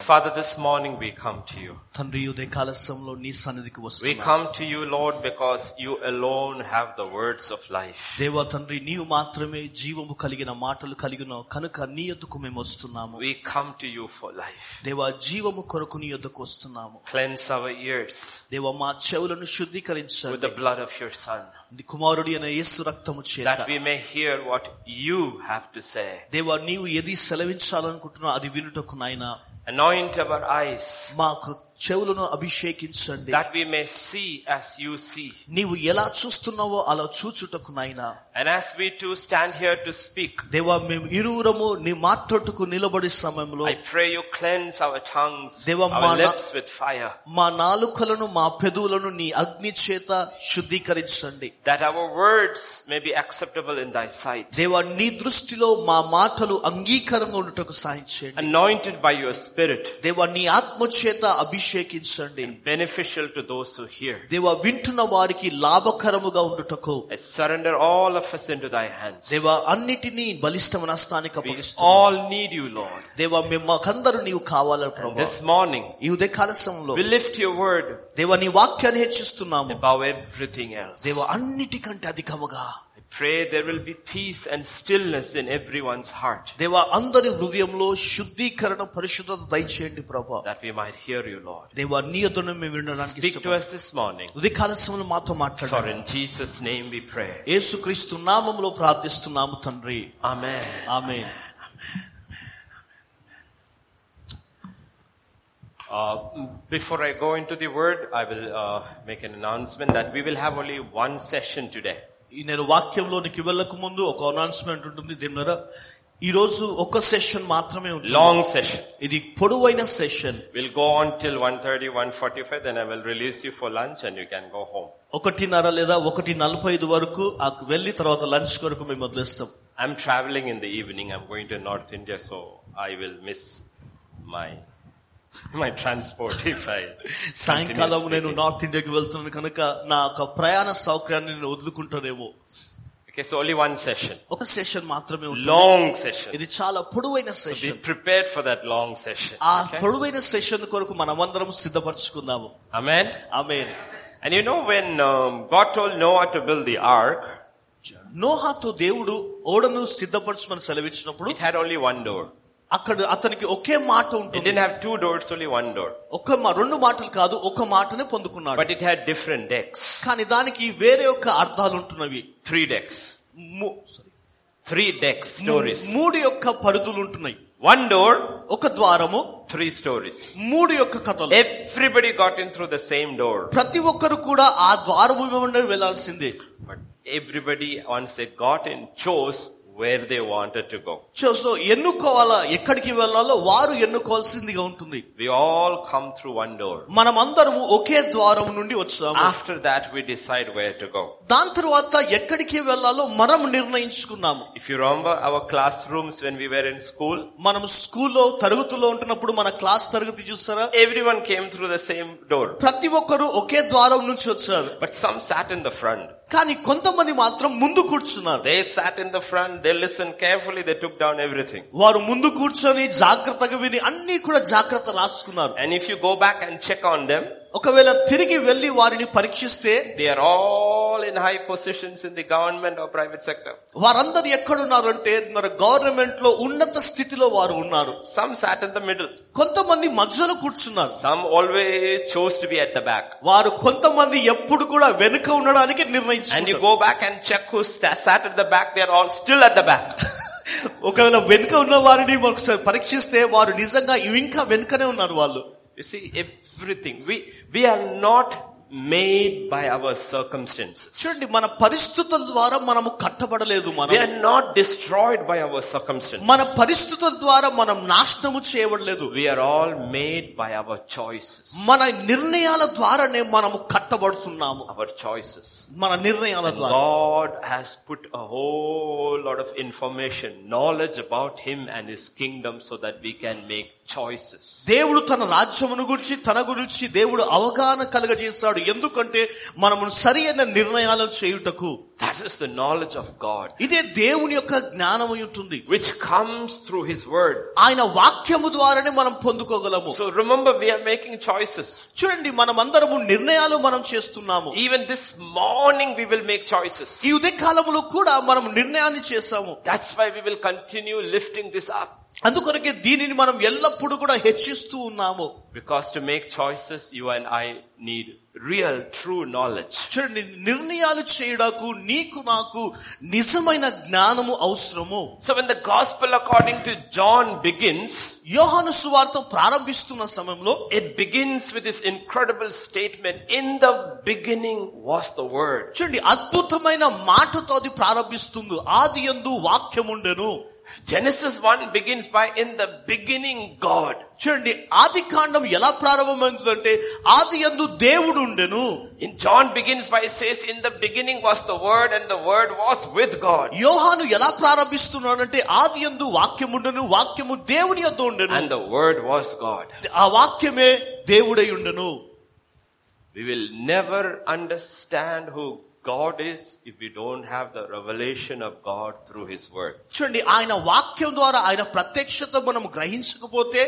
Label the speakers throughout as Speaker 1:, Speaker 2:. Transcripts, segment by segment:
Speaker 1: Father, this morning we come to you.
Speaker 2: తండ్రి ఈ ఉదయకాల సమయంలో నీ సన్నిధికి
Speaker 1: We
Speaker 2: వస్తున్నాం
Speaker 1: come to you, Lord, because you alone have the words of life.
Speaker 2: దేవా తండ్రి నీవు మాత్రమే జీవము కలిగిన మాటలు కలిగినావు కనుక నీ యొద్దకు మేము వస్తున్నాము
Speaker 1: We come to you for life.
Speaker 2: దేవా జీవము కొరకు నీ యొద్దకు వస్తున్నాము
Speaker 1: Cleanse our ears
Speaker 2: దేవా మా చెవులను
Speaker 1: with the
Speaker 2: శుద్ధీకరించండి
Speaker 1: blood of your Son,
Speaker 2: నీ కుమారుడి అయిన యేసు రక్తము
Speaker 1: that we
Speaker 2: చేత
Speaker 1: may hear what you have to say.
Speaker 2: దేవా నీవు ఏది సెలవించాలనుకుంటున్నావు అది వినుటకు నాయన
Speaker 1: Anoint our eyes,
Speaker 2: మాకు చెవులను అభిషేకించండి
Speaker 1: that we may see as you see.
Speaker 2: నీవు ఎలా చూస్తున్నావో అలా చూచుటకు నాయన
Speaker 1: And as we two stand here to speak,
Speaker 2: దేవా మేము ఇరువురము నీ మాటకు నిలబడే సమయంలో
Speaker 1: I pray you cleanse our tongues,
Speaker 2: Deva
Speaker 1: our
Speaker 2: mana-
Speaker 1: lips with fire,
Speaker 2: మా నాలుకలను మా పెదవులను నీ అగ్ని చేత శుద్ధీకరించండి
Speaker 1: that our words may be acceptable in thy sight.
Speaker 2: దేవా నీ దృష్టిలో మా మాటలు అంగీకారంగా ఉండటకు సాయం చేయండి
Speaker 1: Anointed by your Spirit
Speaker 2: దేవా నీ ఆత్మ చేత అభిషేకించండి
Speaker 1: and beneficial to those who hear.
Speaker 2: దేవా వింటున్న వారికి లాభకరముగా ఉండుటకు
Speaker 1: I surrender all of us into thy hands.
Speaker 2: దేవా అన్నిటినీ బలిష్టమైన స్థానికి
Speaker 1: We
Speaker 2: అప్పగిస్తున్నాం
Speaker 1: all need you, Lord.
Speaker 2: దేవా మేము మాకందరూ నీవు కావాలి
Speaker 1: And
Speaker 2: ప్రభు
Speaker 1: this morning,
Speaker 2: ఈ ఉదయకాల సమయంలో
Speaker 1: we lift your word
Speaker 2: దేవా నీ వాక్యాన్ని హెచ్చిస్తున్నాము
Speaker 1: above everything else.
Speaker 2: దేవా అన్నిటికంటే అధికముగా
Speaker 1: I pray there will be peace and stillness in everyone's heart,
Speaker 2: దేవా అందరి హృదయంలో శుద్ధీకరణ పరిశుద్ధత దయచేయండి ప్రభా
Speaker 1: that we might hear you, Lord.
Speaker 2: దేవా నీ యొద్దను మేము వినడానికి
Speaker 1: Speak to
Speaker 2: ఇష్టపడతాం.
Speaker 1: us this morning.
Speaker 2: ఉదయకాల సమయంలో మాతో
Speaker 1: For
Speaker 2: మాట్లాడండి
Speaker 1: in Jesus' name we pray.
Speaker 2: యేసుక్రీస్తు నామములో ప్రార్థిస్తున్నాము తండ్రి
Speaker 1: Amen.
Speaker 2: ఆమె
Speaker 1: Uh, before I go into the word, I will uh, make an announcement that we will have only one session today.
Speaker 2: ఈ నేను వాక్యంలోనికి వెళ్ళక ముందు ఒక అనౌన్స్మెంట్ ఉంటుంది దీని మీద ఈ రోజు ఒక సెషన్ మాత్రమే ఉంటుంది
Speaker 1: Long session.
Speaker 2: ఇది పొడవైన session
Speaker 1: We'll go on till 1.30, 1.45, then I will release you for lunch and you can go home.
Speaker 2: ఒకటిన్నర లేదా ఒకటి నలభై ఐదు వరకు ఆ వెళ్ళి తర్వాత లంచ్ కొరకు మేము వదిలేస్తాం
Speaker 1: I'm traveling in the evening. I'm going to North India, so I will miss my my transport if I
Speaker 2: సాయంకాలం
Speaker 1: continue
Speaker 2: నేను
Speaker 1: speaking.
Speaker 2: నార్త్ ఇండియాకి వెళ్తున్నాను కనుక నా ఒక ప్రయాణ సౌకర్యాన్ని నేను వదులుకుంటానేమో
Speaker 1: Okay, so only one session.
Speaker 2: ఒక సెషన్ మాత్రమే ఉంటుంది
Speaker 1: Long session.
Speaker 2: ఇది చాలా పొడవైన
Speaker 1: So be
Speaker 2: session
Speaker 1: prepared for that long session.
Speaker 2: ఆ
Speaker 1: okay?
Speaker 2: పొడవైన సెషన్ కొరకు మనమందరం సిద్ధపరచుకుందాము
Speaker 1: Amen.
Speaker 2: ఆమె
Speaker 1: And you know when um, God told Noah to build the ark,
Speaker 2: నోహాతో దేవుడు ఓడను సిద్ధపరచమని సెలవిచ్చినప్పుడు
Speaker 1: it had only one door.
Speaker 2: అక్కడ అతనికి ఒకే మాట
Speaker 1: It
Speaker 2: ఉంటుంది
Speaker 1: didn't have two doors, only one door.
Speaker 2: ఒక మా- రెండు మాటలు కాదు ఒక మాటనే పొందుకున్నాడు
Speaker 1: But it had different decks.
Speaker 2: కానీ దానికి వేరే ఒక అర్థాలు ఉంటున్నవి
Speaker 1: Three decks.
Speaker 2: ము- sorry,
Speaker 1: Three decks,
Speaker 2: ము-
Speaker 1: stories.
Speaker 2: మూడు యొక్క పరుదులు ఉంటున్నాయి
Speaker 1: One door,
Speaker 2: ఒక ద్వారము
Speaker 1: three stories.
Speaker 2: మూడు యొక్క కథలు
Speaker 1: Everybody got in through the same door.
Speaker 2: ప్రతి ఒక్కరు కూడా ఆ ద్వారము వెంబడి వెళ్లాల్సిందే
Speaker 1: But everybody, once they got in, chose where they wanted to go.
Speaker 2: So- so ఎన్నుకోవాలా ఎక్కడికి వెళ్ళాలో వారు ఎన్నుకోవాల్సిందిగా ఉంటుంది
Speaker 1: We all come through one door.
Speaker 2: మనమందరము ఒకే ద్వారం నుండి వచ్చాము
Speaker 1: After that, we decide where to go.
Speaker 2: దాని తర్వాత ఎక్కడికి వెళ్ళాలో మనం నిర్ణయించుకున్నాము
Speaker 1: If you remember our classrooms when we were in school,
Speaker 2: మనం స్కూల్లో తరగతుల్లో ఉంటున్నప్పుడు మన క్లాస్ తరగతి చూస్తారా
Speaker 1: everyone came through the same door.
Speaker 2: ప్రతి ఒక్కరు ఒకే ద్వారం నుంచి వచ్చారు
Speaker 1: But some sat in the front.
Speaker 2: కానీ కొంతమంది మాత్రం ముందు కూర్చున్నారు
Speaker 1: They sat in the front, they listened carefully, they took down everything.
Speaker 2: వారు ముందు కూర్చొని జాగ్రత్తగా విని అన్ని కూడా జాగ్రత్త రాసుకున్నారు
Speaker 1: And if you go back and check on them,
Speaker 2: ఒకవేళ తిరిగి వెళ్లి వారిని పరీక్షిస్తే
Speaker 1: they are all in high positions in the government or private sector.
Speaker 2: వారందరు ఎక్కడున్నారంటే మన గవర్నమెంట్ లో ఉన్నత స్థితిలో వారు ఉన్నారు
Speaker 1: Some sat in the middle.
Speaker 2: కొంతమంది మధ్యలో కూర్చున్నారు
Speaker 1: Some always chose to be at the back.
Speaker 2: వారు కొంతమంది ఎప్పుడు కూడా వెనుక ఉండడానికి
Speaker 1: And you
Speaker 2: నిర్ణయించుకుంటారు
Speaker 1: go back and check who sta- sat at the back, they are all still at the back.
Speaker 2: ఒకవేళ వెనుక ఉన్న వారిని ఒకసారి పరీక్షిస్తే వారు నిజంగా ఇంకా వెనుకనే ఉన్నారు వాళ్ళు
Speaker 1: You see, everything. We, we are not made by our circumstances.
Speaker 2: చూడండి మన పరిస్థితుల ద్వారా మనము కట్టబడలేదు
Speaker 1: We
Speaker 2: మనం
Speaker 1: are not destroyed by our circumstances.
Speaker 2: మన పరిస్థితుల ద్వారా మనం నాశనము చేయబడలేదు
Speaker 1: We are all made by our choices.
Speaker 2: మన నిర్ణయాల ద్వారానే మనము కట్టబడుతున్నాము
Speaker 1: Our choices.
Speaker 2: మన నిర్ణయాల ద్వారా
Speaker 1: God has put a whole lot of information, knowledge about Him and His kingdom so that we can make choices.
Speaker 2: దేవుడు తన రాజ్యమును గురించి తన గురించి దేవుడు అవగాహన కలగజేస్తాడు ఎందుకంటే మనము సరి అయిన నిర్ణయాలను చేయుటకు
Speaker 1: That is the knowledge of God,
Speaker 2: ఇదే దేవుని యొక్క జ్ఞానం అయి ఉంటుంది
Speaker 1: which comes through His Word.
Speaker 2: ఆయన వాక్యము ద్వారానే మనం పొందుకోగలము
Speaker 1: So remember, we are making choices.
Speaker 2: చూడండి మనమందరము నిర్ణయాలు మనం చేస్తున్నాము
Speaker 1: Even this morning, we will make choices.
Speaker 2: ఈ ఉదయ కాలంలో కూడా మనం నిర్ణయాన్ని చేస్తాము
Speaker 1: That's why we will continue lifting this up.
Speaker 2: అందుకొరకే దీనిని మనం ఎల్లప్పుడూ కూడా హెచ్చిస్తూ ఉన్నాము
Speaker 1: Because to make choices, you and I need real, true knowledge.
Speaker 2: చూడండి నిర్ణయాలు చేయడకు నీకు నాకు నిజమైన జ్ఞానము అవసరము
Speaker 1: So when the gospel according to John begins,
Speaker 2: యోహాను సువార్త ప్రారంభిస్తున్న సమయంలో
Speaker 1: it begins with this incredible statement, in the beginning was the word.
Speaker 2: చూడండి అద్భుతమైన మాటతో అది ప్రారంభిస్తుంది ఆది యందు వాక్యముండెను
Speaker 1: Genesis 1 begins by, in the beginning God.
Speaker 2: చూడండి ఆది కాండం ఎలా ప్రారంభమైందంటే ఆది యందు దేవుడు ఉండెను
Speaker 1: In John begins by, it says, in the beginning was the word and the word was with God.
Speaker 2: యోహాను ఎలా ప్రారంభిస్తున్నాడంటే ఆది యందు వాక్యముండెను వాక్యము దేవుని యొద్ద ఉండెను
Speaker 1: And the word was God.
Speaker 2: ఆ వాక్యమే దేవుడై ఉండెను
Speaker 1: We will never understand who God is if we don't have the revelation of God through His Word.
Speaker 2: చూడండి ఆయన వాక్యం ద్వారా ఆయన ప్రత్యక్షత మనం గ్రహించకపోతే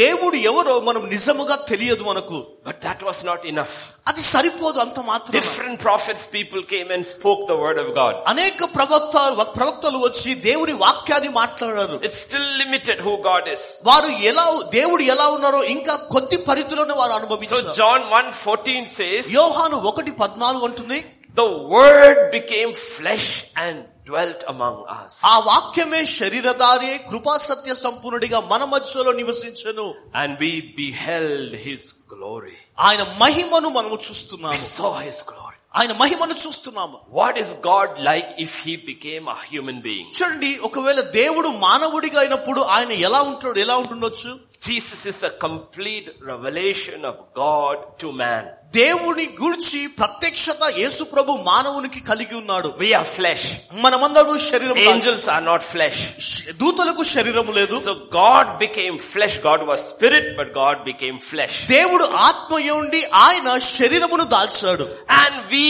Speaker 2: దేవుడు ఎవరో మనం నిజముగా తెలియదు మనకు
Speaker 1: But that was not enough.
Speaker 2: అది సరిపోదు అంత మాత్రం
Speaker 1: Different prophets, people came and spoke the Word of God.
Speaker 2: అనేక ప్రవక్త ప్రవక్తలు వచ్చి దేవుని వాక్యాన్ని మాట్లాడారు
Speaker 1: It's still limited who God is.
Speaker 2: వారు ఎలా దేవుడు ఎలా ఉన్నారో ఇంకా కొద్ది పరిధిలోనే వారు
Speaker 1: So
Speaker 2: అనుభవించారు
Speaker 1: John 1.14 says,
Speaker 2: యోహాను ఒకటి పద్నాలుగు అంటుంది
Speaker 1: The Word became flesh and dwelt among us.
Speaker 2: ఆ వాక్యమే శరీరధారి అయి కృపా సత్య సంపూర్ణుడిగా మన మధ్యలో నివసించను
Speaker 1: And we beheld His glory.
Speaker 2: ఆయన మహిమను మనము
Speaker 1: We
Speaker 2: చూస్తున్నాము
Speaker 1: saw His glory.
Speaker 2: ఆయన మహిమను చూస్తున్నాము
Speaker 1: What is God like if He became a human being?
Speaker 2: చూడండి ఒకవేళ దేవుడు మానవుడిగా అయినప్పుడు ఆయన ఎలా ఉంటాడు ఎలా ఉంటుండొచ్చు
Speaker 1: Jesus is a complete revelation of God to man.
Speaker 2: దేవుని గురించి ప్రత్యక్షత యేసు ప్రభు మానవునికి కలిగి ఉన్నాడు
Speaker 1: We are flesh.
Speaker 2: మనమందరం శరీరం లాంటి-
Speaker 1: Angels are not flesh.
Speaker 2: శ- దూతలకు శరీరం లేదు
Speaker 1: So God became flesh. God was spirit, but God became flesh.
Speaker 2: దేవుడు ఆత్మ ఉండి ఆయన శరీరమును దాల్చాడు
Speaker 1: And we,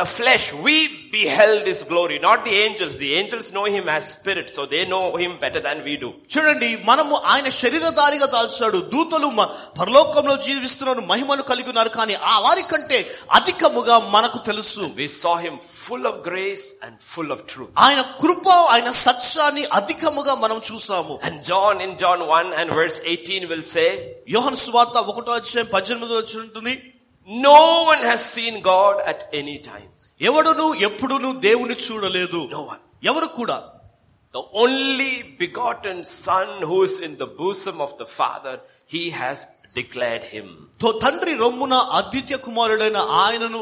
Speaker 1: the flesh, we beheld his glory, not the angels. The angels know him as spirit, so they know him better than we do.
Speaker 2: చూడండి మనము ఆయన శరీరధారిగా దాల్చాడు దూతలు మ- పరలోకంలో జీవిస్తున్నారు మహిమను కలిగి ఉన్నారు కానీ ఆ వారి కంటే అధికముగా మనకు తెలుసు
Speaker 1: We saw him full of grace and full of truth.
Speaker 2: ఆయన కృప ఆయన సత్యాన్ని అధికముగా మనం చూసాము
Speaker 1: And John in John 1 and verse 18 will say,
Speaker 2: యోహన్ సువార్త ఒకటో అధ్యాయం పద్దెనిమిదో వచ్చిన ఉంటుంది
Speaker 1: no one has seen God at any time.
Speaker 2: ఎవడును ఎప్పుడును దేవుని చూడలేదు
Speaker 1: No one.
Speaker 2: ఎవరు కూడా
Speaker 1: The only begotten Son who is in the bosom of the Father, He has declared Him.
Speaker 2: తో తండ్రి రొమ్మున అద్విత్య కుమారుడైన ఆయనను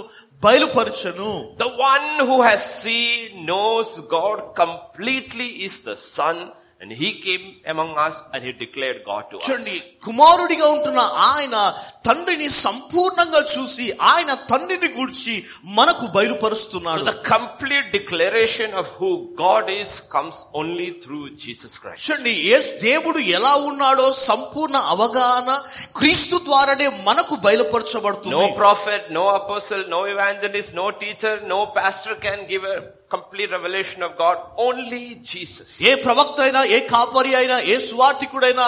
Speaker 2: బయలుపరచను
Speaker 1: The one who has seen, knows God completely is the Son and He came among us and He declared God to
Speaker 2: చూడండి
Speaker 1: us.
Speaker 2: కుమారుడిగా ఉంటున్న ఆయన తండ్రిని సంపూర్ణంగా చూసి ఆయన తండ్రిని గూర్చి మనకు
Speaker 1: So
Speaker 2: బయలుపరుస్తున్నాడు
Speaker 1: the complete declaration of who God is comes only through Jesus Christ.
Speaker 2: చూడండి యేస్ దేవుడు ఎలా ఉన్నాడో సంపూర్ణ అవగాహన క్రీస్తు ద్వారానే మనకు బయలుపరచబడుతుంది
Speaker 1: No prophet, no apostle, no evangelist, no teacher, no pastor can give a complete revelation of God. Only Jesus.
Speaker 2: ఏ ప్రవక్త అయినా ఏ కాపరి అయినా ఏ స్వార్థికుడైనా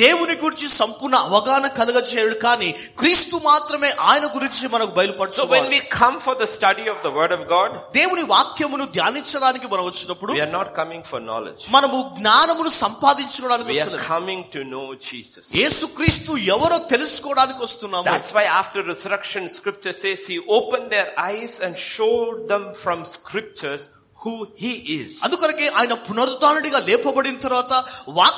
Speaker 2: దేవుని గురించి సంపూర్ణ అవగాహన కలగచేయడు కానీ క్రీస్తు మాత్రమే ఆయన గురించి మనకు
Speaker 1: So when
Speaker 2: బయలుపరచు
Speaker 1: we come for the study of the Word of God,
Speaker 2: దేవుని వాక్యమును ధ్యానించడానికి మనం వచ్చినప్పుడు
Speaker 1: We are not coming for knowledge.
Speaker 2: మనము జ్ఞానమును సంపాదించుకోవడానికి
Speaker 1: We are
Speaker 2: వస్తలేదు.
Speaker 1: coming to know Jesus.
Speaker 2: యేసుక్రీస్తు ఎవరో తెలుసుకోవడానికి వస్తున్నాము
Speaker 1: That's why after resurrection scripture says he opened their eyes and showed them from scriptures who he is.
Speaker 2: అందుకొరకే ఆయన పునరుద్ధానుడిగా లేపబడిన తర్వాత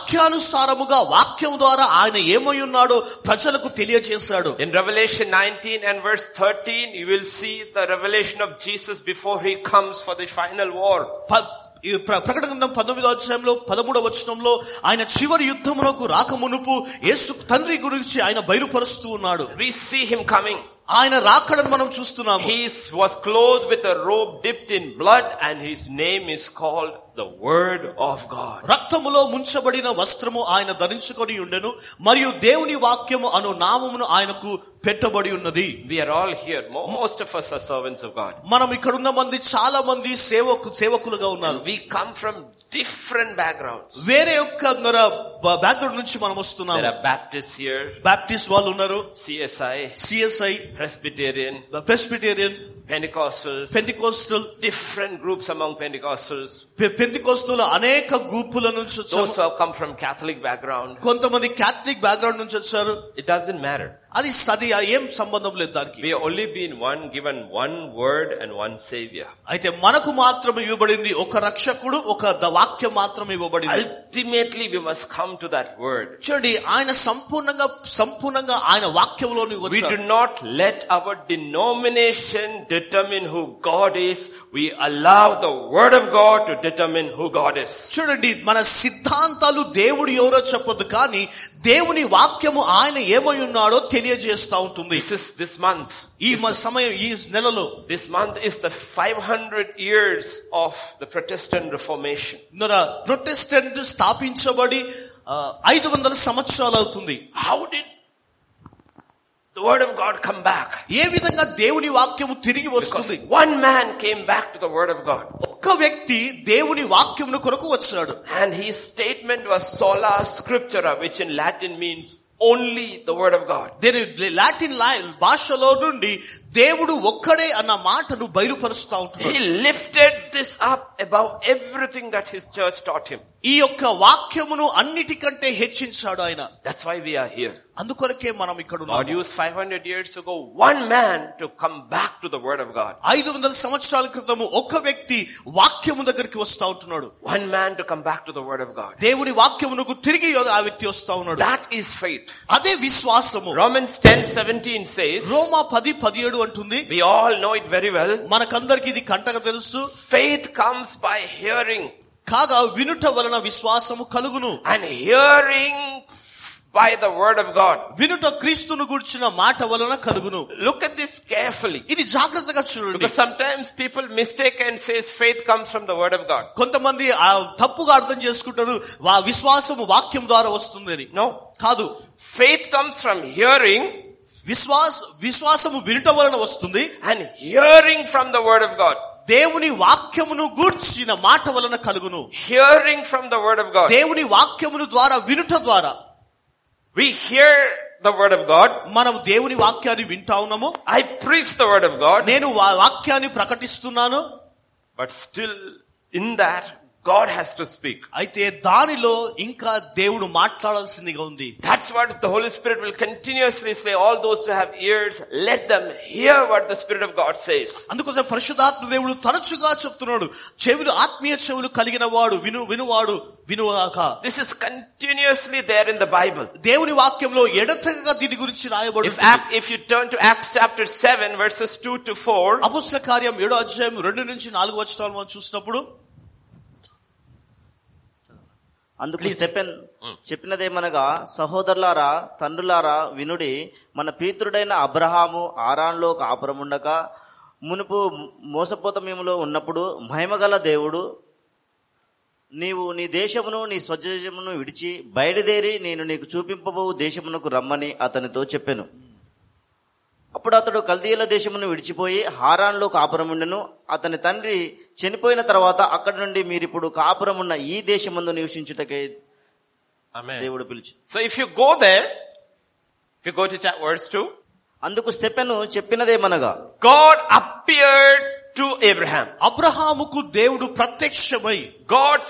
Speaker 2: వాక్యానుసారముగా వాక్యం ద్వారా ఆయన ఏమై ఉన్నాడో ప్రజలకు తెలియజేశాడు
Speaker 1: In Revelation 19 and verse 13, you will see the revelation of Jesus before he comes for the final war.
Speaker 2: ప- ఈ ప్ర- ప్రకటన గ్రంథం పంతొమ్మిదో అధ్యాయంలో పదమూడవ వచనంలో ఆయన చివరి యుద్ధమునకు రాకమునుపు యేసు తండ్రి గురించి ఆయన బయలుపరుస్తూ ఉన్నాడు
Speaker 1: We see him coming.
Speaker 2: ఆయన రాకడను మనం చూస్తున్నాము
Speaker 1: He was clothed with a robe dipped in blood and his name is called the word of God.
Speaker 2: రక్తములో ముంచబడిన వస్త్రము ఆయన ధరించుకొని ఉండెను మరియు దేవుని వాక్యము అను నామమును ఆయనకు పెట్టబడి ఉన్నది
Speaker 1: We are all here. Mo- Most of us are servants of God.
Speaker 2: మనం ఇక్కడ ఉన్న మంది చాలా మంది సేవకు సేవకులుగా ఉన్నారు
Speaker 1: And we come from different backgrounds.
Speaker 2: వేరే యొక్క మన బ- బ్యాక్గ్రౌండ్ నుంచి మనం వస్తున్నాం
Speaker 1: There are Baptists here,
Speaker 2: Baptist వాళ్ళు ఉన్నారు
Speaker 1: CSI,
Speaker 2: CSI
Speaker 1: Presbyterian,
Speaker 2: Presbyterian
Speaker 1: Pentecostals,
Speaker 2: Pentecostal
Speaker 1: different groups among Pentecostals,
Speaker 2: పెంటికోస్తుల అనేక గ్రూపుల నుంచి వచ్చారు
Speaker 1: those who have come from Catholic background.
Speaker 2: కొంతమంది క్యాథలిక్ బ్యాక్గ్రౌండ్ నుంచి వచ్చారు
Speaker 1: It doesn't matter.
Speaker 2: అది అది ఏం సంబంధం లేదు దానికి
Speaker 1: We have only been one, given one word and one savior.
Speaker 2: అయితే మనకు మాత్రం ఇవ్వబడింది ఒక రక్షకుడు ఒక ద- వాక్యం మాత్రం ఇవ్వబడింది
Speaker 1: Ultimately, we must come to that word.
Speaker 2: చూడండి ఆయన సంపూర్ణంగా సంపూర్ణంగా ఆయన వాక్యంలోని
Speaker 1: We do
Speaker 2: వచ్చారు
Speaker 1: not let our denomination determine who God is. We allow the word of God to determine who God is.
Speaker 2: చూడండి మన సిద్ధాంతాలు దేవుడు ఎవరో చెప్పొద్దు కానీ దేవుని వాక్యము ఆయన ఏమై ఉన్నాడో తెలియజేస్తా ఉంటుంది
Speaker 1: This is this month.
Speaker 2: ఈ మ- సమయం ఈ నెలలో
Speaker 1: This month is the 500 years of the Protestant Reformation.
Speaker 2: మన ప్రొటెస్టెంట్ స్థాపించబడి ఐదు వందల సంవత్సరాలు అవుతుంది
Speaker 1: How did the word of God come back?
Speaker 2: ఏ విధంగా దేవుని వాక్యము తిరిగి వస్తుంది
Speaker 1: One man came back to the word of God
Speaker 2: ఒక్క వ్యక్తి దేవుని వాక్యమును కొరకు వచ్చాడు
Speaker 1: and his statement was sola scriptura, which in Latin means only the word of God.
Speaker 2: దేని లాటిన్ లా- భాషలో నుండి దేవుడు ఒక్కడే అన్న మాటను బయలుపరుస్తా
Speaker 1: He
Speaker 2: ఉంటాడు
Speaker 1: lifted this up above everything that his church taught him.
Speaker 2: ఈ యొక్క వాక్యమును అన్నిటికంటే హెచ్చించాడు ఆయన
Speaker 1: That's why we are here.
Speaker 2: అందుకొరకే మనం ఇక్కడ
Speaker 1: God
Speaker 2: ఉన్నాము
Speaker 1: used 500 years ago one man to come back to the word of God.
Speaker 2: ఐదు వందల సంవత్సరాల క్రితము ఒక వ్యక్తి వాక్యము దగ్గరికి వస్తా ఉంటున్నాడు
Speaker 1: One man to come back to the word of God.
Speaker 2: దేవుని వాక్యమునకు తిరిగి ఆ వ్యక్తి వస్తా ఉన్నాడు
Speaker 1: That is faith.
Speaker 2: అదే విశ్వాసము
Speaker 1: Romans 10 17 says,
Speaker 2: రోమా పది పదిహేడు అంటుంది
Speaker 1: we all know it very well.
Speaker 2: మనకందరికి ఇది కంటగా తెలుసు
Speaker 1: Faith comes by hearing
Speaker 2: కాగా వినుట వలన విశ్వాసము కలుగును
Speaker 1: and hearing by the word of God.
Speaker 2: వినుట క్రీస్తును గూర్చిన మాట వలన కలుగును
Speaker 1: Look at this carefully.
Speaker 2: ఇది జాగ్రత్తగా చూడండి
Speaker 1: Because sometimes people mistake and says faith comes from the word of God.
Speaker 2: కొంతమంది ఆ తప్పుగా అర్థం చేసుకుంటారు వా విశ్వాసము వాక్యం ద్వారా వస్తుందని
Speaker 1: No.
Speaker 2: కాదు
Speaker 1: Faith comes from hearing
Speaker 2: విశ్వాస విశ్వాసము వినుట వలన వస్తుంది
Speaker 1: and hearing from the word of God.
Speaker 2: దేవుని వాక్యమును గూర్చిన మాట వలన కలుగును
Speaker 1: Hearing from the word of God.
Speaker 2: దేవుని వాక్యమును ద్వారా వినుట ద్వారా
Speaker 1: We hear the word of God.
Speaker 2: మనం దేవుని వాక్యాన్ని వింటా ఉన్నాము
Speaker 1: I preach the word of God.
Speaker 2: నేను వా- వాక్యాన్ని ప్రకటిస్తున్నాను
Speaker 1: But still in that God has to speak.
Speaker 2: అయితే దానిలో ఇంకా దేవుడు మాట్లాడాల్సిందిగా ఉంది
Speaker 1: That's what the Holy Spirit will continuously say. All those who have ears, let them hear what the Spirit of God says.
Speaker 2: అందుకోసం పరిశుద్ధాత్మ దేవుడు తరచుగా చెప్తున్నాడు చెవులు ఆత్మీయ చెవులు కలిగిన వాడు విను వినువాడు వినుగాక
Speaker 1: This is continuously there in the Bible.
Speaker 2: దేవుని వాక్యంలో ఎడతెగక దీని గురించి రాయబడి
Speaker 1: If, Act, if you turn to Acts chapter 7 verses 2 to 4,
Speaker 2: అపుస్ల కార్యం ఏడో అధ్యాయం రెండు నుంచి నాలుగు వచ్చిన మనం చూసినప్పుడు
Speaker 3: అందుకు
Speaker 1: Please.
Speaker 3: చెప్పిన చెప్పినదేమనగా సహోదరులారా తండ్రులారా వినుడి మన పీతృడైన అబ్రహాము ఆరాన్లో కాపురముండక మునుపు మోసపోతమేములో ఉన్నప్పుడు మహిమగల దేవుడు నీవు నీ దేశమును నీ స్వదేశమును విడిచి బయలుదేరి నేను నీకు చూపింపబో దేశమునకు రమ్మని అతనితో చెప్పాను అప్పుడు అతడు కల్దీయుల దేశమును విడిచిపోయి హారాన్లో కాపురముండెను అతని తండ్రి చనిపోయిన తర్వాత అక్కడి నుండి మీరిప్పుడు కాపురమున్న ఈ దేశమందు నివసించుటకై
Speaker 1: Amen.
Speaker 3: దేవుడు పిలిచి
Speaker 1: So if you go there, if you go to chapter verse 2,
Speaker 3: అందుకు స్టెపెను చెప్పినదేమనగా
Speaker 1: God appeared to Abraham.
Speaker 2: అబ్రహాముకు దేవుడు ప్రత్యక్షమై
Speaker 1: God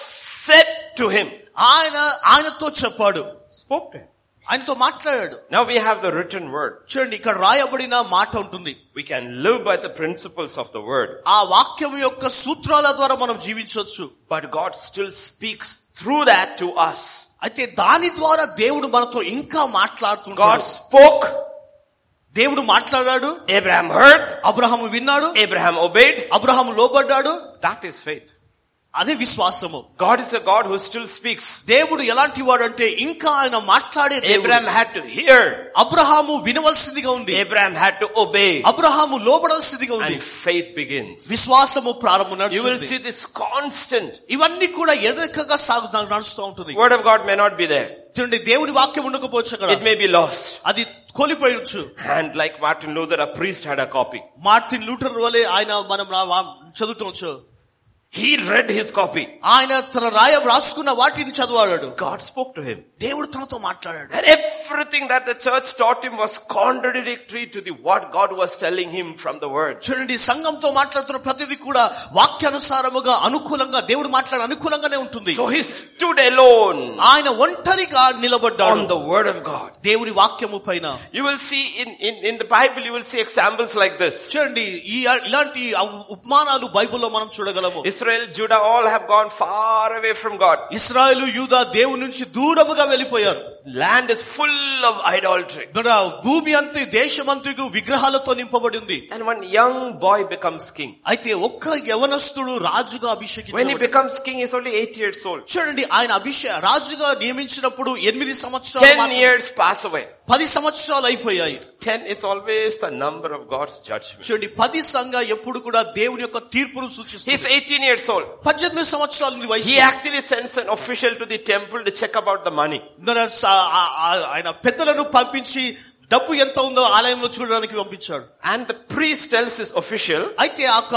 Speaker 1: said to him,
Speaker 2: ఆయన ఆయనతో చెప్పాడు
Speaker 1: spoke to him.
Speaker 2: ఆయనతో మాట్లాడాడు
Speaker 1: Now we have the written word.
Speaker 2: చూడండి ఇక్కడ రాయబడిన మాట ఉంటుంది
Speaker 1: We can live by the principles of the word,
Speaker 2: ఆ వాక్యం యొక్క సూత్రాల ద్వారా మనం జీవించవచ్చు
Speaker 1: but God still speaks through that to us.
Speaker 2: అయితే దాని ద్వారా దేవుడు మనతో ఇంకా
Speaker 1: God
Speaker 2: మాట్లాడుతుంటాడు
Speaker 1: spoke,
Speaker 2: దేవుడు మాట్లాడాడు
Speaker 1: Abraham heard,
Speaker 2: అబ్రహాము విన్నాడు
Speaker 1: Abraham obeyed.
Speaker 2: Abraham లోబడ్డాడు
Speaker 1: That is faith.
Speaker 2: అదే విశ్వాసము
Speaker 1: God is a God who still speaks.
Speaker 2: దేవుడు ఎలాంటి వాడు అంటే ఇంకా ఆయన మాట్లాడే దేవుడు.
Speaker 1: Abraham had to hear.
Speaker 2: Abraham వినవలసిందిగా ఉంది
Speaker 1: Abraham had to obey.
Speaker 2: Abraham లోబడాల్సిందిగా ఉంది
Speaker 1: And faith begins.
Speaker 2: విశ్వాసము ప్రారంభం
Speaker 1: You will
Speaker 2: నడుస్తుంది
Speaker 1: see this constant.
Speaker 2: ఇవన్నీ కూడా ఎదకగా సాగు నడుస్తూ ఉంటుంది
Speaker 1: Word of God may not be there.
Speaker 2: చూడండి దేవుని వాక్యం ఉండకపోవచ్చు అక్కడ
Speaker 1: It may be lost.
Speaker 2: అది కోల్పోయొచ్చు
Speaker 1: And like Martin Luther, a priest had a copy.
Speaker 2: Martin Luther వలె ఆయన మనం రా- వా- చదువుతుంచు
Speaker 1: He read his copy.
Speaker 2: ఆయన తన రాయ రాసుకున్న వాటిని చదివాడు
Speaker 1: God spoke to him.
Speaker 2: దేవుడు తనతో మాట్లాడాడు
Speaker 1: And everything that the church taught him was contradictory to the what God was telling him from the word.
Speaker 2: చూడండి సంఘంతో మాట్లాడుతున్న ప్రతిదీ కూడా వాక్యానుసారముగా అనుకూలంగా దేవుడు మాట్లాడే అనుకూలంగానే ఉంటుంది
Speaker 1: So he stood alone
Speaker 2: ఆయన ఒంటరిగా
Speaker 1: on
Speaker 2: నిలబడ్డాడు
Speaker 1: the word of God.
Speaker 2: దేవుని వాక్యము పైన
Speaker 1: You will see in, in, in the Bible, you will see examples like this.
Speaker 2: చూడండి ఈ ఇలాంటి ఉపమానాలు బైబిల్లో మనం చూడగలము
Speaker 1: Israel, Judah, all have gone far away from God.
Speaker 2: ఇస్రాయేలు యూదా దేవుని నుంచి దూరముగా వెళ్ళిపోయారు
Speaker 1: Land is full of idolatry.
Speaker 2: ఇక్కడ భూమి అంత దేశమంతకు విగ్రహాలతో నింపబడింది
Speaker 1: And one young boy becomes king.
Speaker 2: అయితే ఒక్క యవనస్తుడు రాజుగా
Speaker 1: When he
Speaker 2: అభిషేకించబడ్డాడు
Speaker 1: becomes king, he's only eight years old.
Speaker 2: చూడండి ఆయన అభిషే రాజుగా నియమించినప్పుడు ఎనిమిది సంవత్సరాలు
Speaker 1: Ten
Speaker 2: మాత్రమే-
Speaker 1: years pass away.
Speaker 2: పది సంవత్సరాలు అయిపోయాయి
Speaker 1: Ten is always the number of God's judgment.
Speaker 2: చూడండి పది సంఘ ఎప్పుడు కూడా దేవుని యొక్క తీర్పును సూచిస్తుంది
Speaker 1: He's 18 years old.
Speaker 2: పద్దెనిమిది సంవత్సరాల నుండి వయసు
Speaker 1: He actually sends an official to the temple to check about the money.
Speaker 2: మన స- ఆ- ఆ- ఆయన పెద్దలను పంపించి డబ్బు ఎంత ఉందో ఆలయంలో చూడడానికి పంపించాడు
Speaker 1: And the priest tells his official,
Speaker 2: అయితే ఆ యొక్క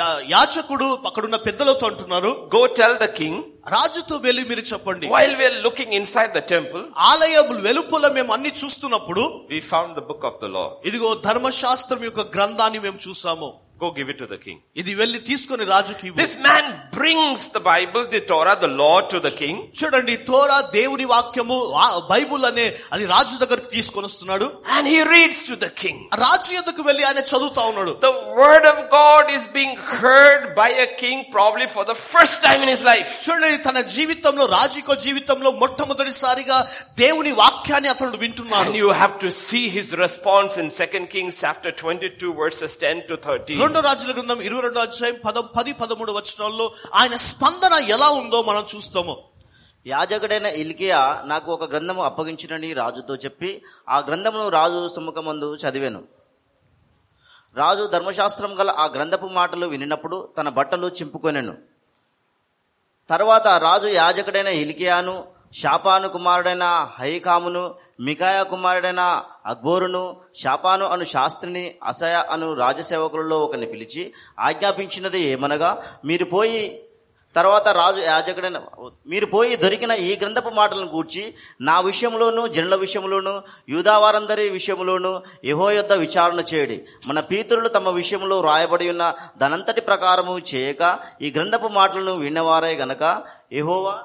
Speaker 2: యా- యాచకుడు అక్కడున్న పెద్దలతో అంటున్నారు
Speaker 1: go tell the king,
Speaker 2: రాజుతో వెళ్ళి మీరు చెప్పండి
Speaker 1: while we're looking inside the temple,
Speaker 2: ఆలయం వెలుపల మేము అన్ని చూస్తున్నప్పుడు
Speaker 1: we found the book of the law.
Speaker 2: ఇదిగో ధర్మశాస్త్రం యొక్క గ్రంథాన్ని మేము చూసాము
Speaker 1: Go give it to the king.
Speaker 2: ఇది వెళ్ళి తీసుకొని రాజుకి ఇవ్వు.
Speaker 1: This man brings the Bible, the Torah, the law to the king.
Speaker 2: చూడండి తోరా దేవుని వాక్యము ఆ బైబుల్ అనే అది రాజు దగ్గరకు తీసుకొని వస్తున్నాడు
Speaker 1: And he reads to the king.
Speaker 2: ఆ రాజు ఎందుకు వెళ్ళి ఆయన చదువుతా ఉన్నాడు
Speaker 1: The word of God is being heard by a king probably for the first time in his life.
Speaker 2: చూడండి తన జీవితంలో రాజుకో జీవితంలో మొట్టమొదటిసారిగా దేవుని వాక్యాన్ని అతడు వింటున్నాడు
Speaker 1: And you have to see his response in 2 Kings chapter 22 verses 10 to 13.
Speaker 2: రెండో రాజుల గ్రంథం ఇరవై రెండో అధ్యాయం పద పది పదమూడు వచనాల్లో ఆయన స్పందన ఎలా ఉందో మనం చూస్తాము
Speaker 3: యాజకుడైన ఇల్కియా నాకు ఒక గ్రంథము అప్పగించినని రాజుతో చెప్పి ఆ గ్రంథమును రాజు సమ్ముఖమందు చదివాను రాజు ధర్మశాస్త్రం గల ఆ గ్రంథపు మాటలు వినినప్పుడు తన బట్టలు చింపుకొనెను తర్వాత రాజు యాజకుడైన ఇలికియాను షాపాను కుమారుడైన హైకామును మికాయా కుమారుడైన అక్బోరును షాపాను అను శాస్త్రిని అసయ అను రాజసేవకులలో ఒకరిని పిలిచి ఆజ్ఞాపించినది ఏమనగా మీరు పోయి తర్వాత రాజు యాజకుడైన మీరు పోయి దొరికిన ఈ గ్రంథపు మాటలను గూర్చి నా విషయంలోను జనుల విషయంలోను యూదావారందరి విషయంలోను యహో యొద్ద విచారణ చేయడి మన పీతురులు తమ విషయంలో రాయబడి ఉన్న దానంతటి ప్రకారము చేయక ఈ గ్రంథపు మాటలను విన్నవారే గనక యహోవా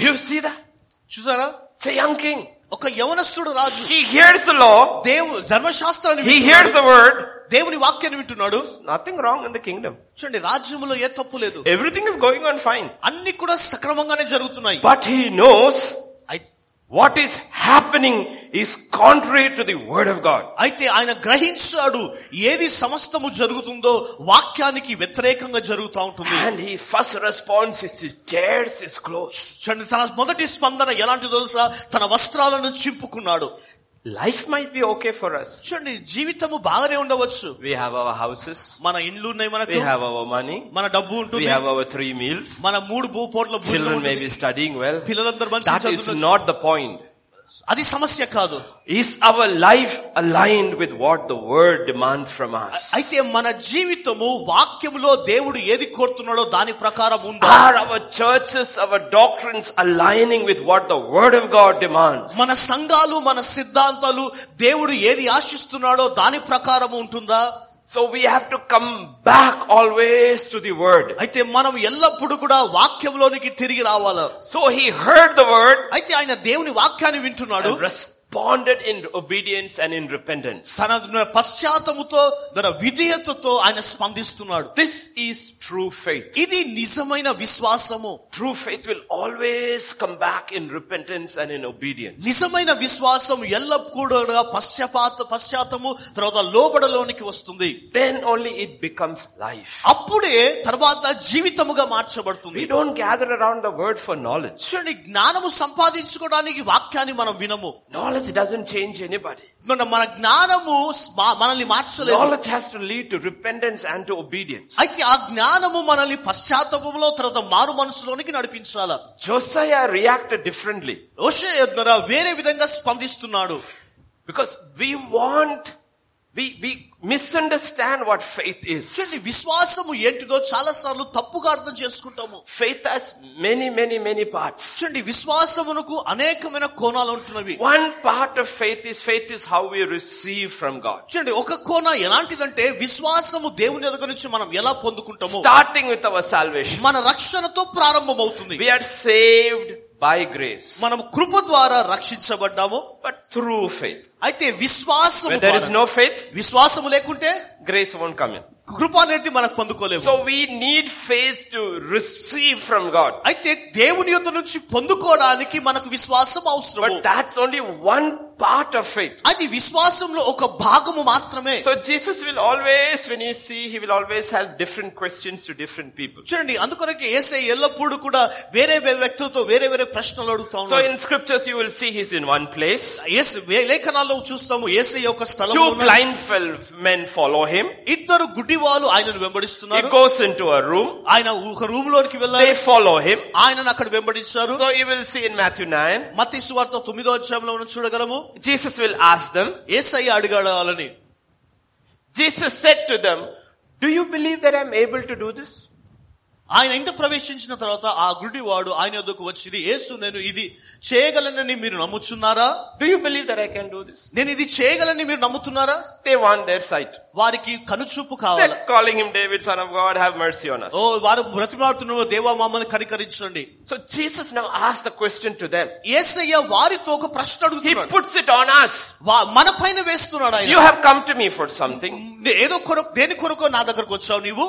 Speaker 1: Do you see that?
Speaker 2: చూసారా
Speaker 1: It's a young king.
Speaker 2: ఒక యవనస్తుడు రాజు
Speaker 1: He hears the law.
Speaker 2: దేవు ధర్మశాస్త్రాన్ని
Speaker 1: He
Speaker 2: వింటున్నాడు.
Speaker 1: hears the word.
Speaker 2: దేవుని వాక్యాన్ని వింటున్నాడు
Speaker 1: Nothing wrong in the kingdom.
Speaker 2: చూడండి రాజ్యంలో ఏ తప్పు లేదు
Speaker 1: Everything is going on fine.
Speaker 2: అన్ని కూడా సక్రమంగానే జరుగుతున్నాయి
Speaker 1: But he knows
Speaker 2: అయి-
Speaker 1: what is happening is contrary to the word of God.
Speaker 2: అయితే ఆయన గ్రహించాడు ఏది సమస్తము జరుగుతుందో వాక్యానికి వ్యతిరేకంగా జరుగుతూ ఉంటుంది
Speaker 1: And his first response is he tears his clothes.
Speaker 2: చూడండి తన మొదటి స్పందన ఎలాంటిదో తెలుసా తన వస్త్రాలను చింపుకున్నాడు
Speaker 1: Life might be okay for us.
Speaker 2: చూడండి జీవితము బాగానే ఉండవచ్చు
Speaker 1: We have our houses.
Speaker 2: మన ఇండ్లు ఉన్నాయి
Speaker 1: We
Speaker 2: మనకు
Speaker 1: have our money.
Speaker 2: మన డబ్బు
Speaker 1: We
Speaker 2: ఉంటుంది
Speaker 1: have our three meals.
Speaker 2: మన మూడు భూ పోట్ల భోజనం
Speaker 1: Children may
Speaker 2: ఉంటుంది.
Speaker 1: be studying well.
Speaker 2: పిల్లలందరూ మంచి
Speaker 1: That is
Speaker 2: చదువుతున్నారు.
Speaker 1: not the point.
Speaker 2: అది సమస్య కాదు
Speaker 1: Is our life aligned with what the word demands from us?
Speaker 2: అయితే మన జీవితము వాక్యములో దేవుడు ఏది కోరుతున్నాడో దాని ప్రకారం ఉందా
Speaker 1: Are our churches, our doctrines aligning with what the word of God demands?
Speaker 2: మన సంఘాలు మన సిద్ధాంతాలు దేవుడు ఏది ఆశిస్తున్నాడో దాని ప్రకారం ఉంటుందా
Speaker 1: So we have to come back always to the word.
Speaker 2: అయితే మనం ఎల్లప్పుడు కూడా వాక్యంలోనికి తిరిగి రావాల
Speaker 1: So he heard the word
Speaker 2: అయితే ఆయన దేవుని వాక్యాన్ని వింటున్నాడు
Speaker 1: and res- bonded in obedience and in repentance.
Speaker 2: తన పశ్చాత్తముతో తన విధేయతతో ఆయన స్పందిస్తున్నాడు
Speaker 1: This is true faith.
Speaker 2: ఇది నిజమైన విశ్వాసము
Speaker 1: True faith will always come back in repentance and in obedience.
Speaker 2: నిజమైన విశ్వాసం ఎల్లప్పుడూ పశ్చాత్త పశ్చాత్తము తర్వాత లోబడలోనికి వస్తుంది
Speaker 1: Then only it becomes life.
Speaker 2: అప్పుడే తర్వాత జీవితముగా మార్చబడుతుంది
Speaker 1: We don't gather around the word for knowledge.
Speaker 2: చూడండి జ్ఞానము సంపాదించుకోవడానికి వాక్యాన్ని మనం వినము
Speaker 1: Knowledge doesn't change anybody.
Speaker 2: మన మన జ్ఞానము మా- మనల్ని మార్చలేదు
Speaker 1: Knowledge has to lead to repentance and to obedience.
Speaker 2: అయితే ఆ జ్ఞానము మనల్ని పశ్చాత్తాపంలో తర్వాత మారు మనసులోనికి నడిపించాల
Speaker 1: Josiah reacted differently
Speaker 2: ఓషేయద్నరా వేరే విధంగా స్పందిస్తున్నాడు
Speaker 1: because we want, we, we misunderstand what faith is.
Speaker 2: చూడండి విశ్వాసము ఏంటిదో చాలా సార్లు తప్పుగా అర్థం చేసుకుంటాము
Speaker 1: Faith has many, many, many parts.
Speaker 2: చూడండి విశ్వాసమునకు అనేకమైన కోణాలు ఉంటున్నవి
Speaker 1: One part of faith is faith is how we receive from God.
Speaker 2: చూడండి ఒక కోణ ఎలాంటిదంటే విశ్వాసము దేవుని ఎదుగు నుంచి మనం ఎలా పొందుకుంటాము
Speaker 1: Starting with our salvation.
Speaker 2: మన రక్షణతో ప్రారంభమవుతుంది
Speaker 1: We are saved by grace,
Speaker 2: మనం కృప ద్వారా రక్షించబడ్డాము
Speaker 1: but through faith.
Speaker 2: అయితే విశ్వాసము
Speaker 1: Where there is
Speaker 2: ద్వారా-
Speaker 1: no faith,
Speaker 2: విశ్వాసము లేకుంటే
Speaker 1: grace won't come in.
Speaker 2: కృప అనేది మనకు పొందుకోలేము
Speaker 1: So we need faith to receive from God.
Speaker 2: అయితే దేవుని యొక్క నుంచి పొందుకోవడానికి మనకు విశ్వాసం అవసరం
Speaker 1: But that's only one part of faith.
Speaker 2: అది విశ్వాసంలో ఒక భాగము మాత్రమే
Speaker 1: So Jesus will always, when you see, he will always have different questions to different people.
Speaker 2: చూడండి అందుకొరకే ఏసై ఎల్లప్పుడూ కూడా వేరే వేరే వ్యక్తులతో వేరే వేరే ప్రశ్నలు అడుగుతా
Speaker 1: So
Speaker 2: ఉన్నాడు
Speaker 1: in scriptures you will see he's in one place.
Speaker 2: యేసు వే- లేఖనాల్లో చూస్తాము ఏసై ఒక
Speaker 1: Two
Speaker 2: స్థలం
Speaker 1: blind fel- men follow him.
Speaker 2: ఇద్దరు గుడ్డివాళ్ళు ఆయనను
Speaker 1: He
Speaker 2: వెంబడిస్తున్నారు
Speaker 1: goes into a room.
Speaker 2: ఆయన ఒక రూమ్ లోనికి వెళ్ళారు
Speaker 1: They follow him.
Speaker 2: ఆయనను అక్కడ వెంబడించారు
Speaker 1: So you will see in Matthew 9,
Speaker 2: మత్తయి సువార్త తొమ్మిదో అధ్యాయంలో మనం చూడగలము
Speaker 1: Jesus will ask them,
Speaker 2: ఏసై అడిగాడు వాళ్ళని
Speaker 1: Jesus said to them, do you believe that I'm able to do this?
Speaker 2: ఆయన ఇంట ప్రవేశించిన తర్వాత ఆ గుడ్డివాడు ఆయన వద్దకు వచ్చి యేసు నేను ఇది చేయగలనని మీరు నమ్ముచున్నారా
Speaker 1: Do you believe that I can do this?
Speaker 2: నేను ఇది చేయగలని మీరు నమ్ముతున్నారా
Speaker 1: They want their sight.
Speaker 2: వారికి కనుచూపు కావాలి
Speaker 1: They're calling him David, son of God, have mercy on us.
Speaker 2: ఓ వారు బ్రతిమాడుతున్న దేవా మమ్మల్ని కనికరించండి
Speaker 1: So Jesus now asks the question to them.
Speaker 2: ఏసయ్య వారితో ఒక ప్రశ్న
Speaker 1: He
Speaker 2: అడుగుతున్నాడు
Speaker 1: puts it on us.
Speaker 2: వా- మన పైన వేస్తున్నాడు
Speaker 1: You
Speaker 2: ఆయన
Speaker 1: have come to me for something.
Speaker 2: నే- ఏదో కొరకు దేని కొరకు నా దగ్గరకు వచ్చావు నీవు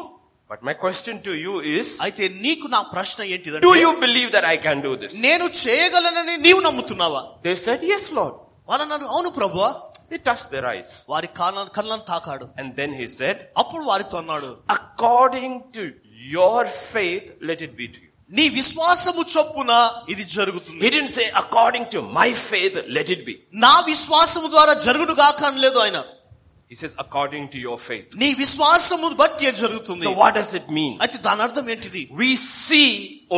Speaker 1: But my question to you is,
Speaker 2: అయితే నీకు నా ప్రశ్న ఏంటిదంటే
Speaker 1: do you believe that I can do this?
Speaker 2: నేను చేయగలనని నీవు నమ్ముతున్నావా
Speaker 1: They said, yes, Lord.
Speaker 2: వారు అన్నారు అవును ప్రభువా
Speaker 1: He touched their eyes.
Speaker 2: వారి కాన కళ్ళను తాకాడు
Speaker 1: And then he said,
Speaker 2: అప్పుడు వారితో అన్నాడు
Speaker 1: according to your faith, let it be to you.
Speaker 2: నీ విశ్వాసము చొప్పున ఇది జరుగుతుంది
Speaker 1: He didn't say, according to my faith, let it be.
Speaker 2: నా విశ్వాసము ద్వారా జరుగును గాక అనలేదు ఆయన
Speaker 1: He says, according to your faith.
Speaker 2: నీ విశ్వాసము బట్టి అది జరుగుతుంది
Speaker 1: So what does it mean?
Speaker 2: అయితే దాని అర్థం ఏంటిది
Speaker 1: We see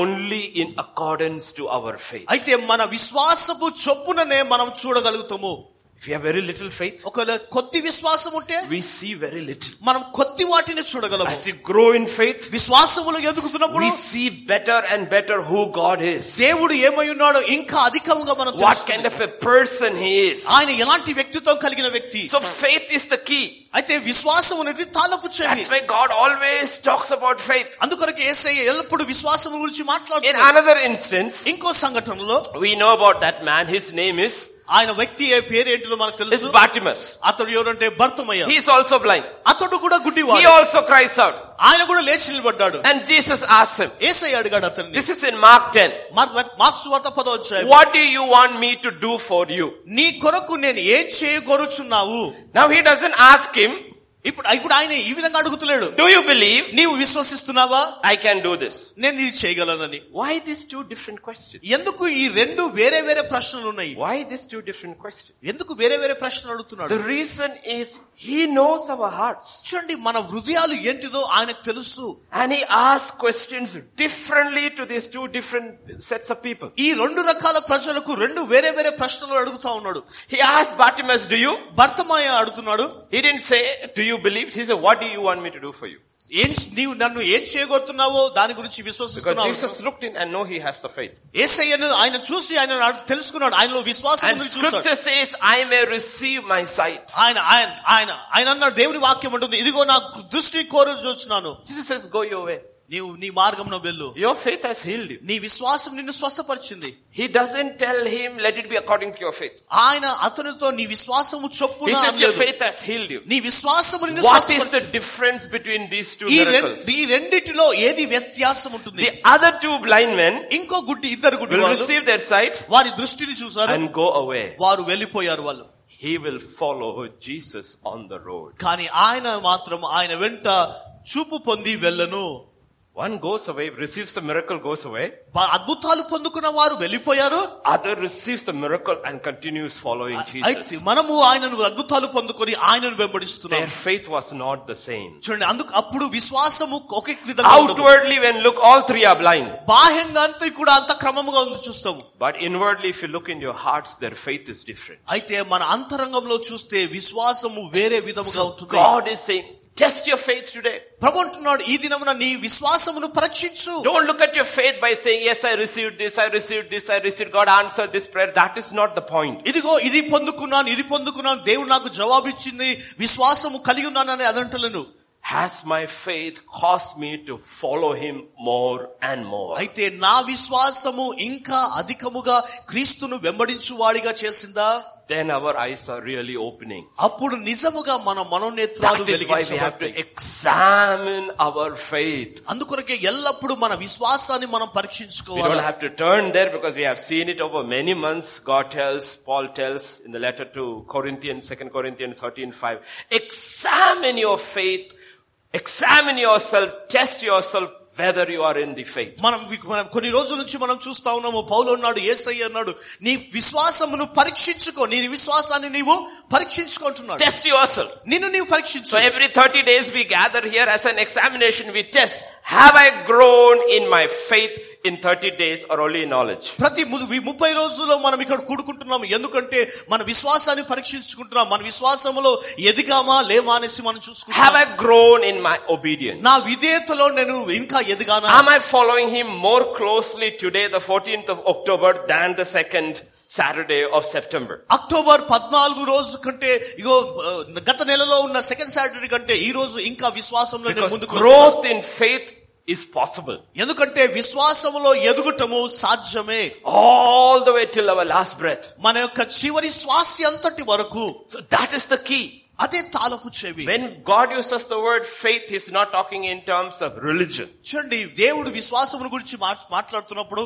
Speaker 1: only in accordance to our faith.
Speaker 2: అయితే మన విశ్వాసము చొప్పుననే మనం చూడగలుగుతాము
Speaker 1: If you have very little faith,
Speaker 2: ఒకవేళ కొద్ది విశ్వాసం ఉంటే
Speaker 1: we see very little.
Speaker 2: మనం కొద్ది వాటిని చూడగలము
Speaker 1: As you grow in faith,
Speaker 2: విశ్వాసములో ఎదుగుతున్నప్పుడు
Speaker 1: we see better and better who God is.
Speaker 2: దేవుడు ఏమై ఉన్నాడో ఇంకా అధికంగా మనం
Speaker 1: What
Speaker 2: తెలుసుకుంటాం.
Speaker 1: kind of a person he is.
Speaker 2: ఆయన ఎలాంటి వ్యక్తిత్వం కలిగిన వ్యక్తి
Speaker 1: So faith is the key.
Speaker 2: అయితే విశ్వాసం అనేది తాలపు చెవి
Speaker 1: That's why God always talks about faith.
Speaker 2: అందుకొరకు ఏసై ఎల్లప్పుడు విశ్వాసం గురించి
Speaker 1: In
Speaker 2: మాట్లాడుతున్నాడు
Speaker 1: another instance,
Speaker 2: ఇంకో సంఘటనలో
Speaker 1: we know about that man. His name is,
Speaker 2: ఆయన వ్యక్తి ఏ పేరు ఏంటో మనకు
Speaker 1: is
Speaker 2: తెలుసు
Speaker 1: Bartimaeus.
Speaker 2: అతడు ఎవరంటే భర్తమయ్య
Speaker 1: He is also blind.
Speaker 2: అతడు కూడా
Speaker 1: He
Speaker 2: గుడ్డివాడు
Speaker 1: also cries out.
Speaker 2: ఆయన కూడా లేచి నిలబడ్డాడు
Speaker 1: And Jesus asks him,
Speaker 2: ఏసై అడిగాడు అతన్ని
Speaker 1: this is in Mark 10.
Speaker 2: మార్- మార్క్స్ వార్త పదో వచ్చాయి
Speaker 1: What do you want me to do for you?
Speaker 2: నీ కొరకు నేను ఏం చేయగోరుచున్నావు
Speaker 1: Now he doesn't ask him,
Speaker 2: ఇప్పుడు ఇప్పుడు ఆయన ఈ విధంగా అడుగుతలేడు
Speaker 1: do you believe
Speaker 2: నీవు విశ్వసిస్తున్నావా
Speaker 1: I can do this?
Speaker 2: నేను ఇది చేయగలనని
Speaker 1: Why these two different questions?
Speaker 2: ఎందుకు ఈ రెండు వేరే వేరే ప్రశ్నలు ఉన్నాయి
Speaker 1: Why these two different questions?
Speaker 2: ఎందుకు వేరే వేరే ప్రశ్నలు అడుగుతున్నాడు
Speaker 1: The reason is he knows our hearts
Speaker 2: చూడండి మన హృదయాలు ఏంటిదో ఆయనకు తెలుసు
Speaker 1: and he asks questions differently to these two different sets of people.
Speaker 2: ఈ రెండు రకాల ప్రజలకు రెండు వేరే వేరే ప్రశ్నలు అడుగుతా ఉన్నాడు
Speaker 1: He asked Bartimaeus, do you?
Speaker 2: భర్తమాయ అడుగుతున్నాడు
Speaker 1: He didn't say, do you believe? He said, what do you want me to do for you?
Speaker 2: ఏం నీవు నన్ను ఏం చేయగోరుతున్నావో దాని గురించి
Speaker 1: Because
Speaker 2: విశ్వసిస్తున్నావు
Speaker 1: Jesus looked in and know he has the faith.
Speaker 2: ఏసయ్యను ఆయన చూసి ఆయన అడు- తెలుసుకున్నాడు ఆయనలో విశ్వాసం
Speaker 1: And
Speaker 2: ఉందని చూశాడు.
Speaker 1: scripture says, I may receive my sight.
Speaker 2: ఆయన ఆయన ఆయన ఆయన అన్న దేవుని వాక్యం ఉంటుంది ఇదిగో నా దృష్టి కోరు చూస్తున్నాను
Speaker 1: Jesus says, go your way.
Speaker 2: నీవు నీ మార్గంలో వెళ్ళు
Speaker 1: Your faith has healed you.
Speaker 2: నీ విశ్వాసం నిన్ను స్వస్థపరిచింది
Speaker 1: He doesn't tell him, let it be according to your faith.
Speaker 2: ఆయన అతనితో నీ విశ్వాసము
Speaker 1: He
Speaker 2: చొప్పున
Speaker 1: says, your
Speaker 2: అనలేదు.
Speaker 1: faith has healed you.
Speaker 2: నీ విశ్వాసము నిన్ను
Speaker 1: What is
Speaker 2: స్వస్థపరిచింది.
Speaker 1: the difference between these two
Speaker 2: ఈ రెం-
Speaker 1: miracles?
Speaker 2: ఈ రెండిటిలో ఏది వ్యత్యాసం ఉంటుంది
Speaker 1: The other two blind men
Speaker 2: ఇంకో గుడ్డి ఇద్దరు గుడ్డి
Speaker 1: will
Speaker 2: వాళ్ళు
Speaker 1: receive their sight
Speaker 2: వారి దృష్టిని చూసారు
Speaker 1: and go away.
Speaker 2: వారు వెళ్ళిపోయారు వాళ్ళు
Speaker 1: He will follow Jesus on the road.
Speaker 2: కానీ ఆయన మాత్రం ఆయన వెంట చూపు పొంది వెళ్ళను
Speaker 1: One goes away, receives the miracle, goes away.
Speaker 2: వా- అద్భుతాలు పొందుకున్న వారు వెళ్ళిపోయారు
Speaker 1: Other receives the miracle and continues following
Speaker 2: అయితే
Speaker 1: Jesus.
Speaker 2: మనము ఆయనను అద్భుతాలు పొందుకొని ఆయనను
Speaker 1: Their
Speaker 2: వెంబడిస్తున్నాం
Speaker 1: faith was not the same.
Speaker 2: చూడండి అందుకు అప్పుడు విశ్వాసము ఒక విధంగా ఉండదు.
Speaker 1: Outwardly, when look, all three are blind.
Speaker 2: బాహ్యంగా అంతా కూడా అంత క్రమముగా ఉంది చూస్తాము
Speaker 1: But inwardly, if you look in your hearts, their faith is different.
Speaker 2: అయితే మన అంతరంగంలో చూస్తే విశ్వాసము వేరే విధముగా ఉంటుంది
Speaker 1: God is saying, test your faith today.
Speaker 2: ప్రభు అంటున్నాడు ఈ దినమున నీ విశ్వాసమును పరీక్షించు
Speaker 1: Don't look at your faith by saying, yes, I received this, I received this, I received, God answered this prayer. That is not the point.
Speaker 2: ఇదిగో ఇది పొందుకున్నాను ఇది పొందుకున్నాను దేవుడు నాకు జవాబిచ్చింది విశ్వాసము కలిగి ఉన్నాను అని అదంటలను
Speaker 1: Has my faith caused me to follow Him more and more?
Speaker 2: అయితే నా విశ్వాసము ఇంకా అధికముగా క్రీస్తును వెంబడించు వాడిగా చేసిందా
Speaker 1: Then our eyes are really opening.
Speaker 2: అప్పుడు నిజముగా మన మనోనేత్రాలు
Speaker 1: That is why we have to
Speaker 2: వెలిగించబడతాయి
Speaker 1: examine our faith.
Speaker 2: అందుకొరకే ఎల్లప్పుడూ మన విశ్వాసాన్ని మనం
Speaker 1: We don't
Speaker 2: పరీక్షించుకోవాలి
Speaker 1: have to turn there because we have seen it over many months. God tells, Paul tells in the letter to Corinthians, 2 Corinthians thirteen five, examine your faith, examine yourself, test yourself whether you are in the faith.
Speaker 2: మనం మనం కొన్ని రోజుల నుంచి మనం చూస్తా ఉన్నాము పౌలు అన్నాడు ఏసై అన్నాడు నీ విశ్వాసమును పరీక్షించుకో నీ విశ్వాసాన్ని నీవు పరీక్షించుకుంటున్నాడు
Speaker 1: Test yourself.
Speaker 2: నిన్ను నీవు
Speaker 1: So
Speaker 2: పరీక్షించు
Speaker 1: every 30 days we gather here as an examination, we test, have I grown in my faith in 30 days or only in knowledge?
Speaker 2: ప్రతి ము- ఈ ముప్పై రోజుల్లో మనం ఇక్కడ కూడుకుంటున్నాము ఎందుకంటే మన విశ్వాసాన్ని పరీక్షించుకుంటున్నాం మన విశ్వాసములో ఎదిగామా లేమా అనేసి మనం
Speaker 1: Have
Speaker 2: చూసుకుంటాం
Speaker 1: I grown in my obedience?
Speaker 2: నా విధేయతలో నేను ఇంకా ఎదిగానా
Speaker 1: Am I following him more closely today, the 14th of October, than the second Saturday of September?
Speaker 2: October పద్నాలుగు రోజు కంటే ఇగో ఆ, గత నెలలో ఉన్న సెకండ్ సాటర్డే కంటే ఈ రోజు ఇంకా విశ్వాసంలో నేను
Speaker 1: Because
Speaker 2: ముందుకు వెళ్తున్నాను.
Speaker 1: growth in faith is possible.
Speaker 2: ఎందుకంటే విశ్వాసములో ఎదుగుటము సాధ్యమే
Speaker 1: All the way till our last breath.
Speaker 2: మన యొక్క చివరి శ్వాస అంతటి వరకు
Speaker 1: So that is the key.
Speaker 2: అదే తాలపు చెవి
Speaker 1: When God uses the word faith, he's not talking in terms of religion.
Speaker 2: చూడండి దేవుడు విశ్వాసమును గురించి మాట్- మాట్లాడుతున్నప్పుడు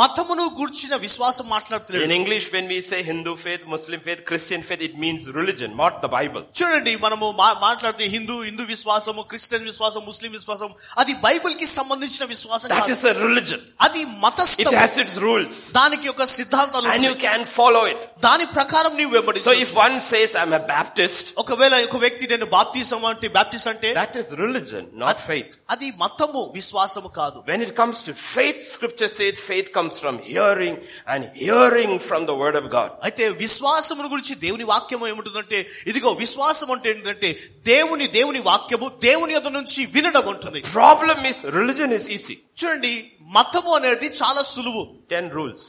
Speaker 2: మతమును గురించిన విశ్వాసం
Speaker 1: In
Speaker 2: మాట్లాడుతున్నాడు
Speaker 1: English, when we say Hindu faith, Muslim faith, Christian faith, it means religion, not the Bible.
Speaker 2: చూడండి మనము మా- మాట్లాడితే హిందూ హిందూ విశ్వాసము క్రిస్టియన్ విశ్వాసం ముస్లిం విశ్వాసం అది బైబిల్ కి సంబంధించిన విశ్వాసం
Speaker 1: That
Speaker 2: కాదు.
Speaker 1: is a religion.
Speaker 2: అది
Speaker 1: It
Speaker 2: మతస్థం
Speaker 1: has its rules.
Speaker 2: దానికి ఒక సిద్ధాంతాలు
Speaker 1: And you
Speaker 2: ఉన్నాయి.
Speaker 1: can follow it.
Speaker 2: దాని ప్రకారం నీవు
Speaker 1: So
Speaker 2: వెంబడి
Speaker 1: if one says, I'm a Baptist,
Speaker 2: ఒకవేళ ఒక వ్యక్తి నేను బాప్తీసం అంటే బాప్తీసం అంటే
Speaker 1: that is religion, not faith.
Speaker 2: అది మతము విశ్వాసము కాదు
Speaker 1: When it comes to faith, scripture says faith comes from hearing and hearing from the word of God.
Speaker 2: అయితే విశ్వాసమును గురించి దేవుని వాక్యం ఏముంటుందంటే ఇదిగో విశ్వాసం అంటే ఏంటంటే దేవుని దేవుని వాక్యము దేవుని యొద్ద నుంచి వినడం ఉంటుంది
Speaker 1: Problem is religion is easy.
Speaker 2: చూడండి మతము అనేది చాలా సులువు
Speaker 1: Ten rules.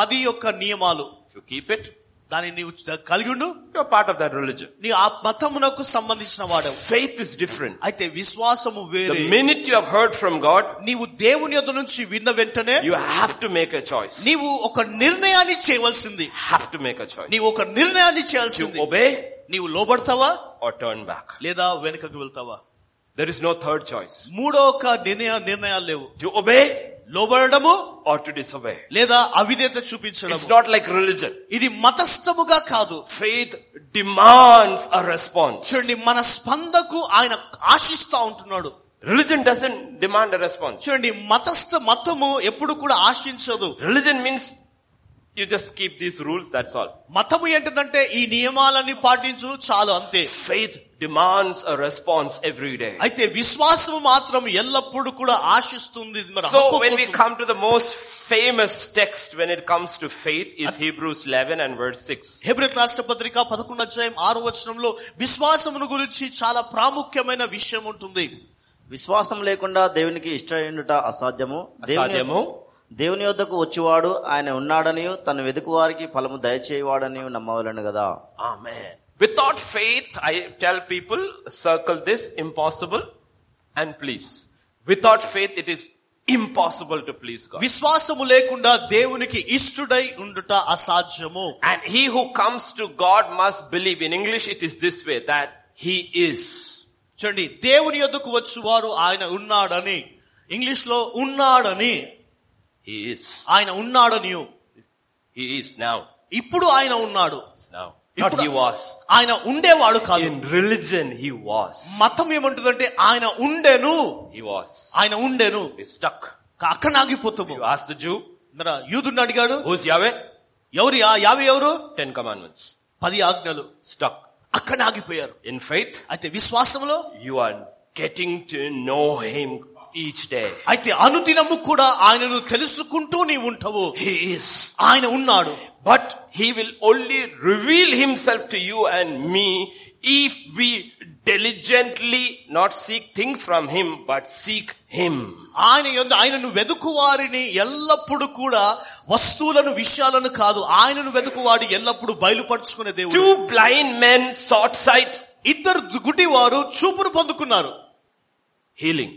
Speaker 2: పది యొక్క నియమాలు
Speaker 1: If you keep it,
Speaker 2: దానిని నీవు కలిగి ఉండు
Speaker 1: you're part of that religion.
Speaker 2: నీ ఆ మతమునకు సంబంధించిన వాడవు
Speaker 1: Faith is different.
Speaker 2: అయితే విశ్వాసము వేరే
Speaker 1: The minute you have heard from God,
Speaker 2: నీవు దేవుని యొద్ద నుంచి విన్న వెంటనే
Speaker 1: you have to make a choice.
Speaker 2: నీవు ఒక నిర్ణయాన్ని చేయవలసింది
Speaker 1: Have to make a choice.
Speaker 2: నీవు ఒక నిర్ణయాన్ని
Speaker 1: To
Speaker 2: చేయాల్సింది
Speaker 1: obey
Speaker 2: నీవు లోబడతావా
Speaker 1: or turn back.
Speaker 2: లేదా వెనుకకు వెళ్తావా
Speaker 1: There is no third choice.
Speaker 2: మూడో ఒక నిర్ణయ నిర్ణయాలు లేవు
Speaker 1: To obey
Speaker 2: లోబడము
Speaker 1: or to disobey.
Speaker 2: లేదా అవిధేత చూపించడం
Speaker 1: It's not like religion.
Speaker 2: ఇది మతస్థముగా కాదు
Speaker 1: Faith demands a response.
Speaker 2: చూడండి మన స్పందకు ఆయన ఆశిస్తా ఉంటున్నాడు
Speaker 1: Religion doesn't demand a response.
Speaker 2: చూడండి మతస్థ మతము ఎప్పుడు కూడా ఆశించదు
Speaker 1: Religion means you just keep these rules, that's all.
Speaker 2: మతము ఏంటిదంటే ఈ నియమాలన్నీ పాటించు చాలు అంతే
Speaker 1: Faith demands a response every day.
Speaker 2: అయితే విశ్వాసము మాత్రం ఎల్లప్పుడూ కూడా ఆశిస్తుంది మరి
Speaker 1: So
Speaker 2: హక్కు
Speaker 1: when we
Speaker 2: కోరుతుంది.
Speaker 1: come to the most famous text when it comes to faith is Hebrews 11 and verse 6.
Speaker 2: హెబ్రిల్ రాష్ట్ర పత్రిక పదకొండు అధ్యాయం ఆరు వచనంలో విశ్వాసమును గురించి చాలా ప్రాముఖ్యమైన విషయం ఉంటుంది
Speaker 3: విశ్వాసం లేకుండా దేవునికి ఇష్టమైనట అసాధ్యము దేవుని-
Speaker 1: అసాధ్యము.
Speaker 3: దేవుని యొద్దకు వచ్చేవాడు ఆయన ఉన్నాడని తను వెతుకు వారికి ఫలము దయచేయవాడని నమ్మవలను కదా
Speaker 1: Amen. Without faith, I tell people, circle this, impossible and please. Without faith, it is impossible to please God.
Speaker 2: విశ్వాసము లేకుండా దేవునికి ఇష్టుడై ఉండుట అసాధ్యము
Speaker 1: And he who comes to God must believe. In English, it is this way that he is.
Speaker 2: చూడండి దేవుని యొద్దకు వచ్చువారు ఆయన ఉన్నాడని ఇంగ్లీష్ లో ఉన్నాడని
Speaker 1: He is.
Speaker 2: ఆయన ఉన్నాడని
Speaker 1: He is now.
Speaker 2: ఇప్పుడు ఆయన ఉన్నాడు
Speaker 1: It's now. Not
Speaker 2: ఇప్పుడు-
Speaker 1: he was.
Speaker 2: ఆయన ఉండేవాడు కాదు
Speaker 1: In religion, he was.
Speaker 2: మతం ఏమంటుందంటే ఆయన ఉండెను
Speaker 1: He was.
Speaker 2: ఆయన ఉండెను
Speaker 1: It's stuck.
Speaker 2: కా- అక్కడ ఆగిపోతాము
Speaker 1: You ask the Jew,
Speaker 2: మరి యూదుని అడిగాడు
Speaker 1: who's Yahweh?
Speaker 2: ఎవరు ఆ యావి ఎవరు
Speaker 1: Ten commandments.
Speaker 2: పది ఆజ్ఞలు
Speaker 1: Stuck.
Speaker 2: అక్కడ ఆగిపోయారు
Speaker 1: In faith,
Speaker 2: అయితే విశ్వాసంలో
Speaker 1: you are getting to know him each day.
Speaker 2: అయితే అనుదినము కూడా ఆయనను తెలుసుకుంటూ నీవు ఉంటావు
Speaker 1: He is.
Speaker 2: ఆయన ఉన్నాడు
Speaker 1: But he will only reveal himself to you and me if we diligently not seek things from him, but seek him.
Speaker 2: ఆయన యొద్ద ఆయనను వెదుకువారిని ఎల్లప్పుడు కూడా వస్తువులను విషయాలను కాదు ఆయనను వెదుకువాడు ఎల్లప్పుడు బయలుపరుచుకునే దేవుడు
Speaker 1: Two blind men sought sight,
Speaker 2: ఇద్దరు గుడివారు చూపును పొందుకున్నారు
Speaker 1: healing.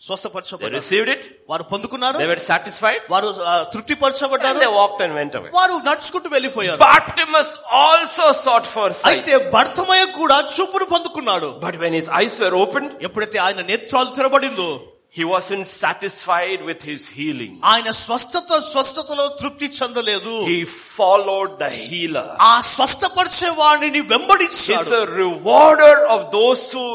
Speaker 1: They
Speaker 2: స్వస్థపరచబడ్డారు
Speaker 1: received it.
Speaker 2: వారు పొందుకున్నారు
Speaker 1: They were satisfied.
Speaker 2: వారు ఆ,
Speaker 1: And
Speaker 2: తృప్తిపరచబడ్డారు
Speaker 1: they walked and went away.
Speaker 2: వారు నడుచుకుంటూ వెళ్ళిపోయారు
Speaker 1: Bartimaeus also sought for sight.
Speaker 2: అయితే భర్తమయ్య కూడా చూపును పొందుకున్నాడు
Speaker 1: But when his eyes were opened,
Speaker 2: ఎప్పుడైతే ఆయన నేత్రాలు తెరబడిందో
Speaker 1: he wasn't satisfied with his healing.
Speaker 2: ఆయన స్వస్థత స్వస్థతలో తృప్తి చెందలేదు
Speaker 1: He followed the healer.
Speaker 2: ఆ స్వస్థపరిచే వాడిని
Speaker 1: He's
Speaker 2: వెంబడించాడు
Speaker 1: a rewarder of those who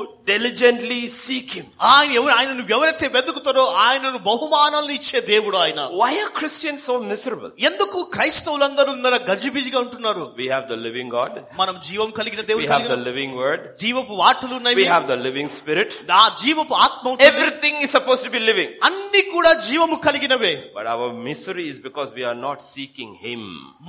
Speaker 1: diligently seek him.
Speaker 2: ఆయన ఎవరు ఆయనను ఎవరైతే వెతుకుతారో ఆయనను బహుమానాలు ఇచ్చే దేవుడు ఆయన
Speaker 1: Why are Christians so miserable?
Speaker 2: ఎందుకు క్రైస్తవులందరూ ఉన్నారా గజిబిజిగా ఉంటున్నారు
Speaker 1: We have the living God.
Speaker 2: మనం జీవం కలిగిన
Speaker 1: We
Speaker 2: దేవుడు
Speaker 1: have the
Speaker 2: కలిగిన-
Speaker 1: living word.
Speaker 2: జీవపు వాటలు ఉన్నాయి
Speaker 1: We
Speaker 2: మీకు.
Speaker 1: have the living spirit.
Speaker 2: ఆ జీవపు ఆత్మ ఉంటుంది.
Speaker 1: Everything is supposed to be living.
Speaker 2: అన్ని కూడా జీవము కలిగినవే
Speaker 1: But our misery is because we are not seeking him.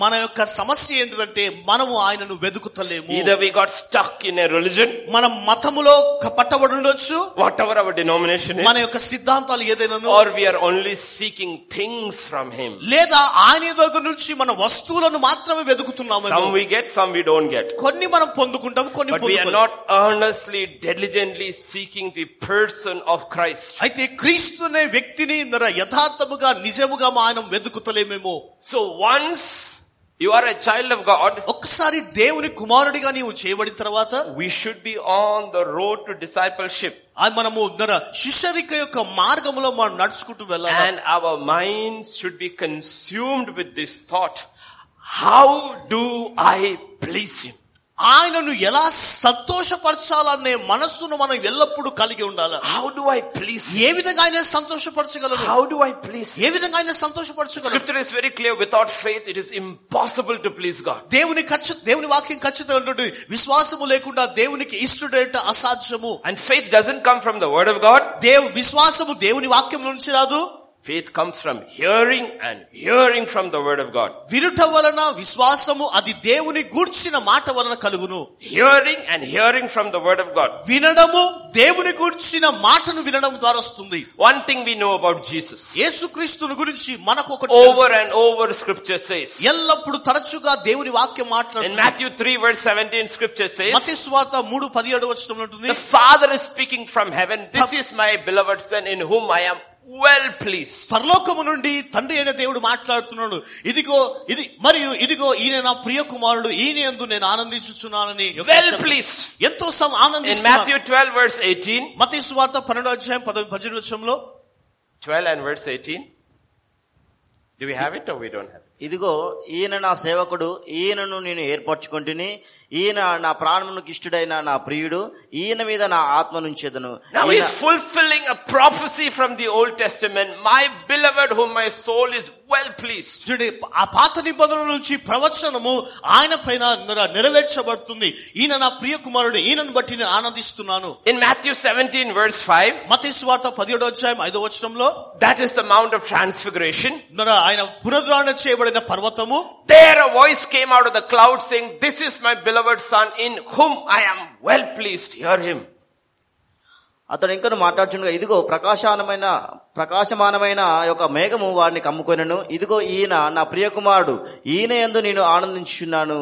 Speaker 2: మన యొక్క సమస్య ఏంటంటే మనము ఆయనను వెతుకుతలేము
Speaker 1: Either we got stuck in a religion,
Speaker 2: మన మతములో క- పట్టబడి ఉండొచ్చు
Speaker 1: whatever our denomination
Speaker 2: మన
Speaker 1: is,
Speaker 2: యొక్క సిద్ధాంతాలు ఏదైనా
Speaker 1: or we are only seeking things from him.
Speaker 2: లేదా ఆయన దగ్గర నుంచి మన వస్తువులను మాత్రమే
Speaker 1: Some
Speaker 2: వెతుకుతున్నాము
Speaker 1: we get, some we don't get.
Speaker 2: కొన్ని మనం పొందుకుంటాం కొన్ని
Speaker 1: But we are
Speaker 2: పొందుకోలేము.
Speaker 1: not earnestly, diligently seeking the person of Christ.
Speaker 2: అయితే క్రీస్తునే వ్యక్తిని మన యథార్థముగా నిజముగా మనం వెతుకుతలేమేమో
Speaker 1: So once you are a child of God,
Speaker 2: ఒక్కసారి దేవుని కుమారుడిగా నీవు చేయబడిన తర్వాత
Speaker 1: we should be on the road to discipleship.
Speaker 2: ఆ మనము మన శిష్యరిక యొక్క మార్గములో మనం నడుచుకుంటూ వెళ్ళాలి
Speaker 1: And our minds should be consumed with this thought. How do I please him?
Speaker 2: ఆయనను ఎలా సంతోషపరచాలనే మనస్సును మనం ఎల్లప్పుడూ కలిగి ఉండాలి
Speaker 1: How do I please him?
Speaker 2: ఏ విధంగా ఆయన సంతోషపరచగలరు
Speaker 1: How do I please him?
Speaker 2: ఏ విధంగా ఆయన సంతోషపరచగలరు
Speaker 1: Scripture is very clear. Without faith, it is impossible to please God.
Speaker 2: దేవుని ఖచ్చి దేవుని వాక్యం ఖచ్చితంగా విశ్వాసము లేకుండా దేవునికి ఇష్టడేట అసాధ్యము
Speaker 1: And faith doesn't come from the word of God.
Speaker 2: దేవు విశ్వాసము దేవుని వాక్యం నుంచి రాదు
Speaker 1: Faith comes from hearing and hearing from the word of God.
Speaker 2: వినుట వలన విశ్వాసము అది దేవుని గూర్చిన మాట వలన కలుగును
Speaker 1: Hearing and hearing from the word of God.
Speaker 2: వినడము దేవుని గూర్చిన మాటను వినడం ద్వారా వస్తుంది
Speaker 1: One thing we know about Jesus.
Speaker 2: యేసుక్రీస్తుని గురించి మనకు ఒకటి
Speaker 1: Over
Speaker 2: తెలుసు.
Speaker 1: and over scripture says.
Speaker 2: ఎల్లప్పుడు తరచుగా దేవుని వాక్యం
Speaker 1: In
Speaker 2: మాట్లాడుతుంది
Speaker 1: Matthew 3 verse 17 scripture says,
Speaker 2: మతీ సువార్త మూడు పదిహేడు వచ్చిన ఉంటుంది
Speaker 1: the father is speaking from heaven, this is my beloved son in whom I am well pleased.
Speaker 2: పరలోకము నుండి తండ్రి అయిన దేవుడు మాట్లాడుతున్నాడు ఇదిగో ఇది మరియు ఇదిగో ఈయన నా ప్రియ కుమారుడు ఈయన యందు నేను ఆనందించుచున్నానని
Speaker 1: Well pleased.
Speaker 2: ఎంతో సం
Speaker 1: In
Speaker 2: ఆనందిస్తున్నాను
Speaker 1: Matthew 12 verse 18,
Speaker 2: మతీ సువార్త పన్నెండో అధ్యాయం పదవి పద్దెనిమిది వచ్చంలో
Speaker 1: 12 and verse 18. Do we have it or we don't have it?
Speaker 3: ఇదిగో ఈయన నా సేవకుడు ఈయనను నేను ఏర్పరచుకుంటుని ఈయన నా ప్రాణమునికి ఇష్టడైన నా ప్రియుడు ఈయన మీద నా ఆత్మ నుంచేదను
Speaker 1: Now
Speaker 3: ఈయన-
Speaker 1: he's fulfilling a prophecy from the Old Testament. My beloved whom my soul is well pleased.
Speaker 2: చూడండి ఆ పాత నిబంధన నుంచి ప్రవచనము ఆయన పైన నెర- నెరవేర్చబడుతుంది ఈయన నా ప్రియ కుమారుడు ఈయనను బట్టి నేను ఆనందిస్తున్నాను
Speaker 1: In Matthew 17 verse 5,
Speaker 2: మతీ సువార్త పదిహేడో అధ్యాయం ఐదో వచనంలో
Speaker 1: that is the Mount of Transfiguration.
Speaker 2: నెర ఆయన పునరుద్ధరణ చేయబడిన పర్వతము
Speaker 1: There a voice came out of the cloud saying, this is my beloved son in whom I am well pleased. Hear him.
Speaker 3: అతడు ఇంకను మాట్లాడుచుండగా ఇదిగో ప్రకాశమానమైన ప్రకాశమానమైన యొక్క మేఘము వారిని కమ్ముకొనెను ఇదిగో ఈయన నా ప్రియకుమారుడు ఈయన యందు నేను ఆనందించుచున్నాను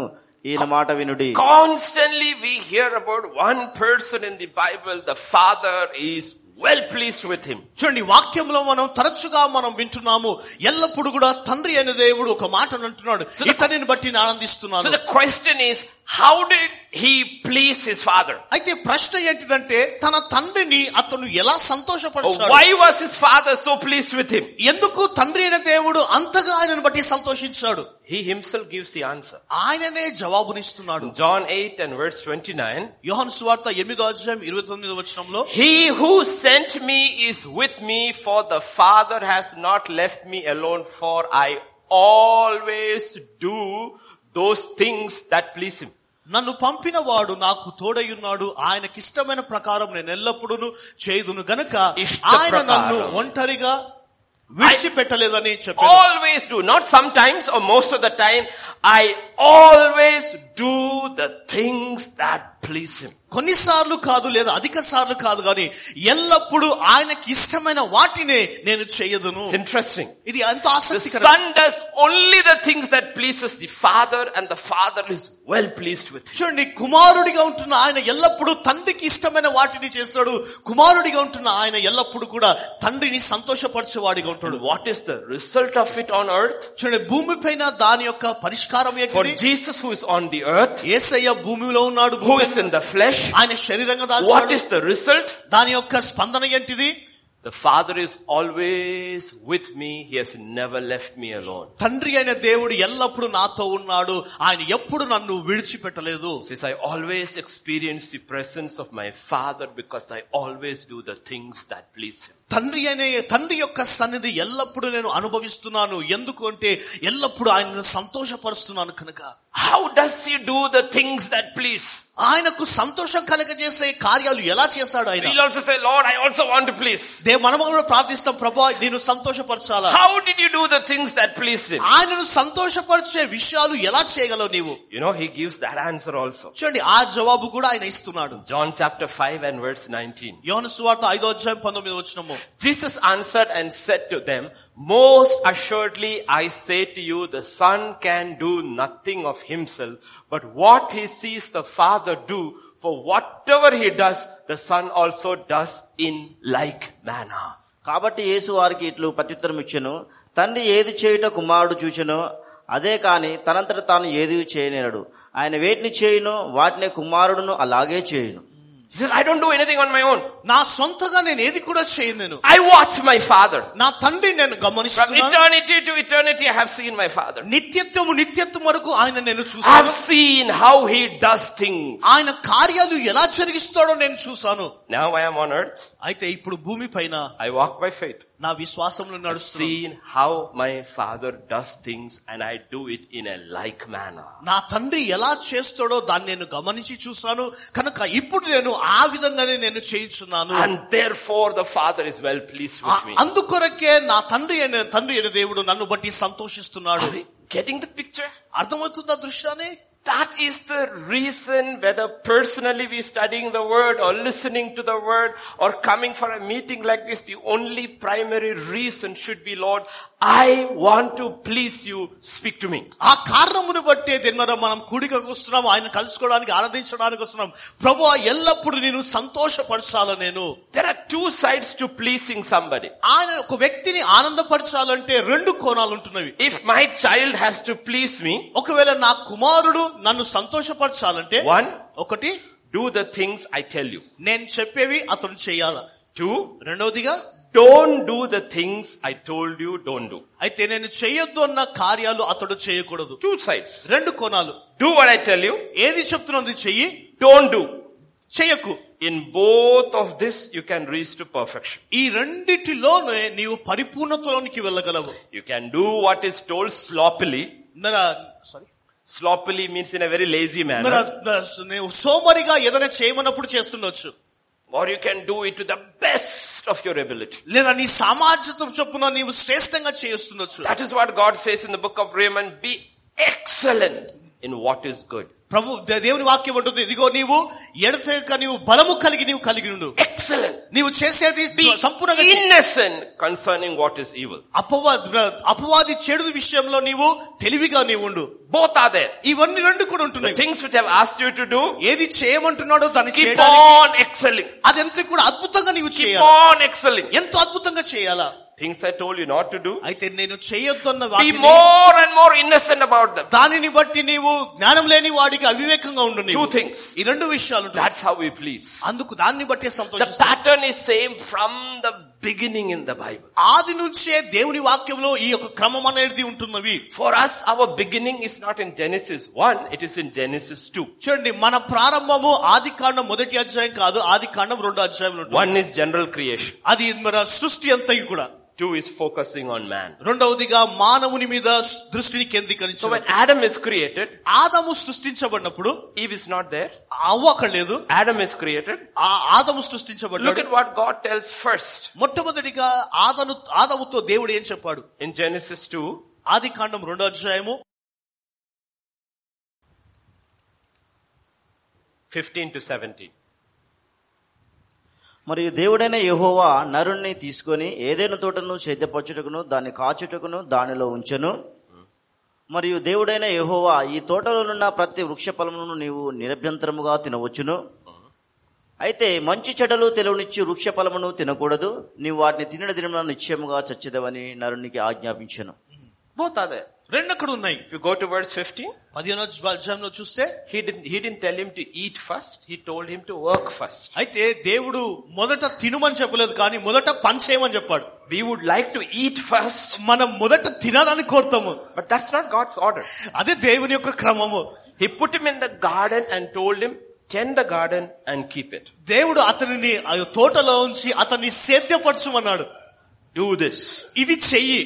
Speaker 3: ఈయన మాట వినుడి
Speaker 1: Constantly we hear about one person in the Bible, the father is well pleased with him.
Speaker 2: చూడండి వాక్యంలో మనం తరచుగా మనం వింటున్నాము ఎల్లప్పుడు కూడా తండ్రి అనే దేవుడు ఒక మాటను అంటున్నాడు ఇతనిని బట్టి నేను
Speaker 1: So
Speaker 2: ఆనందిస్తున్నాను
Speaker 1: the question is, how did he please his father?
Speaker 2: అయితే ప్రశ్న ఏంటిదంటే తన తండ్రిని అతను ఎలా
Speaker 1: Or
Speaker 2: సంతోషపరుస్తాడు
Speaker 1: Oh, why was his father so pleased with him?
Speaker 2: ఎందుకు తండ్రి అయిన దేవుడు అంతగా ఆయనను బట్టి సంతోషించాడు
Speaker 1: He himself gives the answer.
Speaker 2: ఆయననే జవాబునిస్తున్నాడు
Speaker 1: John 8 and verse 29.
Speaker 2: యోహన్ సువార్త ఎనిమిదో అధ్యాయం ఇరవై తొమ్మిదో వచనంలో
Speaker 1: He who sent me is with me for the father has not left me alone for I always do those things that please him.
Speaker 2: నన్ను పంపిన వాడు నాకు తోడయున్నాడు ఆయనకిష్టమైన ప్రకారం నేను ఎల్లప్పుడూ చేయుదును గనుక
Speaker 1: ఇష్ట
Speaker 2: ఆయన నన్ను
Speaker 1: ప్రకారం.
Speaker 2: ఒంటరిగా విడిచిపెట్టలేదని చెప్పాడు
Speaker 1: Always do, not sometimes or most of the time, I always do the things that please him.
Speaker 2: కొన్నిసార్లు కాదు లేదా అధిక సార్లు కాదు గాని ఎల్లప్పుడూ ఆయనకి ఇష్టమైన వాటినే నేను చేయదును
Speaker 1: It's interesting.
Speaker 2: ఇది ఎంత
Speaker 1: The
Speaker 2: ఆసక్తికర
Speaker 1: son does only the things that pleases the father and the father is well pleased with him.
Speaker 2: చూడండి కుమారుడిగా ఉంటున్న ఆయన ఎల్లప్పుడూ తండ్రికి ఇష్టమైన వాటిని చేస్తాడు కుమారుడిగా ఉంటున్న ఆయన ఎల్లప్పుడూ కూడా తండ్రిని సంతోషపరిచేవాడిగా ఉంటాడు
Speaker 1: And what is the result of it on earth?
Speaker 2: చూడండి భూమిపైన దాని యొక్క పరిష్కారం
Speaker 1: For
Speaker 2: ఏంటి
Speaker 1: Jesus who is on the earth,
Speaker 2: ఏసయ్య భూమిలో ఉన్నాడు
Speaker 1: who is in the flesh.
Speaker 2: ఆయన శరీరంగా
Speaker 1: What
Speaker 2: దాల్చాడు
Speaker 1: is the result?
Speaker 2: దాని యొక్క స్పందన ఏంటిది
Speaker 1: The Father is always with me. He has never left me alone.
Speaker 2: తండ్రి అయిన దేవుడు ఎల్లప్పుడు నాతో ఉన్నాడు ఆయన ఎప్పుడు నన్ను విడిచిపెట్టలేదు
Speaker 1: Says I always experience the presence of my Father because I always do the things that please Him.
Speaker 2: తండ్రి అనే తండ్రి యొక్క సన్నిధి ఎల్లప్పుడు నేను అనుభవిస్తున్నాను ఎందుకు అంటే ఎల్లప్పుడు ఆయనను సంతోషపరుస్తున్నాను కనుక
Speaker 1: How does He do the things that please?
Speaker 2: ఆయనకు సంతోషం కలగజేసే కార్యాలు ఎలా చేశాడు
Speaker 1: We'll
Speaker 2: ఆయన
Speaker 1: also say, Lord, I also want to please.
Speaker 2: దే మనం కూడా ప్రార్థిస్తాం ప్రభా నేను సంతోషపరచాలా
Speaker 1: How did you do the things that please Him?
Speaker 2: ఆయనను సంతోషపరిచే విషయాలు ఎలా చేయగలవు నీవు
Speaker 1: You know, He gives that answer also.
Speaker 2: చూడండి ఆ జవాబు కూడా ఆయన ఇస్తున్నాడు
Speaker 1: John chapter 5 and verse 19.
Speaker 2: యోన సువార్త ఐదో అధ్యాయం పంతొమ్మిది వచ్చినము
Speaker 1: Jesus answered and said to them, Most assuredly I say to you, the Son can do nothing of himself, but what he sees the Father do, for whatever he does, the Son also does in like manner.
Speaker 3: కాబట్టి యేసు వారికి ఇట్లు ప్రత్యుత్తరం ఇచ్చెను తండ్రి ఏది చేయుట కుమారుడు చూచెనో అదే కాని తనంతట తాను ఏది చేయనేరడు ఆయన వేటిని చేయునో వాటినే కుమారుడును అలాగే చేయును
Speaker 1: He says, I don't do anything on my own.
Speaker 2: నా సొంతగా నేను ఏది కూడా చేయను నేను
Speaker 1: I watch my Father.
Speaker 2: నా తండ్రి నేను
Speaker 1: From
Speaker 2: గమనిస్తున్నాను
Speaker 1: eternity to eternity I have seen my Father.
Speaker 2: నిత్యత్వము నిత్యత్వం వరకు ఆయన నేను
Speaker 1: I have
Speaker 2: చూశాను
Speaker 1: seen how he does things.
Speaker 2: ఆయన కార్యాలు ఎలా జరిగిస్తాడో నేను చూశాను
Speaker 1: Now I am on earth.
Speaker 2: అయితే ఇప్పుడు భూమి పైన
Speaker 1: I walk by faith.
Speaker 2: నా విశ్వాసంలో
Speaker 1: I've
Speaker 2: నడుస్తున్నాను
Speaker 1: seen how my father does things and I do it in a like manner.
Speaker 2: నా తండ్రి ఎలా చేస్తాడో దాన్ని నేను గమనించి చూశాను కనుక ఇప్పుడు నేను ఆ విధంగానే నేను చేయించున్నాను
Speaker 1: And therefore the father is well pleased with me.
Speaker 2: అందుకొరకే నా తండ్రి అయిన తండ్రి అయిన దేవుడు నన్ను బట్టి సంతోషిస్తున్నాడు
Speaker 1: Are you getting the picture?
Speaker 2: అర్థమవుతుందా దృశ్యాన్ని
Speaker 1: That is the reason whether personally we studying the word or listening to the word or coming for a meeting like this, the only primary reason should be Lord, I want to please you, speak to me.
Speaker 2: ఆ కారణమును బట్టే దిన్నర మనం కూడికకు వస్తున్నాం ఆయన కలుసుకోవడానికి ఆరాధించడానికి వస్తున్నాం ప్రభు ఎల్లప్పుడు నేను సంతోషపరచాల నేను
Speaker 1: There are two sides to pleasing somebody.
Speaker 2: ఆయన ఒక వ్యక్తిని ఆనందపరచాలంటే రెండు కోణాలు ఉంటున్నవి
Speaker 1: If my child has to please me,
Speaker 2: ఒకవేళ నా కుమారుడు నన్ను సంతోషపరచాలంటే
Speaker 1: one,
Speaker 2: ఒకటి
Speaker 1: do the things I tell you.
Speaker 2: నేను చెప్పేవి అతను చేయాల
Speaker 1: Two,
Speaker 2: రెండవదిగా
Speaker 1: don't do the things I told you don't do.
Speaker 2: అయితే నేను చేయొద్దు అన్న కార్యాలు అతడు చేయకూడదు
Speaker 1: Two sides.
Speaker 2: రెండు కోణాలు
Speaker 1: Do what I tell you,
Speaker 2: ఏది చెప్తున్నది చెయ్యి
Speaker 1: don't do.
Speaker 2: చెయ్యకు
Speaker 1: In both of this, you can reach to perfection.
Speaker 2: ఈ రెండిటిలోనే నీవు పరిపూర్ణతలోనికి వెళ్ళగలవు
Speaker 1: You can do what is told sloppily.
Speaker 2: Sorry
Speaker 1: Sloppily means in a very lazy
Speaker 2: మరి
Speaker 1: manner.
Speaker 2: ఆ నువ్వు సోమరిగా ఏదైనా చేయమన్నప్పుడు చేస్తుండొచ్చు
Speaker 1: Or you can do it to the best of your ability.
Speaker 2: లేదా నీ సామాజిక చొప్పున నీవు శ్రేష్టంగా చేస్తుండొచ్చు
Speaker 1: That is what God says in the book of Raymond, be excellent in what is good.
Speaker 2: ప్రభు దే- దేవుని వాక్యం ఉంటుంది ఇదిగో నీవు ఎడతెగక నీవు బలము కలిగి నీవు కలిగి ఉండు
Speaker 1: Excellent.
Speaker 2: నీవు చేసేది
Speaker 1: Be
Speaker 2: సంపూర్ణంగా చేయి.
Speaker 1: innocent concerning what is evil.
Speaker 2: అపవాది అపవాది చెడు విషయంలో నీవు తెలివిగా నీవు ఉండు
Speaker 1: Both are there.
Speaker 2: ఇవన్నీ రెండు కూడా
Speaker 1: The
Speaker 2: ఉంటున్నాయి
Speaker 1: things which I've asked you to do,
Speaker 2: ఏది చేయమంటున్నాడో దాన్ని
Speaker 1: keep
Speaker 2: చేయడానికి
Speaker 1: on excelling.
Speaker 2: అదెంత కూడా అద్భుతంగా నీవు
Speaker 1: Keep
Speaker 2: చేయాలి
Speaker 1: on excelling.
Speaker 2: ఎంతో అద్భుతంగా చేయాలా
Speaker 1: Things I told you not to do,
Speaker 2: అయితే నేను చేయొద్దు అన్న
Speaker 1: be
Speaker 2: వాటిని
Speaker 1: more and more innocent about them.
Speaker 2: దానిని బట్టి నీవు జ్ఞానం లేని వాడికి అవివేకంగా ఉండు నీవు.
Speaker 1: Two things.
Speaker 2: ఈ రెండు విషయాలు ఉంటాయి.
Speaker 1: That's how we please.
Speaker 2: అందుకు దాన్ని బట్టే
Speaker 1: The
Speaker 2: సంతోషం
Speaker 1: pattern is same from the beginning in the Bible.
Speaker 2: ఆది నుంచే దేవుని వాక్యంలో ఈ యొక్క క్రమం అనేది ఉంటున్నవి
Speaker 1: For us, our beginning is not in Genesis 1, it is in Genesis 2.
Speaker 2: చూడండి మన ప్రారంభము ఆది కాండం మొదటి అధ్యాయం కాదు ఆది కాండం రెండో అధ్యాయంలో ఉంటుంది.
Speaker 1: One is general creation.
Speaker 2: అది మన సృష్టి అంతయు కూడా
Speaker 1: Two is focusing on man.
Speaker 2: రెండవదిగా మానవుని మీద దృష్టిని
Speaker 1: So when
Speaker 2: కేంద్రీకరించడం
Speaker 1: Adam is created,
Speaker 2: ఆదము సృష్టించబడినప్పుడు
Speaker 1: Eve is not there.
Speaker 2: అవ్వ అక్కడ లేదు
Speaker 1: Adam is created.
Speaker 2: ఆ ఆదము
Speaker 1: Look
Speaker 2: సృష్టించబడ్డాడు
Speaker 1: at what God tells first
Speaker 2: మొట్టమొదటిగా ఆదను ఆదముతో దేవుడు ఏం చెప్పాడు
Speaker 1: in Genesis 2.
Speaker 2: ఆది కాండం రెండో అధ్యాయము
Speaker 1: 15 to 17.
Speaker 3: మరియు దేవుడైన యెహోవా నరుణ్ణి తీసుకొని ఏదైనా తోటను చేతపరచుటకును దాన్ని కాచుటకును దానిలో ఉంచెను మరియు దేవుడైన యెహోవా ఈ తోటలోనున్న ప్రతి వృక్ష ఫలమును నీవు నిరభ్యంతరముగా తినవచ్చును అయితే మంచి చెడలు తెలివనిచ్చు వృక్ష ఫలమును తినకూడదు నీవు వాటిని తినడ దినమున నిశ్చయముగా చచ్చేదవని నరునికి ఆజ్ఞాపించెను
Speaker 1: Both are there.
Speaker 2: రెండు అక్కడ ఉన్నాయి
Speaker 1: If you go to verse 15,
Speaker 2: పదిహేనో అధ్యాయంలో చూస్తే
Speaker 1: he didn't, he didn't tell him to eat first. He told him to work first.
Speaker 2: అయితే దేవుడు మొదట తినుమని చెప్పలేదు కానీ మొదట పని చేయమని చెప్పాడు
Speaker 1: We would like to eat first,
Speaker 2: మనం మొదట తినాలని కోరుతాము
Speaker 1: but that's not God's order.
Speaker 2: అదే దేవుని యొక్క క్రమము
Speaker 1: He put him in the garden and told him, tend the garden and keep it.
Speaker 2: దేవుడు అతనిని ఆ తోటలో ఉంచి అతన్ని సేద్యపరచమన్నాడు
Speaker 1: Do this.
Speaker 2: ఇది చెయ్యి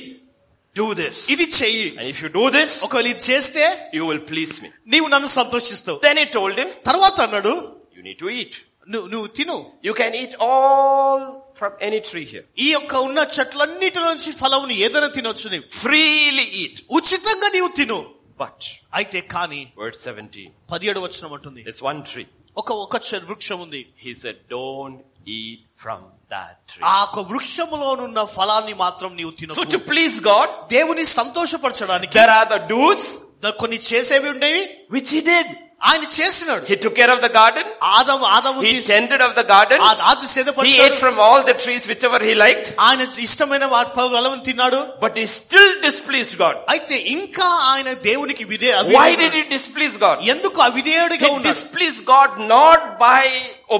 Speaker 1: Do this.
Speaker 2: ఇది చెయ్యి
Speaker 1: And if you do this,
Speaker 2: ఒకవేళ ఇది చేస్తే
Speaker 1: you will please me.
Speaker 2: నీవు నన్ను సంతోషిస్తావు
Speaker 1: Then he told him,
Speaker 2: తర్వాత అన్నాడు
Speaker 1: you need to eat.
Speaker 2: నువ్వు నువ్వు తిను
Speaker 1: You can eat all from any tree here.
Speaker 2: ఈ యొక్క ఉన్న చెట్లన్నిటి నుంచి ఫలమును ఏదైనా తినొచ్చు నీవు
Speaker 1: Freely eat.
Speaker 2: ఉచితంగా నీవు తిను
Speaker 1: But,
Speaker 2: అయితే కానీ
Speaker 1: verse 17,
Speaker 2: పదిహేడు వచనం అంటుంది
Speaker 1: there's one tree.
Speaker 2: ఒక ఒక చె- వృక్షం ఉంది
Speaker 1: He said, don't eat from that tree.
Speaker 2: ఆ ఒక వృక్షములోనున్న ఫలాన్ని మాత్రం నీవు
Speaker 1: Ah, So
Speaker 2: తినొచ్చు
Speaker 1: to please God,
Speaker 2: దేవుని సంతోషపరచడానికి
Speaker 1: there are the do's
Speaker 2: ద- కొన్ని చేసేవి ఉండేవి
Speaker 1: which he did.
Speaker 2: ఆయన చేసినాడు
Speaker 1: He took care of the garden.
Speaker 2: Adam ఆదము
Speaker 1: He
Speaker 2: తీసి-
Speaker 1: tended of the garden.
Speaker 2: ఆ- ఆది
Speaker 1: He ate
Speaker 2: సేదపరిచాడు
Speaker 1: from all the trees whichever he liked.
Speaker 2: ఆయన ఇష్టమైన వా- ఫలమును తిన్నాడు
Speaker 1: But he still displeased God.
Speaker 2: అయితే ఇంకా ఆయన దేవునికి విధే అవిధేయుడు.
Speaker 1: Why did he displease God?
Speaker 2: ఎందుకు అవిధేయుడిగా
Speaker 1: He
Speaker 2: ఉన్నాడు
Speaker 1: displeased God not by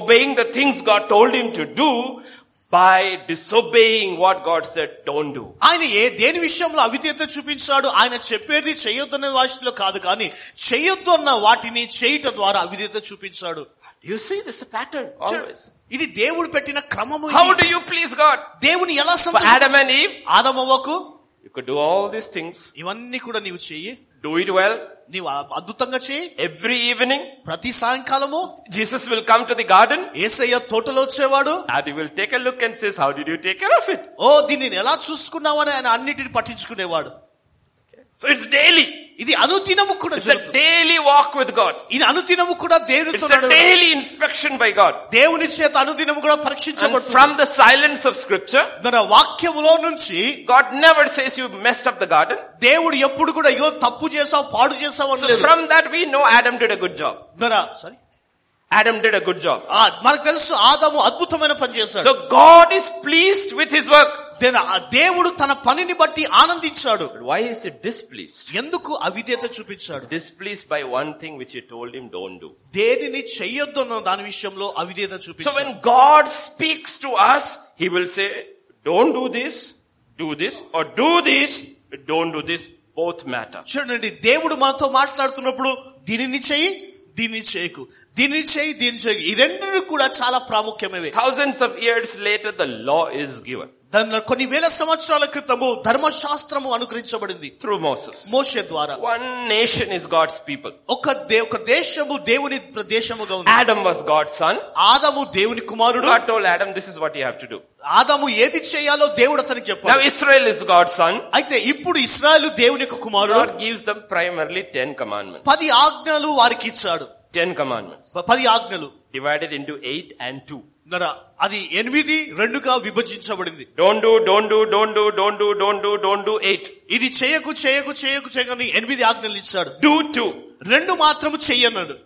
Speaker 1: obeying the things God told him to do, by disobeying what God said don't do.
Speaker 2: ఆయన ఏ దేని విషయంలో అవిధేయత చూపించాడు ఆయన చెప్పేది చేయొద్దనే వాటిలో కాదు కానీ చేయొద్దు అన్న వాటిని చేయటం ద్వారా అవిధేయత చూపించాడు
Speaker 1: Do you see this pattern always?
Speaker 2: ఇది దేవుడు పెట్టిన క్రమము ఇది.
Speaker 1: How do you please God?
Speaker 2: దేవుని ఎలా
Speaker 1: For Adam
Speaker 2: సంతోష
Speaker 1: and Eve,
Speaker 2: ఆదమవ్వకు
Speaker 1: you could do all these things,
Speaker 2: ఇవన్నీ కూడా నీవు చెయ్యి
Speaker 1: do it well.
Speaker 2: నీవు అ- అద్భుతంగా చేయి
Speaker 1: Every evening,
Speaker 2: ప్రతి సాయంకాలము
Speaker 1: Jesus will come to the garden
Speaker 2: ఏసయ్య తోటలో వచ్చేవాడు
Speaker 1: and he will take a look and says, how did you take care of it?
Speaker 2: ఓ దీన్ని ఎలా చూసుకున్నావని ఆయన అన్నిటిని పట్టించుకునేవాడు
Speaker 1: So it's daily.
Speaker 2: ఇది అనుదినము కూడా
Speaker 1: It's a
Speaker 2: జరుగుతుంది.
Speaker 1: daily walk with God.
Speaker 2: ఇది అనుదినము కూడా
Speaker 1: It's
Speaker 2: దేవునితో
Speaker 1: a
Speaker 2: నడవడం.
Speaker 1: daily inspection by God.
Speaker 2: దేవుని చేత అనుదినము కూడా
Speaker 1: And
Speaker 2: పరీక్షించబడుతుంది
Speaker 1: from the silence of scripture,
Speaker 2: మన వాక్యములో నుంచి
Speaker 1: God never says you messed up the garden.
Speaker 2: దేవుడు ఎప్పుడు కూడా అయ్యో తప్పు చేసావు పాడు చేసావు
Speaker 1: So
Speaker 2: అనలేదు
Speaker 1: from that we know Adam did a good job.
Speaker 2: మన- sorry.
Speaker 1: Adam did a good job.
Speaker 2: ఆ, మనకు తెలుసు ఆదాము అద్భుతమైన పని చేశాడు
Speaker 1: So God is pleased with his work.
Speaker 2: దేన- ఆ దేవుడు తన పనిని బట్టి ఆనందించాడు
Speaker 1: But why is he displeased?
Speaker 2: ఎందుకు అవిధేత చూపించాడు
Speaker 1: Displeased by one thing which he told him don't do.
Speaker 2: దేనిని చెయ్యొద్దు అన్న దాని విషయంలో అవిధేత
Speaker 1: So
Speaker 2: చూపించాడు
Speaker 1: when God speaks to us, he will say, don't do this, do this, or do this, don't do this. Both matter.
Speaker 2: చూడండి దేవుడు మనతో మాట్లాడుతున్నప్పుడు దీనిని చెయ్యి దీన్ని చేయకు దీనిని చేయి దీన్ని చేయకు ఈ రెండు కూడా చాలా ప్రాముఖ్యమైనవి
Speaker 1: Thousands of years later, the law is given.
Speaker 2: దానిలో కొన్ని వేల సంవత్సరాల క్రితము ధర్మశాస్త్రము అనుగ్రహించబడింది
Speaker 1: through Moses.
Speaker 2: మోషే ద్వారా
Speaker 1: One nation is God's people.
Speaker 2: ఒక దే ఒక దేశము దేవుని దేశముగా ఉంది
Speaker 1: Adam was God's son.
Speaker 2: ఆదము దేవుని కుమారుడు
Speaker 1: God told Adam, this is what you have to do.
Speaker 2: ఆదము ఏది చేయాలో దేవుడు అతనికి
Speaker 1: Now
Speaker 2: చెప్పాడు
Speaker 1: Israel is God's son.
Speaker 2: అయితే ఇప్పుడు ఇస్రాయలు దేవుని యొక్క కుమారుడు
Speaker 1: God gives them primarily ten commandments.
Speaker 2: పది ఆజ్ఞలు వారికి ఇచ్చాడు
Speaker 1: Ten commandments.
Speaker 2: ప- పది ఆజ్ఞలు
Speaker 1: Divided into eight and two.
Speaker 2: నరా అది ఎనిమిది రెండుగా విభజించబడింది
Speaker 1: Don't do, don't do, don't do, don't do, don't do, don't do eight.
Speaker 2: ఇది చేయకు చేయకు చేయకు చేయకని ఎనిమిది ఆజ్ఞలు ఇచ్చాడు
Speaker 1: Do two.
Speaker 2: రెండు మాత్రం చెయ్యన్నాడు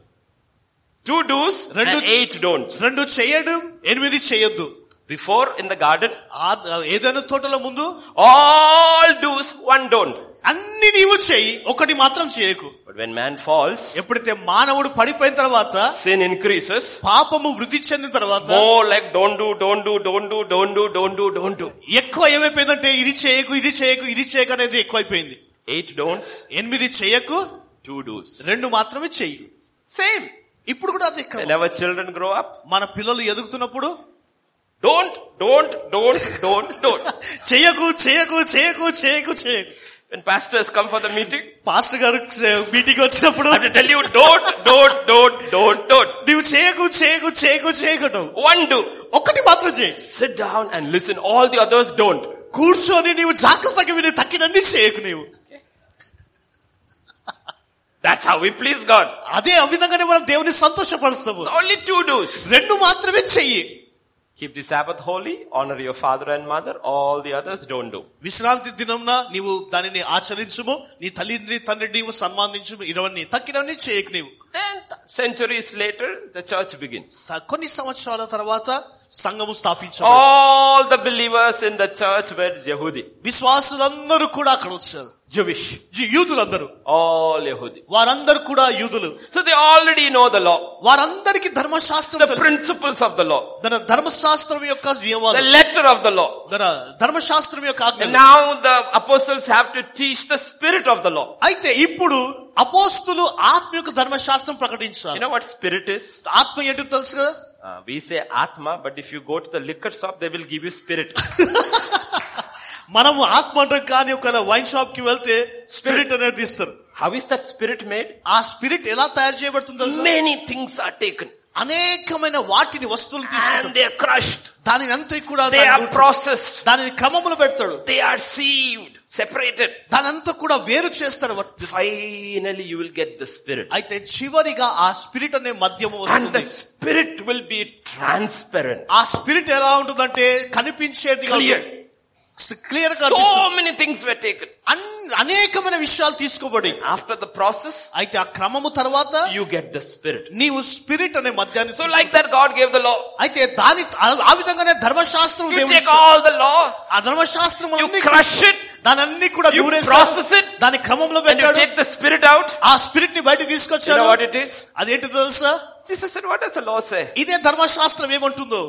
Speaker 1: Two do's and
Speaker 2: Rendu-
Speaker 1: eight don'ts.
Speaker 2: రెండు చేయడం ఎనిమిది చేయొద్దు
Speaker 1: Before in the garden,
Speaker 2: ఆ- ఏదైనా తోటల ముందు
Speaker 1: all do's, one don't.
Speaker 2: అన్ని నీవు చేయి ఒకటి మాత్రం చేయకు
Speaker 1: But when man falls,
Speaker 2: ఎప్పుడైతే మానవుడు పడిపోయిన తర్వాత
Speaker 1: sin increases.
Speaker 2: పాపము వృద్ధి చెందిన తర్వాత
Speaker 1: More like don't do, don't do, don't do, don't do, don't do, don't do.
Speaker 2: ఎక్కువ ఏమైపోయిందంటే ఇది చేయకు ఇది చేయకు ఇది చేయకు అనేది ఎక్కువైపోయింది
Speaker 1: Eight don'ts,
Speaker 2: ఎనిమిది చేయకు
Speaker 1: two do's.
Speaker 2: రెండు మాత్రమే చెయ్యి సేమ్ ఇప్పుడు కూడా అదే క్రమం.
Speaker 1: When our children grow up,
Speaker 2: మన పిల్లలు ఎదుగుతున్నప్పుడు
Speaker 1: don't, don't, don't, don't, don't.
Speaker 2: చేయకు చేయకు చేయకు చేయకు చేయకు
Speaker 1: When pastors come for the meeting,
Speaker 2: pastor గారు మీటింగ్ వచ్చినప్పుడు
Speaker 1: I have to tell you, don't, don't, don't, don't, don't.
Speaker 2: నువ్వు చేయకు చేయకు చేయకు చేయకటం
Speaker 1: One do.
Speaker 2: ఒకటి మాత్రం చేయి
Speaker 1: Sit down and listen. All the others don't.
Speaker 2: కూర్చొని నీవు జాగ్రత్తగా విని తక్కినన్ని చేయకు నీవు
Speaker 1: That's how we please God.
Speaker 2: అదే ఆ విధంగానే మనం దేవుని సంతోషపరుస్తాము
Speaker 1: It's only two do's.
Speaker 2: రెండు మాత్రమే చెయ్యి
Speaker 1: Keep the Sabbath holy, honor your father and mother, all the others don't do.
Speaker 2: విశ్రాంతి దినంన నీవు దానిని ఆచరించుము నీ తల్లిని తండ్రిని నీవు సన్మానించుము ఇరవన్నీ తక్కినవన్నీ చేయకు నీవు
Speaker 1: Then th- centuries later, the church begins.
Speaker 2: త- కొన్ని సంవత్సరాల తర్వాత సంఘము స్థాపించాము
Speaker 1: Oh. All the believers in the church were Yehudi,
Speaker 2: విశ్వాసులందరూ కూడా అక్కడ వచ్చారు
Speaker 1: Jewish,
Speaker 2: జీ- యూదులందరూ
Speaker 1: all Yehudi.
Speaker 2: వారందరూ కూడా యూదులు
Speaker 1: So they already know the law,
Speaker 2: వారందరికీ ధర్మశాస్త్రం
Speaker 1: the
Speaker 2: తెలుసు.
Speaker 1: principles of the law,
Speaker 2: తన ధర్మశాస్త్రం యొక్క
Speaker 1: the
Speaker 2: నియమాలు
Speaker 1: letter of the law.
Speaker 2: తన ధర్మశాస్త్రం యొక్క
Speaker 1: And
Speaker 2: ఆజ్ఞలు
Speaker 1: now the apostles have to teach the spirit of the law.
Speaker 2: అయితే ఇప్పుడు అపోస్తులు ఆత్మ యొక్క ధర్మశాస్త్రం
Speaker 1: You
Speaker 2: ప్రకటించారు
Speaker 1: know what spirit is?
Speaker 2: ఆత్మ ఏంటో తెలుసు కదా
Speaker 1: Uh, we say Atma, but if you go to the liquor shop, they will give you spirit.
Speaker 2: మనము ఆత్మ అంటాం కానీ ఒకవేళ వైన్ షాప్ కి వెళ్తే స్పిరిట్ అనేది ఇస్తారు
Speaker 1: How is that spirit made?
Speaker 2: ఆ స్పిరిట్ ఎలా తయారు చేయబడుతుందో తెలుసా?
Speaker 1: Many things are taken
Speaker 2: అనేకమైన వాటిని వస్తువులు
Speaker 1: and
Speaker 2: తీసుకుంటారు
Speaker 1: they are crushed.
Speaker 2: దానిని అంతా కూడా
Speaker 1: They
Speaker 2: దాని
Speaker 1: are
Speaker 2: గుర్తు-
Speaker 1: processed.
Speaker 2: దానిని క్రమములు పెడతాడు
Speaker 1: They are sieved, separated.
Speaker 2: దానంతా కూడా వేరు చేస్తాడు వాటిని.
Speaker 1: Finally you will get the spirit.
Speaker 2: అయితే చివరిగా ఆ స్పిరిట్ అనే మద్యము
Speaker 1: And the
Speaker 2: వస్తుంది
Speaker 1: spirit will be transparent.
Speaker 2: ఆ స్పిరిట్ ఎలా ఉంటుందంటే కనిపించేది
Speaker 1: Clear.
Speaker 2: క్లియర్ గా కనిపిస్తుంది.
Speaker 1: So many things were taken.
Speaker 2: అన్- అనేకమైన విషయాలు తీసుకోబడి
Speaker 1: After the process,
Speaker 2: అయితే ఆ క్రమము తర్వాత
Speaker 1: you get the spirit.
Speaker 2: నీవు స్పిరిట్ అనే మద్యాన్ని
Speaker 1: So
Speaker 2: తీసుకో.
Speaker 1: like that God gave the law.
Speaker 2: అయితే దాని ఆ- ఆ విధంగానే ధర్మశాస్త్రం
Speaker 1: You
Speaker 2: దేవుడు
Speaker 1: take
Speaker 2: ఇస్తాడు.
Speaker 1: all the law
Speaker 2: ఆ ధర్మశాస్త్రం
Speaker 1: You crush it.
Speaker 2: దానన్ని కూడా
Speaker 1: You
Speaker 2: నూరేశాడు.
Speaker 1: process it.
Speaker 2: దాని క్రమంలో
Speaker 1: and you
Speaker 2: పెట్టాడు
Speaker 1: take the spirit out.
Speaker 2: ఆ స్పిరిట్ ని బయట
Speaker 1: You
Speaker 2: తీసుకొచ్చాడు
Speaker 1: know what it is?
Speaker 2: అదేంటి తెలుసా
Speaker 1: Jesus said, what does the law say?
Speaker 2: ఇదే ధర్మశాస్త్రం ఏమంటుందో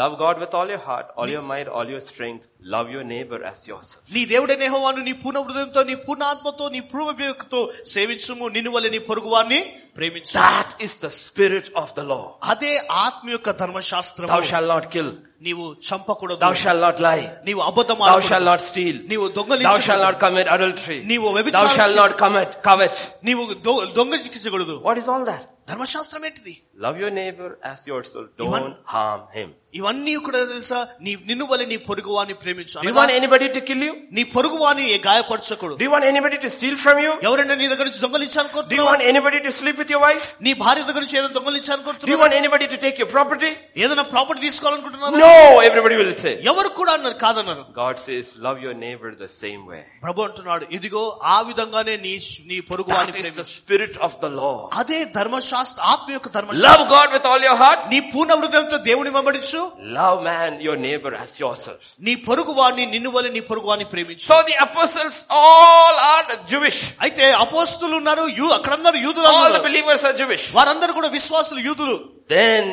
Speaker 1: Love God with all your heart, all your might, all your strength. Love your neighbor as yourself.
Speaker 2: నీ దేవుడైన యెహోవాను నీ పూర్ణ హృదయంతో నీ పూర్ణ ఆత్మతో నీ పూర్ణ వివేకతో సేవించుము నిన్ను వల్ల నీ పొరుగువాన్ని ప్రేమించు
Speaker 1: That is the spirit of the law.
Speaker 2: అదే ఆత్మ యొక్క ధర్మశాస్త్రం
Speaker 1: Thou shalt not kill.
Speaker 2: నీవు చంపకూడదు
Speaker 1: Thou shalt not lie.
Speaker 2: నీవు అబద్ధం
Speaker 1: Thou shalt not steal.
Speaker 2: నీవు
Speaker 1: Thou shalt
Speaker 2: దొంగలించకూడదు
Speaker 1: not commit adultery.
Speaker 2: నీవు
Speaker 1: Thou shalt
Speaker 2: వ్యభిచారం
Speaker 1: not commit covet.
Speaker 2: నీవు దొ- దొంగలించకూడదు
Speaker 1: What is all that?
Speaker 2: ధర్మశాస్త్రం ఏంటిది
Speaker 1: Love your neighbor as yourself.
Speaker 2: Ivan-
Speaker 1: Don't harm him.
Speaker 2: ఇవన్నీ కూడా తెలుసా నీ నిన్ను వల్ల నీ పొరుగువాని ప్రేమించు
Speaker 1: Do you
Speaker 2: అనగా
Speaker 1: want anybody to kill you?
Speaker 2: నీ పొరుగువాని గాయపరచకూడదు
Speaker 1: Do you want anybody to steal from you?
Speaker 2: ఎవరైనా నీ దగ్గర నుంచి
Speaker 1: Do you
Speaker 2: దొంగలించాలనుకుంటున్నావా
Speaker 1: want anybody to sleep with your wife?
Speaker 2: నీ భార్య దగ్గర నుంచి ఏదైనా
Speaker 1: Do you
Speaker 2: దొంగలించాలనుకుంటున్నావా
Speaker 1: want anybody to take your property?
Speaker 2: ఏదైనా ప్రాపర్టీ తీసుకోవాలనుకుంటున్నావా
Speaker 1: No, everybody will say.
Speaker 2: ఎవరు కూడా అన్నారు కాదన్నారు
Speaker 1: God says, love your neighbor the same way.
Speaker 2: ప్రభు అంటున్నాడు ఇదిగో ఆ విధంగానే నీ నీ పొరుగువాని
Speaker 1: That is the
Speaker 2: ప్రేమించు
Speaker 1: spirit of the law.
Speaker 2: అదే ధర్మశాస్త్ర ఆత్మ యొక్క ధర్మశాస్త్రం
Speaker 1: Love God with all your heart.
Speaker 2: నీ పూర్ణ హృదయంతో దేవుని వెంబడించు
Speaker 1: Love man, your neighbor as yourself.
Speaker 2: నీ పొరుగువాణ్ణి నిన్ను వలె నీ పొరుగువాణ్ణి ప్రేమించు
Speaker 1: So the apostles all are Jewish.
Speaker 2: అయితే అపోస్తులు ఉన్నారు యూ అక్కడందరూ యూదులు
Speaker 1: All the
Speaker 2: ఉన్నారు.
Speaker 1: believers are Jewish.
Speaker 2: వారందరూ కూడా విశ్వాసులు యూదులు
Speaker 1: Then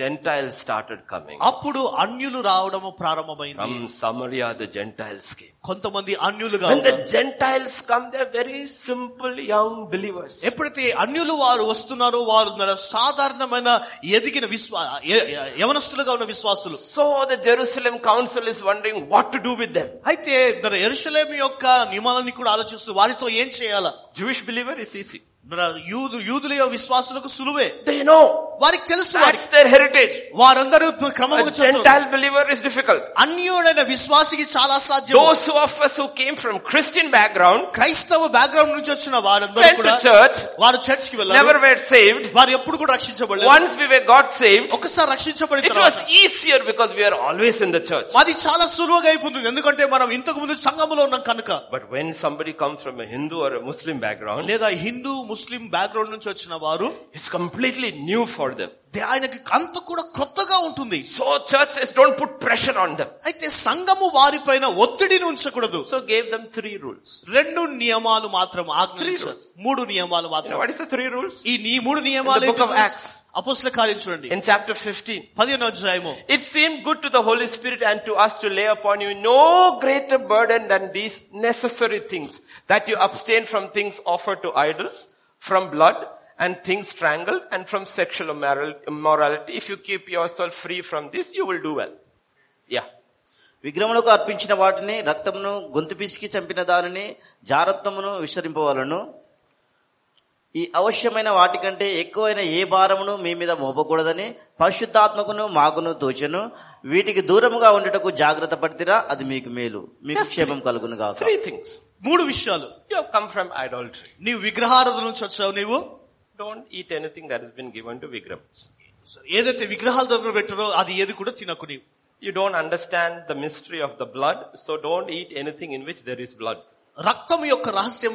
Speaker 1: Gentiles started coming.
Speaker 2: అప్పుడు అన్యులు రావడము ప్రారంభమైంది
Speaker 1: From Samaria, the Gentiles came.
Speaker 2: కొంతమంది అన్యులుగా
Speaker 1: When the
Speaker 2: ఉన్నారు.
Speaker 1: Gentiles come, they're very simple young believers.
Speaker 2: ఎప్పుడైతే అన్యులు వారు వస్తున్నారో వారు ఉన్నారు సాధారణమైన ఎదిగిన విశ్వా ఎ- ఎ- యవనస్తులుగా ఉన్న విశ్వాసులు
Speaker 1: So the Jerusalem council is wondering what to do with them.
Speaker 2: అయితే మన ఎరుషలేం యొక్క నియమాలని కూడా ఆలోచిస్తూ వారితో ఏం చేయాలా
Speaker 1: Jewish believer is easy.
Speaker 2: మన యూదు యూదుల యొక్క విశ్వాసులకు సులువే
Speaker 1: They know
Speaker 2: వారికి తెలుసు వారికి
Speaker 1: that's their heritage.
Speaker 2: వారందరూ
Speaker 1: A
Speaker 2: క్రమంగా చెందుతారు.
Speaker 1: Gentile believer is difficult.
Speaker 2: అన్యుడైన విశ్వాసికి చాలా సాధ్యం
Speaker 1: Those of us who came from Christian background,
Speaker 2: క్రైస్తవ బ్యాక్గ్రౌండ్ నుంచి వచ్చిన వారందరూ
Speaker 1: went
Speaker 2: కూడా
Speaker 1: to church,
Speaker 2: వారు చర్చ్ కి వెళ్ళారు
Speaker 1: never were saved.
Speaker 2: వారు ఎప్పుడు కూడా రక్షించబడలేదు
Speaker 1: Once we were got saved,
Speaker 2: ఒకసారి రక్షించబడిన
Speaker 1: it
Speaker 2: తర్వాత
Speaker 1: was easier because we are always in the church.
Speaker 2: అది చాలా సులువుగా అయిపోతుంది ఎందుకంటే మనం ఇంతకు ముందు సంఘంలో ఉన్నాం కనుక
Speaker 1: But when somebody comes from a Hindu or a Muslim background,
Speaker 2: లేదా హిందూ ముస్లిం బ్యాక్గ్రౌండ్ నుంచి వచ్చిన వారు
Speaker 1: it's completely new for them.
Speaker 2: దే- ఆయనకి అంత కూడా కొత్తగా ఉంటుంది
Speaker 1: So churches don't put pressure on them.
Speaker 2: అయితే సంఘము వారిపైన ఒత్తిడిని ఉంచకూడదు
Speaker 1: So gave them three rules.
Speaker 2: రెండు నియమాలు మాత్రం ఆజ్ఞ
Speaker 1: Three rules.
Speaker 2: మూడు నియమాలు
Speaker 1: You know
Speaker 2: మాత్రం
Speaker 1: what is the three rules?
Speaker 2: ఈ నీ మూడు నియమాలు
Speaker 1: In the book of
Speaker 2: ఏంటో
Speaker 1: Acts.
Speaker 2: అపోస్తుల కార్యం చూడండి
Speaker 1: In chapter 15,
Speaker 2: పదిహేను అధ్యాయము
Speaker 1: it seemed good to the Holy Spirit and to us to lay upon you no greater burden than these necessary things, that you abstain from things offered to idols, from blood, and things strangled, and from sexual immoral- immorality. If you keep yourself free from this, you will do well. Yeah.
Speaker 3: విగ్రహములకు అర్పించిన వాటిని రక్తమును గొంతు పిసికి చంపిన దానిని జారత్వమును విసరింపవలను ఈ అవశ్యమైన వాటికంటే ఎక్కువైన ఏ భారమును మీ మీద మోపకూడదని పరిశుద్ధాత్మకును మాకును తోచెను వీటికి దూరముగా ఉండటకు జాగ్రత్త పడితేరా అది మీకు మేలు మీకు క్షేమం కలుగును గాక
Speaker 1: Three things.
Speaker 2: మూడు విషయాలు
Speaker 1: You have come from idolatry.
Speaker 2: నీవు విగ్రహారధ నుంచి వచ్చావు నీవు
Speaker 1: Don't eat anything that has been given to విగ్రహం.
Speaker 2: ఏదైతే విగ్రహాల దగ్గర పెట్టారో అది ఏది కూడా తినకు నీవు
Speaker 1: You don't understand the mystery of the blood, so don't eat anything in which there is blood.
Speaker 2: రక్తం యొక్క రహస్యం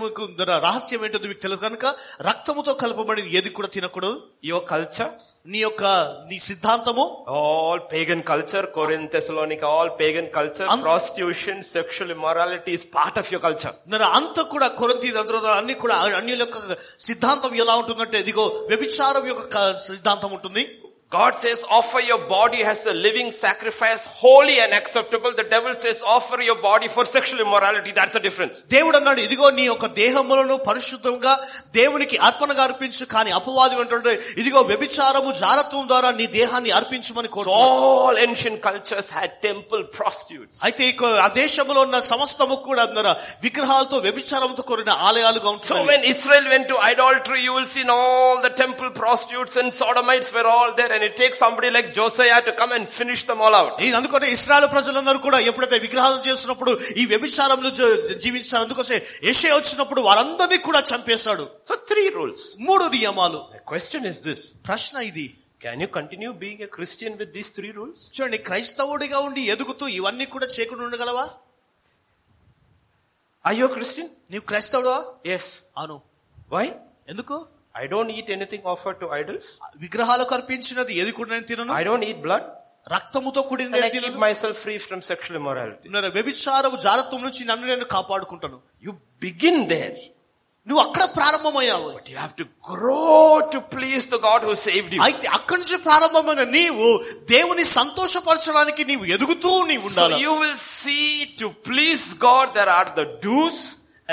Speaker 2: రహస్యం ఏంటో మీకు తెలుసు కనుక రక్తముతో కలపబడిన ఏది కూడా తినకూడదు
Speaker 1: Your culture,
Speaker 2: నీ యొక్క నీ సిద్ధాంతము
Speaker 1: all pagan culture, Corinth, Thessalonica, all pagan culture,
Speaker 2: Am-
Speaker 1: prostitution, sexual immorality is part of your culture.
Speaker 2: నన్ను అంతా కూడా కొరంతి దంతరద అన్ని కూడా అన్యుల యొక్క సిద్ధాంతం ఎలా ఉంటుందంటే ఇదిగో వ్యభిచారం యొక్క క- సిద్ధాంతం ఉంటుంది
Speaker 1: God says offer your body as a living sacrifice, holy and acceptable. The devil says offer your body for sexual immorality. That's the difference.
Speaker 2: దేవుడు అన్నాడు ఇదిగో నీ యొక్క దేహములను పరిశుద్ధంగా దేవునికి అర్పణగా అర్పించు కానీ అపవాది ఏంటంటే ఇదిగో వ్యభిచారము జారత్వం ద్వారా నీ దేహాన్ని అర్పించమని
Speaker 1: So
Speaker 2: కోరు
Speaker 1: all ancient cultures had temple prostitutes.
Speaker 2: అయితే ఈ కొ- ఆ దేశంలో ఉన్న సమస్తము కూడా అన్నారా విగ్రహాలతో వ్యభిచారంతో కూడిన ఆలయాలుగా
Speaker 1: So
Speaker 2: ఉంటుంది
Speaker 1: when Israel went to idolatry, you will see in all the temple prostitutes and sodomites were all there and it takes somebody like Josiah to come and finish them all out.
Speaker 2: ఇది అందుకనే Israel ప్రజలందరూ కూడా ఎప్పుడైతే విగ్రహాలు చేసినప్పుడు ఈ వ్యభిచారంలో జ- జీవించారు అందుకోసం యెషయా వచ్చినప్పుడు వారందరినీ కూడా చంపేశాడు
Speaker 1: So three rules.
Speaker 2: మూడు నియమాలు
Speaker 1: The question is this.
Speaker 2: ప్రశ్న ఇది
Speaker 1: Can you continue being a Christian with these three rules?
Speaker 2: చూడండి క్రైస్తవుడిగా ఉండి ఎదుగుతూ ఇవన్నీ కూడా చేయకుండా ఉండగలవా
Speaker 1: Are you a Christian?
Speaker 2: నీవు క్రైస్తవుడా
Speaker 1: Yes.
Speaker 2: అవును
Speaker 1: Why?
Speaker 2: ఎందుకు
Speaker 1: I don't eat anything offered to idols.
Speaker 2: విగ్రహాలకు అర్పించినది ఏది కూడా నేను తినను
Speaker 1: I don't eat blood.
Speaker 2: రక్తముతో కూడిన
Speaker 1: Hmm? And I keep
Speaker 2: తినను
Speaker 1: myself free from sexual immorality.
Speaker 2: నేను వ్యభిచారము జారత్వం నుంచి నన్ను నేను కాపాడుకుంటాను
Speaker 1: You begin there.
Speaker 2: నువ్వు అక్కడ ప్రారంభమయ్యావు
Speaker 1: But you have to grow to please the God who saved you.
Speaker 2: అయితే అక్కడి నుంచి ప్రారంభమైన నీవు దేవుని సంతోషపరచడానికి నీవు ఎదుగుతూ నీవు
Speaker 1: So
Speaker 2: ఉండాలి
Speaker 1: you will see to please God there are the do's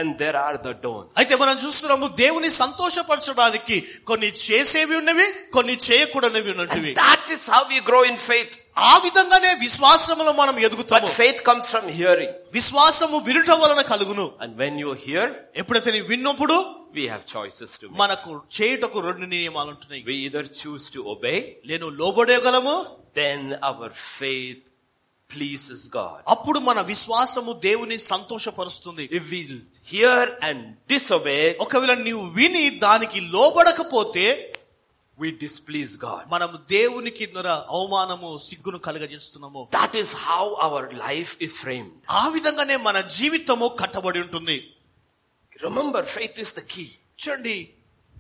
Speaker 1: and there are the don'ts.
Speaker 2: అయితే మనం చూస్తున్నాము దేవుని సంతోషపరచడానికి కొన్ని చేసేవి ఉన్నవి కొన్ని చేయకూడనివి ఉన్నవి
Speaker 1: And that is how we grow in faith.
Speaker 2: ఆ విధంగానే విశ్వాసములో మనం
Speaker 1: But
Speaker 2: ఎదుగుతాము
Speaker 1: faith comes from hearing.
Speaker 2: విశ్వాసము వినుట వలన కలుగును
Speaker 1: And when you hear,
Speaker 2: ఎప్పుడైతే నీవు విన్నప్పుడు
Speaker 1: we have choices to make.
Speaker 2: మనకు చేయుటకు రెండు నియమాలు ఉంటున్నాయి
Speaker 1: We either choose to obey,
Speaker 2: నేను లోబడేయగలము
Speaker 1: then our faith pleases God.
Speaker 2: అప్పుడు మన విశ్వాసము దేవుని సంతోషపరుస్తుంది
Speaker 1: If we hear and disobey,
Speaker 2: ఒకవేళ నీవు విని దానికి లోబడకపోతే
Speaker 1: we displease God.
Speaker 2: మనం దేవునికి నర అవమానము సిగ్గును కలగజేస్తున్నాము
Speaker 1: That is how our life is framed.
Speaker 2: ఆ విధంగానే మన జీవితము కట్టబడి ఉంటుంది
Speaker 1: Remember, faith is the key.
Speaker 2: చూడండి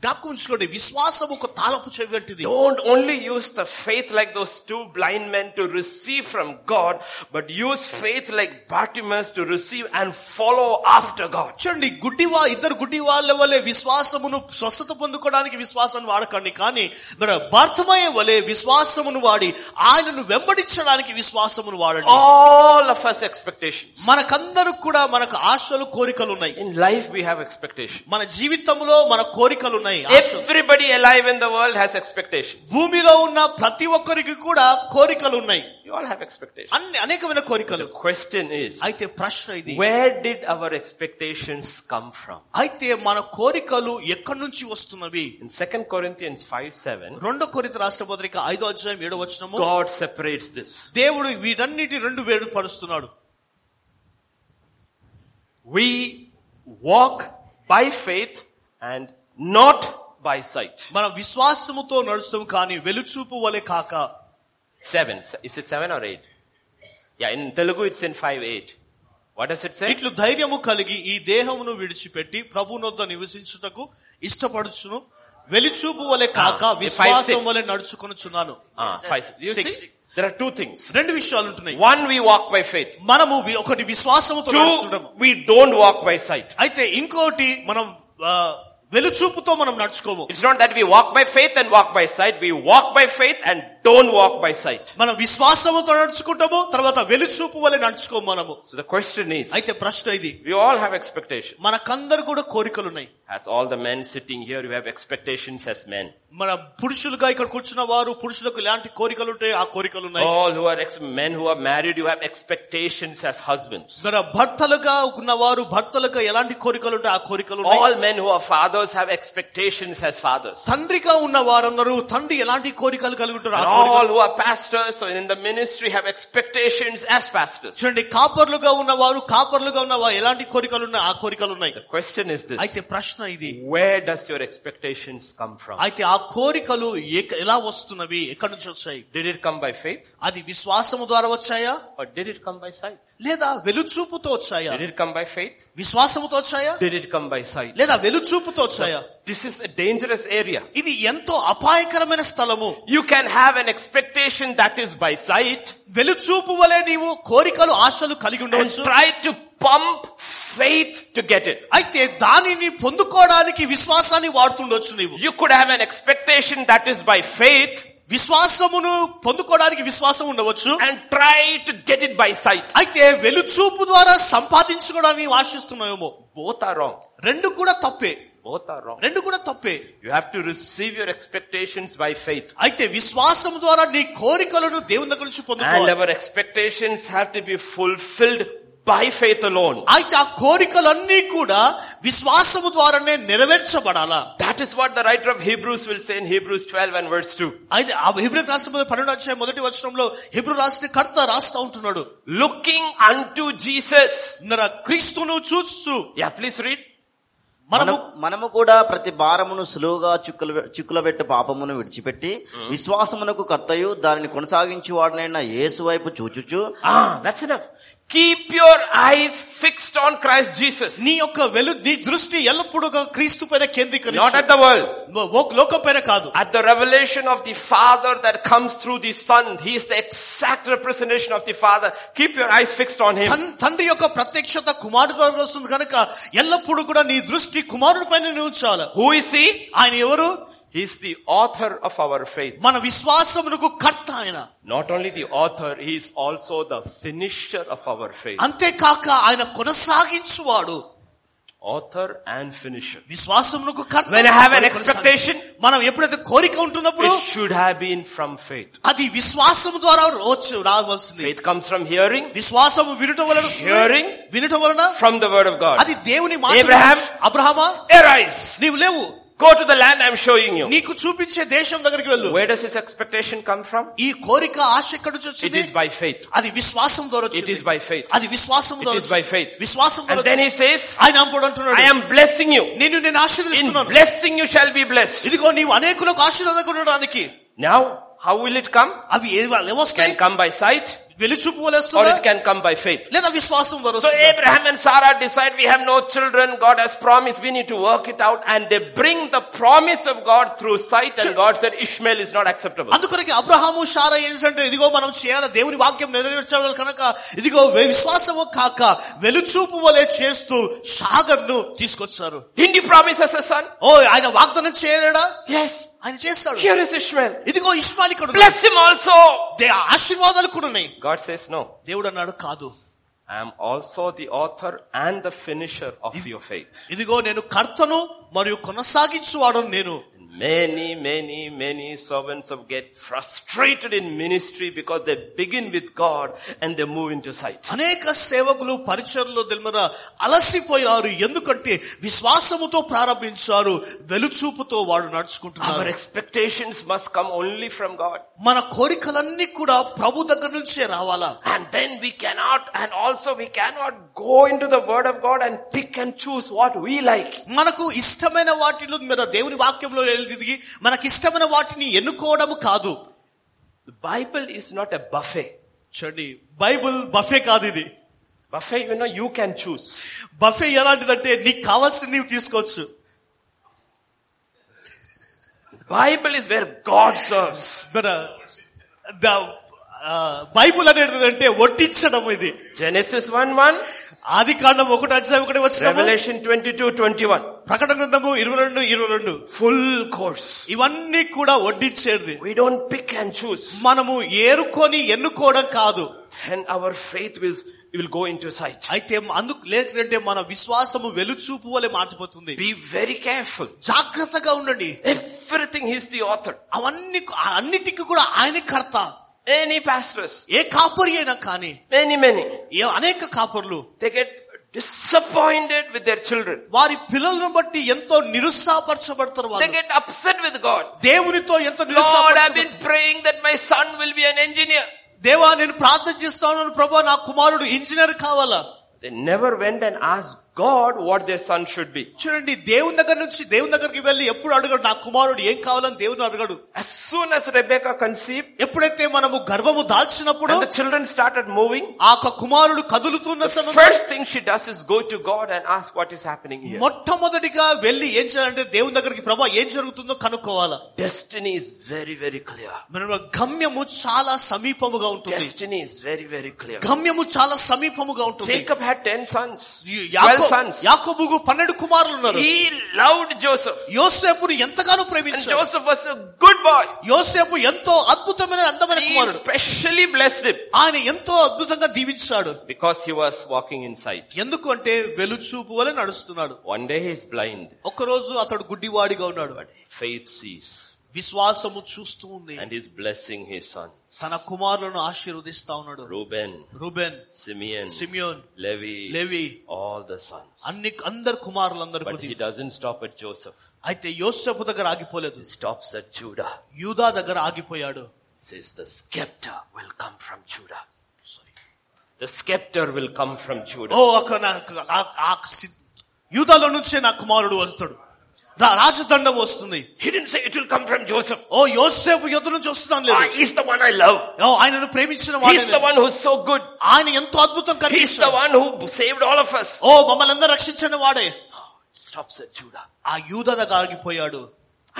Speaker 2: జ్ఞాపకం ఉంచుకోండి విశ్వాసం ఒక తాళపు చెవి వంటిది
Speaker 1: Don't only use the faith like those two blind men to receive from God, but use faith like Bartimaeus to receive and follow after God.
Speaker 2: చూడండి గుడ్డివా ఇద్దరు గుడ్డి వాళ్ళ వలె విశ్వాసమును స్వస్థత పొందుకోవడానికి విశ్వాసాన్ని వాడకండి కానీ మరి భర్తమయ్యే వలె విశ్వాసమును వాడి ఆయనను వెంబడించడానికి విశ్వాసమును వాడండి
Speaker 1: All of us expectations.
Speaker 2: మనకందరూ కూడా మనకు ఆశలు కోరికలు ఉన్నాయి
Speaker 1: In life we have expectations.
Speaker 2: మన జీవితంలో మన కోరికలు ఉన్నాయి ఆశలు.
Speaker 1: Everybody alive in the world has expectations.
Speaker 2: భూమిలో ఉన్న ప్రతి ఒక్కరికి కూడా కోరికలు ఉన్నాయి
Speaker 1: You all have expectations.
Speaker 2: అన్ని అనేకమైన కోరికలు
Speaker 1: The question is,
Speaker 2: అయితే ప్రశ్న ఇది
Speaker 1: where did our expectations come from?
Speaker 2: అయితే మన కోరికలు ఎక్కడి నుంచి వస్తున్నవి
Speaker 1: In 2 Corinthians 5 7,
Speaker 2: రెండో కొరింత రాష్ట్ర పత్రిక ఐదో అధ్యాయం ఏడో వచనము
Speaker 1: God separates this.
Speaker 2: దేవుడు వీటన్నిటి రెండు వేడు పరుస్తున్నాడు
Speaker 1: We walk by faith and not by sight.
Speaker 2: మనం విశ్వాసముతో నడుస్తాం కానీ వెలుచూపు వలె కాక
Speaker 1: Seven. Is it seven or eight? Yeah, in Telugu it's in five eight. What does it say?
Speaker 2: ఇట్లు ధైర్యము కలిగి ఈ దేహమును విడిచిపెట్టి ప్రభునొద్ద నివసించుటకు ఇష్టపడుచును వెలిచూపు వలె కాక
Speaker 1: Ah, five,
Speaker 2: విశ్వాసం
Speaker 1: six.
Speaker 2: వలె నడుచుకొనుచున్నాను
Speaker 1: Ah, five. You
Speaker 2: Six.
Speaker 1: see, there are two things.
Speaker 2: రెండు విషయాలు ఉంటున్నాయి
Speaker 1: One, we walk by faith.
Speaker 2: మనము వి- ఒకటి విశ్వాసముతో
Speaker 1: Two,
Speaker 2: నడుస్తుండము
Speaker 1: we don't walk by sight.
Speaker 2: అయితే ఇంకోటి మనం ఆ, వెలుచూపుతో మనం నడుచుకోము
Speaker 1: It's not that we walk by faith and walk by sight. We walk by faith and don't walk by sight.
Speaker 2: మనం విశ్వాసముతో నడుచుకుంటాము తర్వాత వెలుచూపు వలె నడుచుకోము మనము
Speaker 1: So the question is,
Speaker 2: అయితే ప్రశ్న ఇది
Speaker 1: we all have expectations.
Speaker 2: మనకందరు కూడా కోరికలు ఉన్నాయి
Speaker 1: As all the men sitting here, you have expectations as men.
Speaker 2: మన పురుషులుగా ఇక్కడ కూర్చున్న వారు పురుషులకు ఎలాంటి కోరికలు ఉంటాయి ఆ కోరికలు ఉన్నాయి
Speaker 1: All who are ex- men who are married, you have expectations as husbands.
Speaker 2: మన భర్తలుగా ఉన్నవారు భర్తలకు ఎలాంటి కోరికలు ఉంటాయి ఆ కోరికలు ఉన్నాయి
Speaker 1: All men who are fathers have expectations as fathers.
Speaker 2: తండ్రిగా ఉన్న వారందరూ తండ్రి ఎలాంటి కోరికలు కలిగి ఉంటారు ఆ
Speaker 1: And all
Speaker 2: కోరికలు
Speaker 1: who are pastors or in the ministry have expectations as pastors.
Speaker 2: చూడండి కాపర్లుగా ఉన్నవారు కాపర్లుగా ఉన్న వారు ఎలాంటి కోరికలు ఉన్నాయి ఆ కోరికలు ఉన్నాయి
Speaker 1: The question is this.
Speaker 2: అయితే ప్రశ్న ఇది
Speaker 1: Where does your expectations come from?
Speaker 2: అయితే ఆ కోరికలు ఎక- ఎలా వస్తున్నవి ఎక్కడి నుంచి వచ్చాయి
Speaker 1: Did it come by faith
Speaker 2: అది విశ్వాసము ద్వారా వచ్చాయా
Speaker 1: or did it come by sight?
Speaker 2: లేదా వెలుచూపుతో వచ్చాయా
Speaker 1: Did it come by faith?
Speaker 2: విశ్వాసముతో వచ్చాయా
Speaker 1: Did it come by sight?
Speaker 2: లేదా వెలుచూపుతో వచ్చాయా
Speaker 1: This is a dangerous area.
Speaker 2: ఇది ఎంతో అపాయకరమైన స్థలము
Speaker 1: You can have an expectation that is by sight
Speaker 2: వెలుచూపు వలె నీవు కోరికలు ఆశలు కలిగి
Speaker 1: and
Speaker 2: ఉండవచ్చు
Speaker 1: try to pump faith to get it.
Speaker 2: అయితే దానిని పొందుకోవడానికి విశ్వాసాన్ని వాడుతుండొచ్చు నీవు
Speaker 1: You could have an expectation that is by faith
Speaker 2: విశ్వాసమును పొందుకోవడానికి విశ్వాసం ఉండవచ్చు
Speaker 1: and try to get it by sight.
Speaker 2: అయితే వెలుచూపు ద్వారా సంపాదించుకోవడానికి నీవు ఆశిస్తున్నావేమో
Speaker 1: Both are wrong.
Speaker 2: రెండు కూడా తప్పే
Speaker 1: Both are wrong.
Speaker 2: రెండు కూడా తప్పే
Speaker 1: You have to receive your expectations by faith.
Speaker 2: అయితే విశ్వాసం ద్వారా నీ కోరికలను దేవుని దగ్గర నుంచి
Speaker 1: And
Speaker 2: పొందుకోవాలి
Speaker 1: our expectations have to be fulfilled by faith alone.
Speaker 2: అయితే ఆ కోరికలన్నీ కూడా విశ్వాసము ద్వారానే నెరవేర్చబడాలా
Speaker 1: That is what the writer of Hebrews will say in Hebrews 12 and verse 2.
Speaker 2: అయితే ఆ హిబ్రూ రాష్ట్ర పన్నెండు అధ్యాయం మొదటి వచనంలో హిబ్రూ రాష్ట్ర కర్త రాస్తా ఉంటున్నాడు
Speaker 1: Looking unto Jesus.
Speaker 2: నర క్రీస్తును చూస్తూ
Speaker 1: Yeah, please read.
Speaker 2: మనము
Speaker 3: మనము మనము కూడా ప్రతి భారమును సులువుగా చిక్కుల చిక్కులబెట్టు పాపమును విడిచిపెట్టి విశ్వాసమునకు కర్తయు దానిని కొనసాగించువాడనైన యేసు వైపు చూచుచు
Speaker 1: Ah, that's enough. Keep your eyes fixed on Christ Jesus.
Speaker 2: నీ యొక్క వెలు నీ దృష్టి ఎల్లప్పుడూ ఒక క్రీస్తు పైన
Speaker 1: Not at
Speaker 2: కేంద్రీకరించు
Speaker 1: the world.
Speaker 2: ఓ- లోకం పైన కాదు
Speaker 1: At the revelation of the Father that comes through the Son, He is the exact representation of the Father. Keep your eyes fixed on Him.
Speaker 2: తన్- తండ్రి యొక్క ప్రత్యక్షత కుమారుడు ద్వారా వస్తుంది కనుక ఎల్లప్పుడూ కూడా నీ దృష్టి కుమారుడి పైన ఉంచాలి
Speaker 1: Who is He?
Speaker 2: ఆయన ఎవరు
Speaker 1: He is the author of our faith.
Speaker 2: మన విశ్వాసమునకు కర్త ఆయన
Speaker 1: Not only the author, He is also the finisher of our faith.
Speaker 2: అంతేకాక ఆయన కొనసాగించువాడు
Speaker 1: Author and finisher.
Speaker 2: విశ్వాసమునకు కర్త
Speaker 1: When I have an
Speaker 2: ఆయన కొనసాగి-
Speaker 1: expectation,
Speaker 2: మనం ఎప్పుడైతే కోరిక ఉంటున్నప్పుడు
Speaker 1: it should have been from faith.
Speaker 2: అది విశ్వాసము ద్వారా వచ్చు రావాల్సింది
Speaker 1: Faith comes from hearing,
Speaker 2: విశ్వాసము వినటం వలన వస్తుంది.
Speaker 1: Hearing.
Speaker 2: వినటం వలన
Speaker 1: from the Word of God.
Speaker 2: అది దేవుని మాట
Speaker 1: Abraham.
Speaker 2: అబ్రహమా
Speaker 1: Arise!
Speaker 2: నీవు లేవు
Speaker 1: Go to the land I'm showing you.
Speaker 2: నీకు చూపించే దేశం దగ్గరికి వెళ్ళు
Speaker 1: Where does His expectation come from?
Speaker 2: ఈ కోరిక ఆశ ఎక్కడి నుంచి
Speaker 1: It
Speaker 2: వచ్చింది
Speaker 1: is by faith.
Speaker 2: అది విశ్వాసం ద్వారా
Speaker 1: It
Speaker 2: వచ్చింది
Speaker 1: is by faith.
Speaker 2: అది విశ్వాసం
Speaker 1: It
Speaker 2: ద్వారా
Speaker 1: is by
Speaker 2: వచ్చింది.
Speaker 1: faith.
Speaker 2: విశ్వాసం ద్వారా
Speaker 1: And then He
Speaker 2: వచ్చింది.
Speaker 1: says,
Speaker 2: ఆయన అంపుడు అంటున్నాడు
Speaker 1: I am blessing you.
Speaker 2: నేను నేను
Speaker 1: In
Speaker 2: ఆశీర్వదిస్తున్నాను
Speaker 1: blessing you shall be blessed.
Speaker 2: ఇదిగో నీవు అనేకులకు ఆశీర్వాదం కొనడానికి
Speaker 1: Now, how will it come?
Speaker 2: అవి ఏ- ఎలా
Speaker 1: Can
Speaker 2: వస్తాయి
Speaker 1: come by sight,
Speaker 2: వెలుచూపు
Speaker 1: or
Speaker 2: వలేస్తుందా
Speaker 1: it can come by faith.
Speaker 2: లేదా విశ్వాసం
Speaker 1: So
Speaker 2: వరుస్తుందా
Speaker 1: Abraham and Sarah decide we have no children. God has promised we need to work it out and they bring the promise of God through sight and God said Ishmael is not acceptable.
Speaker 2: అందుకొరకే అబ్రహాము షారా ఏంటంటే ఇదిగో మనం చేయాలి దేవుని వాక్యం నెరవేర్చాలి కనుక ఇదిగో విశ్వాసము కాక వెలుచూపు వలె చేస్తూ సాగర్ ను తీసుకొచ్చారు
Speaker 1: Didn't he promise us a son?
Speaker 2: ఓ ఆయన వాగ్దానం చేయలేడా
Speaker 1: Yes.
Speaker 2: ఆయన చేస్తాడు
Speaker 1: Here is Ishmael.
Speaker 2: ఇదిగో ఇస్మాయిల్ ఇక్కడ ఉన్నాడు.
Speaker 1: Bless him also.
Speaker 2: దే- ఆశీర్వాదాలు కూడా ఉన్నాయి
Speaker 1: God says no.
Speaker 2: దేవుడు అన్నాడు కాదు
Speaker 1: I am also the author and the finisher of your faith.
Speaker 2: ఇదిగో నేను కర్తను మరియు కొనసాగించువాడు నేను
Speaker 1: Many, many, many servants of get frustrated in ministry because they begin with God and they move into sight.
Speaker 2: అనేక సేవకులు పరిచర్లు దిల్మర అలసిపోయారు ఎందుకంటే విశ్వాసముతో ప్రారంభించారు వెలుచూపుతో వాడు
Speaker 1: Our
Speaker 2: నడుచుకుంటున్నారు
Speaker 1: expectations must come only from God.
Speaker 2: మన కోరికలన్నీ కూడా ప్రభు దగ్గర నుంచే రావాలా
Speaker 1: And then we cannot, and also we cannot go into the word of God and pick and choose what we like.
Speaker 2: మనకు ఇష్టమైన వాటిలో మీద దేవుని వాక్యంలో ఎదిగి మనకి ఇష్టమైన వాటిని ఎన్నుకోవడం కాదు
Speaker 1: The Bible is not a buffet.
Speaker 2: చూడండి బైబుల్ బఫే కాదు ఇది
Speaker 1: Buffet, you know, you can choose.
Speaker 2: Buffet ఎలాంటిదంటే నీకు కావాల్సింది నీవు తీసుకోవచ్చు
Speaker 1: Bible is where God serves.
Speaker 2: మన ద- ఆ, బైబుల్ అనేది అంటే వడ్డించడం ఇది
Speaker 1: Genesis 1 1,
Speaker 2: ఆది కాండం ఒకటి అధ్యాయం ఒకటి వచ్చిన
Speaker 1: Revelation 22 21.
Speaker 2: ప్రకటన గ్రంథము ఇరవై రెండు ఇరవై రెండు
Speaker 1: Full course.
Speaker 2: ఇవన్నీ కూడా వడ్డించేది
Speaker 1: We don't pick and choose.
Speaker 2: మనము ఏరుకొని ఎన్నుకోవడం కాదు
Speaker 1: Then our faith will, will go into sight.
Speaker 2: అయితే అందుకు లేదంటే మన విశ్వాసము వెలుచూపు వలె మార్చిపోతుంది
Speaker 1: Be very careful.
Speaker 2: జాగ్రత్తగా ఉండండి
Speaker 1: Everything he's the author.
Speaker 2: అవన్నీ అన్నిటికీ కూడా ఆయన కర్త
Speaker 1: Any pastors,
Speaker 2: ఏ కాపరి అయినా కానీ
Speaker 1: many, many.
Speaker 2: ఏ అనేక కాపర్లు
Speaker 1: They get disappointed with their children.
Speaker 2: వారి పిల్లలను బట్టి ఎంతో నిరుత్సాహపరచబడతారు
Speaker 1: They
Speaker 2: వాళ్ళు
Speaker 1: get upset with God.
Speaker 2: దేవునితో ఎంతో
Speaker 1: Lord, I've been
Speaker 2: నిరుత్సాహపరచబడతారు
Speaker 1: praying that my son will be an engineer.
Speaker 2: దేవా నేను ప్రార్థన చేస్తాను ప్రభా నా కుమారుడు ఇంజనీర్ కావాలా
Speaker 1: They never went and asked God what their son should be.
Speaker 2: చూడండి దేవుని దగ్గర నుంచి దేవుని దగ్గరికి వెళ్ళి ఎప్పుడు అడగడు నా కుమారుడు ఏం కావాలని దేవుని అడగడు
Speaker 1: As soon as Rebecca conceived,
Speaker 2: ఎప్పుడైతే మనము గర్వము దాల్చినప్పుడు
Speaker 1: when the children started moving,
Speaker 2: ఆ యొక్క కుమారుడు కదులుతున్న
Speaker 1: the
Speaker 2: సమయంలో
Speaker 1: first thing she does is go to God and ask what is happening here.
Speaker 2: మొట్టమొదటిగా వెళ్ళి ఏం చేయాలంటే దేవుని దగ్గరికి ప్రభా ఏం జరుగుతుందో కనుక్కోవాలా
Speaker 1: Destiny is very, very clear.
Speaker 2: మన గమ్యము చాలా సమీపముగా ఉంటుంది
Speaker 1: Destiny is very, very clear.
Speaker 2: గమ్యము చాలా సమీపముగా ఉంటుంది
Speaker 1: Jacob had ten sons,
Speaker 2: యా-
Speaker 1: twelve
Speaker 2: యాకో-
Speaker 1: sons.
Speaker 2: యాకోబుకు పన్నెండు కుమారులు ఉన్నారు
Speaker 1: He loved Joseph.
Speaker 2: యోసేపును ఎంతగానో
Speaker 1: And
Speaker 2: ప్రేమించారు
Speaker 1: Joseph was a good boy.
Speaker 2: యోసేపు ఎంతో అద్భుతమైన అందమైన
Speaker 1: He
Speaker 2: కుమారుడు
Speaker 1: specially blessed him
Speaker 2: ఆయన ఎంతో అద్భుతంగా దీవించాడు
Speaker 1: because he was walking in sight.
Speaker 2: ఎందుకు అంటే వెలుచూపు వలె నడుస్తున్నాడు
Speaker 1: One day he is blind.
Speaker 2: ఒకరోజు అతడు గుడ్డివాడిగా ఉన్నాడు
Speaker 1: Faith sees
Speaker 2: విశ్వాసము చూస్తూ ఉంది
Speaker 1: and is blessing his sons.
Speaker 2: తన కుమారులను ఆశీర్వదిస్తా ఉన్నాడు
Speaker 1: Reuben,
Speaker 2: Reuben
Speaker 1: Simeon,
Speaker 2: Simeon
Speaker 1: Levi,
Speaker 2: Levi
Speaker 1: all the sons.
Speaker 2: అన్ని అందరు కుమారులందరూ
Speaker 1: But he doesn't stop at Joseph.
Speaker 2: అయితే యోసేపు దగ్గర ఆగిపోలేదు
Speaker 1: He stops at Judah.
Speaker 2: యూదా దగ్గర ఆగిపోయాడు
Speaker 1: Says the scepter will come from Judah. The scepter will come from Judah.
Speaker 2: ఓ ఒక నా- ఆ- ఆ సి- యూదాలో నుంచే నా కుమారుడు వస్తాడు రా- రాజదండం వస్తుంది
Speaker 1: He didn't say it will come from Joseph.
Speaker 2: ఓ యోసేపు యుద్ధ నుంచి వస్తున్నాను లేదు
Speaker 1: Ah, he's the one I love.
Speaker 2: ఓ ఆయనను ప్రేమించిన
Speaker 1: He's the
Speaker 2: వాడే
Speaker 1: one who's so good.
Speaker 2: ఆయన ఎంతో
Speaker 1: He's
Speaker 2: అద్భుతం
Speaker 1: the
Speaker 2: కనిపిస్తాడు
Speaker 1: one who saved all of us.
Speaker 2: ఓ మమ్మల్ని అందరూ రక్షించిన వాడే
Speaker 1: Oh, Stops at Judah.
Speaker 2: ఆ యూదా దగ్గర ఆగిపోయాడు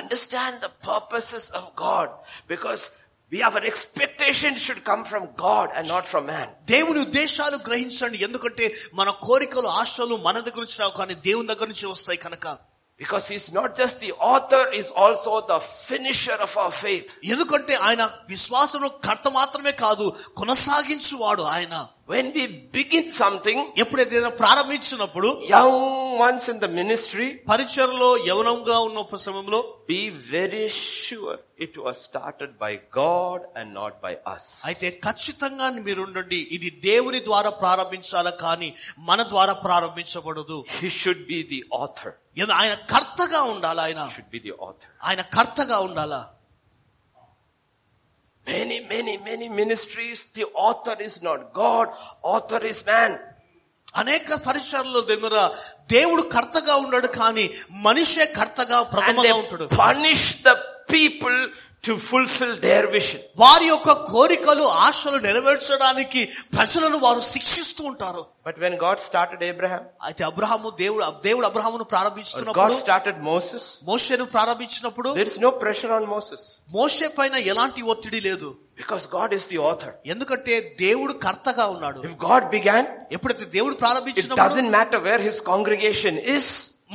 Speaker 1: Understand the purposes of God because we our expectation should come from God and not from man.
Speaker 2: దేవుని ఉద్దేశాలు గ్రహించండి ఎందుకంటే మన కోరికలు ఆశలు మన దగ్గర నుంచి రావు కానీ దేవుని దగ్గర నుంచి వస్తాయి కనుక
Speaker 1: Because he's not just the author, he's also the finisher of our faith.
Speaker 2: ఎందుకంటే ఆయన విశ్వాసంలో కర్త మాత్రమే కాదు కొనసాగించువాడు ఆయన
Speaker 1: When we begin something,
Speaker 2: ఎప్పుడైతే ఏదైనా ప్రారంభించినప్పుడు
Speaker 1: young ones in the ministry,
Speaker 2: పరిచయలో యవనంగా ఉన్న సమయంలో
Speaker 1: be very sure it was started by God and not by us.
Speaker 2: అయితే ఖచ్చితంగా మీరుండండి ఇది దేవుని ద్వారా ప్రారంభించాలా కానీ మన ద్వారా ప్రారంభించబడదు
Speaker 1: He should be the author.
Speaker 2: ఎందుకు ఆయన కర్తగా ఉండాలా ఆయన
Speaker 1: Should be the author.
Speaker 2: ఆయన కర్తగా ఉండాలా
Speaker 1: Many, many, many ministries, the author is not God, author is man.
Speaker 2: అనేక పరిసరాల్లో దగ్గర దేవుడు కర్తగా ఉన్నాడు కానీ మనిషే కర్తగా
Speaker 1: and
Speaker 2: ప్రథమంగా
Speaker 1: they
Speaker 2: ఉంటాడు
Speaker 1: punish the people to fulfill their vision.
Speaker 2: వారి యొక్క కోరికలు ఆశలు నెరవేర్చడానికి ప్రజలను వారు శిక్షిస్తూ ఉంటారు
Speaker 1: But when God started Abraham,
Speaker 2: అయితే అబ్రహాము దేవుడు దేవుడు అబ్రహామును
Speaker 1: or God
Speaker 2: ప్రారంభించినప్పుడు
Speaker 1: started Moses,
Speaker 2: మోషేను ప్రారంభించినప్పుడు
Speaker 1: there is no pressure on Moses
Speaker 2: మోషే పైన ఎలాంటి ఒత్తిడి లేదు
Speaker 1: because God is the author.
Speaker 2: ఎందుకంటే దేవుడు కర్తగా ఉన్నాడు
Speaker 1: If God began,
Speaker 2: ఎప్పుడైతే దేవుడు
Speaker 1: it
Speaker 2: ప్రారంభించినప్పుడు
Speaker 1: doesn't matter where his congregation is,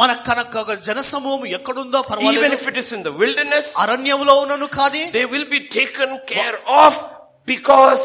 Speaker 2: మన కనుక జన సమూహం ఎక్కడుందో
Speaker 1: even
Speaker 2: పర్వాలేదు
Speaker 1: if it is in the wilderness,
Speaker 2: అరణ్యంలో ఉన్నను కానీ
Speaker 1: they will be taken care of because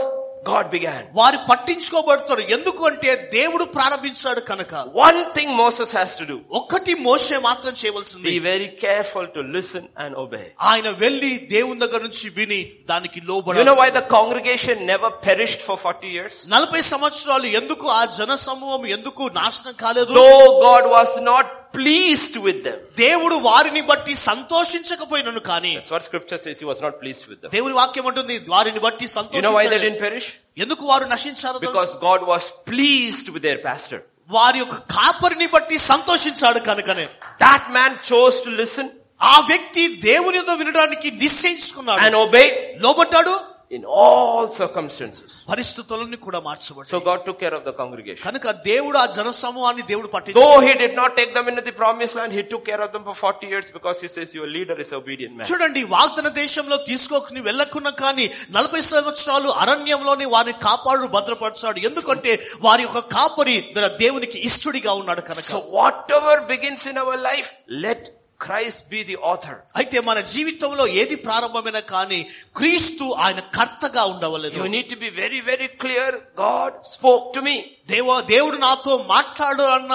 Speaker 1: God began.
Speaker 2: వారు పట్టించుకోబడతారు ఎందుకు అంటే దేవుడు ప్రారంభించాడు కనుక
Speaker 1: One thing Moses has to do.
Speaker 2: ఒక్కటి మోషే మాత్రం చేయవలసింది
Speaker 1: Be very careful to listen and obey.
Speaker 2: ఆయన వెళ్లి దేవుని దగ్గర నుంచి విని దానికి
Speaker 1: You know why
Speaker 2: లోబడాలి
Speaker 1: the congregation never perished for 40 years?
Speaker 2: నలభై సంవత్సరాలు ఎందుకు ఆ జన సమూహం ఎందుకు నాశనం కాలేదు
Speaker 1: Though God was not pleased with them.
Speaker 2: దేవుడు వారిని బట్టి సంతోషించకపోయినను కానీ
Speaker 1: That's what scripture says he was not pleased with them.
Speaker 2: దేవుని వాక్యం అంటుంది వారిని బట్టి
Speaker 1: You know why they
Speaker 2: సంతోషించలేదు
Speaker 1: didn't perish?
Speaker 2: ఎందుకు వారు నశించారు తెలుసా?
Speaker 1: Because God was pleased with their pastor.
Speaker 2: వారి యొక్క కాపరిని బట్టి సంతోషించాడు కనుకనే
Speaker 1: That man chose to listen
Speaker 2: ఆ వ్యక్తి దేవుని యొద్ద వినడానికి
Speaker 1: and
Speaker 2: నిశ్చయించుకున్నాడు
Speaker 1: obey
Speaker 2: లోబట్టాడు
Speaker 1: in all circumstances.
Speaker 2: పరిస్థితులను కూడా
Speaker 1: So
Speaker 2: మార్చబడ్డాడు
Speaker 1: God took care of the congregation.
Speaker 2: కనుక దేవుడు ఆ జన సమూహాన్ని దేవుడు పట్టించాడు
Speaker 1: Though he did not take them into the promised land, he took care of them for 40 years because he says your leader is obedient man.
Speaker 2: చూడండి వాగ్దన దేశంలో తీసుకోకుని వెళ్ళకున్నా కానీ నలభై సంవత్సరాలు అరణ్యంలోనే వారిని కాపాడు భద్రపరచాడు ఎందుకంటే వారి యొక్క కాపరి మన దేవునికి ఇష్టడిగా ఉన్నాడు
Speaker 1: So
Speaker 2: కనుక
Speaker 1: whatever begins in our life, let Christ be the author.
Speaker 2: అయితే మన జీవితంలో ఏది ప్రారంభమైన కానీ క్రీస్తు ఆయన కర్తగా ఉండవలెను
Speaker 1: You need to be very, very clear. God spoke to me.
Speaker 2: దేవ దేవుడు నాతో మాట్లాడు అన్న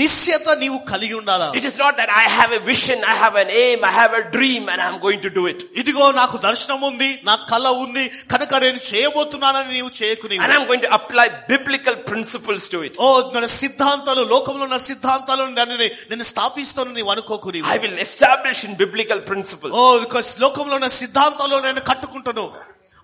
Speaker 2: నిశ్చయత నీవు కలిగి ఉండాలా
Speaker 1: It is not that I have a vision, I have an aim, I have a dream and I'm going to do it.
Speaker 2: ఇదిగో నాకు దర్శనం ఉంది నా కళ ఉంది కనుక నేను చేయబోతున్నానని నీవు చేయకుని
Speaker 1: And I'm going to apply biblical principles to it.
Speaker 2: ఓ మన సిద్ధాంతాలు లోకంలో ఉన్న సిద్ధాంతాలను దానిని నేను స్థాపిస్తాను నీవు అనుకోకు నీవు.
Speaker 1: I will establish in biblical
Speaker 2: oh Oh.
Speaker 1: principles.
Speaker 2: because లోకంలో ఉన్న సిద్ధాంతాలు నేను కట్టుకుంటాను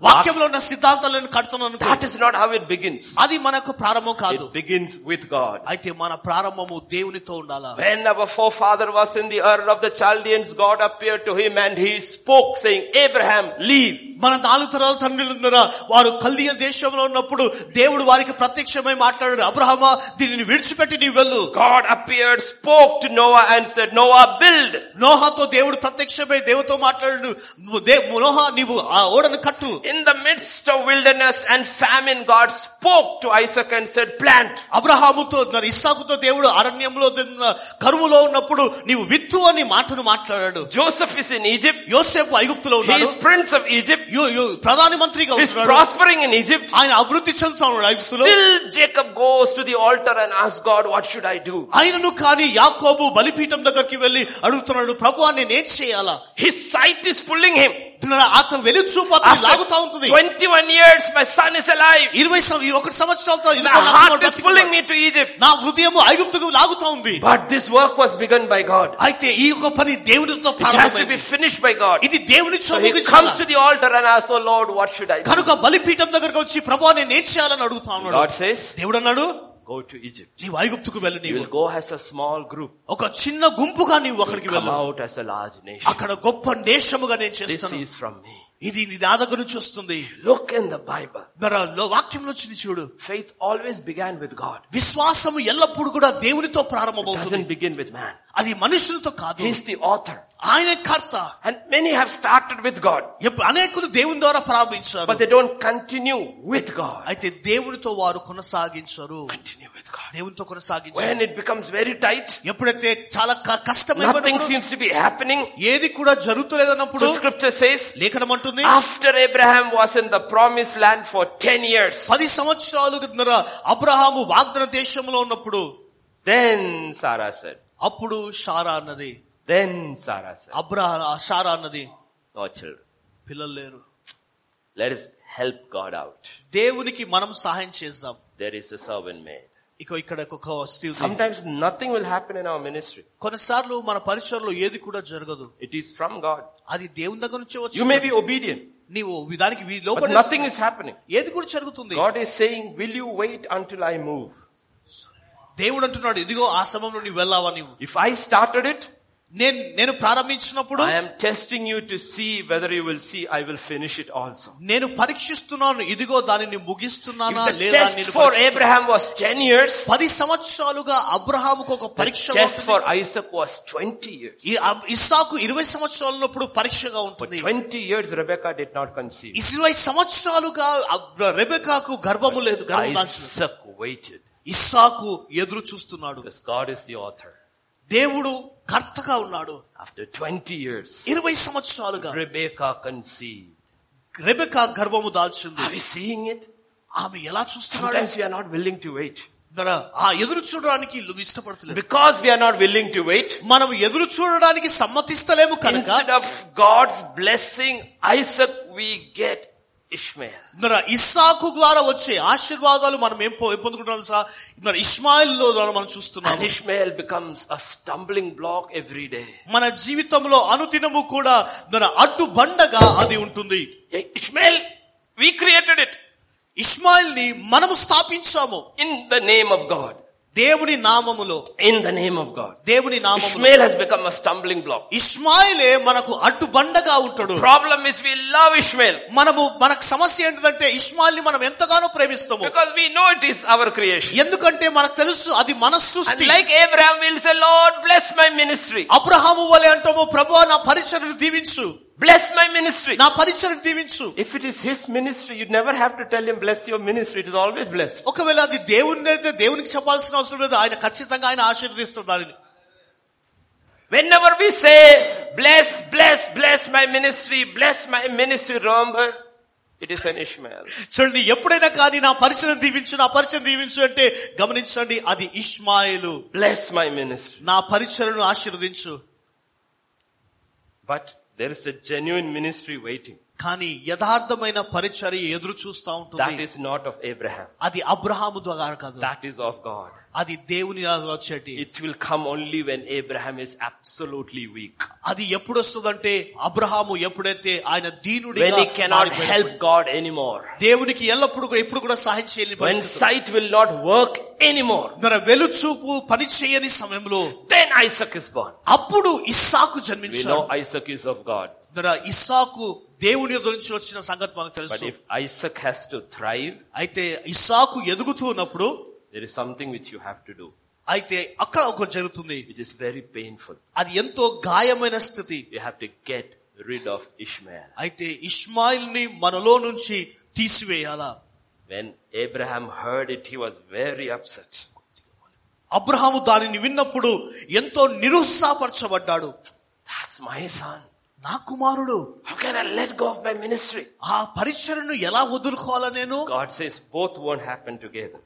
Speaker 2: వాక్యంలో ఉన్న సిద్ధాంతాలు నేను కడతాను అనుకో.
Speaker 1: That is not how it begins.
Speaker 2: అది మనకు ప్రారంభం కాదు
Speaker 1: It begins with God.
Speaker 2: అయితే మన ప్రారంభము దేవునితో ఉండాలా
Speaker 1: When our forefather was in the earth of the Chaldeans, God appeared to him and he spoke saying, Abraham, leave.
Speaker 2: మన నాలుగు తరాల తండ్రులు ఉన్నారా వారు కల్దీయ దేశంలో ఉన్నప్పుడు దేవుడు వారికి ప్రత్యక్షమై మాట్లాడాడు అబ్రహమా దీనిని విడిచిపెట్టి నీవు వెళ్ళు
Speaker 1: God appeared, spoke to Noah and said, Noah, build.
Speaker 2: నోహాతో దేవుడు ప్రత్యక్షమై దేవుతో మాట్లాడు నోహా నీవు ఆ ఓడను కట్టు
Speaker 1: In the midst of wilderness and famine, God spoke to Isaac and said, plant.
Speaker 2: అబ్రహాముతో మరి ఇస్సాకుతో దేవుడు అరణ్యంలో ఉన్న కరువులో ఉన్నప్పుడు నీవు విత్తు అని మాటను మాట్లాడాడు
Speaker 1: Joseph is in Egypt.
Speaker 2: యోసేపు ఐగుప్తులో
Speaker 1: He
Speaker 2: ఉన్నాడు
Speaker 1: is prince of Egypt.
Speaker 2: యు- యు- ప్రధాని మంత్రిగా
Speaker 1: He is
Speaker 2: ఉంటున్నాడు
Speaker 1: prospering in Egypt.
Speaker 2: ఆయన అభివృద్ధి చెందుతున్నాడు ఐగుప్తులో
Speaker 1: Till Jacob goes to the altar and asks God, what should I do?
Speaker 2: ఆయనను కానీ యాకోబు బలిపీఠం దగ్గరికి వెళ్లి అడుగుతున్నాడు ప్రభు నేనేం చేయాలా
Speaker 1: His sight is pulling him.
Speaker 2: నా అతను వెలి చూపు అతన్ని లాగుతా
Speaker 1: After
Speaker 2: ఉంటుంది
Speaker 1: 21 years, my son is alive.
Speaker 2: ఇరవై సం- ఈ ఒకటి సంవత్సరాలతో
Speaker 1: My
Speaker 2: ఇదిగో నా
Speaker 1: heart
Speaker 2: కుమారుడు
Speaker 1: is pulling
Speaker 2: బతికున్నాడు.
Speaker 1: me to Egypt.
Speaker 2: నా హృదయము ఐగుప్తుకు లాగుతా ఉంది
Speaker 1: But this work was begun by God.
Speaker 2: అయితే ఈ యొక్క పని దేవునితో
Speaker 1: It has to be
Speaker 2: ప్రారంభమైంది
Speaker 1: finished by God.
Speaker 2: ఇది దేవుని
Speaker 1: So he
Speaker 2: చదువుకు
Speaker 1: comes to the altar and asks, Oh Lord, what should I do?
Speaker 2: కనుక బలిపీఠం దగ్గరకు వచ్చి ప్రభా నేను ఏం చేయాలని అడుగుతా ఉన్నాడు
Speaker 1: God says,
Speaker 2: దేవుడు అన్నాడు
Speaker 1: Go to Egypt.
Speaker 2: నీవు ఐగుప్తుకు వెళ్ళు
Speaker 1: You
Speaker 2: నీవు
Speaker 1: will go as a small group.
Speaker 2: ఒక చిన్న గుంపుగా నీవు అక్కడికి
Speaker 1: Come
Speaker 2: వెళ్ళు
Speaker 1: out as a large nation.
Speaker 2: అక్కడ గొప్ప నేషముగా నేను
Speaker 1: This
Speaker 2: చేస్తాను
Speaker 1: is from me.
Speaker 2: ఇది నీ నా దగ్గర నుంచి వస్తుంది
Speaker 1: Look in the Bible.
Speaker 2: మరి ఆ లో- వాక్యంలో వచ్చింది చూడు
Speaker 1: Faith always began with God.
Speaker 2: విశ్వాసము ఎల్లప్పుడు కూడా దేవునితో
Speaker 1: It
Speaker 2: ప్రారంభమవుతుంది
Speaker 1: doesn't begin with man.
Speaker 2: అది మనుషులతో కాదు
Speaker 1: He's the author.
Speaker 2: ఆయన కర్త
Speaker 1: And many have started with God,
Speaker 2: ఎప్ప- అనేకులు దేవుని ద్వారా ప్రారంభించారు
Speaker 1: but they don't continue with God.
Speaker 2: అయితే దేవునితో వారు కొనసాగించరు
Speaker 1: Continue with God.
Speaker 2: దేవునితో కొనసాగించారు
Speaker 1: When it becomes very tight,
Speaker 2: ఎప్పుడైతే చాలా క-
Speaker 1: nothing
Speaker 2: కష్టమైనప్పుడు
Speaker 1: seems to be happening.
Speaker 2: ఏది కూడా జరుగుతులేదన్నప్పుడు
Speaker 1: So scripture says,
Speaker 2: లేఖనం అంటుంది
Speaker 1: after Abraham was in the promised land for 10 years,
Speaker 2: పది సంవత్సరాలున్నర అబ్రహాము వాగ్దన దేశంలో ఉన్నప్పుడు
Speaker 1: then Sarah said,
Speaker 2: అప్పుడు షారా అన్నది
Speaker 1: then Sarah said,
Speaker 2: అబ్రహా షారా అన్నది
Speaker 1: no children,
Speaker 2: పిల్లలు లేరు
Speaker 1: let us help God out.
Speaker 2: దేవునికి మనం సహాయం చేద్దాం
Speaker 1: There is a servant maid.
Speaker 2: ఇక ఇక్కడ ఒక వస్తీ ఉంది.
Speaker 1: Sometimes nothing will happen in our ministry.
Speaker 2: కొన్నిసార్లు మన పరిసరంలో ఏది కూడా జరగదు
Speaker 1: It is from God.
Speaker 2: అది దేవుని దగ్గర నుంచి
Speaker 1: You may be
Speaker 2: వచ్చి
Speaker 1: obedient,
Speaker 2: నీవు దానికి వీ-
Speaker 1: but
Speaker 2: లోపల
Speaker 1: nothing is happening.
Speaker 2: ఏది కూడా జరుగుతుంది
Speaker 1: God is saying, will you wait until I move?
Speaker 2: దేవుడు అంటున్నాడు ఇదిగో ఆ సమయంలో నీవు వెళ్ళావా నీవు
Speaker 1: If I started it,
Speaker 2: నేను నేను ప్రారంభించినప్పుడు
Speaker 1: I am testing you to see whether you will see I will finish it also.
Speaker 2: నేను పరీక్షిస్తున్నాను ఇదిగో దానిని
Speaker 1: If
Speaker 2: ముగిస్తున్నానా
Speaker 1: the
Speaker 2: లేదా అని
Speaker 1: test
Speaker 2: నేను
Speaker 1: for
Speaker 2: పరీక్షిస్తున్నాను.
Speaker 1: Abraham was 10 years,
Speaker 2: పది సంవత్సరాలుగా అబ్రహాముకు ఒక
Speaker 1: the
Speaker 2: పరీక్ష
Speaker 1: test
Speaker 2: వస్తుంది.
Speaker 1: for Isaac was 20 years.
Speaker 2: ఈ అబ్- ఇస్సాకు ఇరవై సంవత్సరాలప్పుడు పరీక్షగా
Speaker 1: For
Speaker 2: ఉంటుంది
Speaker 1: 20 years Rebecca did not conceive.
Speaker 2: ఇరవై సంవత్సరాలుగా అబ్- రెబెకాకు గర్భము లేదు గర్భం దాల్చింది.
Speaker 1: Isaac waited
Speaker 2: ఇస్సాకు ఎదురు చూస్తున్నాడు
Speaker 1: because God is the author.
Speaker 2: దేవుడు కర్తగా ఉన్నాడు
Speaker 1: After 20 years,
Speaker 2: ఇరవై సంవత్సరాలుగా
Speaker 1: Rebecca conceived.
Speaker 2: రెబెకా గర్భము దాల్చింది
Speaker 1: Are we seeing it?
Speaker 2: ఆమె ఎలా చూస్తున్నాడు
Speaker 1: Sometimes we are not willing to wait.
Speaker 2: మరి ఆ ఎదురు చూడడానికి వీళ్ళు ఇష్టపడతలేదు
Speaker 1: Because we are not willing to wait,
Speaker 2: మనం ఎదురు చూడడానికి సమ్మతిస్తలేము కనుక
Speaker 1: instead of God's blessing Isaac, we get Ishmael.
Speaker 2: మరి ఇస్సాకు ద్వారా వచ్చే ఆశీర్వాదాలు మనం ఏం పొ- ఏం పొందుకుంటున్నాం సార్ మరి ఇస్మాయిల్ లో ద్వారా మనం
Speaker 1: And
Speaker 2: చూస్తున్నాము
Speaker 1: Ishmael becomes a stumbling block every day.
Speaker 2: మన జీవితంలో అనుదినము కూడా మన అడ్డు బండగా అది ఉంటుంది
Speaker 1: Hey, Ishmael, we created it
Speaker 2: Ismail ని మనము స్థాపించాము
Speaker 1: in the name of God.
Speaker 2: దేవుని నామములో
Speaker 1: In the name of God.
Speaker 2: దేవుని నామములో
Speaker 1: Ishmael has become a stumbling block.
Speaker 2: ఇస్మాయిలే మనకు అడ్డు బండగా ఉంటాడు
Speaker 1: Problem is we love Ishmael
Speaker 2: మనము మనకు సమస్య ఏంటంటే ఇస్మాయిల్ ని మనం ఎంతగానో ప్రేమిస్తాము
Speaker 1: because we know it is our creation.
Speaker 2: ఎందుకంటే మనకు తెలుసు అది మన
Speaker 1: And
Speaker 2: సృష్టి
Speaker 1: like Abraham, we'll say, Lord, bless my ministry.
Speaker 2: Abraham వలె అంటాము ప్రభు నా పరిచయను దీవించు
Speaker 1: Bless my ministry.
Speaker 2: నా పరిచయను దీవించు
Speaker 1: If it is his ministry, you never have to tell him bless your ministry. It is always blessed.
Speaker 2: ఒకవేళ అది దేవుని అయితే దేవునికి చెప్పాల్సిన అవసరం లేదు ఆయన ఖచ్చితంగా ఆయన ఆశీర్వదిస్తాడు దానిని
Speaker 1: Whenever we say bless, bless, bless my ministry, bless my ministry, remember, it is an Ishmael.
Speaker 2: చూడండి ఎప్పుడైనా కానీ నా పరిచయం దీవించు నా పరిచయం దీవించు అంటే గమనించండి అది ఇష్మాయిలు
Speaker 1: Bless my ministry.
Speaker 2: నా పరిచయను ఆశీర్వదించు
Speaker 1: But there is a genuine ministry waiting.
Speaker 2: కానీ యథార్థమైన పరిచర్య ఎదురు చూస్తా
Speaker 1: That
Speaker 2: ఉంటుంది
Speaker 1: is not of Abraham.
Speaker 2: అది అబ్రహాము ద్వారా కాదు
Speaker 1: That is of God.
Speaker 2: అది దేవుని ద్వారా వచ్చేటి
Speaker 1: It will come only when Abraham is absolutely weak.
Speaker 2: అది ఎప్పుడు వస్తుందంటే అబ్రహాము ఎప్పుడైతే ఆయన
Speaker 1: When he
Speaker 2: దీనుడిగా
Speaker 1: cannot
Speaker 2: మారిపోయినప్పుడు.
Speaker 1: help God anymore.
Speaker 2: దేవునికి ఎల్లప్పుడు కూడా ఎప్పుడు కూడా సహాయం చేయని
Speaker 1: When sight will not work anymore.
Speaker 2: మన వెలుచూపు పని చేయని సమయంలో
Speaker 1: Then Isaac is born.
Speaker 2: అప్పుడు ఇస్సాకు
Speaker 1: We
Speaker 2: జన్మించాడు
Speaker 1: know Isaac is of God.
Speaker 2: మరి ఇస్సాకు దేవుని ఎదురు నుంచి వచ్చిన సంగతి మనకు
Speaker 1: But
Speaker 2: తెలుసు
Speaker 1: if Isaac has to thrive,
Speaker 2: అయితే ఇస్సాకు ఎదుగుతూ ఉన్నప్పుడు
Speaker 1: there is something which you have to do,
Speaker 2: అయితే అక్కడ ఒక జరుగుతుంది
Speaker 1: which is very painful.
Speaker 2: అది ఎంతో గాయమైన స్థితి
Speaker 1: You have to get rid of Ishmael.
Speaker 2: అయితే ఇస్మాయిల్ ని మనలో నుంచి తీసివేయాలా
Speaker 1: When Abraham heard it, he was very upset.
Speaker 2: Abraham దానిని విన్నప్పుడు ఎంతో నిరుత్సాహపరచబడ్డాడు
Speaker 1: That's my son.
Speaker 2: నా కుమారుడు
Speaker 1: How can I let go of my ministry?
Speaker 2: ఆ పరిచయను ఎలా వదులుకోవాలా నేను
Speaker 1: God says both won't happen together.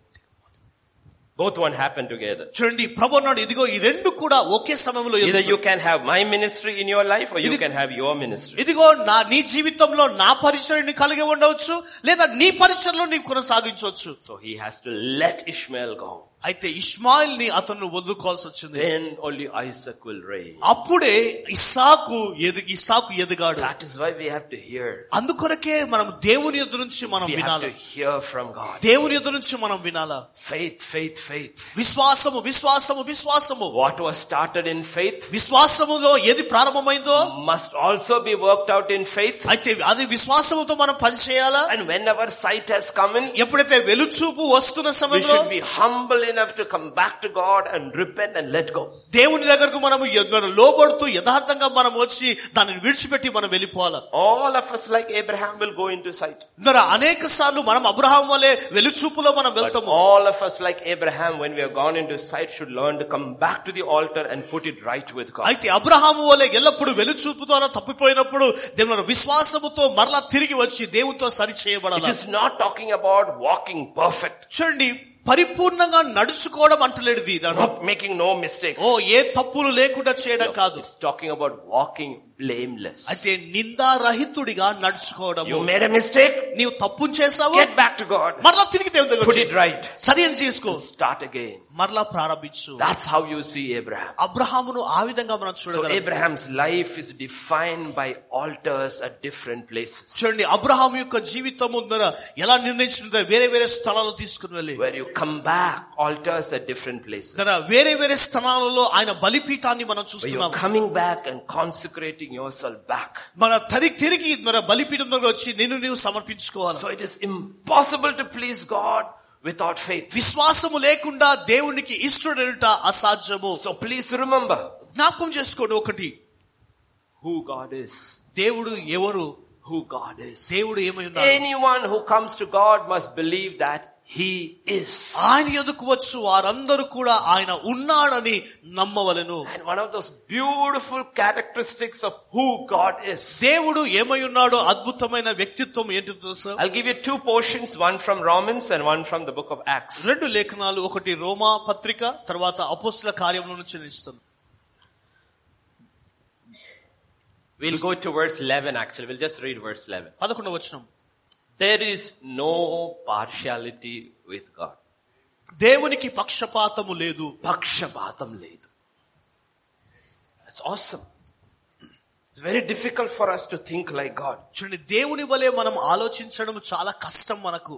Speaker 1: Both won't happen together.
Speaker 2: చూడండి ప్రభు అన్నాడు ఇదిగో ఈ రెండు కూడా ఒకే సమయంలో
Speaker 1: Either
Speaker 2: ఎదుగుతాయి.
Speaker 1: you can have my ministry in your life or you
Speaker 2: Idu-
Speaker 1: can have your ministry.
Speaker 2: ఇదిగో నా నీ జీవితంలో నా పరిచయం కలిగి ఉండవచ్చు లేదా నీ పరిచయంలో నీవు కొనసాగించవచ్చు
Speaker 1: So he has to let Ishmael go.
Speaker 2: అయితే ఇస్మాయిల్ ని అతను వదులుకోవాల్సి వచ్చింది
Speaker 1: Then only Isaac will reign.
Speaker 2: అప్పుడే ఇస్సాకు ఎది ఇస్సాకు ఎదిగాడు
Speaker 1: That is why we have to hear.
Speaker 2: అందుకొరకే మనం దేవుని ఎదురు నుంచి మనం
Speaker 1: We have to
Speaker 2: వినాలి
Speaker 1: hear from God.
Speaker 2: దేవుని ఎదురు నుంచి మనం వినాలా
Speaker 1: Faith, faith, faith.
Speaker 2: విశ్వాసము విశ్వాసము విశ్వాసము
Speaker 1: What was started in faith
Speaker 2: విశ్వాసములో ఏది ప్రారంభమైందో
Speaker 1: must also be worked out in faith.
Speaker 2: అయితే అది విశ్వాసముతో మనం పనిచేయాలా
Speaker 1: And whenever sight has come in,
Speaker 2: ఎప్పుడైతే వెలుచూపు వస్తున్న
Speaker 1: we
Speaker 2: సమయంలో
Speaker 1: should be humble enough to come back to God and repent and let go.
Speaker 2: దేవుని దగ్గరకు మనము ఎ- మనం లోబడుతూ యథార్థంగా మనం వచ్చి దానిని విడిచిపెట్టి మనం వెళ్ళిపోవాలి
Speaker 1: All of us like Abraham will go into sight.
Speaker 2: మరి అనేక సార్లు మనం అబ్రహాం వలె వెలుచూపులో మనం
Speaker 1: But
Speaker 2: వెళ్తాము
Speaker 1: all of us like Abraham when we have gone into sight should learn to come back to the altar and put it right with God.
Speaker 2: అయితే అబ్రహాము వలె ఎల్లప్పుడు వెలుచూపు ద్వారా తప్పిపోయినప్పుడు దేవుని విశ్వాసముతో మరలా తిరిగి వచ్చి దేవునితో సరి
Speaker 1: It
Speaker 2: చేయబడాలి
Speaker 1: is not talking about walking perfect,
Speaker 2: చూడండి పరిపూర్ణంగా నడుచుకోవడం అంటలేడు దీని
Speaker 1: not making no mistakes.
Speaker 2: ఓ ఏ తప్పులు లేకుండా చేయడం కాదు
Speaker 1: It's talking about walking blameless.
Speaker 2: అయితే నిందారహితుడిగా నడుచుకోవడము
Speaker 1: You made a mistake,
Speaker 2: నీవు తప్పు చేసావు
Speaker 1: get back to God,
Speaker 2: మరలా తిరిగి దేవుని దగ్గరకు
Speaker 1: put
Speaker 2: వచ్చి
Speaker 1: Oh. it right,
Speaker 2: సరి అని చేసుకో
Speaker 1: start again.
Speaker 2: మరలా ప్రారంభించు
Speaker 1: That's how you see Abraham.
Speaker 2: అబ్రహామును ఆ విధంగా మనం
Speaker 1: So
Speaker 2: చూడగలం
Speaker 1: Abraham's life is defined by altars at different places.
Speaker 2: చూడండి అబ్రహాం యొక్క జీవితం ఉందర ఎలా నిర్ణయించిందో వేరే వేరే స్థలాలు తీసుకుని వెళ్ళి
Speaker 1: Where you come back, altars at different places.
Speaker 2: కదా వేరే వేరే స్థలాలలో ఆయన బలిపీఠాన్ని మనం
Speaker 1: Where you're
Speaker 2: చూస్తున్నాం
Speaker 1: coming back and consecrating yourself back.
Speaker 2: మన తరి తిరిగి మన బలిపీఠం దగ్గర వచ్చి నిన్ను నీవు సమర్పించుకోవాలి
Speaker 1: So it is impossible to please God without faith.
Speaker 2: విశ్వాసము లేకుండా దేవునికి ఇష్టడనుట అసాధ్యము
Speaker 1: So please remember
Speaker 2: జ్ఞాపకం చేసుకోండి ఒకటి
Speaker 1: who God is.
Speaker 2: దేవుడు ఎవరు
Speaker 1: Who God is.
Speaker 2: దేవుడు ఏమై ఉన్నాడు
Speaker 1: Anyone who comes to God must believe that He is.
Speaker 2: ఆయన ఎదుకు వచ్చు వారందరూ కూడా ఆయన ఉన్నాడని నమ్మవలెను
Speaker 1: And one of those beautiful characteristics of who God is.
Speaker 2: దేవుడు ఏమై ఉన్నాడో అద్భుతమైన వ్యక్తిత్వం ఏంటి తెలుసా
Speaker 1: I'll give you two portions, one from Romans and one from the book of Acts.
Speaker 2: రెండు లేఖనాలు ఒకటి రోమా పత్రిక తర్వాత అపోస్తుల కార్యంలో నుంచి నేను ఇస్తాను
Speaker 1: We'll go to verse 11 actually. We'll just read verse 11.
Speaker 2: పదకొండవ వచనం
Speaker 1: There is no partiality with God.
Speaker 2: దేవునికి పక్షపాతము లేదు
Speaker 1: పక్షపాతం లేదు That's awesome. It's very difficult for us to think like God.
Speaker 2: చూడండి దేవుని వలె మనం ఆలోచించడం చాలా కష్టం మనకు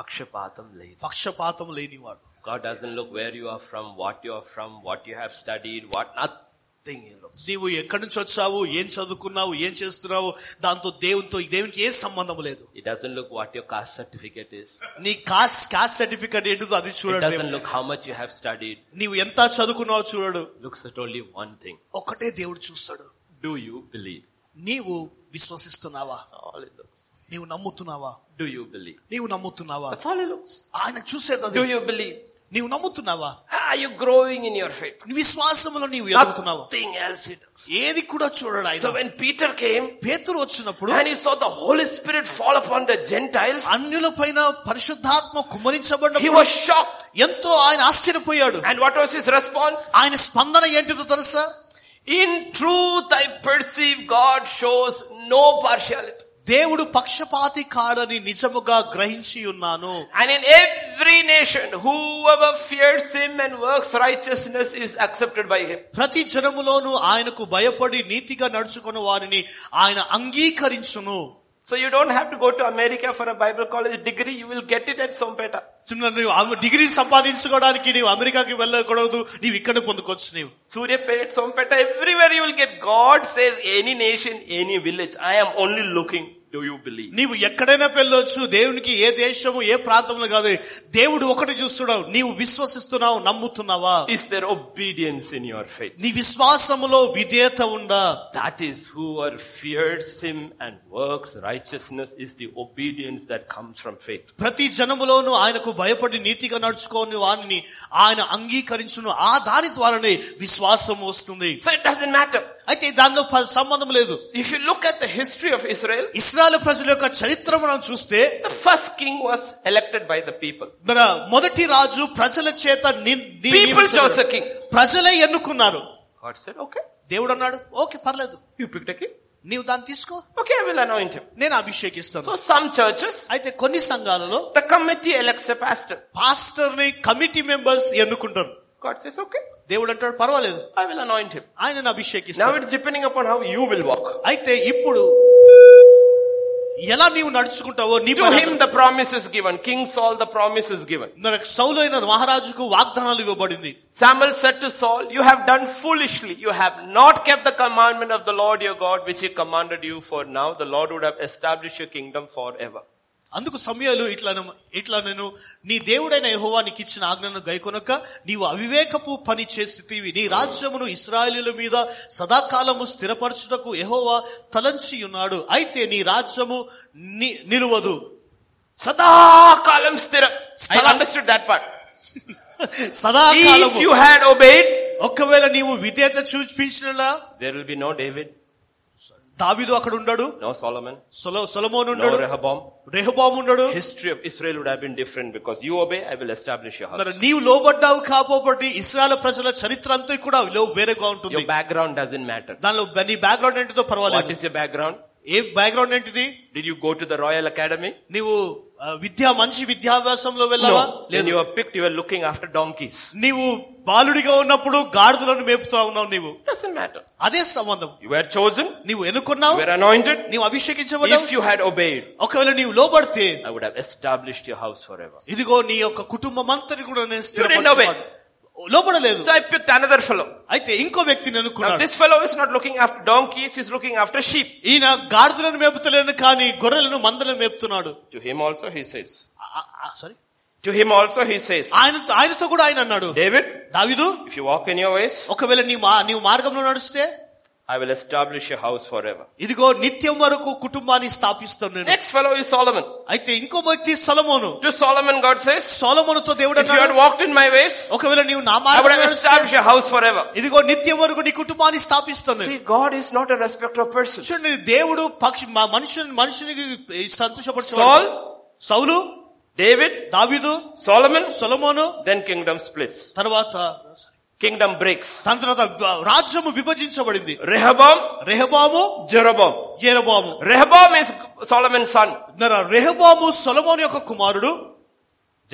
Speaker 1: పక్షపాతం లేదు
Speaker 2: పక్షపాతం లేనివాడు
Speaker 1: God doesn't look where you are from, what you are from, what you have studied, what nothing he looks.
Speaker 2: నీవు ఎక్కడి నుంచి వచ్చావు ఏం చదువుకున్నావు ఏం చేస్తున్నావు దాంతో దేవునితో దేవునికి ఏ సంబంధం లేదు
Speaker 1: He doesn't look what your caste certificate is.
Speaker 2: నీ కాస్ట్ కాస్ట్ సర్టిఫికేట్ ఏంటో అది
Speaker 1: It
Speaker 2: చూడడు
Speaker 1: doesn't
Speaker 2: దేవుడు.
Speaker 1: look how much you have studied.
Speaker 2: నీవు ఎంత చదువుకున్నావో చూడడు
Speaker 1: Looks at only one thing.
Speaker 2: ఒకటే దేవుడు చూస్తాడు
Speaker 1: Do you believe?
Speaker 2: నీవు విశ్వసిస్తున్నావా
Speaker 1: That's all it looks.
Speaker 2: నీవు నమ్ముతున్నావా
Speaker 1: Do you believe?
Speaker 2: నీవు నమ్ముతున్నావా
Speaker 1: That's all it looks.
Speaker 2: ఆయన చూసేది అది.
Speaker 1: Do you believe?
Speaker 2: నీవు నమ్ముతున్నావా
Speaker 1: Are you growing in your faith?
Speaker 2: నీ విశ్వాసములో నీవు ఎదుగుతున్నావా
Speaker 1: Nothing else he does.
Speaker 2: ఏది కూడా చూడడు
Speaker 1: So
Speaker 2: ఆయన
Speaker 1: when Peter came,
Speaker 2: పేతురు వచ్చినప్పుడు
Speaker 1: And he saw the Holy Spirit fall upon the Gentiles.
Speaker 2: అన్యుల పైన పరిశుద్ధాత్మ
Speaker 1: He
Speaker 2: కుమరించబడినప్పుడు
Speaker 1: was shocked.
Speaker 2: ఎంతో ఆయన ఆశ్చర్యపోయాడు
Speaker 1: And what was his response?
Speaker 2: ఆయన స్పందన ఏంటిదో తెలుసా
Speaker 1: In truth, I perceive God shows no partiality.
Speaker 2: దేవుడు పక్షపాతి కాడని నిజముగా గ్రహించి ఉన్నాను
Speaker 1: And in every nation, whoever fears him and works righteousness is accepted by him.
Speaker 2: ప్రతి జనములోనూ ఆయనకు భయపడి నీతిగా నడుచుకున్న వారిని ఆయన అంగీకరించును
Speaker 1: So you don't have to go to America for a Bible college degree. You will get it at Sompeta.
Speaker 2: చిన్న నువ్వు అమె- degree సంపాదించుకోవడానికి నీవు అమెరికాకి వెళ్ళకూడదు నీవు ఇక్కడ పొందుకోవచ్చు నీవు
Speaker 1: Suryapet, Sompeta, everywhere you will get. God says any nation, any village. I am only looking. Do you believe?
Speaker 2: నీవు ఎక్కడైనా వెళ్ళొచ్చు దేవునికి ఏ దేశము ఏ ప్రాంతంలో కాదు దేవుడు ఒకటి చూస్తున్నావు నీవు విశ్వసిస్తున్నావు నమ్ముతున్నావా
Speaker 1: Is there obedience in your faith?
Speaker 2: నీ విశ్వాసములో విధేయత ఉందా
Speaker 1: That is who are fears him and works righteousness is the obedience that comes from faith.
Speaker 2: ప్రతి జనములోనూ ఆయనకు భయపడి నీతిగా నడుచుకోని వారిని ఆయన అంగీకరించును ఆ దాని ద్వారానే విశ్వాసం వస్తుంది
Speaker 1: So it doesn't matter.
Speaker 2: అయితే దానిలో ప- సంబంధం లేదు
Speaker 1: If you look at the history of Israel,
Speaker 2: Israel ప్రజల యొక్క చరిత్ర మనం చూస్తే
Speaker 1: the first king was elected by the people.
Speaker 2: మన మొదటి రాజు ప్రజల చేత ని- ని-
Speaker 1: People
Speaker 2: నియమించబడ్డాడు.
Speaker 1: chose a king.
Speaker 2: ప్రజలే ఎన్నుకున్నారు
Speaker 1: God said, okay,
Speaker 2: దేవుడు అన్నాడు ఓకే పర్లేదు
Speaker 1: you picked a king.
Speaker 2: నీవు దాన్ని తీసుకో
Speaker 1: Okay, I will anoint him.
Speaker 2: నేను అభిషేకిస్తాను
Speaker 1: So some churches,
Speaker 2: అయితే కొన్ని సంఘాలలో
Speaker 1: the committee elects a pastor.
Speaker 2: Pastor ని కమిటీ మెంబర్స్ ఎన్నుకుంటారు
Speaker 1: God says, okay,
Speaker 2: దేవుడు అంటాడు పర్వాలేదు
Speaker 1: I will anoint him.
Speaker 2: ఆయనను
Speaker 1: Now
Speaker 2: అభిషేకిస్తాను
Speaker 1: it's depending upon how you will walk.
Speaker 2: అయితే ఇప్పుడు ఎలా నీవు నడుచుకుంటావో నీ
Speaker 1: To
Speaker 2: పైన
Speaker 1: him the promise is given. King Saul the promise is given.
Speaker 2: మనకు సౌలైన మహారాజుకు వాగ్దానాలు ఇవ్వబడింది
Speaker 1: Samuel said to Saul, You have done foolishly. You have not kept the commandment of the Lord your God, which he commanded you for now. The Lord would have established your kingdom forever.
Speaker 2: అందుకు సమయాలు ఇట్లా ఇట్లా నేను నీ దేవుడైన యెహోవా నీకు ఇచ్చిన ఆజ్ఞను గైకొనక నీవు అవివేకపు పని చేసితివి నీ రాజ్యమును ఇస్రాయేలీల మీద సదాకాలము స్థిరపరచుటకు యెహోవా తలంచి ఉన్నాడు అయితే నీ రాజ్యము ని- నిలువదు
Speaker 1: Sadakalam sthira.
Speaker 2: Sthala-
Speaker 1: I understood that part. If
Speaker 2: సదాకాలము
Speaker 1: you had obeyed,
Speaker 2: ఒకవేళ నీవు విధేత చూపించినలా
Speaker 1: there will be no David.
Speaker 2: దావిదు అక్కడ ఉన్నాడు
Speaker 1: No Solomon,
Speaker 2: సొల సొలమోను
Speaker 1: no
Speaker 2: ఉన్నాడు
Speaker 1: Rehoboam.
Speaker 2: రెహబాము ఉన్నాడు
Speaker 1: History of Israel would have been different because you obey, I will establish your
Speaker 2: మరి
Speaker 1: house.
Speaker 2: నీవు లోబడ్డావు కాబోబట్టి ఇస్రాయల్ ప్రజల చరిత్ర అంతా కూడా లో- వేరేగా ఉంటుంది
Speaker 1: Your background doesn't matter.
Speaker 2: దానిలో బ- నీ బ్యాక్గ్రౌండ్ ఏంటిదో
Speaker 1: What
Speaker 2: పర్వాలేదు
Speaker 1: is your background?
Speaker 2: ఏ బ్యాక్గ్రౌండ్ ఏంటిది
Speaker 1: Did you go to the Royal Academy?
Speaker 2: నీవు ఆ, విద్యా మంచి విద్యాభ్యాసంలో వెళ్ళావా
Speaker 1: No. When
Speaker 2: లేదు
Speaker 1: you were picked, you were looking after donkeys.
Speaker 2: నీవు బాలుడిగా ఉన్నప్పుడు గాడిదలను మేపుతా ఉన్నావు నీవు
Speaker 1: Doesn't matter.
Speaker 2: అదే సంబంధం
Speaker 1: You were chosen,
Speaker 2: నీవు
Speaker 1: you
Speaker 2: ఎన్నుకున్నావు
Speaker 1: were anointed.
Speaker 2: నీవు అభిషేకించబడ్డావు
Speaker 1: If you had obeyed,
Speaker 2: ఒకవేళ నీవు లోబడితే
Speaker 1: I would have established your house forever.
Speaker 2: ఇదిగో నీ యొక్క కుటుంబం అంతటి కూడా నేను
Speaker 1: didn't obey.
Speaker 2: స్థిరపరచువాడు. లోబడలేదు
Speaker 1: So I picked another fellow.
Speaker 2: అయితే ఇంకో వ్యక్తిని
Speaker 1: Now
Speaker 2: అనుకున్నాడు
Speaker 1: this fellow is not looking after donkeys, he's looking after sheep.
Speaker 2: ఈయన గాడిదలను మేపుతలేను కానీ గొర్రెలను మందలను మేపుతున్నాడు
Speaker 1: To him also he says.
Speaker 2: Sorry
Speaker 1: To him also he says,
Speaker 2: ఆయన ఆయనతో కూడా ఆయన అన్నాడు
Speaker 1: David,
Speaker 2: David
Speaker 1: if you walk in your ways,
Speaker 2: ఒకవేళ నీ మా నీవు మార్గంలో నడిస్తే
Speaker 1: I will establish your house forever.
Speaker 2: ఇదిగో నిత్యం వరకు కుటుంబాన్ని സ്ഥാപിస్తాను నేను
Speaker 1: Next fellow is Solomon.
Speaker 2: అయితే ఇంకో వ్యక్తి సొలొమోను
Speaker 1: To Solomon God says,
Speaker 2: సొలొమోనుతో దేవుడు
Speaker 1: if you had
Speaker 2: అన్నాడు
Speaker 1: walked in my ways,
Speaker 2: ఒకవేళ నీవు నా
Speaker 1: I would
Speaker 2: మార్గంలో
Speaker 1: have
Speaker 2: నడిస్తే,
Speaker 1: established your house forever.
Speaker 2: ఇదిగో నిత్యం వరకు నీ కుటుంబాన్ని స్థాపిస్తాను నేను.
Speaker 1: See, God is not a respecter of persons.
Speaker 2: చూడండి దేవుడు పక్షి మా మనుషుని మనుషునికి
Speaker 1: Saul,
Speaker 2: సంతోషపరచు సౌలు
Speaker 1: David,
Speaker 2: దావీదు
Speaker 1: Solomon,
Speaker 2: Solomon
Speaker 1: then kingdom splits.
Speaker 2: తర్వాత
Speaker 1: Kingdom breaks.
Speaker 2: దాని తర్వాత రాజ్యము విభజించబడింది
Speaker 1: Rehoboam,
Speaker 2: రెహబాము
Speaker 1: Jeroboam.
Speaker 2: జెరబాము
Speaker 1: Rehoboam is Solomon's son.
Speaker 2: నర రెహబాము సొలమోను యొక్క కుమారుడు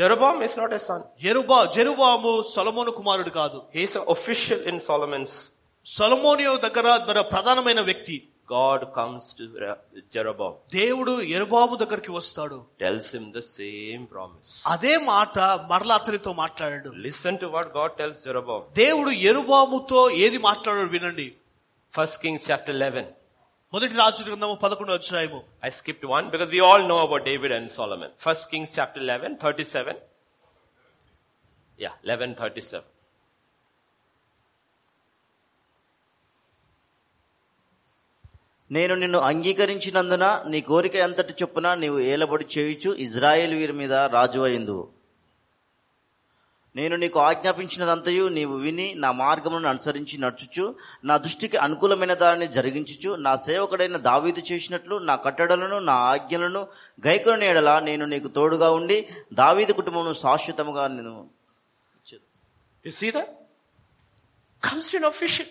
Speaker 1: Jeroboam is not a son.
Speaker 2: జెరుబా జెరుబాము Solomon కుమారుడు కాదు
Speaker 1: He is an official in Solomon's.
Speaker 2: Solomon యొక్క దగ్గర మన ప్రధానమైన వ్యక్తి
Speaker 1: God comes to Re- Jeroboam,
Speaker 2: దేవుడు ఎరుబాము దగ్గరికి వస్తాడు
Speaker 1: tells him the same promise.
Speaker 2: అదే మాట మరలా అతనితో మాట్లాడాడు
Speaker 1: Listen to what God tells Jeroboam.
Speaker 2: దేవుడు ఎరుబాముతో ఏది మాట్లాడాడు వినండి
Speaker 1: First Kings chapter 11.
Speaker 2: మొదటి రాజు గ్రంథము పదకొండు అధ్యాయము
Speaker 1: I skipped one because we all know about David and Solomon. First Kings chapter 11, 37. Yeah, 11, 37.
Speaker 3: నేను నిన్ను అంగీకరించినందున నీ కోరిక ఎంతటి చొప్పున నీవు ఏలబడి చేయుచు ఇజ్రాయేల్ వీరి మీద రాజు అయిందువు నేను నీకు ఆజ్ఞాపించినదంతయు నీవు విని నా మార్గమును అనుసరించి నడుచుచు నా దృష్టికి అనుకూలమైన దానిని జరిగించుచు నా సేవకుడైన దావీదు చేసినట్లు నా కట్టడలను నా ఆజ్ఞలను గైకొని ఎడల నేను నీకు తోడుగా ఉండి దావీదు కుటుంబమును శాశ్వతముగా నేను
Speaker 1: You see that? Comes to an official.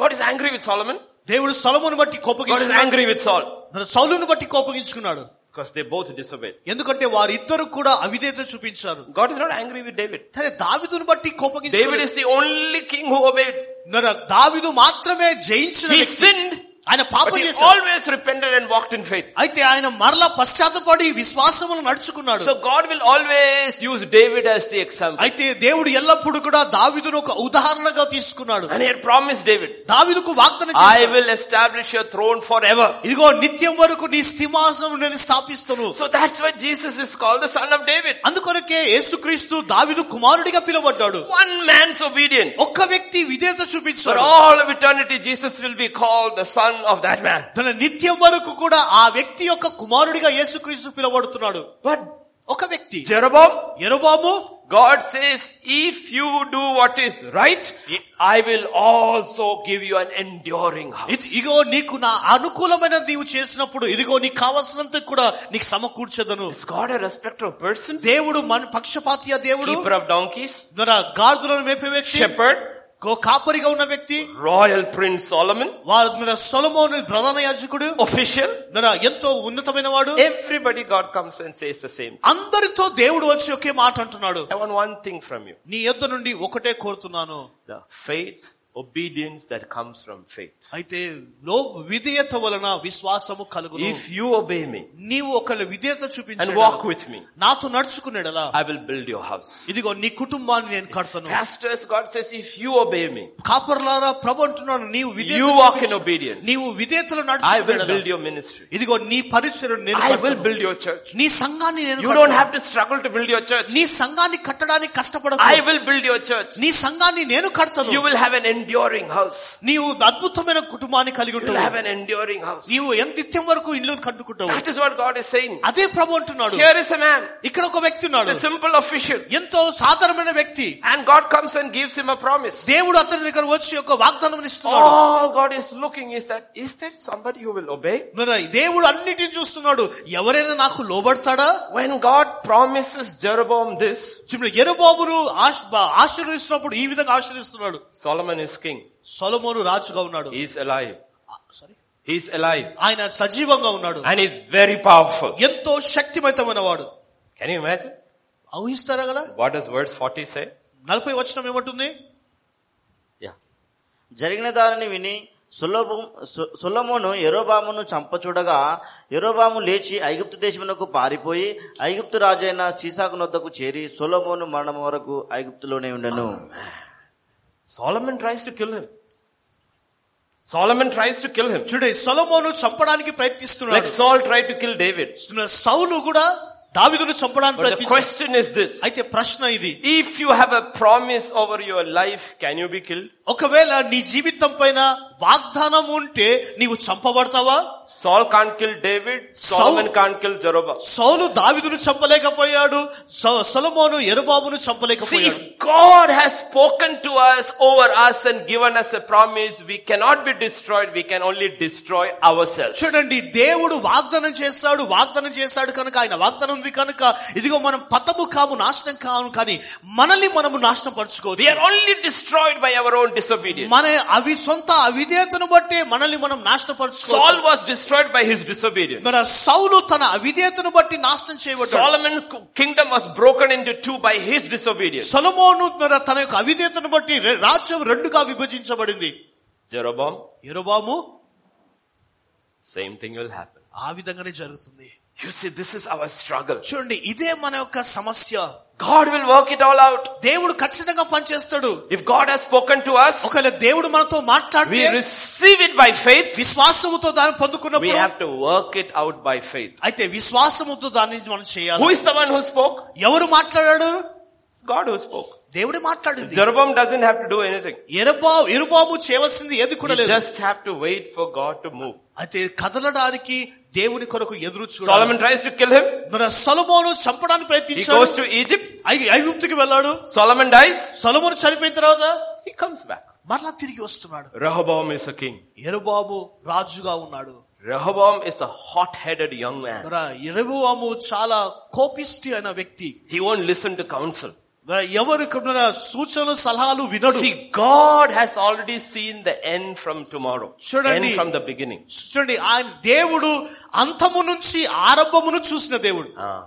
Speaker 1: God is angry with Solomon.
Speaker 2: దేవుడు సొలమోను బట్టి
Speaker 1: God is
Speaker 2: కోపగించుకున్నాడు
Speaker 1: angry with Saul.
Speaker 2: మరి సౌలును బట్టి కోపగించుకున్నాడు
Speaker 1: Because they both disobeyed.
Speaker 2: ఎందుకంటే వారిద్దరు కూడా అవిధేత చూపించారు
Speaker 1: God is not angry with David.
Speaker 2: సరే దావిదును బట్టి
Speaker 1: David
Speaker 2: కోపగించుకున్నాడు
Speaker 1: is the only king who obeyed.
Speaker 2: నర దావిదు మాత్రమే జయించిన
Speaker 1: He
Speaker 2: వ్యక్తి.
Speaker 1: sinned,
Speaker 2: ఆయన
Speaker 1: but
Speaker 2: పాపం
Speaker 1: he
Speaker 2: చేశాడు
Speaker 1: always repented and walked in faith.
Speaker 2: అయితే ఆయన మరలా పశ్చాత్తపడి విశ్వాసమును నడుచుకున్నాడు
Speaker 1: So God will always use David as the example.
Speaker 2: అయితే దేవుడు ఎల్లప్పుడు కూడా దావిదును ఒక ఉదాహరణగా తీసుకున్నాడు
Speaker 1: And he had promised David,
Speaker 2: దావిదుకు వాగ్దానం
Speaker 1: I
Speaker 2: చేశాడు.
Speaker 1: will establish your throne forever.
Speaker 2: ఇదిగో నిత్యం వరకు నీ సింహాసనం నేను స్థాపిస్తాను
Speaker 1: So that's why Jesus is called the son of David.
Speaker 2: అందుకొరకే యేసుక్రీస్తు దావిదు కుమారుడిగా పిలువబడ్డాడు
Speaker 1: One man's obedience.
Speaker 2: ఒక్క వ్యక్తి విధేయత
Speaker 1: For
Speaker 2: చూపించాడు
Speaker 1: all of eternity, Jesus will be called the son of that man.
Speaker 2: తన నిత్యం వరకు కూడా ఆ వ్యక్తి యొక్క కుమారుడిగా యేసుక్రీస్తు పిలువబడుతున్నాడు
Speaker 1: But
Speaker 2: ఒక వ్యక్తి
Speaker 1: Jeroboam,
Speaker 2: ఎరుబాము
Speaker 1: God says, if you do what is right,
Speaker 2: Yeah.
Speaker 1: I will also give you an enduring house.
Speaker 2: ఇది- ఇగో నీకు నా అనుకూలమైన నీవు చేసినప్పుడు ఇదిగో నీకు కావలసినంత కూడా నీకు సమకూర్చదను
Speaker 1: Is God a respecter of persons?
Speaker 2: దేవుడు మన పక్షపాతీయ దేవుడు
Speaker 1: Keeper of donkeys,
Speaker 2: మన గార్దులను మేపే వ్యక్తి
Speaker 1: shepherd,
Speaker 2: గో- కాపరిగా ఉన్న వ్యక్తి
Speaker 1: royal prince Solomon,
Speaker 2: వారు మన సొలమోను ప్రధాన యాజకుడు
Speaker 1: official.
Speaker 2: మన ఎంతో ఉన్నతమైన వాడు
Speaker 1: Everybody God comes and says the same.
Speaker 2: అందరితో దేవుడు వచ్చి ఒకే మాట అంటున్నాడు
Speaker 1: I want one thing from you.
Speaker 2: నీ యొద్ద నుండి ఒకటే కోరుతున్నాను
Speaker 1: The faith, obedience that comes from faith.
Speaker 2: అయితే లో విధేయత వలన విశ్వాసము కలుగును
Speaker 1: If you obey me
Speaker 2: నీవు ఒకళ్ళ విధేయత
Speaker 1: and
Speaker 2: చూపించు
Speaker 1: walk with me,
Speaker 2: నాతో నడుచుకునేడలా
Speaker 1: I will build your house.
Speaker 2: ఇదిగో నీ కుటుంబాన్ని నేను కడతాను
Speaker 1: Pastors, God says, if you obey me,
Speaker 2: కాపర్లారా ప్రభు అంటున్నాను నీవు విధేయత
Speaker 1: You walk
Speaker 2: చూపించు.
Speaker 1: in obedience.
Speaker 2: నీవు విధేయతలో
Speaker 1: I will build
Speaker 2: నడుచుకునేడలా
Speaker 1: your ministry.
Speaker 2: ఇదిగో నీ పరిచయం నేను
Speaker 1: I will
Speaker 2: కడతాను.
Speaker 1: build your church.
Speaker 2: నీ సంఘాన్ని నేను
Speaker 1: You don't
Speaker 2: కడతాను.
Speaker 1: have to struggle to build your church.
Speaker 2: నీ సంఘాన్ని కట్టడానికి కష్టపడకు
Speaker 1: I will build your church.
Speaker 2: నీ సంఘాన్ని నేను కడతాను
Speaker 1: You will have an enduring house.
Speaker 2: నీవు అద్భుతమైన కుటుంబాన్ని కలిగి
Speaker 1: You will have
Speaker 2: ఉంటావు
Speaker 1: an enduring house.
Speaker 2: నీవు ఎంత నిత్యం వరకు ఇల్లును కట్టుకుంటావు
Speaker 1: That is what God is saying.
Speaker 2: అదే ప్రభు అంటున్నాడు
Speaker 1: Here is a man.
Speaker 2: ఇక్కడ ఒక వ్యక్తి ఉన్నాడు
Speaker 1: It's a simple official.
Speaker 2: ఎంతో సాధారణమైన వ్యక్తి
Speaker 1: And God comes and gives him a promise.
Speaker 2: దేవుడు అతని దగ్గర వచ్చి ఒక వాగ్దానం ఇస్తున్నాడు
Speaker 1: All God is looking is that, is there somebody who will obey?
Speaker 2: మరి దేవుడు అన్నిటిని చూస్తున్నాడు ఎవరైనా నాకు లోబడతాడా
Speaker 1: When God promises Jeroboam this,
Speaker 2: చిన్న ఎరుబాబును ఆశ- బ- ఆశీర్వదిస్తున్నప్పుడు ఈ విధంగా ఆశీర్దిస్తున్నాడు
Speaker 1: Solomon is king.
Speaker 2: సొలమోను రాజుగా ఉన్నాడు
Speaker 1: He is alive.
Speaker 2: ఆ, sorry.
Speaker 1: He is alive.
Speaker 2: ఆయన సజీవంగా ఉన్నాడు
Speaker 1: And he's very powerful.
Speaker 2: ఎంతో శక్తివంతమైన వాడు
Speaker 1: Can you imagine?
Speaker 2: ఊహిస్తారా కదా
Speaker 1: What does verse 40 say?
Speaker 2: నలభై వచ్చిన ఏమంటుంది
Speaker 3: జరిగిన దానిని విని సులభం సులమును ఎరోబామును చంపచూడగా ఎరోబాము లేచి ఐగుప్తు దేశమునకు పారిపోయి ఐగుప్తు రాజైన సీసాకు నొద్దకు చేరి సులభమును మరణం వరకు ఐగుప్తులోనే ఉండను
Speaker 1: Solomon tries to kill him. Solomon tries to kill him.
Speaker 2: చూడే సొలమోను చంపడానికి
Speaker 1: Like
Speaker 2: ప్రయత్నిస్తున్నాడు
Speaker 1: Saul tried to kill David.
Speaker 2: చూడండి, సౌలు కూడా దావిదును చంపడానికి
Speaker 1: But the
Speaker 2: ప్రయత్నించాడు
Speaker 1: question is this.
Speaker 2: అయితే ప్రశ్న ఇది
Speaker 1: If you have a promise over your life, can you be killed?
Speaker 2: ఒకవేళ నీ జీవితం పైన వాగ్దానం ఉంటే నీవు చంపబడతావా
Speaker 1: Saul can't kill David. Solomon can't kill Jeroboam.
Speaker 2: సౌలు దావిదును చంపలేకపోయాడు స- సొలొమోను ఎరుబాబును
Speaker 1: See,
Speaker 2: చంపలేకపోయాడు
Speaker 1: if God has spoken to us, over us and given us a promise, we cannot be destroyed. We can only destroy ourselves.
Speaker 2: చూడండి దేవుడు వాగ్దానం చేస్తాడు వాగ్దానం చేస్తాడు కనుక ఆయన వాగ్దానం ఉంది కనుక ఇదిగో మనం పతము కాము నాశనం కాము కానీ మనల్ని మనము నాశనం
Speaker 1: We are
Speaker 2: పరుచుకోవచ్చు
Speaker 1: only destroyed by our own disobedience.
Speaker 2: మన అవి సొంత అవిధేయతను బట్టే మనల్ని మనం
Speaker 1: Saul
Speaker 2: నాశనపరచుకోవాలి
Speaker 1: was destroyed by his disobedience.
Speaker 2: మన సౌలు తన అవిధేయతను బట్టి నాశనం చేయబడ్డాడు
Speaker 1: Solomon's kingdom was broken into two by his disobedience.
Speaker 2: సొలొమోను మన తన యొక్క అవిధేయతను బట్టి రె- రాజ్యం రెండుగా విభజించబడింది
Speaker 1: Jeroboam,
Speaker 2: ఎరుబాము
Speaker 1: same thing will happen.
Speaker 2: ఆ విధంగానే జరుగుతుంది
Speaker 1: You see, this is our struggle.
Speaker 2: చూడండి ఇదే మన యొక్క సమస్య
Speaker 1: God will work it all out.
Speaker 2: దేవుడు ఖచ్చితంగా పనిచేస్తాడు
Speaker 1: If God has spoken to us,
Speaker 2: ఒకవేళ దేవుడు మనతో
Speaker 1: we
Speaker 2: మాట్లాడితే
Speaker 1: receive it by faith.
Speaker 2: విశ్వాసముతో దాన్ని
Speaker 1: We
Speaker 2: పొందుకున్నప్పుడు
Speaker 1: have to work it out by faith.
Speaker 2: అయితే విశ్వాసముతో దాన్ని మనం
Speaker 1: Who
Speaker 2: చేయాలి
Speaker 1: is the one who spoke?
Speaker 2: ఎవరు మాట్లాడాడు
Speaker 1: It's God who spoke.
Speaker 2: దేవుడే మాట్లాడింది
Speaker 1: Jeroboam doesn't have to do anything.
Speaker 2: ఎరబా ఎరుబాము చేయవలసింది ఏది కూడా
Speaker 1: You
Speaker 2: లేదు
Speaker 1: just have to wait for God to move.
Speaker 2: అయితే కదలడానికి దేవుని కొరకు ఎదురు చూడాలి
Speaker 1: Solomon tries to kill him.
Speaker 2: మన సొలొమోను చంపడానికి
Speaker 1: He goes
Speaker 2: ప్రయత్నించాడు
Speaker 1: to Egypt.
Speaker 2: ఐ- ఐగుప్తుకి వెళ్ళాడు
Speaker 1: Solomon dies.
Speaker 2: సొలొమోను చనిపోయిన తర్వాత
Speaker 1: He comes back.
Speaker 2: మరలా తిరిగి వస్తున్నాడు
Speaker 1: Rehoboam is a king.
Speaker 2: ఎరుబాము రాజుగా ఉన్నాడు
Speaker 1: Rehoboam is a hot-headed young man.
Speaker 2: మన ఎరుబాము చాలా కోపిష్టి అయిన వ్యక్తి
Speaker 1: He won't listen to counsel.
Speaker 2: మన ఎవరికి మన సూచనలు సలహాలు వినడు
Speaker 1: See, God has already seen the end from tomorrow.
Speaker 2: Shouldn't
Speaker 1: end
Speaker 2: he?
Speaker 1: from the beginning.
Speaker 2: చూడండి ఆయన దేవుడు అంతము నుంచి ఆరంభమును చూసిన దేవుడు
Speaker 1: Ah,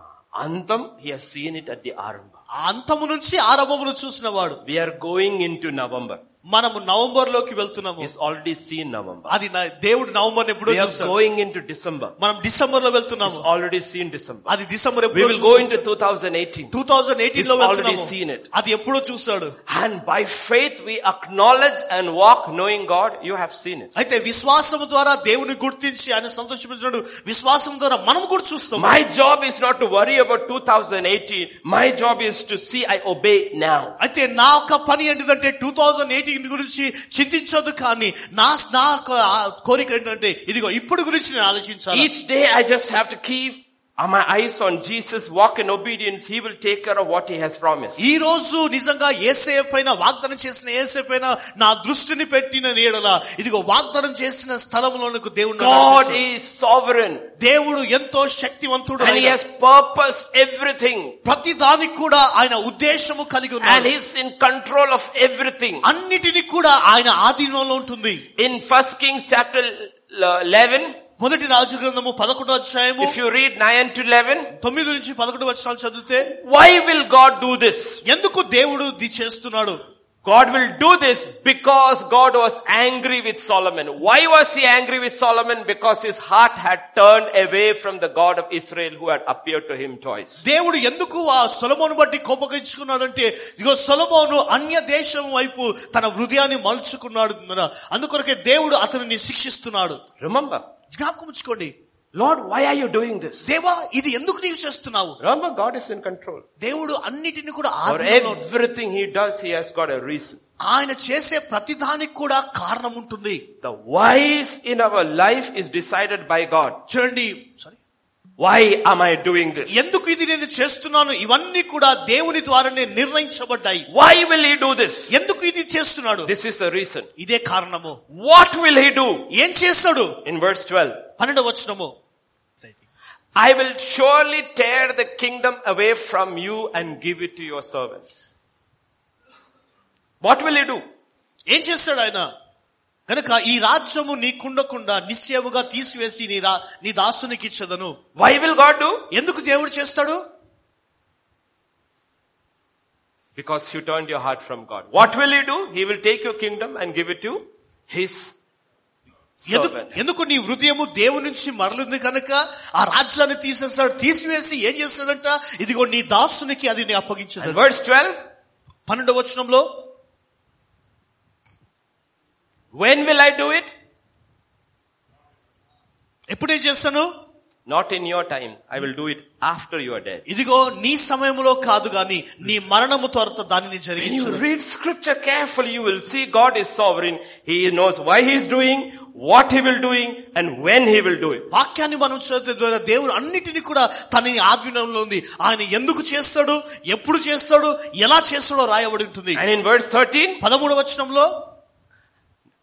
Speaker 1: Antam, he has seen it at the Aramba.
Speaker 2: ఆ అంతము నుంచి ఆరంభమును చూసిన వాడు
Speaker 1: We are going into November.
Speaker 2: మనము నవంబర్ లోకి వెళ్తున్నాము
Speaker 1: He's already seen November.
Speaker 2: అది నా- దేవుడు నవంబర్ ఎప్పుడో
Speaker 1: We are
Speaker 2: చూస్తాడు
Speaker 1: going into December.
Speaker 2: మనం డిసెంబర్ లో
Speaker 1: He's
Speaker 2: వెళ్తున్నాము
Speaker 1: already seen December.
Speaker 2: అది డిసెంబర్
Speaker 1: We
Speaker 2: ఎప్పుడో
Speaker 1: will go into 2018.
Speaker 2: Two thousand eighteen లో
Speaker 1: He's already
Speaker 2: వెళ్తున్నాము
Speaker 1: seen it.
Speaker 2: అది ఎప్పుడో చూస్తాడు
Speaker 1: And by faith we acknowledge and walk knowing God, you have seen it.
Speaker 2: అయితే విశ్వాసం ద్వారా దేవుని గుర్తించి ఆయన సంతోషించినాడు విశ్వాసం ద్వారా మనం కూడా చూస్తాం
Speaker 1: My job is not to worry about 2018. My job is to see I obey now.
Speaker 2: అయితే నా యొక్క పని ఏంటిదంటే టూ థౌజండ్ ఎయిటీన్ గురించి చింతించొద్దు కానీ నా నా యొక్క ఆ కోరిక ఏంటంటే ఇదిగో ఇప్పుడు గురించి నేను ఆలోచించాలి
Speaker 1: Each day I just have to keep my eyes on Jesus, walk in obedience. He will take care of what he has promised.
Speaker 2: ఈ రోజు నిజంగా ఏసే పైన వాగ్దానం చేసిన ఏసే పైన నా దృష్టిని పెట్టిన నీడల ఇదిగో వాగ్దానం చేసిన స్థలంలోనికి దేవుడు నన్ను
Speaker 1: God
Speaker 2: నడిపిస్తాడు.
Speaker 1: is sovereign
Speaker 2: దేవుడు ఎంతో శక్తివంతుడు
Speaker 1: and he
Speaker 2: ఆయన.
Speaker 1: has purposed everything
Speaker 2: ప్రతి దానికి కూడా ఆయన ఉద్దేశము కలిగి
Speaker 1: and
Speaker 2: ఉన్నాడు
Speaker 1: he's in control of everything.
Speaker 2: అన్నిటిని కూడా ఆయన ఆధీనంలో ఉంటుంది
Speaker 1: In first Kings chapter 11,
Speaker 2: మొదటి రాజు గ్రంథము పదకొండు అధ్యాయము
Speaker 1: if you read 9 to 11,
Speaker 2: తొమ్మిది నుంచి పదకొండు వచనాలు చదివితే
Speaker 1: why will God do this?
Speaker 2: ఎందుకు దేవుడు ఇది చేస్తున్నాడు
Speaker 1: God will do this because God was angry with Solomon. Why was he angry with Solomon? Because his heart had turned away from the God of Israel who had appeared to him twice.
Speaker 2: దేవుడు ఎందుకు ఆ సొలమోను బట్టి కోపగించుకున్నాడంటే ఇదిగో సొలమోను అన్య దేశం వైపు తన హృదయాన్ని మలుచుకున్నాడు అన్నాడు. అందుకొరకే దేవుడు అతనిని శిక్షిస్తున్నాడు
Speaker 1: Remember,
Speaker 2: జ్ఞాపకం ఉంచుకోండి
Speaker 1: Lord, why are you doing this?
Speaker 2: దేవా ఇది ఎందుకు నీవు చేస్తున్నావు
Speaker 1: Remember, God is in control.
Speaker 2: దేవుడు అన్నిటిని కూడా
Speaker 1: For
Speaker 2: ఆధీనంలో
Speaker 1: everything he does, he has got a reason.
Speaker 2: ఆయన చేసే ప్రతిదానికి కూడా కారణం ఉంటుంది
Speaker 1: The whys in our life is decided by God.
Speaker 2: చూడండి sorry
Speaker 1: Why am I doing this?
Speaker 2: ఎందుకు ఇది నేను చేస్తున్నాను ఇవన్నీ కూడా దేవుని ద్వారానే నిర్ణయించబడ్డాయి
Speaker 1: Why will he do this?
Speaker 2: ఎందుకు ఇది చేస్తున్నాడు
Speaker 1: This is the reason.
Speaker 2: ఇదే కారణము
Speaker 1: What will he do?
Speaker 2: ఏం చేస్తాడు
Speaker 1: In verse 12,
Speaker 2: పన్నెండు వచనము
Speaker 1: I will surely tear the kingdom away from you and give it to your servants. What will he do?
Speaker 2: ఏం చేస్తాడు ఆయన కనుక ఈ రాజ్యము నీకుండకుండా నిశ్చయముగా తీసివేసి నీ రా నీ దాసునికి ఇచ్చదను
Speaker 1: Why will God do?
Speaker 2: ఎందుకు దేవుడు చేస్తాడు
Speaker 1: Because you turned your heart from God. What will he do? He will take your kingdom and give it to his
Speaker 2: ఎందుకు
Speaker 1: servant.
Speaker 2: ఎందుకు నీ హృదయము దేవుని నుంచి మరలింది కనుక ఆ రాజ్యాన్ని తీసేస్తాడు తీసివేసి ఏం చేస్తాడంట ఇదిగో నీ దాసునికి అది నీ
Speaker 1: And
Speaker 2: అప్పగించదు
Speaker 1: verse 12,
Speaker 2: పన్నెండవ వచనంలో
Speaker 1: when will I do it?
Speaker 2: ఎప్పుడే చేస్తాను
Speaker 1: Not in your time. I will do it after you are dead.
Speaker 2: ఇదిగో నీ సమయంలో కాదు గాని నీ మరణము తొరత దానిని
Speaker 1: When you
Speaker 2: జరిగించదు
Speaker 1: read scripture carefully, you will see God is sovereign. He knows why He is doing, what He will doing, and when He will do it.
Speaker 2: వాక్యాన్ని మనం చదివితే ద్వారా దేవుడు అన్నిటిని కూడా తన ఆధీనంలో ఉంది ఆయన ఎందుకు చేస్తాడు ఎప్పుడు చేస్తాడు ఎలా చేస్తాడో రాయబడి ఉంటుంది
Speaker 1: And in verse 13,
Speaker 2: పదమూడు వచనంలో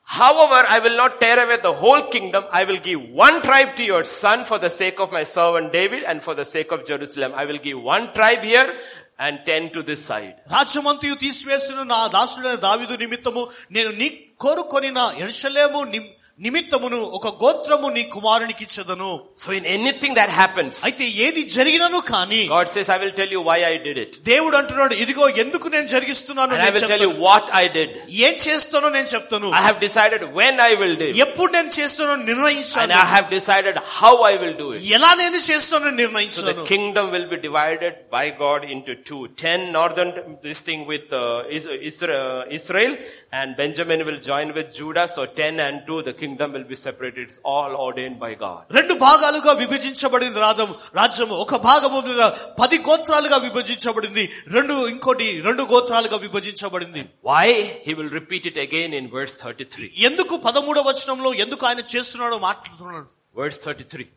Speaker 1: however, I will not tear away the whole kingdom. I will give one tribe to your son for the sake of my servant David and for the sake of Jerusalem. I will give one tribe here and ten to this side.
Speaker 2: రాజ్యమంతయు తీసివేసిన నా దాసుడైన దావిదు నిమిత్తము నేను నీ కోరుకొని నా ఎరుషలేము ని- నిమిత్తమును ఒక గోత్రము నీ కుమారునికి ఇచ్చదను
Speaker 1: So in anything that happens,
Speaker 2: అయితే ఏది జరిగినను కానీ
Speaker 1: God says, I will tell you why I did it.
Speaker 2: దేవుడు అంటున్నాడు ఇదిగో ఎందుకు నేను జరిగిస్తున్నాను
Speaker 1: And I
Speaker 2: నేను
Speaker 1: will tell you
Speaker 2: చెప్తాను.
Speaker 1: what I did.
Speaker 2: ఏం చేస్తానో నేను చెప్తాను
Speaker 1: I have decided when I will do it.
Speaker 2: ఎప్పుడు నేను చేస్తానో
Speaker 1: And I
Speaker 2: నిర్ణయించాను
Speaker 1: have decided how I will do it.
Speaker 2: ఎలా నేను చేస్తానో
Speaker 1: So the
Speaker 2: నిర్ణయించాను
Speaker 1: kingdom will be divided by God into two. Ten northern, this thing with uh, Is- Isra- Israel and Benjamin will join with Judah. So ten and two, the kingdom will be separated. It's all ordained by God.
Speaker 2: రెండు భాగాలుగా విభజించబడింది రాజం రాజ్యము ఒక భాగము మీద పది గోత్రాలుగా విభజించబడింది రెండు ఇంకోటి రెండు గోత్రాలుగా విభజించబడింది
Speaker 1: Why? He will repeat it again in verse 33.
Speaker 2: ఎందుకు పదమూడవ వచనంలో ఎందుకు ఆయన చేస్తున్నాడో మాట్లాడుతున్నాడు
Speaker 1: Verse 33.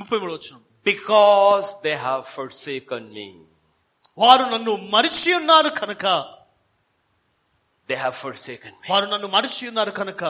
Speaker 2: ముప్పై మూడు వచనం
Speaker 1: Because they have forsaken me.
Speaker 2: వారు నన్ను మరిచి ఉన్నారు కనుక
Speaker 1: They have forsaken me.
Speaker 2: వారు నన్ను మరిచి ఉన్నారు కనుక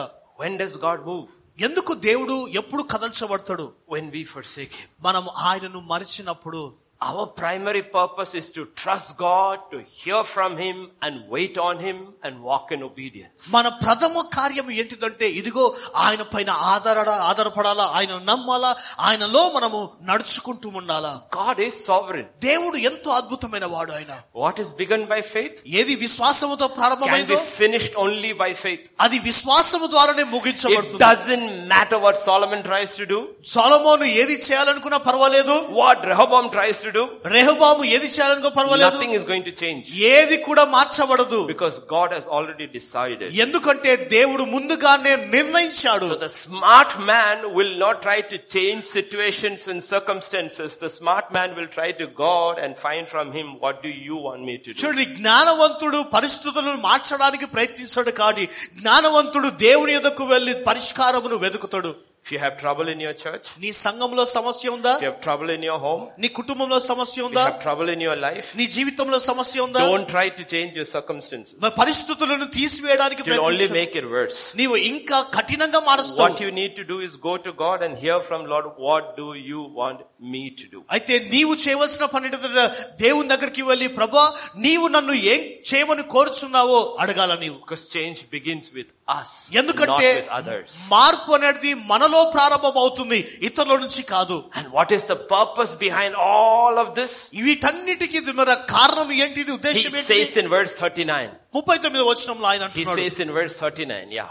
Speaker 1: When does God move?
Speaker 2: ఎందుకు దేవుడు ఎప్పుడు కదల్చబడతాడు
Speaker 1: When we forsake Him.
Speaker 2: మనం ఆయనను మరిచినప్పుడు
Speaker 1: Our primary purpose is to trust God, to hear from Him and wait on Him and walk in obedience.
Speaker 2: మన ప్రథమ కార్యం ఏంటిదంటే ఇదిగో ఆయన పైన ఆధార ఆధారపడాలా ఆయన నమ్మాలా ఆయనలో మనము నడుచుకుంటూ ఉండాలా
Speaker 1: God is sovereign.
Speaker 2: దేవుడు ఎంతో అద్భుతమైన వాడు ఆయన
Speaker 1: What is begun by faith
Speaker 2: ఏది విశ్వాసముతో
Speaker 1: can be
Speaker 2: ప్రారంభమైందో
Speaker 1: finished only by faith.
Speaker 2: అది విశ్వాసము ద్వారానే
Speaker 1: It
Speaker 2: ముగించబడుతుంది
Speaker 1: doesn't matter what Solomon tries to do,
Speaker 2: Solomon ఏది చేయాలనుకున్నా పర్వాలేదు
Speaker 1: what Rehoboam tries to do,
Speaker 2: రెహబాము ఏది చేయాలనుకో పర్వాలేదు
Speaker 1: nothing is going to change
Speaker 2: ఏది కూడా మార్చబడదు
Speaker 1: because God has already decided.
Speaker 2: ఎందుకంటే దేవుడు ముందుగానే నిర్ణయించాడు
Speaker 1: So the smart man will not try to change situations and circumstances. The smart man will try to God and find from him, what do you want me to do?
Speaker 2: చూడండి జ్ఞానవంతుడు పరిస్థితులను మార్చడానికి ప్రయత్నిస్తాడు కానీ జ్ఞానవంతుడు దేవుని యొద్దకు వెళ్లి పరిష్కారమును వెతుకుతాడు
Speaker 1: If you have trouble in your church,
Speaker 2: నీ సంఘంలో సమస్య ఉందా
Speaker 1: if you have trouble in your home,
Speaker 2: నీ కుటుంబంలో సమస్య
Speaker 1: if you
Speaker 2: ఉందా
Speaker 1: have trouble in your life,
Speaker 2: నీ జీవితంలో సమస్య ఉందా
Speaker 1: don't try to change your circumstances.
Speaker 2: మరి పరిస్థితులను తీసివేయడానికి
Speaker 1: It will only
Speaker 2: ప్రయత్నిస్తావు.
Speaker 1: make it worse.
Speaker 2: నీవు ఇంకా కఠినంగా మారుస్తావు
Speaker 1: What you need to do is go to God and hear from Lord, what do you want me to do?
Speaker 2: అయితే నీవు చేయవలసిన పని ఏంటంటే దేవుని దగ్గరికి వెళ్ళి ప్రభా నీవు నన్ను ఏం చేయమని కోరుచున్నావో అడగాల నీవు
Speaker 1: Because change begins with us, not
Speaker 2: ఎందుకంటే
Speaker 1: with others.
Speaker 2: మార్పు అనేది మనలో ప్రారంభం అవుతుంది ఇతరుల నుంచి కాదు
Speaker 1: And what is the purpose behind all of this?
Speaker 2: వీటన్నిటికీ ఇది మరి కారణం ఏంటిది
Speaker 1: He
Speaker 2: ఉద్దేశం ఏంటి
Speaker 1: says in verse 39.
Speaker 2: ముప్పై తొమ్మిది వచనంలో ఆయన
Speaker 1: He
Speaker 2: అంటున్నాడు
Speaker 1: says in verse 39, yeah.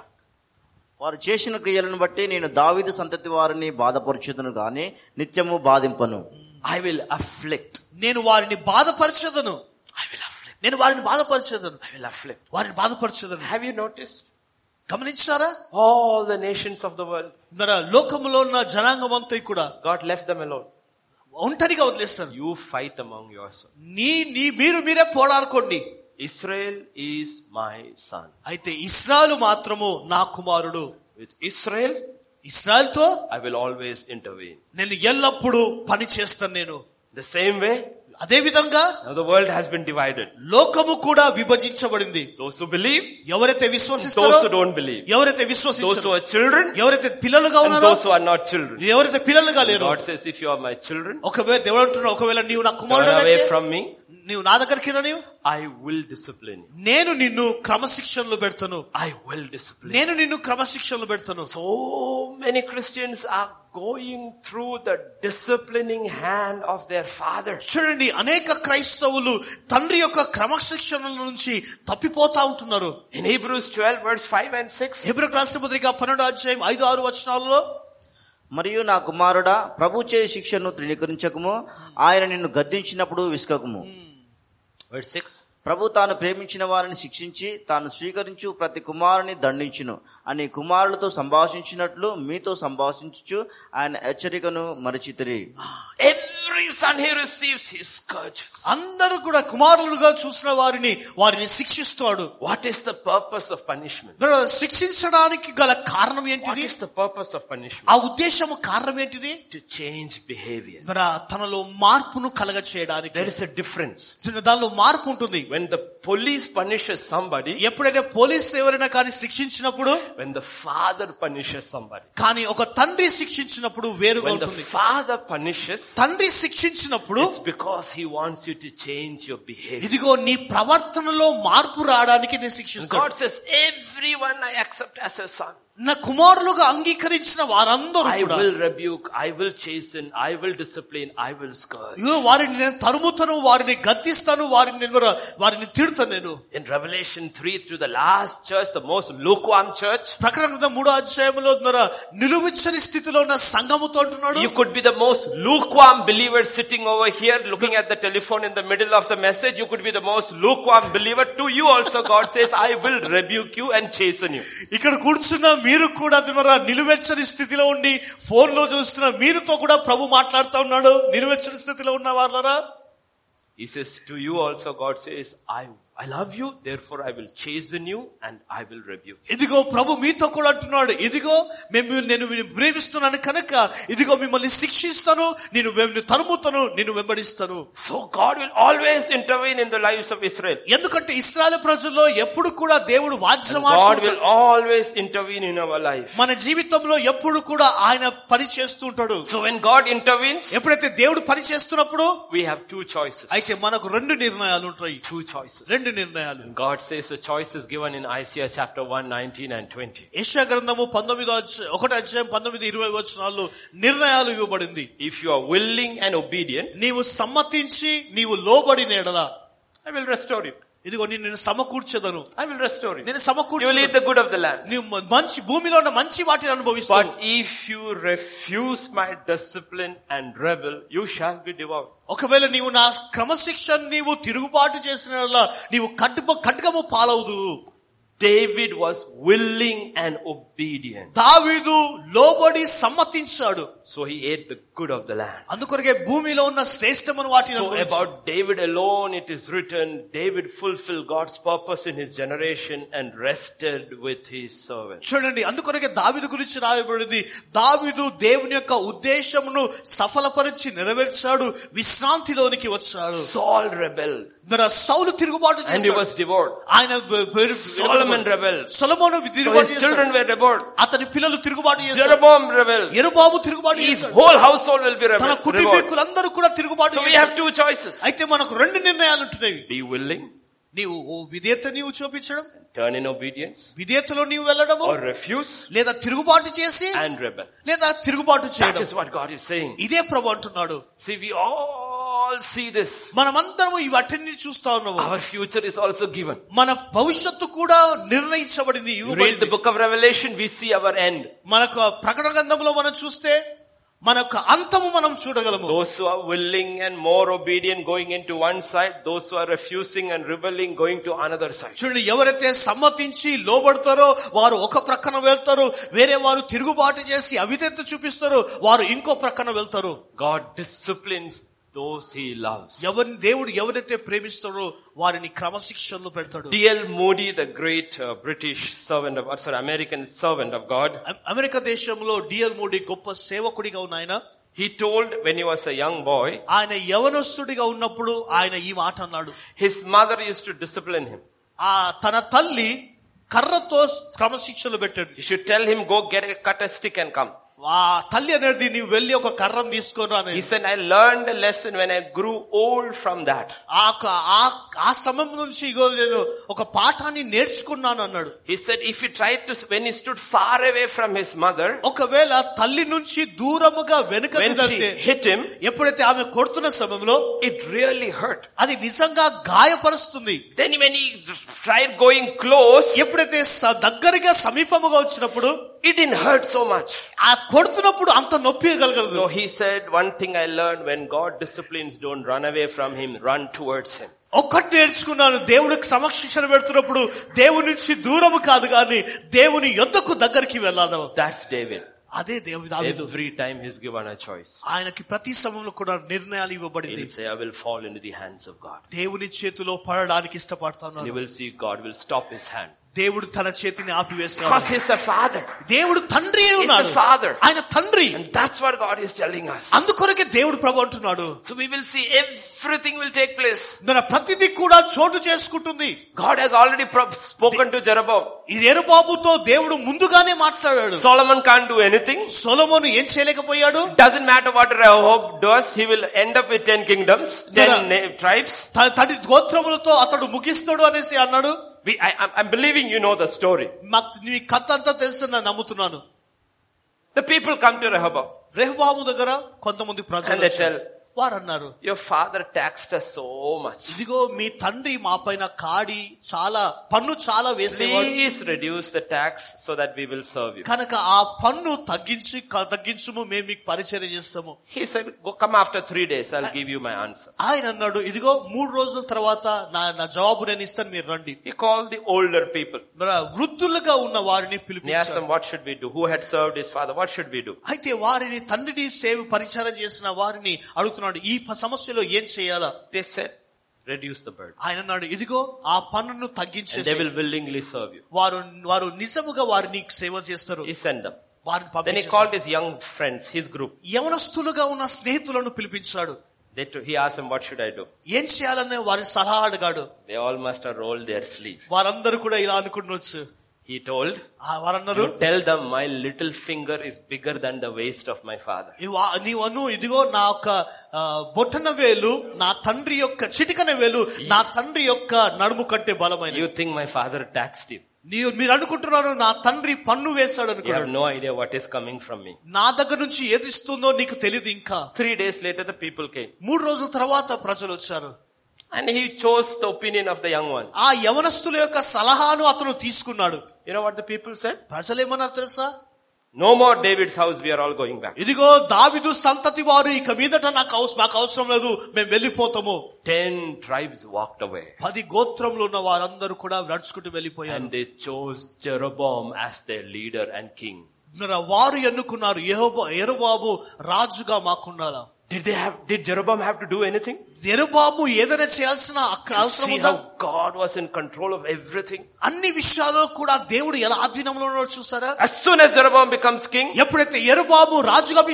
Speaker 3: వారు చేసిన క్రియలను బట్టి నేను దావీదు సంతతి వారిని బాధపరచుదును గాని నిత్యము బాధింపను
Speaker 1: I will afflict.
Speaker 2: నేను వారిని బాధపరచదను
Speaker 1: I will afflict.
Speaker 2: నేను వారిని బాధపరచదను
Speaker 1: I will afflict.
Speaker 2: వారిని బాధపరచదను
Speaker 1: Have you noticed?
Speaker 2: గమనించారా
Speaker 1: All the nations of the world,
Speaker 2: మన లోకములో ఉన్న జనాంగం అంతా కూడా
Speaker 1: God left them alone.
Speaker 2: ఒంటరిగా వదిలేస్తారు
Speaker 1: You fight among yourselves.
Speaker 2: నీ నీ మీరు మీరే పోరాడుకోండి
Speaker 1: Israel is my son.
Speaker 2: అయితే ఇస్రాయలు మాత్రము నా కుమారుడు
Speaker 1: With Israel,
Speaker 2: ఇస్రాయల్తో
Speaker 1: I will always intervene.
Speaker 2: నేను ఎల్లప్పుడూ పని చేస్తాను నేను
Speaker 1: The same way,
Speaker 2: అదే విధంగా
Speaker 1: now the world has been divided.
Speaker 2: లోకము కూడా విభజించబడింది
Speaker 1: Those who believe,
Speaker 2: ఎవరైతే
Speaker 1: those who
Speaker 2: విశ్వసిస్తారో
Speaker 1: don't believe.
Speaker 2: ఎవరైతే
Speaker 1: Those who
Speaker 2: విశ్వసించారో
Speaker 1: are children,
Speaker 2: ఎవరైతే పిల్లలుగా
Speaker 1: and
Speaker 2: ఉన్నారో
Speaker 1: those who are not children.
Speaker 2: ఎవరైతే పిల్లలుగా లేరు
Speaker 1: God says, if you are my children,
Speaker 2: ఒకవేళ దేవుడు అంటున్నాడు, ఒకవేళ నీవు నా
Speaker 1: turn away
Speaker 2: కుమారుడు
Speaker 1: from me,
Speaker 2: నీవు నా దగ్గరికి రా నీవు
Speaker 1: I will discipline you.
Speaker 2: నేను నిన్ను క్రమశిక్షణలో పెడతాను
Speaker 1: I will discipline you.
Speaker 2: నేను నిన్ను క్రమశిక్షణలో పెడతాను
Speaker 1: So many Christians are going through the disciplining hand of their father.
Speaker 2: చూడండి అనేక క్రైస్తవులు తండ్రి యొక్క క్రమశిక్షణ నుంచి తప్పిపోతా ఉంటున్నారు
Speaker 1: In Hebrews 12 verse 5 and 6,
Speaker 2: హెబ్రక్ రాష్ట్రపతిగా పన్నెండు అధ్యాయం ఐదు ఆరు వచనాలలో
Speaker 3: మరియు నా కుమారుడా ప్రభు చే శిక్షను తృణీకరించకము ఆయన నిన్ను గద్దించినప్పుడు విసుకకము
Speaker 1: verse 6,
Speaker 3: ప్రభు తాను ప్రేమించిన వారిని శిక్షించి తాను స్వీకరించు ప్రతి కుమారుని దండించును అని కుమారులతో సంభాషించినట్లు మీతో సంభాషించు ఆయన హెచ్చరికను మరచితిరి
Speaker 1: every son he receives, he scourges.
Speaker 2: అందరూ కూడా కుమారులుగా చూసిన వారిని వారిని శిక్షిస్తాడు
Speaker 1: What is the purpose of punishment?
Speaker 2: మరి శిక్షించడానికి గల కారణం
Speaker 1: What
Speaker 2: ఏంటిది
Speaker 1: is the purpose of punishment?
Speaker 2: ఆ ఉద్దేశము కారణం ఏంటిది
Speaker 1: To change behavior.
Speaker 2: మరి తనలో మార్పును కలగ చేయడానికి
Speaker 1: There is a difference.
Speaker 2: దానిలో మార్పు ఉంటుంది
Speaker 1: When the police punishes somebody,
Speaker 2: ఎప్పుడైతే పోలీస్ ఎవరైనా కానీ శిక్షించినప్పుడు
Speaker 1: when the father punishes somebody,
Speaker 2: కానీ ఒక తండ్రి శిక్షించినప్పుడు వేరుగా
Speaker 1: when the
Speaker 2: ఉంటుంది
Speaker 1: father punishes,
Speaker 2: తండ్రి శిక్షించినప్పుడు
Speaker 1: it's because he wants you to change your behavior.
Speaker 2: ఇదిగో నీ ప్రవర్తనలో మార్పు రావడానికి నేను
Speaker 1: And
Speaker 2: శిక్షిస్తాను
Speaker 1: God says, everyone I accept as a son.
Speaker 2: నా కుమారులుగా అంగీకరించిన వారందరూ
Speaker 1: I
Speaker 2: కూడా
Speaker 1: will rebuke, I will chasten, I will discipline, I will scourge.
Speaker 2: ఇదిగో వారిని నేను తరుముతాను వారిని గద్దిస్తాను వారిని నేను ర- వారిని తిడతాను నేను
Speaker 1: In Revelation 3, through the last church, the most lukewarm church,
Speaker 2: ప్రకటన గ్రంథం మూడో అధ్యాయంలో ఉన్నారా నిలువిచ్చని స్థితిలో ఉన్న సంఘముతో అంటున్నాడు
Speaker 1: you could be the most lukewarm believer sitting over here looking at the telephone in the middle of the message. You could be the most lukewarm believer. To you also God says, I will rebuke you and chasten you.
Speaker 2: ఇక్కడ కూర్చున్న మీరు కూడా దినరా నిలువెచ్చని స్థితిలో ఉండి phone లో చూస్తున్న మీరుతో కూడా ప్రభు మాట్లాడుతా ఉన్నాడు నిలువెచ్చని స్థితిలో ఉన్న వాళ్ళరా
Speaker 1: He says, to you also God says, I, I love you, therefore I will chasten you and I will rebuke you.
Speaker 2: ఇదిగో ప్రభు మీతో కూడా అంటున్నాడు ఇదిగో మేము నేను మిమ్మల్ని ప్రేమిస్తున్నాను కనుక ఇదిగో మిమ్మల్ని శిక్షిస్తాను నేను మిమ్మల్ని తరుముతాను నేను వెంబడిస్తాను
Speaker 1: So God will always intervene in the lives of Israel.
Speaker 2: ఎందుకంటే ఇస్రాయల్ ప్రజల్లో ఎప్పుడు కూడా దేవుడు
Speaker 1: And God
Speaker 2: వాజ్యమాడు
Speaker 1: will always intervene in our life.
Speaker 2: మన జీవితంలో ఎప్పుడు కూడా ఆయన పని చేస్తూ ఉంటాడు
Speaker 1: So when God intervenes,
Speaker 2: ఎప్పుడైతే దేవుడు పని చేస్తున్నప్పుడు
Speaker 1: we have two choices.
Speaker 2: అయితే మనకు రెండు నిర్ణయాలు ఉంటాయి
Speaker 1: Two choices.
Speaker 2: రెండు నిర్ణయాలు
Speaker 1: God says the choice is given in Isaiah chapter 1, 19 and 20.
Speaker 2: యెషయా గ్రంథము పంతొమ్మిదో అధ్యాయం ఒకటి అధ్యాయం పంతొమ్మిది ఇరవై వచనాల్లో నిర్ణయాలు ఇవ్వబడింది
Speaker 1: If you are willing and obedient,
Speaker 2: నీవు సమ్మతించి నీవు లోబడిన ఎడల
Speaker 1: I will restore you.
Speaker 2: ఇదిగో నిన్ను నేను సమకూర్చదను
Speaker 1: I will restore you. You will
Speaker 2: నేను
Speaker 1: eat
Speaker 2: సమకూర్చదు
Speaker 1: the good of the land.
Speaker 2: నీవు మ- మంచి భూమిలో ఉన్న మంచి వాటిని అనుభవిస్తావు
Speaker 1: But if you refuse my discipline and rebel, you shall be devoured.
Speaker 2: ఒకవేళ నీవు నా క్రమశిక్షణ నీవు తిరుగుబాటు చేసిన ఎడల నీవు కట్టు కట్గము పాలవుదు
Speaker 1: David was willing and obedient.
Speaker 2: దావీదు లోబడి సమ్మతించాడు
Speaker 1: So he ate the good of the land.
Speaker 2: అందుకొరకే భూమిలో ఉన్న శ్రేష్టమైన వాటిని
Speaker 1: So
Speaker 2: అనుభవించాడు.
Speaker 1: about David alone it is written, David fulfilled God's purpose in his generation and rested with his servant.
Speaker 2: చూడండి అందుకొరకే దావిదు గురించి రాయబడింది దావిదు దేవుని యొక్క ఉద్దేశమును సఫలపరిచి నెరవేర్చాడు విశ్రాంతిలోనికి వచ్చాడు
Speaker 1: Saul rebelled
Speaker 2: మరి ఆ సౌలు తిరుగుబాటు
Speaker 1: and he
Speaker 2: చేశాడు
Speaker 1: was devoured.
Speaker 2: ఆయన
Speaker 1: Solomon rebelled.
Speaker 2: సొలమోను
Speaker 1: So
Speaker 2: తిరుగుబాటు
Speaker 1: his
Speaker 2: చేశాడు
Speaker 1: children were devoured.
Speaker 2: అతని పిల్లలు తిరుగుబాటు చేశారు
Speaker 1: Jeroboam rebelled.
Speaker 2: ఎరుబాబు తిరుగుబాటు
Speaker 1: His
Speaker 2: చేశాడు
Speaker 1: whole household will be
Speaker 2: తన
Speaker 1: rebelled. revolted.
Speaker 2: కుటుంబీకులందరూ కూడా తిరుగుబాటు
Speaker 1: So we
Speaker 2: చేశారు
Speaker 1: have two choices.
Speaker 2: అయితే మనకు రెండు నిర్ణయాలు ఉంటున్నాయి
Speaker 1: Be willing,
Speaker 2: నీవు ఓ విధేయత నీవు చూపించడం
Speaker 1: turn in obedience,
Speaker 2: విధేయతలో నీవు వెళ్ళడము
Speaker 1: or refuse
Speaker 2: లేదా తిరుగుబాటు చేసి
Speaker 1: and rebel.
Speaker 2: లేదా తిరుగుబాటు
Speaker 1: That
Speaker 2: చేయడం
Speaker 1: is what God is saying.
Speaker 2: ఇదే ప్రభు అంటున్నాడు
Speaker 1: See, we all see this.
Speaker 2: మనమందరం ఈ వాటిని చూస్తా ఉన్నాము
Speaker 1: Our future is also given.
Speaker 2: మన భవిష్యత్తు కూడా నిర్ణయించబడింది
Speaker 1: You Oh. read the
Speaker 2: ఇవ్వబడింది
Speaker 1: book of Revelation, we see our end.
Speaker 2: మనకు ఆ ప్రకటన గ్రంథంలో మనం చూస్తే మన యొక్క అంతము మనం చూడగలము
Speaker 1: Those who are willing and more obedient going into one side, those who are refusing and rebelling going to another side.
Speaker 2: చూడండి ఎవరైతే సమ్మతించి లోబడతారో వారు ఒక ప్రక్కన వెళ్తారు వేరే వారు తిరుగుబాటు చేసి అవిధేత చూపిస్తారు వారు ఇంకో ప్రక్కన వెళ్తారు
Speaker 1: God disciplines those he loves.
Speaker 2: ఎవరిని దేవుడు ఎవరైతే ప్రేమిస్తాడో వారిని క్రమశిక్షణలో పెడతాడు
Speaker 1: D.L. Moody, the great uh, British servant of, or sorry, American servant of God,
Speaker 2: అమె- అమెరికా దేశంలో డిఎల్ మోడీ గొప్ప సేవకుడిగా ఉన్న ఆయన
Speaker 1: he told when he was a young boy,
Speaker 2: ఆయన యవనస్తుడిగా ఉన్నప్పుడు ఆయన ఈ మాట అన్నాడు
Speaker 1: his mother used to discipline him.
Speaker 2: ఆ తన తల్లి కర్రతో క్రమశిక్షణలు పెట్టాడు
Speaker 1: He should tell him, go get a cutter stick and come.
Speaker 2: ఆ తల్లి అనేది నీవు వెళ్ళి ఒక కర్రం తీసుకొని రా
Speaker 1: He
Speaker 2: అనేది.
Speaker 1: said, I learned a lesson when I grew old from that.
Speaker 2: ఆ క- ఆ- ఆ సమయం నుంచి ఇగో నేను ఒక పాఠాన్ని నేర్చుకున్నాను అన్నాడు
Speaker 1: He said, if he tried to, when he stood far away from his mother,
Speaker 2: ఒకవేళ తల్లి నుంచి దూరముగా వెనుక
Speaker 1: when she
Speaker 2: తిరిగితే,
Speaker 1: hit him,
Speaker 2: ఎప్పుడైతే ఆమె కొడుతున్న సమయంలో
Speaker 1: it really hurt.
Speaker 2: అది నిజంగా గాయపరుస్తుంది
Speaker 1: Then when he tried going close,
Speaker 2: ఎప్పుడైతే స- దగ్గరగా సమీపముగా వచ్చినప్పుడు
Speaker 1: it didn't hurt so much.
Speaker 2: ఆ కొడుతున్నప్పుడు అంత నొప్పి కలగదు
Speaker 1: So he said, one thing I learned, when God disciplines, don't run away from him, run towards him.
Speaker 2: ఒక్కటి నేర్చుకున్నాను దేవుడికి సమక్షిక్షణ పెడుతున్నప్పుడు దేవుని నుంచి దూరము కాదు కానీ దేవుని యొద్దకు దగ్గరికి వెళ్ళాను
Speaker 1: That's David.
Speaker 2: అదే దేవుని దావీదు.
Speaker 1: Every time he's given a choice,
Speaker 2: ఆయనకి ప్రతి సమయంలో కూడా నిర్ణయాలు ఇవ్వబడింది
Speaker 1: he'll say, I will fall into the hands of God.
Speaker 2: దేవుని చేతిలో పడడానికి
Speaker 1: And he
Speaker 2: ఇష్టపడుతున్నాను
Speaker 1: will see God will stop his hand.
Speaker 2: దేవుడు తన చేతిని ఆపివేస్తాడు
Speaker 1: Because he's a father.
Speaker 2: దేవుడు తండ్రి అయి
Speaker 1: He's
Speaker 2: ఉన్నాడు
Speaker 1: a father.
Speaker 2: ఆయన తండ్రి
Speaker 1: And that's what God is telling us.
Speaker 2: అందుకొరకే దేవుడు ప్రభు అంటున్నాడు
Speaker 1: So we will see everything will take place.
Speaker 2: మన ప్రతిదీ కూడా చోటు చేసుకుంటుంది
Speaker 1: God has already pro- spoken to Jeroboam.
Speaker 2: ఈ బాబుతో దేవుడు ముందుగానే మాట్లాడాడు
Speaker 1: Solomon can't do anything.
Speaker 2: Solomon ఏం చేయలేకపోయాడు
Speaker 1: Doesn't matter what Rehoboam does, he will end up with ten kingdoms, ten na- tribes.
Speaker 2: త- తడి గోత్రములతో అతడు ముగిస్తాడు అనేసి అన్నాడు
Speaker 1: We, I, I'm- I'm believing you know the story.
Speaker 2: మాకు నీ కథ అంతా తెలుసు నేను నమ్ముతున్నాను
Speaker 1: The people come to Rehoboam
Speaker 2: రెహబాము దగ్గర కొంతమంది
Speaker 1: And they
Speaker 2: ప్రజలు
Speaker 1: tell-
Speaker 2: వారు అన్నారు
Speaker 1: Your father taxed us so much.
Speaker 2: ఇదిగో మీ తండ్రి మా పైన కాడి చాలా పన్ను చాలా వేసేవాడు
Speaker 1: Please reduce the tax so that we will serve you.
Speaker 2: కనుక ఆ పన్ను తగ్గించి క- తగ్గించుము మేము మీకు పరిచయం చేస్తాము
Speaker 1: He said, Go, come after three days, I'll give you my answer.
Speaker 2: ఆయన అన్నాడు ఇదిగో మూడు రోజుల తర్వాత నా నా జవాబు నేను ఇస్తాను మీరు రండి
Speaker 1: He called the older people.
Speaker 2: మరి ఆ వృద్ధులుగా ఉన్న వారిని
Speaker 1: And he asked
Speaker 2: పిలిపించారు
Speaker 1: them, what should we do? Who had served his father? What should we do?
Speaker 2: అయితే వారిని తండ్రిని సేవ పరిచారం చేసిన వారిని అడుగుతున్నాడు ఈ ప- సమస్యలో ఏం చేయాలా
Speaker 1: They said, reduce the burden.
Speaker 2: ఆయన అన్నాడు ఇదిగో ఆ
Speaker 1: And
Speaker 2: పన్నును
Speaker 1: they
Speaker 2: తగ్గించే
Speaker 1: will willingly serve you.
Speaker 2: వారు వారు నిజముగా వారిని సేవ చేస్తారు
Speaker 1: He sent them.
Speaker 2: వారిని
Speaker 1: Then he
Speaker 2: పంపించారు
Speaker 1: called his young friends, his group.
Speaker 2: యవనస్తులుగా ఉన్న స్నేహితులను పిలిపించాడు
Speaker 1: They took, he asked them, what should I do?
Speaker 2: ఏం చేయాలనే వారి సలహా అడిగాడు
Speaker 1: They all must have rolled their sleeve.
Speaker 2: వారందరూ కూడా ఇలా అనుకుండొచ్చు
Speaker 1: He told,
Speaker 2: ఆ వారన్నారు
Speaker 1: you tell them my little finger is bigger than the waist of my father.
Speaker 2: "ఇవా- నీవను ఇదిగో నా యొక్క ఆ, బొటన వేలు నా తండ్రి యొక్క చిటికన వేలు నా తండ్రి యొక్క నడుము కంటే బలమైన
Speaker 1: You think my father taxed you.
Speaker 2: నీవు మీరు అనుకుంటున్నారు నా తండ్రి పన్ను వేశాడు
Speaker 1: You have
Speaker 2: అనుకున్నాడు
Speaker 1: no idea what is coming from me.
Speaker 2: నా దగ్గర నుంచి ఏది ఇస్తుందో నీకు తెలియదు ఇంకా
Speaker 1: Three days later the people came.
Speaker 2: మూడు రోజుల తర్వాత ప్రజలు వచ్చారు
Speaker 1: And he chose the opinion of the young ones.
Speaker 2: ఆ యవనస్తుల యొక్క సలహాను అతను తీసుకున్నాడు
Speaker 1: You know what the people said?
Speaker 2: ప్రజలేమన్నారు తెలుసా
Speaker 1: No more David's house, we are all going back.
Speaker 2: ఇదిగో దావిదు సంతతి వారు ఇక మీదట నాకు అవస- మాకు అవసరం లేదు మేము వెళ్ళిపోతాము
Speaker 1: Ten tribes walked away.
Speaker 2: పది గోత్రంలో ఉన్న వారందరూ కూడా నడుచుకుంటూ వెళ్ళిపోయారు
Speaker 1: And they chose Jeroboam as their leader and king.
Speaker 2: మరి వారు ఎన్నుకున్నారు యెహోబా- యెరబాబు రాజుగా మాకుండాలా
Speaker 1: Did they have, did Jeroboam have to do anything?
Speaker 2: Erababu ఏదైనా చేయాల్సిన అక్క- అవసరం
Speaker 1: See
Speaker 2: ఉందా
Speaker 1: how God was in control of everything.
Speaker 2: అన్ని విషయాల్లో కూడా దేవుడు ఎలా ఆధీనంలో ఉన్నాడు చూసారా
Speaker 1: As soon as Jeroboam becomes king,
Speaker 2: ఎప్పుడైతే ఎరుబాబు
Speaker 1: Rehoboam
Speaker 2: రాజుగా
Speaker 1: calls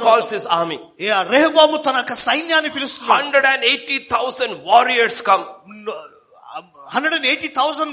Speaker 2: అభిషేకించబడుతున్నాడో,
Speaker 1: his army.
Speaker 2: ఏ రెహబాము తన యొక్క సైన్యాన్ని పిలుస్తున్నాడు
Speaker 1: 180,000 warriors come.
Speaker 2: Hundred and eighty thousand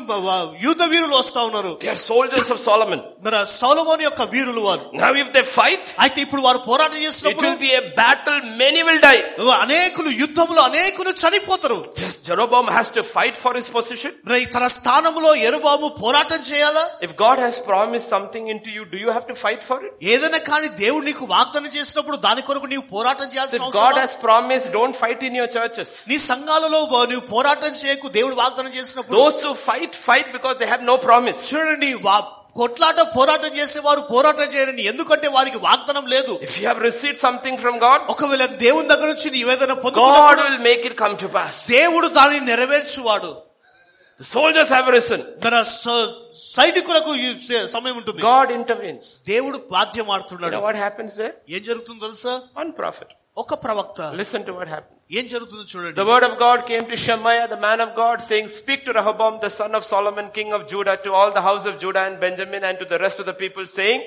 Speaker 2: యూత వీరులు వస్తా ఉన్నారు
Speaker 1: They are soldiers of Solomon.
Speaker 2: మరి సౌలమోని యొక్క వీరులు వారు
Speaker 1: Now if they fight,
Speaker 2: అయితే ఇప్పుడు వారు పోరాటం
Speaker 1: it
Speaker 2: చేసినప్పుడు
Speaker 1: will be a battle, many will die.
Speaker 2: అనేకులు యుద్ధంలో అనేకులు చనిపోతారు
Speaker 1: Just Jeroboam has to fight for his position.
Speaker 2: మరి తన స్థానంలో ఎరుబాబు పోరాటం చేయాలా
Speaker 1: If God has promised something into you, do you have to fight for it?
Speaker 2: ఏదైనా కానీ దేవుడు నీకు వాగ్దానం చేసినప్పుడు దాని కొరకు నీవు పోరాటం చేయాల్సిన
Speaker 1: If
Speaker 2: అవసరం
Speaker 1: God
Speaker 2: ఉందా?
Speaker 1: has promised, don't fight in your churches.
Speaker 2: నీ సంఘాలలో వా- నీవు పోరాటం చేయకు దేవుడు వాగ్దానం చేసినప్పుడు
Speaker 1: Those who fight, fight because they have no promise.
Speaker 2: చూడండి వా- కొట్లాట పోరాటం చేసేవారు పోరాటం చేయరని ఎందుకంటే వారికి వాగ్దానం లేదు
Speaker 1: If you have received something from God,
Speaker 2: ఒకవేళ దేవుని దగ్గర నుంచి నీవేదైనా
Speaker 1: God
Speaker 2: పొందుకున్నప్పుడు
Speaker 1: will make it come to pass.
Speaker 2: దేవుడు దానిని నెరవేర్చువాడు
Speaker 1: The soldiers have risen.
Speaker 2: తన స- సైనికులకు ఈ స- సమయం ఉంటుంది
Speaker 1: God intervenes.
Speaker 2: దేవుడు బాధ్యం
Speaker 1: You know
Speaker 2: ఆడుతున్నాడు
Speaker 1: what happens there?
Speaker 2: ఏం జరుగుతుందో తెలుసా
Speaker 1: One prophet.
Speaker 2: ఒక ప్రవక్త
Speaker 1: Listen to what happened.
Speaker 2: ఏం జరుగుతుందో చూడండి
Speaker 1: The word of God came to Shemaiah, the man of God, saying, Speak to Rehoboam, the son of Solomon, king of Judah, to all the house of Judah and Benjamin, and to the rest of the people, saying,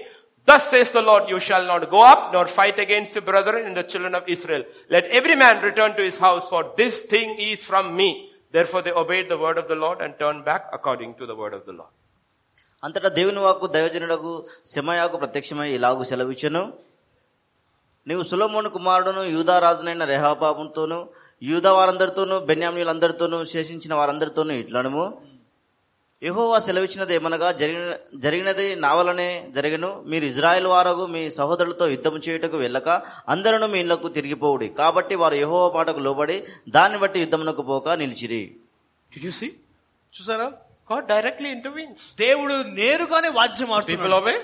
Speaker 1: Thus says the Lord, you shall not go up, nor fight against your brethren and the children of Israel. Let every man return to his house, for this thing is from me. Therefore they obeyed the word of the Lord and turned back according to the word of the Lord.
Speaker 3: అంతటా దేవుని వాక్కు దైవజనుడకు శమయాకు ప్రత్యక్షమై ఇలాగు సెలవిచ్చును నీవు సులోమోను కుమారుడును యూదారాజునైన రెహాపాపుతోను యూదా వారందరితోనూ బెన్యామీలందరితోనూ శేషించిన వారందరితోనూ ఇట్లనము యెహోవా సెలవిచ్చినది ఏమనగా జరిగిన జరిగినది నావలనే జరగను మీరు ఇజ్రాయెల్ వారగు మీ సహోదరులతో యుద్ధము చేయుటకు వెళ్ళక అందరూ మీ ఇళ్లకు తిరిగిపోవుడి కాబట్టి వారు యెహోవా పాటకు లోబడి దాన్ని బట్టి యుద్ధమునకు పోక నిలిచిరి
Speaker 1: Did you see?
Speaker 2: చూసారా
Speaker 1: God directly intervenes.
Speaker 2: దేవుడు నేరుగానే వాద్యం
Speaker 1: People
Speaker 2: ఆడుతున్నాడు
Speaker 1: obey.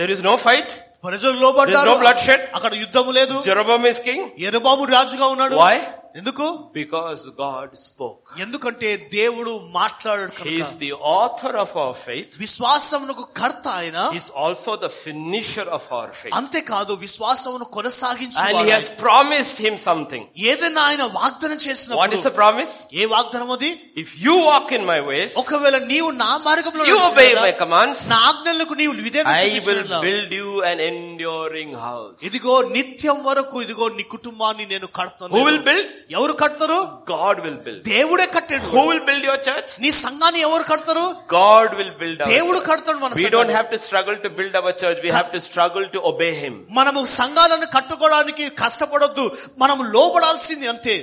Speaker 1: There is no fight.
Speaker 2: ప్రజలు లోబడ్డారు
Speaker 1: There's no bloodshed.
Speaker 2: అక్కడ యుద్ధము లేదు
Speaker 1: Jeroboam is king.
Speaker 2: ఎరబాబు రాజుగా ఉన్నాడు
Speaker 1: Why?
Speaker 2: ఎందుకు
Speaker 1: Because God spoke.
Speaker 2: ఎందుకంటే దేవుడు మాట్లాడాడు
Speaker 1: He is
Speaker 2: కనుక.
Speaker 1: the author of our faith.
Speaker 2: విశ్వాసమునకు కర్త ఆయన
Speaker 1: He's also the finisher of our faith.
Speaker 2: అంతేకాదు విశ్వాసమును
Speaker 1: And he
Speaker 2: కొనసాగించు
Speaker 1: has promised him something.
Speaker 2: ఏదైనా ఆయన వాగ్దానం
Speaker 1: What is the
Speaker 2: చేసిన
Speaker 1: promise?
Speaker 2: ఏ వాగ్దానం అది
Speaker 1: If you walk in my ways,
Speaker 2: ఒకవేళ నీవు నా మార్గంలో
Speaker 1: you obey my
Speaker 2: నడిచినట్లయితే,
Speaker 1: commands,
Speaker 2: నా ఆజ్ఞలకు నీవు విధేయత
Speaker 1: I will
Speaker 2: చూపించినట్లయితే,
Speaker 1: build you an enduring house.
Speaker 2: ఇదిగో నిత్యం వరకు ఇదిగో నీ కుటుంబాన్ని నేను కడతాను
Speaker 1: Who will build?
Speaker 2: ఎవరు కడతారు
Speaker 1: God will build.
Speaker 2: దేవుడే కట్టాడు
Speaker 1: Who will build your church?
Speaker 2: నీ సంఘాన్ని ఎవరు కడతారు
Speaker 1: God will build our
Speaker 2: దేవుడు
Speaker 1: church.
Speaker 2: కడతాడు మన
Speaker 1: We don't
Speaker 2: సంఘాన్ని.
Speaker 1: have to struggle to build our church. We have to struggle to obey him.
Speaker 2: మనము సంఘాలను కట్టుకోవడానికి కష్టపడొద్దు మనం లోబడాల్సింది అంతే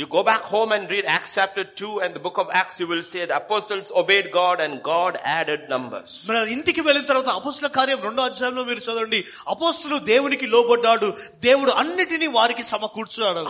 Speaker 1: You go back home and read Acts chapter 2 and the book of Acts, you will say the apostles obeyed God and God added numbers.
Speaker 2: మన ఇంటికి వెళ్ళిన తర్వాత అపోస్తుల కార్యం రెండో అధ్యాయంలో మీరు చదవండి అపోస్తులు దేవునికి లోబడ్డాడు దేవుడు అన్నిటినీ వారికి సమకూర్చున్నాడు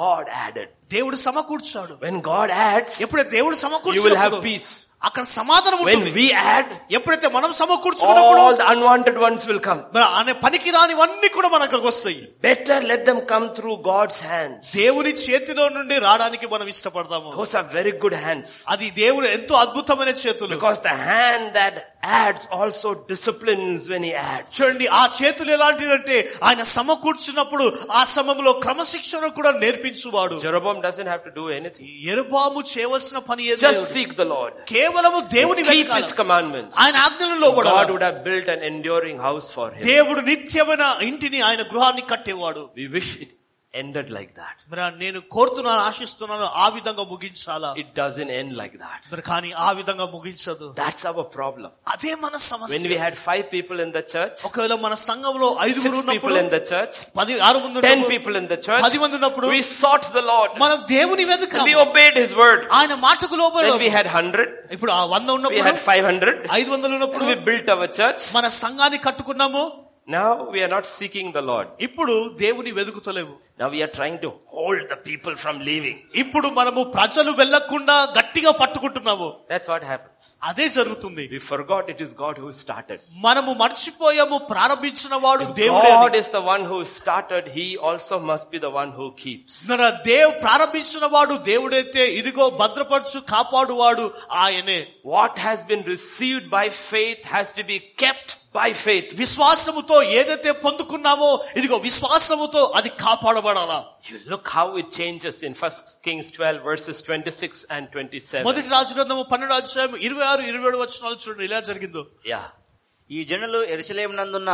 Speaker 1: God added.
Speaker 2: దేవుడు సమకూర్చాడు
Speaker 1: When God adds,
Speaker 2: ఎప్పుడైతే దేవుడు
Speaker 1: you will have
Speaker 2: సమకూర్చున్నప్పుడు
Speaker 1: peace.
Speaker 2: అక్కడ సమాధానం
Speaker 1: When
Speaker 2: ఉంటుంది
Speaker 1: we add,
Speaker 2: ఎప్పుడైతే మనం సమకూర్చుకున్నప్పుడు
Speaker 1: all the unwanted ones will come.
Speaker 2: మరి అనే పనికి రానివన్నీ కూడా మన అక్కడికి వస్తాయి
Speaker 1: Better let them come through God's hands.
Speaker 2: దేవుని చేతిలో నుండి రావడానికి మనం ఇష్టపడతాము
Speaker 1: Those are very good hands.
Speaker 2: అది దేవుడు ఎంతో అద్భుతమైన చేతులు
Speaker 1: Because the hand that adds also disciplines when he adds.
Speaker 2: చూడండి ఆ చేతులు ఎలాంటిదంటే ఆయన సమకూర్చున్నప్పుడు ఆ సమయంలో క్రమశిక్షణ కూడా నేర్పించువాడు
Speaker 1: Jeroboam doesn't have to do anything.
Speaker 2: ఎరుబాము చేయవలసిన పని ఏది
Speaker 1: Just
Speaker 2: లేదు.
Speaker 1: seek the Lord.
Speaker 2: కేవలము దేవుని
Speaker 1: Keep
Speaker 2: వెతకాలి.
Speaker 1: his commandments.
Speaker 2: ఆయన ఆజ్ఞలలో
Speaker 1: God would have built an enduring house for him.
Speaker 2: దేవుడు నిత్యమైన ఇంటిని ఆయన గృహాన్ని కట్టేవాడు
Speaker 1: We wish it ended like that.
Speaker 2: మరి నేను కోరుతున్నాను ఆశిస్తున్నాను ఆ విధంగా ముగించాలా
Speaker 1: It doesn't end like that.
Speaker 2: మరి కానీ ఆ విధంగా ముగించదు
Speaker 1: That's our problem.
Speaker 2: అదే మన
Speaker 1: When we
Speaker 2: సమస్య
Speaker 1: had five people in the church,
Speaker 2: ఒకవేళ మన సంఘంలో ఐదుగురు
Speaker 1: six people
Speaker 2: ఉన్నప్పుడు
Speaker 1: in the church,
Speaker 2: పది ఆరు మంది
Speaker 1: ten
Speaker 2: ఉన్నప్పుడు,
Speaker 1: people in the church,
Speaker 2: పది మంది ఉన్నప్పుడు
Speaker 1: we sought the Lord.
Speaker 2: మనం దేవుని
Speaker 1: We
Speaker 2: వెతకాము
Speaker 1: obeyed His word.
Speaker 2: ఆయన మాటకు
Speaker 1: Then we
Speaker 2: లోబడి
Speaker 1: had hundred,
Speaker 2: ఇప్పుడు ఆ వంద
Speaker 1: we
Speaker 2: ఉన్నప్పుడు
Speaker 1: had five hundred.
Speaker 2: ఐదు వందలు ఉన్నప్పుడు
Speaker 1: We built our church.
Speaker 2: మన సంఘాన్ని కట్టుకున్నాము
Speaker 1: Now we are not seeking the Lord.
Speaker 2: ఇప్పుడు దేవుని వెతుకుతలేము
Speaker 1: Now we are trying to hold the people from leaving.
Speaker 2: ఇప్పుడు మనము ప్రజలు వెళ్ళకుండా గట్టిగా పట్టుకుంటున్నాము
Speaker 1: That's what happens.
Speaker 2: అదే జరుగుతుంది
Speaker 1: We forgot it is God who started.
Speaker 2: మనము మర్చిపోయాము ప్రారంభించిన వాడు దేవుడే అని.
Speaker 1: God is the one who started. He also must be the one who keeps.
Speaker 2: మన దేవు ప్రారంభించిన వాడు దేవుడైతే ఇదిగో భద్రపరచు కాపాడువాడు ఆయనే
Speaker 1: What has been received by faith has to be kept by faith.
Speaker 2: విశ్వాసముతో ఏదైతే పొందుకున్నామో ఇదిగో విశ్వాసముతో అది కాపాడబడాలా
Speaker 1: You look how it changes in 1 Kings 12 verses 26 and 27.
Speaker 2: మొదటి రాజు గ్రంథము పన్నెండు అధ్యాయం ఇరవై ఆరు ఇరవై ఏడు వచనాలు చూడండి ఇలా జరిగిందో
Speaker 1: Yeah.
Speaker 3: ఈ జనులు ఎరుసలేమునందున్న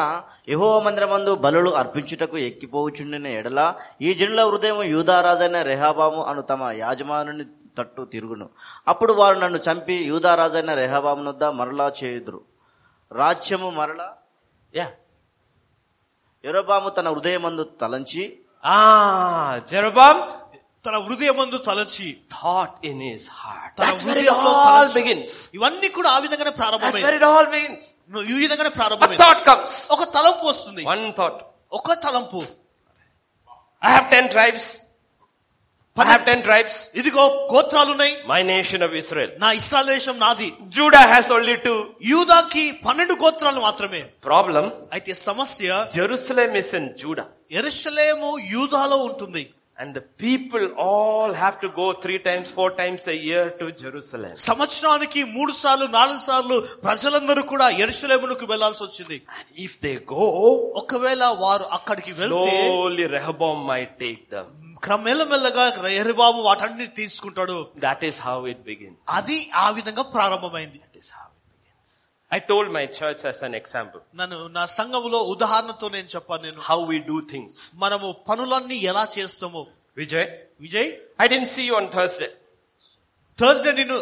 Speaker 3: యెహోవా మందిరమందు బలులు అర్పించుటకు ఎక్కిపోవుచుండిన ఎడల ఈ జనుల హృదయం యూదారాజైన రెహాబాము అను తమ యాజమానుని తట్టు తిరుగును అప్పుడు వారు నన్ను చంపి యూదారాజైన రెహాబాము నొద్ద మరలా చేయుదురు రాజ్యము మరలా
Speaker 1: Yeah.
Speaker 3: ఎరోబాము తన హృదయమందు తలంచి
Speaker 1: Ah, Jeroboam
Speaker 2: తన హృదయమందు తలచి
Speaker 1: thought in his heart.
Speaker 2: తన
Speaker 1: That's where it
Speaker 2: హృదయంలో
Speaker 1: all
Speaker 2: తలంచి-
Speaker 1: begins.
Speaker 2: ఇవన్నీ కూడా ఆ విధంగానే
Speaker 1: That's
Speaker 2: ప్రారంభమైంది
Speaker 1: where it all begins.
Speaker 2: నువ్వు ఈ విధంగానే
Speaker 1: A
Speaker 2: ప్రారంభమైంది
Speaker 1: thought comes.
Speaker 2: ఒక తలంపు వస్తుంది
Speaker 1: One thought.
Speaker 2: ఒక తలంపు
Speaker 1: I have ten tribes. I have ten tribes.
Speaker 2: ఇదిగో గోత్రాలు ఉన్నాయి
Speaker 1: My nation of Israel.
Speaker 2: నా ఇస్రాయల్ దేశం నాది
Speaker 1: Judah has only two.
Speaker 2: యూదాకి పన్నెండు గోత్రాలు మాత్రమే
Speaker 1: Problem.
Speaker 2: అయితే సమస్య
Speaker 1: Jerusalem is in Judah.
Speaker 2: ఎరుషలేము యూదాలో ఉంటుంది
Speaker 1: And the people all have to go three times, four times a year to Jerusalem.
Speaker 2: సంవత్సరానికి మూడు సార్లు నాలుగు సార్లు ప్రజలందరూ కూడా ఎరుసలేమునకు వెళ్లాల్సి వచ్చింది
Speaker 1: If they go,
Speaker 2: ఒకవేళ వారు అక్కడికి వెళ్తే
Speaker 1: slowly Rehoboam might take them.
Speaker 2: క్రమేళమెల్లగా Erababu వాటన్ని తీసుకుంటాడు
Speaker 1: That is how it begins.
Speaker 2: అది ఆ విధంగా ప్రారంభమైంది
Speaker 1: That is how it begins. I told my church as an example
Speaker 2: నన్ను నా సంఘములో ఉదాహరణతో నేను చెప్పాను నేను
Speaker 1: how we do things.
Speaker 2: మనము పనులన్నీ ఎలా చేస్తాము
Speaker 1: Vijay,
Speaker 2: Vijay
Speaker 1: I didn't see you on Thursday.
Speaker 2: Thursday నిన్ను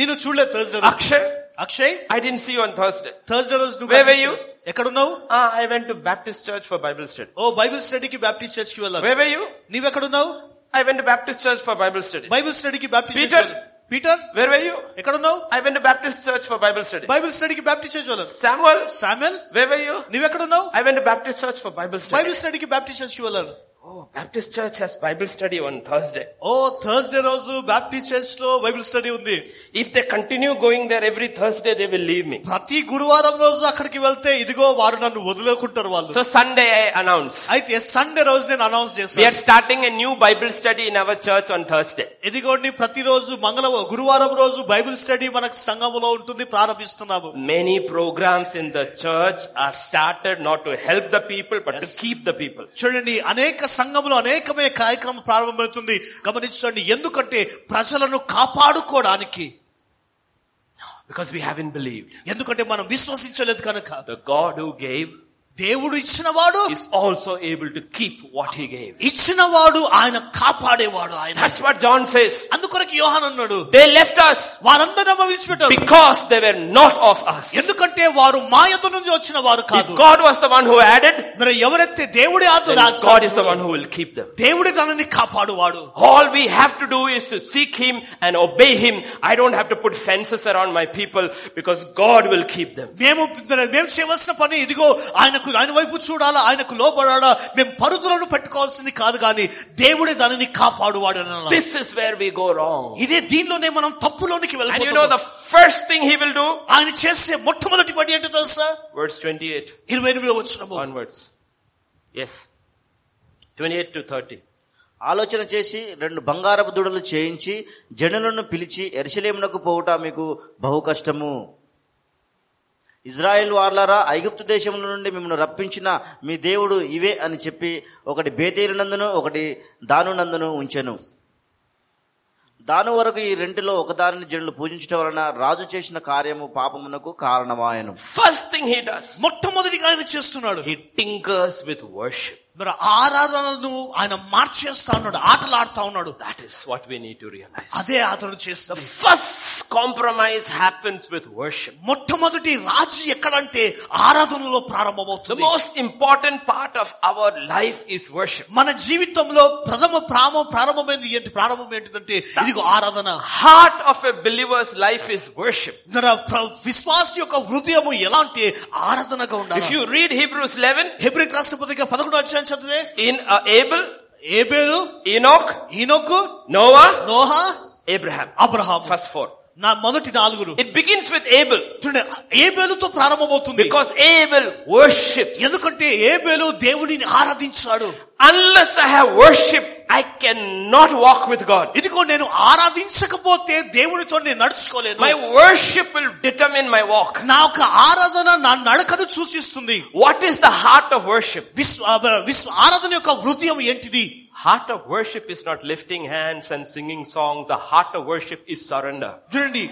Speaker 2: నిన్ను చూడలేదు థర్స్డే రోజు.
Speaker 1: Akshay,
Speaker 2: Akshay
Speaker 1: I didn't see you on Thursday.
Speaker 2: Thursday రోజు నువ్వు
Speaker 1: Where were you?
Speaker 2: కనిపించలేదు. ఎక్కడున్నావు
Speaker 1: Ah, I went to Baptist church for Bible study.
Speaker 2: ఓ బైబిల్ స్టడీకి బ్యాప్టిస్ట్ చర్చ్ కి వెళ్ళాను
Speaker 1: Where were you?
Speaker 2: నీవెక్కడున్నావు
Speaker 1: I went to Baptist church for Bible study.
Speaker 2: Bible స్టడీకి Baptist
Speaker 1: Peter.
Speaker 2: Peter
Speaker 1: Where were you?
Speaker 2: ఎక్కడున్నావు
Speaker 1: I went to Baptist church for Bible study.
Speaker 2: Bible స్టడీకి Baptist church వెళ్ళాను
Speaker 1: Samuel,
Speaker 2: Samuel
Speaker 1: where were you?
Speaker 2: నువ్వేక్కడున్నావు
Speaker 1: I went to Baptist church for Bible study.
Speaker 2: Bible స్టడీకి Baptist church కి వెళ్ళాను
Speaker 1: Oh, Baptist church has Bible study on Thursday.
Speaker 2: ఓ Thursday రోజు Baptist church లో Bible study ఉంది
Speaker 1: If they continue going there every Thursday, they will leave me.
Speaker 2: ప్రతి గురువారం రోజు అక్కడికి వెళ్తే ఇదిగో వారు నన్ను వదిలేకుంటారు వాళ్ళు
Speaker 1: So Sunday I announce.
Speaker 2: అయితే సండే రోజు నేను అనౌన్స్
Speaker 1: We are
Speaker 2: చేస్తాను
Speaker 1: starting a new Bible study in our church on Thursday.
Speaker 2: ఇదిగోండి ప్రతిరోజు మంగళ గురువారం రోజు బైబిల్ స్టడీ మనకు సంఘములో ఉంటుంది ప్రారంభిస్తున్నాము
Speaker 1: Many programs in the church are started not to help the people, but to keep the people.
Speaker 2: చూడండి అనేక సంఘములు అనేకమే కార్యక్రమం ప్రారంభమవుతుంది గమనించండి ఎందుకంటే ప్రజలను కాపాడుకోవడానికి
Speaker 1: Because we haven't believed.
Speaker 2: ఎందుకంటే మనం విశ్వసించలేదు కనుక
Speaker 1: The God who gave
Speaker 2: దేవుడు ఇచ్చినవాడు
Speaker 1: is also able to keep what he gave.
Speaker 2: ఇచ్చినవాడు ఆయన కాపాడేవాడు ఆయన
Speaker 1: That's what John says.
Speaker 2: అందుకొరకు యోహాన్ అన్నాడు
Speaker 1: They left us
Speaker 2: వారందరూ నమ్మ విడిచిపెట్టారు
Speaker 1: because they were not of us.
Speaker 2: ఎందుకంటే వారు మాయత నుంచి వచ్చిన వారు
Speaker 1: If
Speaker 2: కాదు
Speaker 1: God was the one who added,
Speaker 2: మరి ఎవరైతే దేవుడి
Speaker 1: then
Speaker 2: ఆత్మ
Speaker 1: God is the one who will keep them.
Speaker 2: దేవుడి తనని కాపాడువాడు
Speaker 1: All we have to do is to seek Him and obey Him. I don't have to put fences around my people because God will keep them.
Speaker 2: మేము మేము చేయవలసిన పని ఇదిగో ఆయనకు ఆయన వైపు చూడాలా ఆయనకు లోబడాలా మేము పరుగులను పెట్టుకోవాల్సింది కాదు గాని దేవుడి దానిని కాపాడువాడు అని అన్నారు.
Speaker 1: This is where we go wrong.
Speaker 2: ఇదే దీనిలోనే మనం తప్పులోనికి
Speaker 1: And you know the
Speaker 2: వెళ్ళిపోతాం
Speaker 1: first thing He will do?
Speaker 2: ఆయన చేసే మొట్టమొదటి పని ఏంటో తెలుసా
Speaker 1: Verse 28
Speaker 2: ఇరవై ఎనిమిది వచ్చినము
Speaker 1: onwards. Yes. 28 to 30.
Speaker 3: ఆలోచన చేసి రెండు బంగారపు దూడలు చేయించి జనులను పిలిచి ఎరుసలేమునకు పోవుట మీకు బహు కష్టము ఇజ్రాయెల్ వార్లారా ఐగుప్తు దేశముల నుండి మిమ్మల్ని రప్పించిన మీ దేవుడు ఇవే అని చెప్పి ఒకటి బేతేలునందును ఒకటి దానునందును ఉంచెను దాను వరకు ఈ రెంటిలో ఒకదానిని జనులు పూజించడం వలన రాజు చేసిన కార్యము పాపమునకు కారణమాయను
Speaker 1: First thing He does,
Speaker 2: మొట్టమొదటిగా ఆయన చేస్తున్నాడు
Speaker 1: He tinkers with worship.
Speaker 2: మరి ఆరాధనను ఆయన మార్చేస్తా ఉన్నాడు ఆటలాడుతా ఉన్నాడు
Speaker 1: That is what we need to realize.
Speaker 2: అదే అతను చేస్తా
Speaker 1: The first compromise happens with worship.
Speaker 2: మొట్టమొదటి రాజు ఎక్కడంటే ఆరాధనలో
Speaker 1: The
Speaker 2: ప్రారంభమవుతుంది
Speaker 1: most important part of our life is worship.
Speaker 2: మన జీవితంలో ప్రథమ ప్రామ ప్రారంభమైనది ఏంటి ప్రారంభం ఏంటిదంటే ఇదిగో ఆరాధన
Speaker 1: Heart of a believer's life is worship.
Speaker 2: మన ప్ర- విశ్వాసి యొక్క హృదయము ఎలా అంటే ఆరాధనగా
Speaker 1: If
Speaker 2: ఉండాలి
Speaker 1: you read Hebrews 11,
Speaker 2: హెబ్రిక్ రాష్ట్రపతిగా పదకొండు అధ్యాయం చదివే
Speaker 1: in uh, Abel,
Speaker 2: ఏబేలు
Speaker 1: Enoch,
Speaker 2: ఈనోకు
Speaker 1: Noah,
Speaker 2: నోహా
Speaker 1: Abraham.
Speaker 2: Abraham
Speaker 1: First four.
Speaker 2: నా మొదటి నాలుగురు
Speaker 1: It begins with Abel
Speaker 2: చూడండి ఏబేలుతో ప్రారంభమవుతుంది
Speaker 1: because Abel worships.
Speaker 2: ఎందుకంటే ఏబేలు దేవుడిని ఆరాధించాడు
Speaker 1: Unless I have worship, I cannot walk with God.
Speaker 2: ఇదిగో నేను ఆరాధించకపోతే దేవునితో నేను నడుచుకోలేను
Speaker 1: My worship will determine my walk.
Speaker 2: నా యొక్క ఆరాధన నా నడకను సూచిస్తుంది
Speaker 1: What is the heart of worship?
Speaker 2: విశ్వ అబ- విశ్వ ఆరాధన యొక్క హృదయం ఏంటిది
Speaker 1: Heart of worship is not lifting hands and singing songs. The heart of worship is surrender.
Speaker 2: చూడండి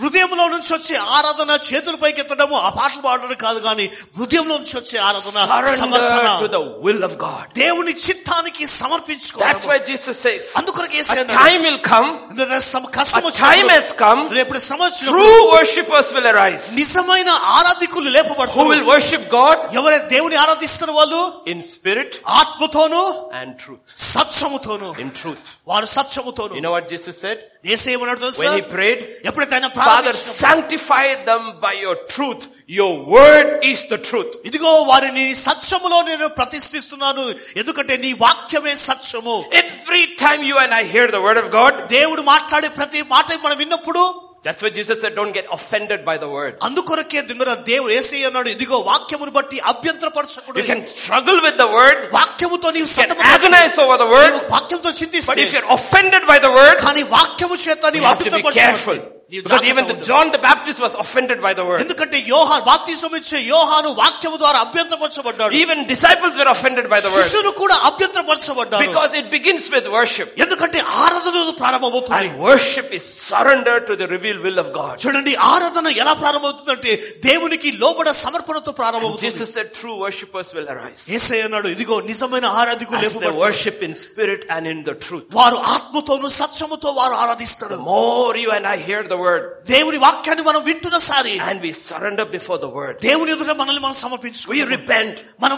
Speaker 2: హృదయంలో నుంచి వచ్చే ఆరాధన చేతుల పైకి ఎత్తడము ఆ పాటలు పాడడం కాదు కానీ హృదయంలో నుంచి వచ్చే ఆరాధన
Speaker 1: Surrender to
Speaker 2: సమర్పణ
Speaker 1: the will of God.
Speaker 2: దేవుని చిత్తానికి
Speaker 1: That's
Speaker 2: సమర్పించుకోవాలి
Speaker 1: why Jesus says,
Speaker 2: అందుకొరకే
Speaker 1: a time will come, a time has come,
Speaker 2: రేపు సమస్య
Speaker 1: true worshippers will arise.
Speaker 2: నిజమైన ఆరాధికులు
Speaker 1: Who
Speaker 2: లేపబడతారు
Speaker 1: will worship God
Speaker 2: ఎవరైతే దేవుని ఆరాధిస్తున్న వాళ్ళు
Speaker 1: in spirit
Speaker 2: ఆత్మతోను
Speaker 1: and truth.
Speaker 2: సత్యముతోను
Speaker 1: In truth.
Speaker 2: వారు సత్యముతోను
Speaker 1: You know what Jesus said?
Speaker 2: ఏసేమన్నాడు తెలుసా
Speaker 1: When he prayed,
Speaker 2: ఎప్పుడైతే ఆయన
Speaker 1: Father,
Speaker 2: ప్రార్థించినప్పుడు,
Speaker 1: sanctify them by your truth. Your word is the truth.
Speaker 2: ఇదిగో వారిని సత్యములో నేను ప్రతిష్ఠిస్తున్నాను ఎందుకంటే నీ వాక్యమే సత్యము
Speaker 1: Every time you and I hear the word of God,
Speaker 2: దేవుడు మాట్లాడే ప్రతి మాట మనం విన్నప్పుడు
Speaker 1: That's why Jesus said, don't get offended by the word.
Speaker 2: అందుకొరకే దింగర దేవుడు ఏసై అన్నాడు ఇదిగో వాక్యమును బట్టి
Speaker 1: You
Speaker 2: అభ్యంతరపరచకూడదు
Speaker 1: can struggle with the word,
Speaker 2: వాక్యముతో నీవు
Speaker 1: you can
Speaker 2: సతమతం
Speaker 1: agonize over the
Speaker 2: నీవు
Speaker 1: word,
Speaker 2: వాక్యంతో
Speaker 1: but if
Speaker 2: చింతిస్తే
Speaker 1: you're offended by the word,
Speaker 2: కానీ వాక్యము చేత
Speaker 1: you
Speaker 2: నీవు
Speaker 1: have to be careful.
Speaker 2: అభ్యంతరపరచకూడదు నీవు
Speaker 1: Because even
Speaker 2: జాగ్రత్తగా
Speaker 1: the
Speaker 2: ఉండు.
Speaker 1: John the Baptist was offended by the word.
Speaker 2: ఎందుకంటే యోహాన్ బాప్తిసం ఇచ్చే యోహాను వాక్యము ద్వారా అభ్యంతరపరచబడ్డాడు
Speaker 1: Even disciples were offended by the word.
Speaker 2: శిష్యులు కూడా అభ్యంతరపరచబడ్డారు
Speaker 1: Because it begins with worship.
Speaker 2: ఎందుకంటే ఆరాధన ప్రారంభమవుతుంది
Speaker 1: And worship is surrender to the revealed will of God.
Speaker 2: చూడండి ఆరాధన ఎలా ప్రారంభమవుతుందంటే దేవునికి లోబడ సమర్పణతో ప్రారంభమవుతుంది
Speaker 1: Jesus said true worshippers will arise.
Speaker 2: ఏసై అన్నాడు ఇదిగో నిజమైన ఆరాధికులు
Speaker 1: As they
Speaker 2: లేపబడతారు
Speaker 1: worship in spirit and in the truth.
Speaker 2: వారు ఆత్మతోను సత్యముతో వారు ఆరాధిస్తారు
Speaker 1: The more you and I hear the word
Speaker 2: దేవుని వాక్యాన్ని మనం వింటున్నసారి
Speaker 1: and we surrender before the word,
Speaker 2: దేవుని ఎదుట మనల్ని మనం
Speaker 1: we
Speaker 2: సమర్పించుకుంటాం
Speaker 1: repent,
Speaker 2: మనం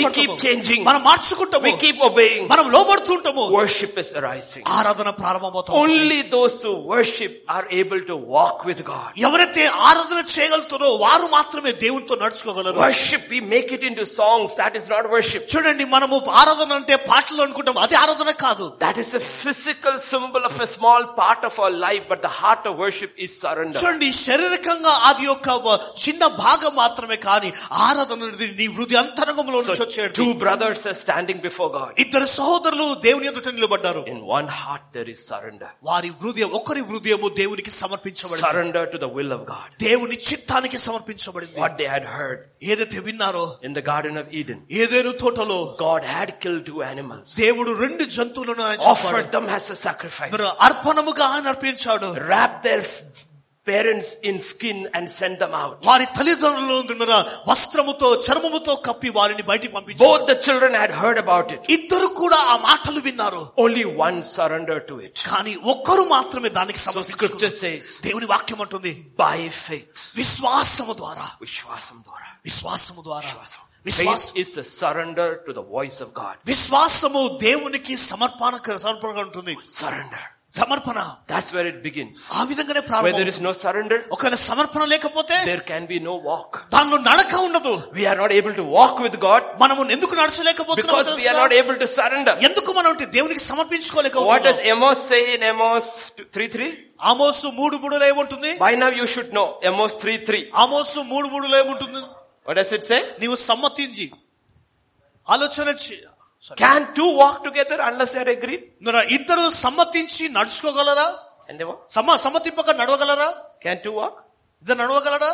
Speaker 1: We keep changing.
Speaker 2: పశ్చాత్తపడతాము మనం మార్చుకుంటాము
Speaker 1: we keep obeying,
Speaker 2: మనం లోబడుతుంటాము
Speaker 1: worship is arising.
Speaker 2: ఆరాధన ప్రారంభమవుతుంది
Speaker 1: Only those who worship are able to walk with God.
Speaker 2: ఎవరైతే ఆరాధన చేయగలుగుతారో వారు మాత్రమే దేవునితో నడుచుకోగలరు
Speaker 1: Worship, we make it into songs. That is not worship.
Speaker 2: చూడండి మనము ఆరాధన అంటే పాటలు అనుకుంటాం అది ఆరాధన కాదు
Speaker 1: That is a physical symbol of a small part of our life, but the heart of worship is surrender.
Speaker 2: చూడండి శారీరకంగా అది యొక్క వ- చిన్న భాగం మాత్రమే కానీ ఆరాధన అనేది నీ హృదయ అంతరంగంలో నుంచి
Speaker 1: So
Speaker 2: వచ్చేది
Speaker 1: two brothers are standing before God.
Speaker 2: ఇద్దరు సహోదరులు దేవుని ఎదుట నిలబడ్డారు
Speaker 1: In one heart there is surrender.
Speaker 2: వారి హృదయం ఒకరి హృదయము దేవునికి సమర్పించబడింది
Speaker 1: Surrender to the will of God.
Speaker 2: దేవుని చిత్తానికి సమర్పించబడింది
Speaker 1: What they had heard
Speaker 2: ఏదైతే విన్నారో
Speaker 1: in the Garden of Eden.
Speaker 2: Eden తోటలో
Speaker 1: God had killed two animals.
Speaker 2: దేవుడు రెండు జంతువులను ఆయన చంపాడు.
Speaker 1: Offered them as a sacrifice.
Speaker 2: మరి అర్పణముగా ఆయన అర్పించాడు
Speaker 1: Wrapped their f- parents in skin and sent them out.
Speaker 2: వారి తల్లిదండ్రులను మీద వస్త్రముతో చర్మముతో కప్పి వారిని బయటికి పంపించాడు
Speaker 1: Both the children had heard about it.
Speaker 2: ఇద్దరు కూడా ఆ మాటలు విన్నారు
Speaker 1: Only one surrendered to it.
Speaker 2: కానీ ఒక్కరు మాత్రమే దానికి
Speaker 1: So scripture
Speaker 2: సమర్పించుకున్నారు
Speaker 1: says,
Speaker 2: దేవుని వాక్యం అంటుంది
Speaker 1: by faith.
Speaker 2: విశ్వాసము ద్వారా
Speaker 1: Vishwasam dwara.
Speaker 2: విశ్వాసము ద్వారా
Speaker 1: Vishwasam. Faith
Speaker 2: విశ్వాసం
Speaker 1: is a surrender to the voice of God.
Speaker 2: విశ్వాసము దేవునికి సమర్పణ సమర్పణగా ఉంటుంది
Speaker 1: Surrender.
Speaker 2: సమర్పణ
Speaker 1: That's where it begins.
Speaker 2: ఆ విధంగానే
Speaker 1: Where there
Speaker 2: ప్రారంభం
Speaker 1: is no surrender,
Speaker 2: ఒకవేళ సమర్పణ లేకపోతే
Speaker 1: there can be no walk.
Speaker 2: దానిలో నడక ఉండదు
Speaker 1: We are not able to walk with God
Speaker 2: మనము ఎందుకు నడచలేకపోతున్నాము
Speaker 1: because we are
Speaker 2: తెలుసా?
Speaker 1: not able to surrender.
Speaker 2: ఎందుకు మనం అంటే దేవునికి
Speaker 1: What does
Speaker 2: సమర్పించుకోలేకపోతున్నాం
Speaker 1: Amos say in Amos 3.3?
Speaker 2: ఆమోసు మూడు మూడులో ఏముంటుంది
Speaker 1: By now you should know Amos 3.3.
Speaker 2: ఆమోసు మూడు మూడులో ఏముంటుంది
Speaker 1: What does it say?
Speaker 2: నీవు సమ్మతించి ఆలోచన చే- Sorry.
Speaker 1: Can two walk together unless they are agreed?
Speaker 2: మరి ఇద్దరు సమ్మతించి నడుచుకోగలరా
Speaker 1: And they walk.
Speaker 2: సమ సమ్మతింపక నడవగలరా
Speaker 1: Can two walk?
Speaker 2: ఇద్దరు నడవగలరా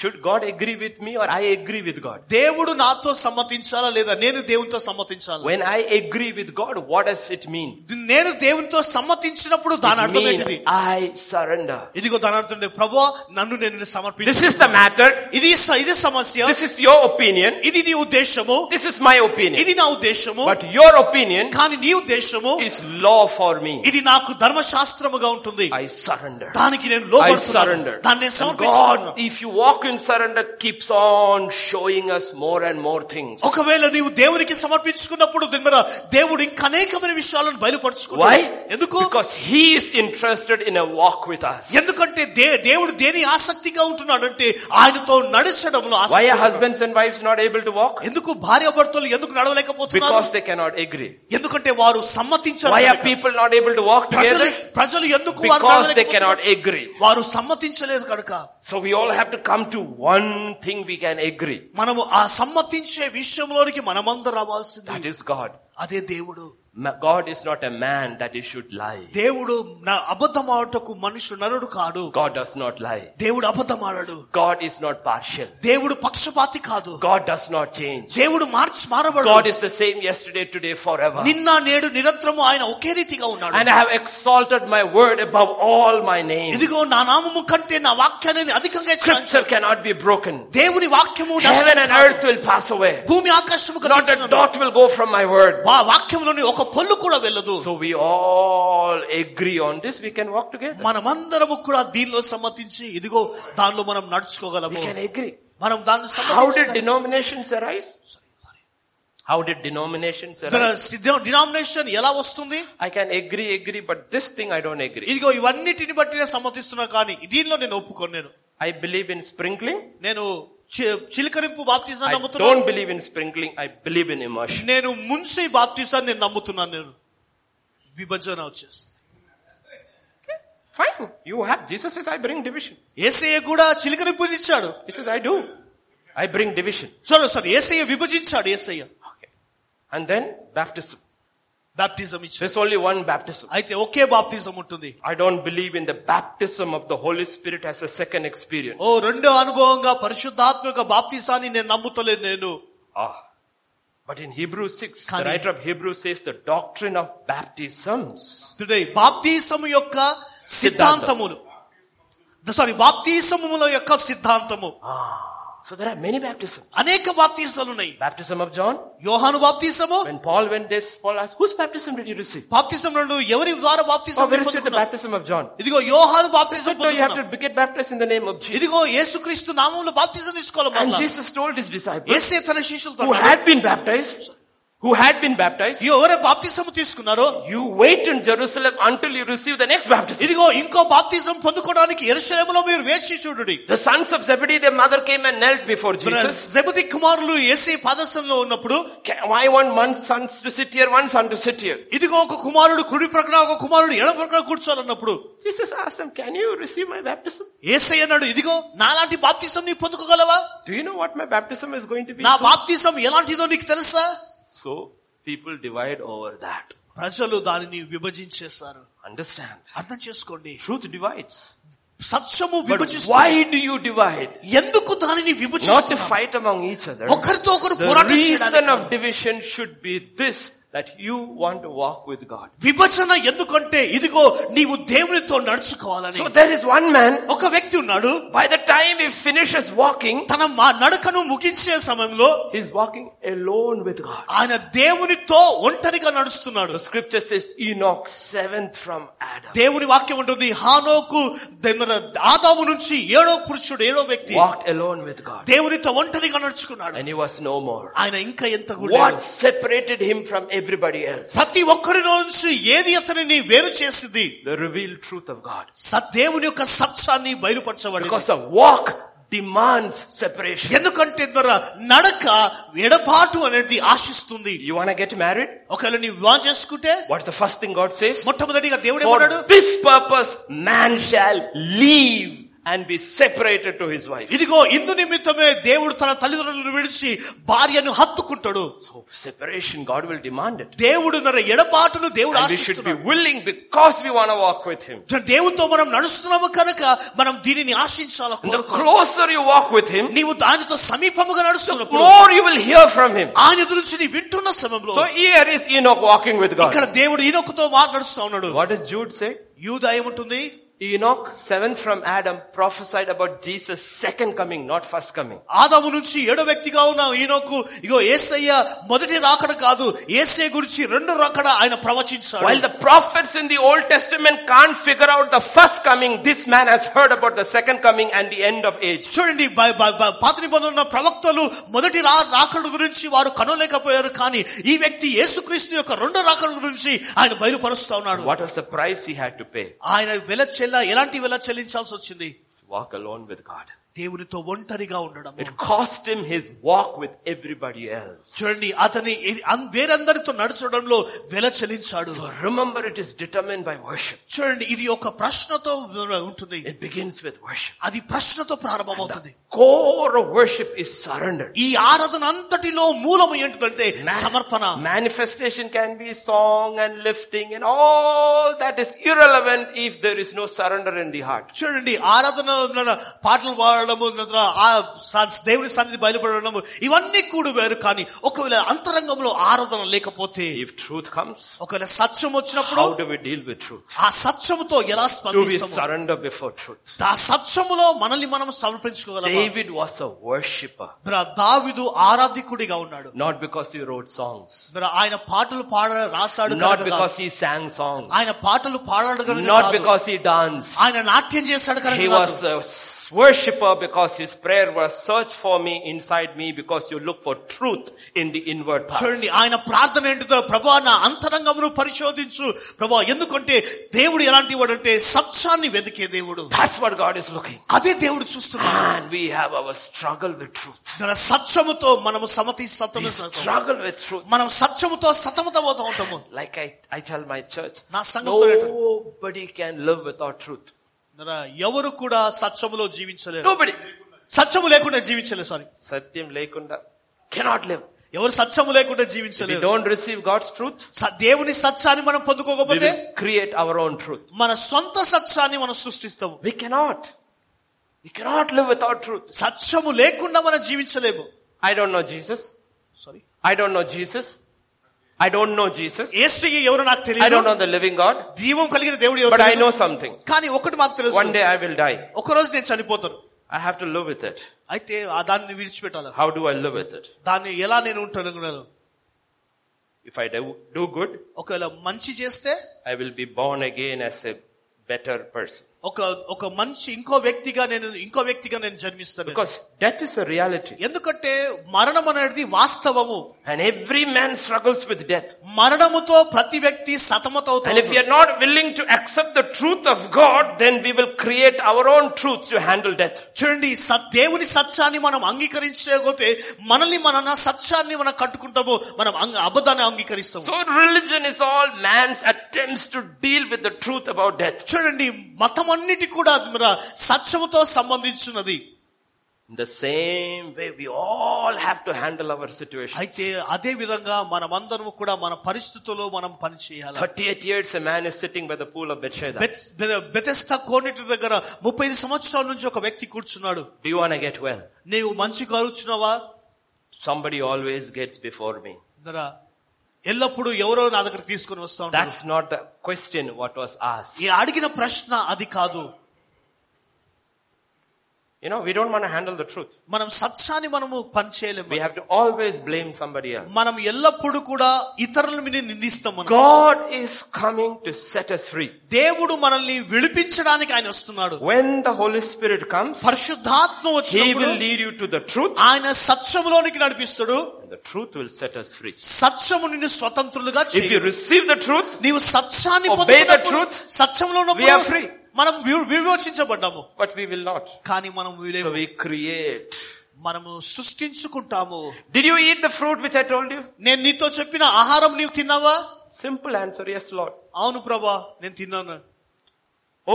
Speaker 1: Should God agree with me or I agree with God?
Speaker 2: దేవుడు నాతో సమ్మతించాలా లేదా నేను దేవునితో సమ్మతించాలా
Speaker 1: When I agree with God, what does it mean?
Speaker 2: నేను దేవునితో సమ్మతించినప్పుడు దాని
Speaker 1: It
Speaker 2: అర్థం
Speaker 1: means
Speaker 2: ఏంటిది
Speaker 1: I surrender.
Speaker 2: ఇదిగో దాని అర్థం ఏంటి? ప్రభువా నన్ను నేను
Speaker 1: This
Speaker 2: సమర్పించి
Speaker 1: is the matter.
Speaker 2: ఇది స- ఇది సమస్య
Speaker 1: This is your opinion.
Speaker 2: ఇది నీ ఉద్దేశము
Speaker 1: This is my opinion.
Speaker 2: ఇది నా ఉద్దేశము
Speaker 1: But your opinion
Speaker 2: కానీ నీ ఉద్దేశము
Speaker 1: is law for me.
Speaker 2: ఇది నాకు ధర్మశాస్త్రముగా ఉంటుంది
Speaker 1: I surrender.
Speaker 2: దానికి నేను
Speaker 1: I
Speaker 2: లోపడుతున్నాను
Speaker 1: surrender.
Speaker 2: దాన్ని నేను
Speaker 1: And
Speaker 2: సమర్పించుకున్నాను
Speaker 1: God, if you walk in surrender, keeps on showing us more and more things.
Speaker 2: ఒకవేళ నీవు దేవునికి సమర్పించుకున్నప్పుడు దీని మీద దేవుడు ఇంకా అనేకమైన విషయాలను బయలుపరుచుకుంటాడు
Speaker 1: Why?
Speaker 2: ఎందుకు
Speaker 1: Because He is interested in a walk with us.
Speaker 2: ఎందుకంటే దే- దేవుడు దేని ఆసక్తిగా ఉంటున్నాడంటే ఆయనతో నడిచడంలో
Speaker 1: Why
Speaker 2: ఆసక్తి
Speaker 1: are husbands and wives not able to walk?
Speaker 2: ఎందుకు భార్య భర్తలు ఎందుకు నడవలేకపోతున్నారు
Speaker 1: Because they cannot agree.
Speaker 2: ఎందుకంటే వారు సమ్మతించరు
Speaker 1: Why are
Speaker 2: కనుక.
Speaker 1: people not able to walk
Speaker 2: ప్రజలు
Speaker 1: together?
Speaker 2: ప్రజలు ఎందుకు వారు
Speaker 1: Because they
Speaker 2: నడవలేకపోతున్నారు?
Speaker 1: cannot agree.
Speaker 2: వారు సమ్మతించలేదు కనుక
Speaker 1: So we all have to come to one thing we can agree.
Speaker 2: మనము ఆ సమ్మతించే విషయంలోనికి మనమందరం రావాల్సింది
Speaker 1: That is God.
Speaker 2: అదే దేవుడు
Speaker 1: Ma- God is not a man that he should lie.
Speaker 2: దేవుడు నా అబద్ధమాడటకు మనుషుడు నరుడు కాడు
Speaker 1: God does not lie.
Speaker 2: దేవుడు అబద్ధమాడడు
Speaker 1: God is not partial.
Speaker 2: దేవుడు పక్షపాతి కాదు
Speaker 1: God does not change.
Speaker 2: దేవుడు మార్చి మారబడు
Speaker 1: God is the same yesterday, today, forever.
Speaker 2: నిన్న నేడు నిరంతరము ఆయన ఒకే రీతిగా ఉన్నాడు
Speaker 1: And I have exalted my word above all my name.
Speaker 2: ఇదిగో నా నామము కంటే నా వాక్యాన్ని నేను అధికంగా హెచ్చించాను.
Speaker 1: Scripture cannot be broken.
Speaker 2: దేవుని వాక్యము నశించదు.
Speaker 1: Heaven and earth will pass away.
Speaker 2: భూమి ఆకాశము
Speaker 1: Not a dot will go from my word.
Speaker 2: వా వాక్యంలోని ఒక పొల్లు కూడా వెళ్ళదు
Speaker 1: So we all agree on this. We can walk together.
Speaker 2: మనమందరము కూడా దీనిలో సమ్మతించి ఇదిగో దానిలో మనం
Speaker 1: We
Speaker 2: నడుచుకోగలము
Speaker 1: can agree.
Speaker 2: మనం దాన్ని
Speaker 1: How did
Speaker 2: సమ్మతించగలము.
Speaker 1: denominations arise? How did denominations
Speaker 2: మన
Speaker 1: arise?
Speaker 2: సిద్ధ- డినామినేషన్ ఎలా వస్తుంది
Speaker 1: I can agree, agree, but this thing I don't agree.
Speaker 2: ఇదిగో ఇవన్నిటిని బట్టి నేను సమ్మతిస్తున్నా కానీ దీనిలో నేను ఒప్పుకోలేను
Speaker 1: I believe in sprinkling.
Speaker 2: నేను చి- చిలకరింపు బాప్తిజం
Speaker 1: I
Speaker 2: నమ్ముతున్నాను
Speaker 1: don't believe in sprinkling. I believe in immersion.
Speaker 2: నేను మున్సి బాప్తిసాన్ని నేను నమ్ముతున్నాను నేను విభజన వచ్చేసి
Speaker 1: Fine. You have. Jesus says, I bring division.
Speaker 2: Yesayya కూడా చిలికనిపునిచ్చాడు
Speaker 1: He says, I do. I bring division.
Speaker 2: Sorry sorry Yesayya విభజించాడు Yesayya
Speaker 1: Okay. And then baptism.
Speaker 2: Baptism ఇచ్చాడు
Speaker 1: There's only one baptism.
Speaker 2: అయితే ఒకే బాప్టిజం ఉంటుంది
Speaker 1: I don't believe in the baptism of the Holy Spirit as a second experience.
Speaker 2: ఓ రెండో అనుభవంగా పరిశుద్ధాత్మక బాప్తిసాన్ని నేను నమ్ముతలేను నేను
Speaker 1: Ah. But in Hebrews 6, the
Speaker 2: Kani-
Speaker 1: writer of Hebrews says the doctrine of baptisms.
Speaker 2: Today బాప్తిసము యొక్క సిద్ధాంతములు సారీ బాప్తిసముల యొక్క సిద్ధాంతము
Speaker 1: Ah. So there are many baptisms.
Speaker 2: అనేక బాప్తిసాలు ఉన్నాయి
Speaker 1: Baptism of John.
Speaker 2: యోహాను బాప్తిసము
Speaker 1: When Paul went this, Paul asked, whose baptism did you receive?
Speaker 2: బాప్తిసం రెండు ఎవరి ద్వారా
Speaker 1: Oh,
Speaker 2: బాప్తిసం
Speaker 1: where is it the baptism of John?
Speaker 2: ఇదిగో యోహాను
Speaker 1: So
Speaker 2: బాప్తిసం
Speaker 1: you have to get baptized in the name of Jesus.
Speaker 2: ఇదిగో యేసుక్రీస్తు నామంలో బాప్తిసం తీసుకోవాలి
Speaker 1: And
Speaker 2: మరలా.
Speaker 1: Jesus told his disciples
Speaker 2: యేసే తన శిష్యులతో
Speaker 1: who had been baptized, who had been baptized,
Speaker 2: ఇదిగో ఎవరే బాప్తిసం తీసుకున్నారో
Speaker 1: you wait in Jerusalem until you receive the next baptism.
Speaker 2: ఇదిగో ఇంకో బాప్తిజం పొందుకోవడానికి ఎరుసలేములో మీరు వేచి చూడండి
Speaker 1: The sons of Zebedee, their mother came and knelt before Jesus.
Speaker 2: జబుది కుమారులు ఏసీ పాదస్థంలో ఉన్నప్పుడు
Speaker 1: Can- Why want one son to sit here, one son to sit here?
Speaker 2: ఇదిగో ఒక కుమారుడు కుడి ప్రక్కన ఒక కుమారుడు ఎడ ప్రక్కన కూర్చోాలన్నప్పుడు
Speaker 1: Jesus asked them, can you receive my baptism?
Speaker 2: ఏసై అన్నాడు ఇదిగో నాలాంటి బాప్తిజం నీ పొందుకోగలవా
Speaker 1: Do you know what my baptism is going to be?
Speaker 2: నా
Speaker 1: soon?"
Speaker 2: బాప్తిజం ఎలాంటిదో నీకు తెలుసా
Speaker 1: So people divide over that.
Speaker 2: ప్రజలు దానిని విభజించేస్తారు
Speaker 1: Understand.
Speaker 2: అర్థం చేసుకోండి
Speaker 1: Truth divides.
Speaker 2: సత్యము
Speaker 1: But
Speaker 2: విభజిస్తారు
Speaker 1: why do you divide?
Speaker 2: ఎందుకు దానిని
Speaker 1: Not to
Speaker 2: విభజిస్తారు
Speaker 1: fight among each other.
Speaker 2: ఒకరితో ఒకరు
Speaker 1: The
Speaker 2: పోరాటం
Speaker 1: reason
Speaker 2: చేయడానికి
Speaker 1: of division should be this, that you want to walk with God.
Speaker 2: విభజన ఎందుకంటే ఇదిగో నీవు దేవునితో నడుచుకోవాలని
Speaker 1: So there is one man,
Speaker 2: ఒక వ్యక్తి ఉన్నాడు
Speaker 1: by the time he finishes walking,
Speaker 2: తన మా నడకను ముగించే సమయంలో
Speaker 1: he's walking alone with God.
Speaker 2: ఆయన దేవునితో ఒంటరిగా నడుస్తున్నాడు
Speaker 1: So scripture says Enoch seventh from Adam
Speaker 2: దేవుని వాక్యం ఉంటుంది హానోకు దెమర- ఆదాము నుంచి ఏడో పురుషుడు ఏడో వ్యక్తి
Speaker 1: walked alone with God
Speaker 2: దేవునితో ఒంటరిగా నడుచుకున్నాడు
Speaker 1: and he was no more.
Speaker 2: ఆయన ఇంకా ఎంత కూడా
Speaker 1: What
Speaker 2: లేడు.
Speaker 1: separated him from everybody else?
Speaker 2: ప్రతి ఒక్కరి నుంచి ఏది అతనిని వేరు చేసింది
Speaker 1: The revealed truth of God.
Speaker 2: స- దేవుని యొక్క సత్యాన్ని బయలుపరచబడి
Speaker 1: Because the walk demands separation.
Speaker 2: ఎందుకంటే ద్వారా నడక ఎడబాటు అనేది ఆశిస్తుంది
Speaker 1: You wanna get married?
Speaker 2: ఒకవేళ నీవు వివాహం చేసుకుంటే
Speaker 1: What's the first thing God says?
Speaker 2: మొట్టమొదటిగా దేవుడు
Speaker 1: For
Speaker 2: ఏమన్నాడు
Speaker 1: this purpose, man shall leave and be separated to his wife.
Speaker 2: ఇదిగో ఇందు నిమిత్తమే దేవుడు తన తల్లిదండ్రులను విడిచి భార్యను హత్తుకుంటాడు
Speaker 1: So separation, God will demand it.
Speaker 2: దేవుడు నర ఎడబాటును దేవుడు
Speaker 1: And we should be
Speaker 2: ఆశిస్తున్నాడు
Speaker 1: willing because we wanna walk with him.
Speaker 2: దేవుడితో మనం నడుస్తున్నాము కనుక మనం దీనిని ఆశించాల
Speaker 1: And the
Speaker 2: కోరుకో.
Speaker 1: closer you walk with him,
Speaker 2: నీవు దానితో సమీపముగా నడుస్తున్నప్పుడు
Speaker 1: more you will hear from him.
Speaker 2: ఆయన గురించి నీ వింటున్న సమయంలో
Speaker 1: So here is Enoch walking with God.
Speaker 2: ఇక్కడ దేవుడు ఈనొకతో మాట్లాడుస్తా ఉన్నాడు
Speaker 1: What does Jude say?
Speaker 2: యూద ఏముంటుంది
Speaker 1: Enoch, seventh from Adam, prophesied about Jesus' second coming, not first coming.
Speaker 2: ఆదాము నుంచి ఏడో వ్యక్తిగా ఉన్న ఈనోకు ఇగో ఏసయ్య మొదటి రాకడ కాదు ఏసయ్య గురించి రెండు రాకడ ఆయన
Speaker 1: While
Speaker 2: ప్రవచించాడు
Speaker 1: the prophets in the Old Testament can't figure out the first coming, this man has heard about the second coming and the end of age.
Speaker 2: చూడండి బ- బ- బ- పాత నిబంధనలో ఉన్న ప్రవక్తలు మొదటి రా రాకడ గురించి వారు కనులేకపోయారు కానీ ఈ వ్యక్తి యేసుక్రీస్తు యొక్క రెండో రాకడ గురించి ఆయన బయలుపరుస్తా ఉన్నాడు
Speaker 1: What was the price he had to pay?
Speaker 2: ఆయన వెల చెల్ల ఎలాంటి వెల చెల్లించాల్సి వచ్చింది
Speaker 1: To walk alone with God.
Speaker 2: దేవునితో ఒంటరిగా ఉండడం
Speaker 1: It cost him his walk with everybody else.
Speaker 2: చూడండి అతని ఇది- అన్- వేరందరితో నడచడంలో వెల చెల్లించాడు
Speaker 1: So remember it is determined by worship.
Speaker 2: చూడండి ఇది ఒక ప్రశ్నతో ఉంటుంది
Speaker 1: It begins with worship.
Speaker 2: అది ప్రశ్నతో ప్రారంభమవుతుంది
Speaker 1: Core of worship is surrender.
Speaker 2: ఈ ఆరాధన అంతటిలో మూలము ఏంటంటే
Speaker 1: Ma-
Speaker 2: సమర్పణ
Speaker 1: Manifestation can be song and lifting and all that is irrelevant if there is no surrender in the heart.
Speaker 2: చూడండి ఆరాధన ఉన్న పాటలు పాడడము ఉన్న ఆ స- దేవుని సన్నిధి బయలుపడడము ఇవన్నీ కూడా వేరు కానీ ఒకవేళ అంతరంగంలో ఆరాధన లేకపోతే
Speaker 1: If truth comes,
Speaker 2: ఒకవేళ సత్యం వచ్చినప్పుడు
Speaker 1: how do we deal with truth?
Speaker 2: ఆ సత్యముతో ఎలా
Speaker 1: Do we
Speaker 2: స్పందిస్తాము
Speaker 1: surrender before truth?
Speaker 2: ఆ సత్యములో మనల్ని మనం సమర్పించుకోగలం
Speaker 1: David was a worshipper,
Speaker 2: దావిదు ఆరాధికుడిగా ఉన్నాడు
Speaker 1: not because he wrote songs,
Speaker 2: మరి ఆయన పాటలు పాడ రాశాడు
Speaker 1: not
Speaker 2: కనుక
Speaker 1: because he sang songs,
Speaker 2: ఆయన పాటలు పాడాడు కనుక
Speaker 1: not
Speaker 2: కాదు.
Speaker 1: because he danced.
Speaker 2: ఆయన నాట్యం చేశాడు కనుక
Speaker 1: He
Speaker 2: కాదు.
Speaker 1: was a worshipper because his prayer was search for me inside me because you look for truth in the inward parts.
Speaker 2: చూడండి ఆయన ప్రార్థన ఏంటిదో ప్రభా నా అంతరంగమును పరిశోధించు ప్రభా ఎందుకంటే దేవుడు ఎలాంటి వాడంటే సత్యాన్ని వెతికే దేవుడు
Speaker 1: That's what God is looking.
Speaker 2: అదే దేవుడు చూస్తున్నాడు
Speaker 1: And we have our struggle with truth.
Speaker 2: మన సత్యముతో మనము సమతి
Speaker 1: We
Speaker 2: సతము
Speaker 1: struggle with truth.
Speaker 2: మనం సత్యముతో సతమతమవుతూ ఉంటాము
Speaker 1: Like I, I tell my church,
Speaker 2: నా సంఘంతో ఏంటంటే,
Speaker 1: nobody can live without truth.
Speaker 2: మన ఎవరు కూడా సత్యములో జీవించలేరు
Speaker 1: Nobody.
Speaker 2: సత్యము లేకుండా జీవించలేరు sorry
Speaker 1: Satyam lekunda cannot live.
Speaker 2: ఎవరు సత్యము లేకుండా
Speaker 1: If we
Speaker 2: జీవించలేరు
Speaker 1: don't receive God's truth,
Speaker 2: స- దేవుని సత్యాన్ని మనం
Speaker 1: we
Speaker 2: పొందుకోకపోతే
Speaker 1: will create our own truth.
Speaker 2: మన సొంత సత్యాన్ని మనం సృష్టిస్తాము
Speaker 1: We cannot. We cannot live without truth.
Speaker 2: సత్యము లేకుండా మనం జీవించలేము
Speaker 1: I don't know Jesus.
Speaker 2: Sorry
Speaker 1: I don't know Jesus. I don't know Jesus.
Speaker 2: ఏసీ ఎవరు నాకు
Speaker 1: I
Speaker 2: తెలియదు
Speaker 1: don't know the living God.
Speaker 2: జీవం కలిగిన దేవుడు ఎవరు
Speaker 1: But I
Speaker 2: తెలియదు.
Speaker 1: know something.
Speaker 2: కానీ ఒకటి మాకు తెలుసు
Speaker 1: One day I will die.
Speaker 2: ఒక రోజు నేను చనిపోతాను
Speaker 1: I have to live with it.
Speaker 2: అయితే ఆ దాన్ని విడిచిపెట్టాలి
Speaker 1: How do I live with it?
Speaker 2: దాన్ని ఎలా నేను ఉంటాను అనుకున్నాను
Speaker 1: If I do, do good,
Speaker 2: ఒకవేళ మంచి చేస్తే
Speaker 1: I will be born again as a better person.
Speaker 2: ఒక ఒక మంచి ఇంకో వ్యక్తిగా నేను ఇంకో వ్యక్తిగా నేను జన్మిస్తాను
Speaker 1: Because death is a reality.
Speaker 2: ఎందుకంటే మరణం అనేది వాస్తవము
Speaker 1: And every man struggles with death.
Speaker 2: మరణముతో ప్రతి వ్యక్తి
Speaker 1: And if we
Speaker 2: సతమతవుతాడు
Speaker 1: are not willing to accept the truth of God, then we will create our own truths to handle death.
Speaker 2: చూడండి సత్- దేవుని సత్యాన్ని మనం అంగీకరించకపోతే మనల్ని మన సత్యాన్ని మనం కట్టుకుంటాము మనం అంగ- అబద్ధాన్ని అంగీకరిస్తాము
Speaker 1: So religion is all man's attempts to deal with the truth about death.
Speaker 2: చూడండి మతం అన్నిటి కూడా మన సత్యముతో సంబంధించినది
Speaker 1: In the same way, we all have to handle our situation.
Speaker 2: అయితే అదే విధంగా మనమందరం కూడా మన పరిస్థితుల్లో మనం పనిచేయాలి
Speaker 1: 38 years, a man is sitting by the pool of Bethsaida.
Speaker 2: బెత్- బె- బెతెస్తా కోనేటి దగ్గర ముప్పై ఐదు సంవత్సరాల నుంచి ఒక వ్యక్తి కూర్చున్నాడు
Speaker 1: Do you want to get well?
Speaker 2: నీవు మంచి కూర్చున్నావా
Speaker 1: Somebody always gets before me.
Speaker 2: అన్నారా? ఎల్లప్పుడూ ఎవరో నా దగ్గర తీసుకుని వస్తా ఉంటారు
Speaker 1: That's not the question what was asked.
Speaker 2: ఈ అడిగిన ప్రశ్న అది కాదు
Speaker 1: You know, we don't want to handle the truth.
Speaker 2: మనం సత్యాన్ని మనము పనిచేయలేము
Speaker 1: We have to always blame somebody else.
Speaker 2: మనం ఎల్లప్పుడూ కూడా ఇతరుల మీద నిందిస్తాం మనం
Speaker 1: God is coming to set us free.
Speaker 2: దేవుడు మనల్ని విడిపించడానికి ఆయన వస్తున్నాడు
Speaker 1: When the Holy Spirit comes,
Speaker 2: పరిశుద్ధాత్మ
Speaker 1: He will
Speaker 2: వచ్చినప్పుడు
Speaker 1: lead you to the truth
Speaker 2: ఆయన సత్యములోనికి నడిపిస్తాడు
Speaker 1: and the truth will set us free.
Speaker 2: సత్యము నిన్ను స్వతంత్రులుగా
Speaker 1: If you
Speaker 2: చేయు.
Speaker 1: receive the truth,
Speaker 2: నీవు సత్యాన్ని
Speaker 1: Obey the
Speaker 2: పొందుకున్నప్పుడు,
Speaker 1: truth,
Speaker 2: సత్యములో
Speaker 1: we are
Speaker 2: ఉన్నప్పుడు
Speaker 1: free.
Speaker 2: మనం వి- విమోచించబడ్డాము
Speaker 1: but we will not.
Speaker 2: కానీ మనం వీలేము.
Speaker 1: So we create.
Speaker 2: మనము సృష్టించుకుంటాము
Speaker 1: Did you eat the fruit which I told you?
Speaker 2: నేను నీతో చెప్పిన ఆహారం నీవు తిన్నావా
Speaker 1: Simple answer, yes Lord.
Speaker 2: అవును ప్రభా నేను తిన్నాను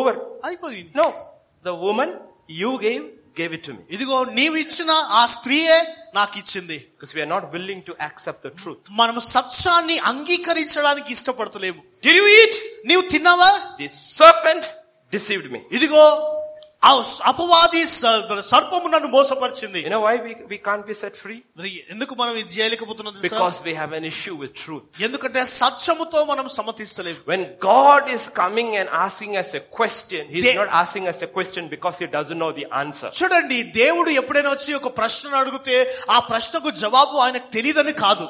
Speaker 1: Over.
Speaker 2: అయిపోయింది
Speaker 1: No. The woman you gave, gave it to me.
Speaker 2: ఇదిగో నీవు ఇచ్చిన ఆ స్త్రీయే నాకు ఇచ్చింది
Speaker 1: Because we are not willing to accept the truth.
Speaker 2: మనం సత్యాన్ని అంగీకరించడానికి ఇష్టపడతలేము
Speaker 1: Did you eat?
Speaker 2: నీవు తిన్నావా
Speaker 1: The serpent deceived me.
Speaker 2: ఇదిగో ఆ అపవాది స- సర్పము నన్ను మోసపరిచింది
Speaker 1: You know why we, we can't be set free?
Speaker 2: మరి ఎందుకు మనం ఇది చేయలేకపోతున్నాం తెలుసా?
Speaker 1: Because we have an issue with truth.
Speaker 2: ఎందుకంటే సత్యముతో మనం సమతిస్తలేము
Speaker 1: When God is coming and asking us a question, He's
Speaker 2: They-
Speaker 1: not asking us a question because He doesn't know the answer.
Speaker 2: చూడండి దేవుడు ఎప్పుడైనా వచ్చి ఒక ప్రశ్నను అడిగితే ఆ ప్రశ్నకు జవాబు ఆయనకు తెలియదని కాదు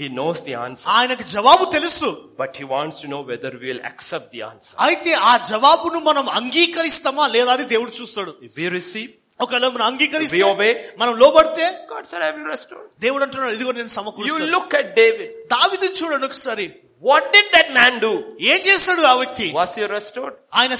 Speaker 1: He knows the answer,
Speaker 2: ఆయనకు జవాబు తెలుసు
Speaker 1: but He wants to know whether we'll accept the answer.
Speaker 2: అయితే ఆ జవాబును మనం అంగీకరిస్తామా లేదా అని దేవుడు చూస్తాడు
Speaker 1: If we receive,
Speaker 2: ఒకవేళ
Speaker 1: We
Speaker 2: మనం
Speaker 1: obey.
Speaker 2: అంగీకరిస్తే మనం లోబడితే
Speaker 1: God said, I will restore.
Speaker 2: దేవుడు అంటున్నాడు ఇదిగో నేను
Speaker 1: You
Speaker 2: సమకూర్చు
Speaker 1: look at David.
Speaker 2: దావిదు చూడండి ఒకసారి
Speaker 1: What did that man do?
Speaker 2: ఏం చేస్తాడు ఆ వ్యక్తి
Speaker 1: Was he restored?
Speaker 2: ఆయన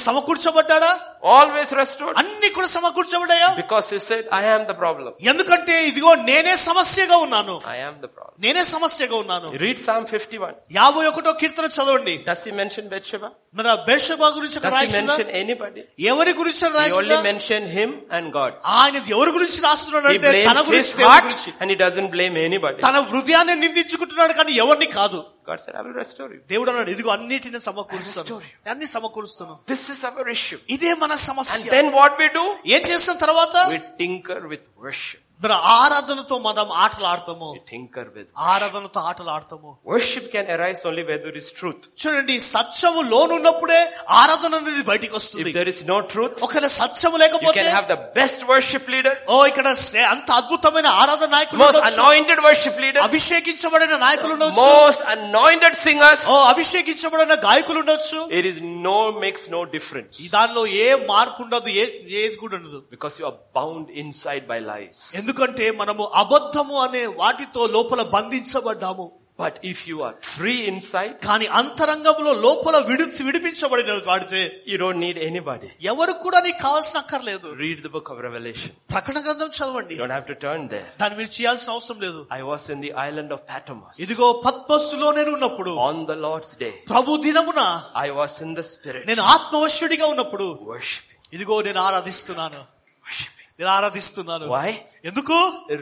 Speaker 2: సమకూర్చబడ్డాడా
Speaker 1: Always restored.
Speaker 2: అన్ని కూడా సమకూర్చబడ్డాయా
Speaker 1: Because he said, I am the problem.
Speaker 2: ఎందుకంటే ఇదిగో నేనే సమస్యగా ఉన్నాను
Speaker 1: I am the problem.
Speaker 2: నేనే సమస్యగా ఉన్నాను
Speaker 1: You Read Psalm 51.
Speaker 2: యాభై ఒకటో కీర్తన చదవండి
Speaker 1: Does he mention Bathsheba?
Speaker 2: మన బేషబా గురించి అక్కడ
Speaker 1: Does he
Speaker 2: రాయించిందా
Speaker 1: mention anybody?
Speaker 2: ఎవరి గురించి
Speaker 1: He only
Speaker 2: రాయించిందా
Speaker 1: mentioned him and God.
Speaker 2: ఆయన ఎవరి గురించి రాస్తున్నాడు
Speaker 1: He
Speaker 2: అంటే తన
Speaker 1: blames
Speaker 2: గురించి
Speaker 1: his
Speaker 2: దేవుని
Speaker 1: heart
Speaker 2: గురించి
Speaker 1: and he doesn't blame anybody.
Speaker 2: తన హృదయాన్ని నిందించుకుంటున్నాడు కానీ ఎవరిని కాదు
Speaker 1: God said, I will restore you.
Speaker 2: దేవుడు అన్నాడు ఇదిగో అన్నిటిని సమకూరుస్తాను
Speaker 1: Restore you.
Speaker 2: అన్ని సమకూరుస్తాను
Speaker 1: This is our issue.
Speaker 2: ఇదే మన
Speaker 1: And
Speaker 2: సమస్య
Speaker 1: then what we do?
Speaker 2: ఏం చేసిన తర్వాత
Speaker 1: We tinker with worship.
Speaker 2: మరి ఆరాధనతో మనం ఆటలు ఆడతాము
Speaker 1: We tinker with.
Speaker 2: ఆరాధనతో ఆటలు ఆడతాము
Speaker 1: Worship can arise only where there is truth.
Speaker 2: చూడండి సత్యము లోనున్నప్పుడే ఆరాధన అనేది బయటికి వస్తుంది
Speaker 1: If there is no truth,
Speaker 2: ఒకవేళ సత్యము
Speaker 1: you
Speaker 2: లేకపోతే
Speaker 1: can have the best worship leader,
Speaker 2: ఓ ఇక్కడ సే- అంత అద్భుతమైన ఆరాధన నాయకులు
Speaker 1: most
Speaker 2: ఉండొచ్చు.
Speaker 1: anointed worship leader,
Speaker 2: అభిషేకించబడిన నాయకులు ఉండొచ్చు
Speaker 1: most anointed singers.
Speaker 2: ఓ అభిషేకించబడిన గాయకులు ఉండొచ్చు
Speaker 1: It is no, makes no difference.
Speaker 2: ఈ దానిలో ఏ మార్పు ఉండదు ఏ ఏది కూడా ఉండదు
Speaker 1: Because you are bound inside by lies.
Speaker 2: ఎందుకంటే మనము అబద్ధము అనే వాటితో లోపల బంధించబడ్డాము
Speaker 1: But if you are free inside,
Speaker 2: కానీ అంతరంగంలో లోపల విడి విడిపించబడిన వాడితే
Speaker 1: you don't need anybody.
Speaker 2: ఎవరు కూడా నీకు కావాల్సిన అక్కర్లేదు
Speaker 1: Read the book of Revelation.
Speaker 2: ప్రకటన గ్రంథం చదవండి
Speaker 1: You don't have to turn there.
Speaker 2: దాన్ని మీరు చేయాల్సిన అవసరం లేదు
Speaker 1: I was in the island of Patmos
Speaker 2: ఇదిగో పద్మస్సులో నేను ఉన్నప్పుడు
Speaker 1: on the Lord's day.
Speaker 2: ప్రభు దినమున
Speaker 1: I was in the spirit
Speaker 2: నేను ఆత్మవశ్యుడిగా ఉన్నప్పుడు
Speaker 1: worshiping,
Speaker 2: ఇదిగో నేను ఆరాధిస్తున్నాను
Speaker 1: worshiping.
Speaker 2: నేను ఆరాధిస్తున్నాను
Speaker 1: Why?
Speaker 2: ఎందుకు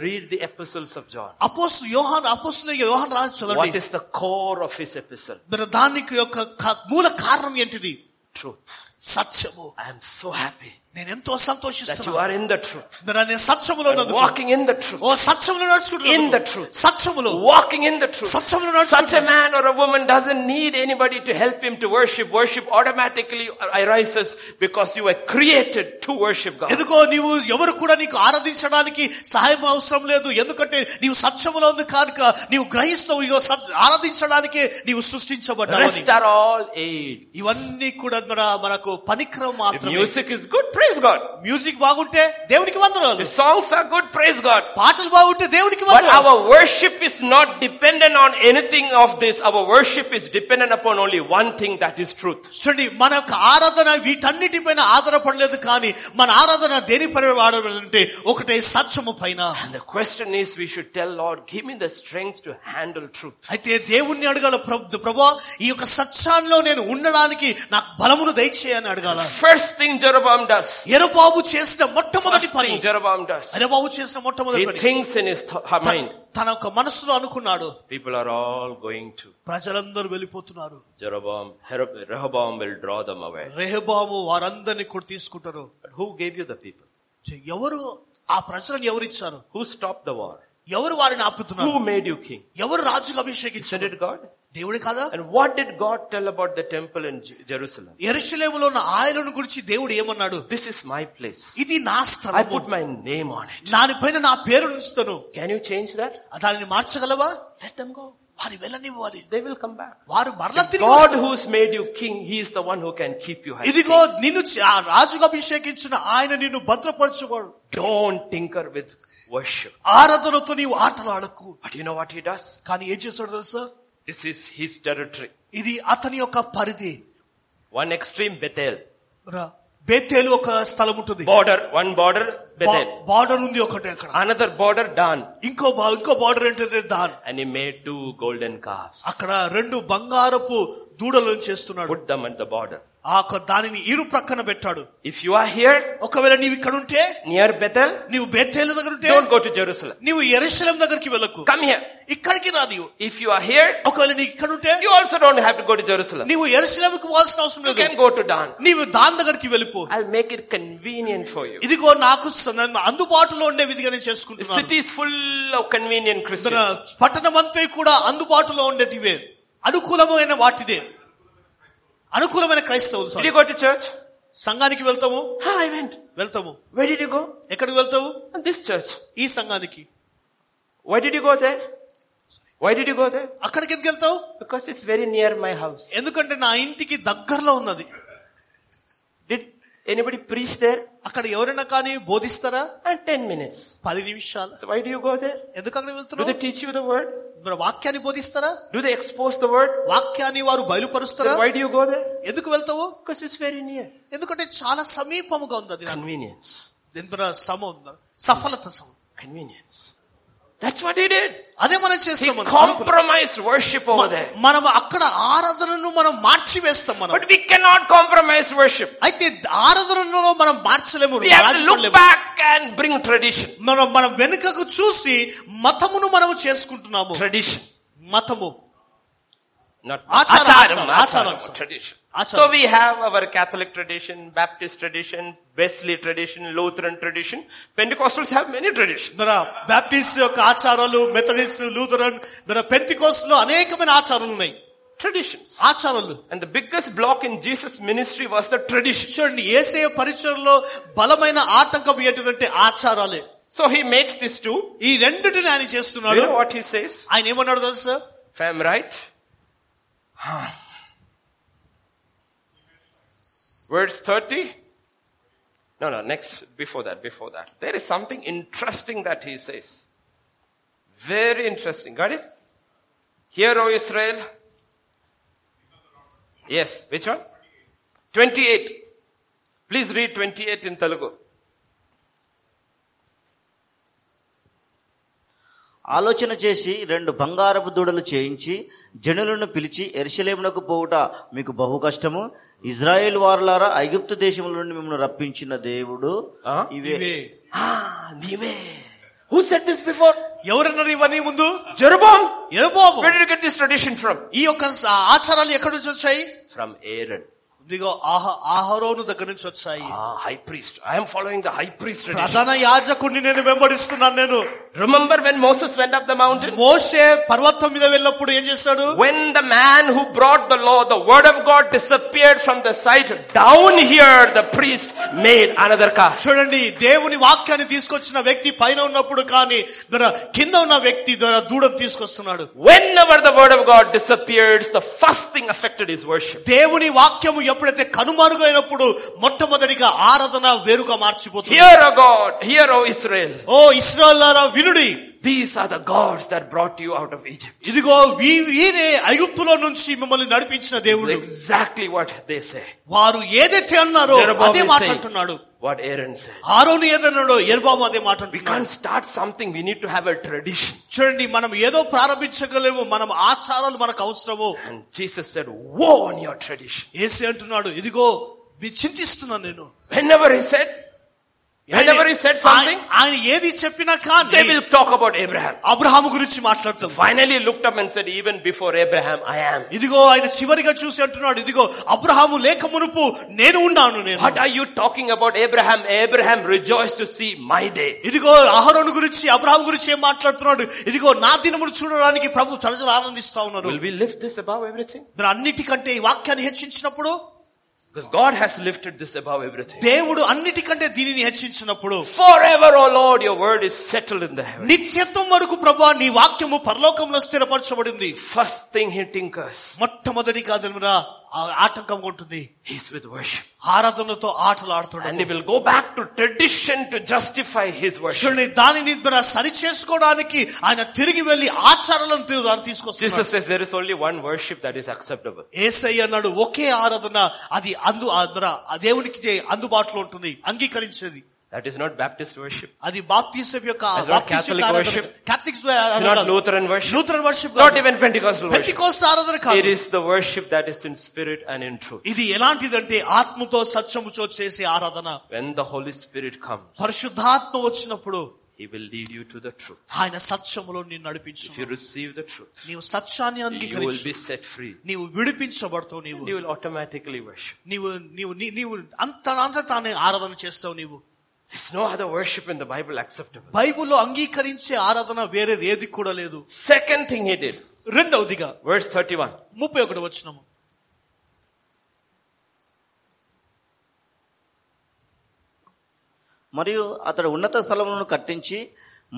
Speaker 1: Read the epistles of John.
Speaker 2: అపోస్ యోహాన్ అపోస్తుల యోహాన్ రాజు
Speaker 1: What
Speaker 2: చదవండి
Speaker 1: is the core of his epistle?
Speaker 2: మరి దానికి యొక్క క- మూల కారణం ఏంటిది
Speaker 1: Truth.
Speaker 2: సత్యము
Speaker 1: I am so happy
Speaker 2: నేను ఎంతో
Speaker 1: that you
Speaker 2: సంతోషిస్తున్నాను
Speaker 1: are in the truth.
Speaker 2: మరి నేను
Speaker 1: You
Speaker 2: సత్యములో
Speaker 1: are
Speaker 2: ఉన్నందుకు
Speaker 1: walking in the truth.
Speaker 2: Oh సత్యములో
Speaker 1: In the
Speaker 2: నడుచుకుంటున్నాను
Speaker 1: truth.
Speaker 2: సత్యములో
Speaker 1: Walking in the truth.
Speaker 2: సత్యములో
Speaker 1: Such a
Speaker 2: నడుచుకుంటున్నాను
Speaker 1: man or a woman doesn't need anybody to help him to worship. Worship automatically arises because you were created to worship God.
Speaker 2: ఎందుకో నీవు ఎవరు కూడా నీకు ఆరాధించడానికి సహాయం అవసరం లేదు ఎందుకంటే నీవు సత్యములో ఉంది కనుక నీవు గ్రహిస్తావు ఇగో సత్- ఆరాధించడానికే నీవు సృష్టించబడ్డావు
Speaker 1: Rest are all aids.
Speaker 2: ఇవన్నీ కూడా మన మనకు పనిక్రమం
Speaker 1: If
Speaker 2: మాత్రమే
Speaker 1: music is good, praise God.
Speaker 2: Music బాగుంటే దేవునికి వందనాలు
Speaker 1: If songs are good, praise God.
Speaker 2: పాటలు బాగుంటే దేవునికి
Speaker 1: But
Speaker 2: వందనాలు
Speaker 1: our worship is not dependent on anything of this. Our worship is dependent upon only one thing that is truth.
Speaker 2: చూడండి మన యొక్క ఆరాధన వీటన్నిటిపైన ఆధారపడలేదు కానీ మన ఆరాధన దేనిపై ఆధారపడాలంటే ఒకటే సత్యము పైన
Speaker 1: And the question is we should tell Lord, give me the strength to handle truth.
Speaker 2: అయితే దేవుణ్ణి అడగాల ప్రభు ప్రభా ఈ యొక్క సత్యాల్లో నేను ఉండడానికి నాకు బలమును దయచేయని అడగాల
Speaker 1: First thing Jeroboam does.
Speaker 2: Erababu చేసిన మొట్టమొదటి
Speaker 1: First
Speaker 2: పని
Speaker 1: thing Jeroboam does.
Speaker 2: ఎరబాబు చేసిన మొట్టమొదటి
Speaker 1: He
Speaker 2: పని
Speaker 1: thinks in his th- her mind.
Speaker 2: తన- తన యొక్క మనసులో అనుకున్నాడు
Speaker 1: People are all going to
Speaker 2: ప్రజలందరూ వెళ్ళిపోతున్నారు
Speaker 1: Jeroboam. Her- Rehoboam will draw them away.
Speaker 2: రెహబాము వారందరినీ కూడా తీసుకుంటారు
Speaker 1: But who gave you the people?
Speaker 2: చే- ఎవరు ఆ ప్రజలను ఎవరిచ్చారు
Speaker 1: Who stopped the war?
Speaker 2: ఎవరు వారిని ఆపుతున్నారు
Speaker 1: Who made you king?
Speaker 2: ఎవరు రాజుకు
Speaker 1: Isn't
Speaker 2: అభిషేకించారు
Speaker 1: it God?
Speaker 2: దేవుడే కదా
Speaker 1: And what did God tell about the temple in J- Jerusalem?
Speaker 2: ఎరుశలేములో ఉన్న ఆయనను గురించి దేవుడు ఏమన్నాడు
Speaker 1: This is my place.
Speaker 2: ఇది నా
Speaker 1: I
Speaker 2: స్థలము
Speaker 1: put my name on it.
Speaker 2: దానిపైన నా పేరు ఉంచుతాను
Speaker 1: Can you change that?
Speaker 2: దానిని మార్చగలవా
Speaker 1: Let them go.
Speaker 2: వారి వెళ్ళనివ్వు అది
Speaker 1: They will come back.
Speaker 2: వారు మరల తిరిగి
Speaker 1: God
Speaker 2: వస్తారు.
Speaker 1: who's made you king, he is the one who can keep you happy.
Speaker 2: ఇదిగో నిన్ను చ- ఆ రాజుగా అభిషేకించిన ఆయన నిన్ను భద్రపరచువాడు
Speaker 1: Don't tinker with worship.
Speaker 2: ఆరాధనతో నీవు ఆటలాడకు
Speaker 1: But you know what he does?
Speaker 2: కానీ ఏం చేస్తాడు తెలుసా
Speaker 1: This is his territory.
Speaker 2: ఇది అతని యొక్క పరిధి
Speaker 1: One extreme Bethel.
Speaker 2: రా, బేతేలు ఒక స్థలం ఉంటుంది
Speaker 1: Border, one border, Bethel. Ah.
Speaker 2: Border ఉంది ఒకటి అక్కడ
Speaker 1: Another border, Dan.
Speaker 2: ఇంకో బా- ఇంకో బార్డర్ ఏంటంటే దాన్
Speaker 1: And he made two golden calves.
Speaker 2: అక్కడ రెండు బంగారపు దూడలను చేస్తున్నాడు
Speaker 1: Put them at the border.
Speaker 2: ఆ యొక్క దానిని ఇరు ప్రక్కన పెట్టాడు
Speaker 1: If you are here,
Speaker 2: ఒకవేళ నీవు ఇక్కడ ఉంటే
Speaker 1: near Bethel,
Speaker 2: నీవు బేతేలు దగ్గర ఉంటే
Speaker 1: don't go to Jerusalem.
Speaker 2: నీవు ఎరుశలం దగ్గరికి వెళ్ళకు
Speaker 1: Come here.
Speaker 2: ఇక్కడికి రా నీవు
Speaker 1: If you are here,
Speaker 2: ఒకవేళ నీవు ఇక్కడ ఉంటే
Speaker 1: you also don't have to go to Jerusalem.
Speaker 2: నీవు ఎరుశలంకి పోవాల్సిన అవసరం
Speaker 1: You
Speaker 2: లేదు
Speaker 1: can go to Dan.
Speaker 2: నీవు దాని దగ్గరికి వెళ్ళిపో
Speaker 1: I'll make it convenient for you.
Speaker 2: ఇదిగో నాకు స- నన్ను అందుబాటులో ఉండే విధిగా నేను
Speaker 1: The
Speaker 2: చేసుకుంటున్నాను
Speaker 1: city is full of convenient
Speaker 2: తన
Speaker 1: Christians.
Speaker 2: పట్టణం అంతా కూడా అందుబాటులో ఉండేటివే అనుకూలమైన వాటిదే అనుకూలమైన క్రైస్తవులు
Speaker 1: Did you
Speaker 2: sorry.
Speaker 1: go to church?
Speaker 2: సంఘానికి వెళ్తాము
Speaker 1: Ah, I went.
Speaker 2: వెళ్తాము
Speaker 1: Where did you go?
Speaker 2: ఎక్కడికి వెళ్తావు
Speaker 1: "Ah, This church.
Speaker 2: ఈ సంఘానికి
Speaker 1: Why did you go there? Why did you go there?
Speaker 2: అక్కడికి ఎందుకు వెళ్తావు
Speaker 1: Because it's very near my house.
Speaker 2: ఎందుకంటే నా ఇంటికి దగ్గరలో ఉన్నది
Speaker 1: Did anybody preach there?
Speaker 2: అక్కడ ఎవరైనా కానీ బోధిస్తారా
Speaker 1: Ah, 10 minutes.
Speaker 2: పది నిమిషాలు
Speaker 1: So why do you go there?
Speaker 2: ఎందుకు అక్కడ
Speaker 1: Do
Speaker 2: వెళ్తున్నావు
Speaker 1: they teach you the word?
Speaker 2: మరి వాక్యాన్ని బోధిస్తారా
Speaker 1: Do they expose the word?
Speaker 2: వాక్యాన్ని వారు బయలుపరుస్తారా
Speaker 1: Then why do you go there?
Speaker 2: ఎందుకు వెళ్తావు
Speaker 1: Because it's very near.
Speaker 2: ఎందుకంటే చాలా సమీపముగా ఉంది అది నాకు
Speaker 1: Convenience.
Speaker 2: దీని మీద సమ ఉంది సఫలత సమ
Speaker 1: Convenience. That's what he did.
Speaker 2: అదే మనం
Speaker 1: He
Speaker 2: చేస్తాం మనం. అనుకూలం.
Speaker 1: compromised worship over there.
Speaker 2: మనం అక్కడ ఆరాధనను మనం మార్చివేస్తాం మనం
Speaker 1: But we cannot compromise worship.
Speaker 2: అయితే ఆరాధనలో మనం మార్చలేము
Speaker 1: We have to look
Speaker 2: రాజీపడలేము.
Speaker 1: back and bring tradition.
Speaker 2: మనం మనం వెనుకకు చూసి మతమును మనము చేసుకుంటున్నాము
Speaker 1: Tradition.
Speaker 2: మతము
Speaker 1: Not
Speaker 2: Acharam,
Speaker 1: Acharam,
Speaker 2: acharam,
Speaker 1: acharam,
Speaker 2: acharam.
Speaker 1: tradition.
Speaker 2: Acharam.
Speaker 1: So we have our Catholic tradition, Baptist tradition, Wesley tradition, Lutheran tradition. Pentecostals have many traditions.
Speaker 2: మన Baptist యొక్క ఆచారాలు మెథడిస్ట్ లూథరన్ మన పెంతికోస్ లో అనేకమైన ఆచారాలు ఉన్నాయి
Speaker 1: Traditions.
Speaker 2: ఆచారాలు
Speaker 1: And the biggest block in Jesus' ministry was the tradition.
Speaker 2: చూడండి ఏసయ పరిచయంలో బలమైన ఆటంకం ఏంటిదంటే ఆచారాలే
Speaker 1: So he makes these two.
Speaker 2: ఈ రెండిటిని ఆయన
Speaker 1: Do you
Speaker 2: చేస్తున్నాడు
Speaker 1: know what he says?
Speaker 2: ఆయన ఏమన్నాడు తెలుసా
Speaker 1: If I'm right. Verse 30. No, no, next, before that, before that. There is something interesting that he says. Very interesting. Got it? Hear, O Israel. Yes, which one? 28. Please read 28 in Telugu.
Speaker 3: ఆలోచన చేసి రెండు బంగారపు దూడలు చేయించి జనులను పిలిచి ఎరుసలేమునకు పోవుట మీకు బహు కష్టము ఇజ్రాయేల్ వారులారా ఐగుప్తు దేశముల నుండి మిమ్మల్ని రప్పించిన దేవుడు
Speaker 1: ఆ?
Speaker 3: ఇవే
Speaker 2: ఇవే
Speaker 1: Ah, Nive. Who said this before?
Speaker 2: ఎవరన్నారు ఇవన్నీ ముందు
Speaker 1: Jeroboam.
Speaker 2: Erababu
Speaker 1: Where did you get this tradition from?
Speaker 2: ఈ యొక్క స- ఆచారాలు ఎక్కడి నుంచి వచ్చాయి
Speaker 1: From Aaron.
Speaker 2: ఇదిగో ఆహ ఆహరోను దగ్గర నుంచి వచ్చాయి
Speaker 1: Ah, high priest. I am following the high priest tradition.
Speaker 2: ప్రధాన యాజకుడిని నేను వెంబడిస్తున్నాను నేను
Speaker 1: Remember when Moses went up the mountain?
Speaker 2: మోషే పర్వతం మీద వెళ్ళినప్పుడు ఏం చేశాడు
Speaker 1: When the man who brought the law, the word of God disappeared from the sight, down here the priest made another calf.
Speaker 2: చూడండి దేవుని వాక్యాన్ని తీసుకొచ్చిన వ్యక్తి పైన ఉన్నప్పుడు కానీ ధర కింద ఉన్న వ్యక్తి ధర దూడం తీసుకొస్తున్నాడు
Speaker 1: Whenever the word of God disappears, the first thing affected is worship.
Speaker 2: దేవుని వాక్యము ఎప్పుడైతే కనుమరుగైనప్పుడు మొట్టమొదటిగా ఆరాధన వేరుగా మార్చిపోతుంది
Speaker 1: Hear, O God, hear, O Israel.
Speaker 2: ఓ ఇస్రాయలారా వినుడి
Speaker 1: These are the gods that brought you out of Egypt.
Speaker 2: ఇదిగో వీ- వీరే ఐగుప్తులో నుంచి మిమ్మల్ని నడిపించిన దేవుడు
Speaker 1: Exactly what they say.
Speaker 2: వారు ఏదైతే అన్నారో
Speaker 1: Jeroboam
Speaker 2: అదే
Speaker 1: is
Speaker 2: మాట
Speaker 1: saying.
Speaker 2: అంటున్నాడు
Speaker 1: What Aaron said.
Speaker 2: ఆరోని ఏదన్నాడో ఎరుబాబు అదే మాట
Speaker 1: We
Speaker 2: అంటున్నాడు
Speaker 1: can't start something. We need to have a tradition.
Speaker 2: చూడండి మనం ఏదో ప్రారంభించగలేము మనం ఆచారాలు మనకు అవసరము
Speaker 1: And Jesus said, woe on your tradition.
Speaker 2: ఏసే అంటున్నాడు ఇదిగో మీ చింతిస్తున్నాను నేను
Speaker 1: Whenever he said, whenever he said something,
Speaker 2: ఆయన- ఆయన ఏది చెప్పినా
Speaker 1: they
Speaker 2: కానీ
Speaker 1: will talk about Abraham.
Speaker 2: Abraham గురించి మాట్లాడతాం
Speaker 1: Finally looked up and said, even before Abraham, I am.
Speaker 2: ఇదిగో ఆయన చివరిగా చూసి అంటున్నాడు ఇదిగో అబ్రహాము లేక మునుపు నేను ఉన్నాను నేను
Speaker 1: What are you talking about Abraham? Abraham rejoiced to see my day.
Speaker 2: ఇదిగో అహరోను గురించి అబ్రహాం గురించి ఏం మాట్లాడుతున్నాడు ఇదిగో నా దినమును చూడడానికి ప్రభు ప్రజలు ఆనందిస్తా ఉన్నారు
Speaker 1: Will we lift this above everything?
Speaker 2: మరి అన్నిటికంటే ఈ వాక్యాన్ని హెచ్చించినప్పుడు
Speaker 1: Because God has lifted this above everything.
Speaker 2: దేవుడు అన్నిటికంటే దీనిని హెచ్చించినప్పుడు
Speaker 1: Forever, O Lord, your word is settled in the heaven.
Speaker 2: నిత్యత్వం వరకు ప్రభా నీ వాక్యము పరలోకంలో స్థిరపరచబడింది
Speaker 1: First thing he tinkers,
Speaker 2: మొట్టమొదటి కాదనురా ఆటంకం ఉంటుంది
Speaker 1: he's with worship.
Speaker 2: ఆరాధనతో ఆటలు ఆడుతున్నాడు
Speaker 1: And he will go back to tradition to justify his worship.
Speaker 2: చూడండి దానిని మన సరి చేసుకోవడానికి ఆయన తిరిగి వెళ్లి ఆచారాలను తీ- దాన్ని తీసుకొస్తున్నాడు
Speaker 1: Jesus says there is only one worship that is acceptable.
Speaker 2: ఏసై అన్నాడు ఒకే ఆరాధన అది అందు ఆ- మన ఆ దేవునికి చే- అందుబాటులో ఉంటుంది అంగీకరించేది
Speaker 1: That is not Baptist worship.
Speaker 2: అది బాప్తిసం యొక్క
Speaker 1: That's not Catholic worship.
Speaker 2: Catholics
Speaker 1: Not Lutheran worship.
Speaker 2: Lutheran worship
Speaker 1: Not even Pentecostal worship.
Speaker 2: పెంటికోస్త ఆరాధన
Speaker 1: It
Speaker 2: కాదు
Speaker 1: is the worship that is in spirit and in truth.
Speaker 2: ఇది ఎలాంటిదంటే ఆత్మతో సత్యముతో చేసే ఆరాధన
Speaker 1: When the Holy Spirit comes,
Speaker 2: పరిశుద్ధాత్మ వచ్చినప్పుడు
Speaker 1: He will lead you to the truth.
Speaker 2: ఆయన సత్యములో నిన్ను
Speaker 1: If you
Speaker 2: నడిపించు
Speaker 1: receive the truth,
Speaker 2: నీవు సత్యాన్ని
Speaker 1: you will
Speaker 2: అంగీకరించు
Speaker 1: be set free.
Speaker 2: నీవు విడిపించబడతావు నీవు
Speaker 1: And you will automatically worship.
Speaker 2: నీవు నీవు నీ- నీవు అంత అంత తానే ఆరాధన చేస్తావు నీవు
Speaker 1: There's no other worship in the Bible acceptable.
Speaker 2: బైబిల్లో అంగీకరించే ఆరాధన వేరే ఏది కూడా లేదు
Speaker 1: Second thing He did,
Speaker 2: రెండవదిగా
Speaker 1: verse 31.
Speaker 2: ముప్పై ఒకటి వచ్చినము
Speaker 3: మరియు అతడు ఉన్నత స్థలములను కట్టించి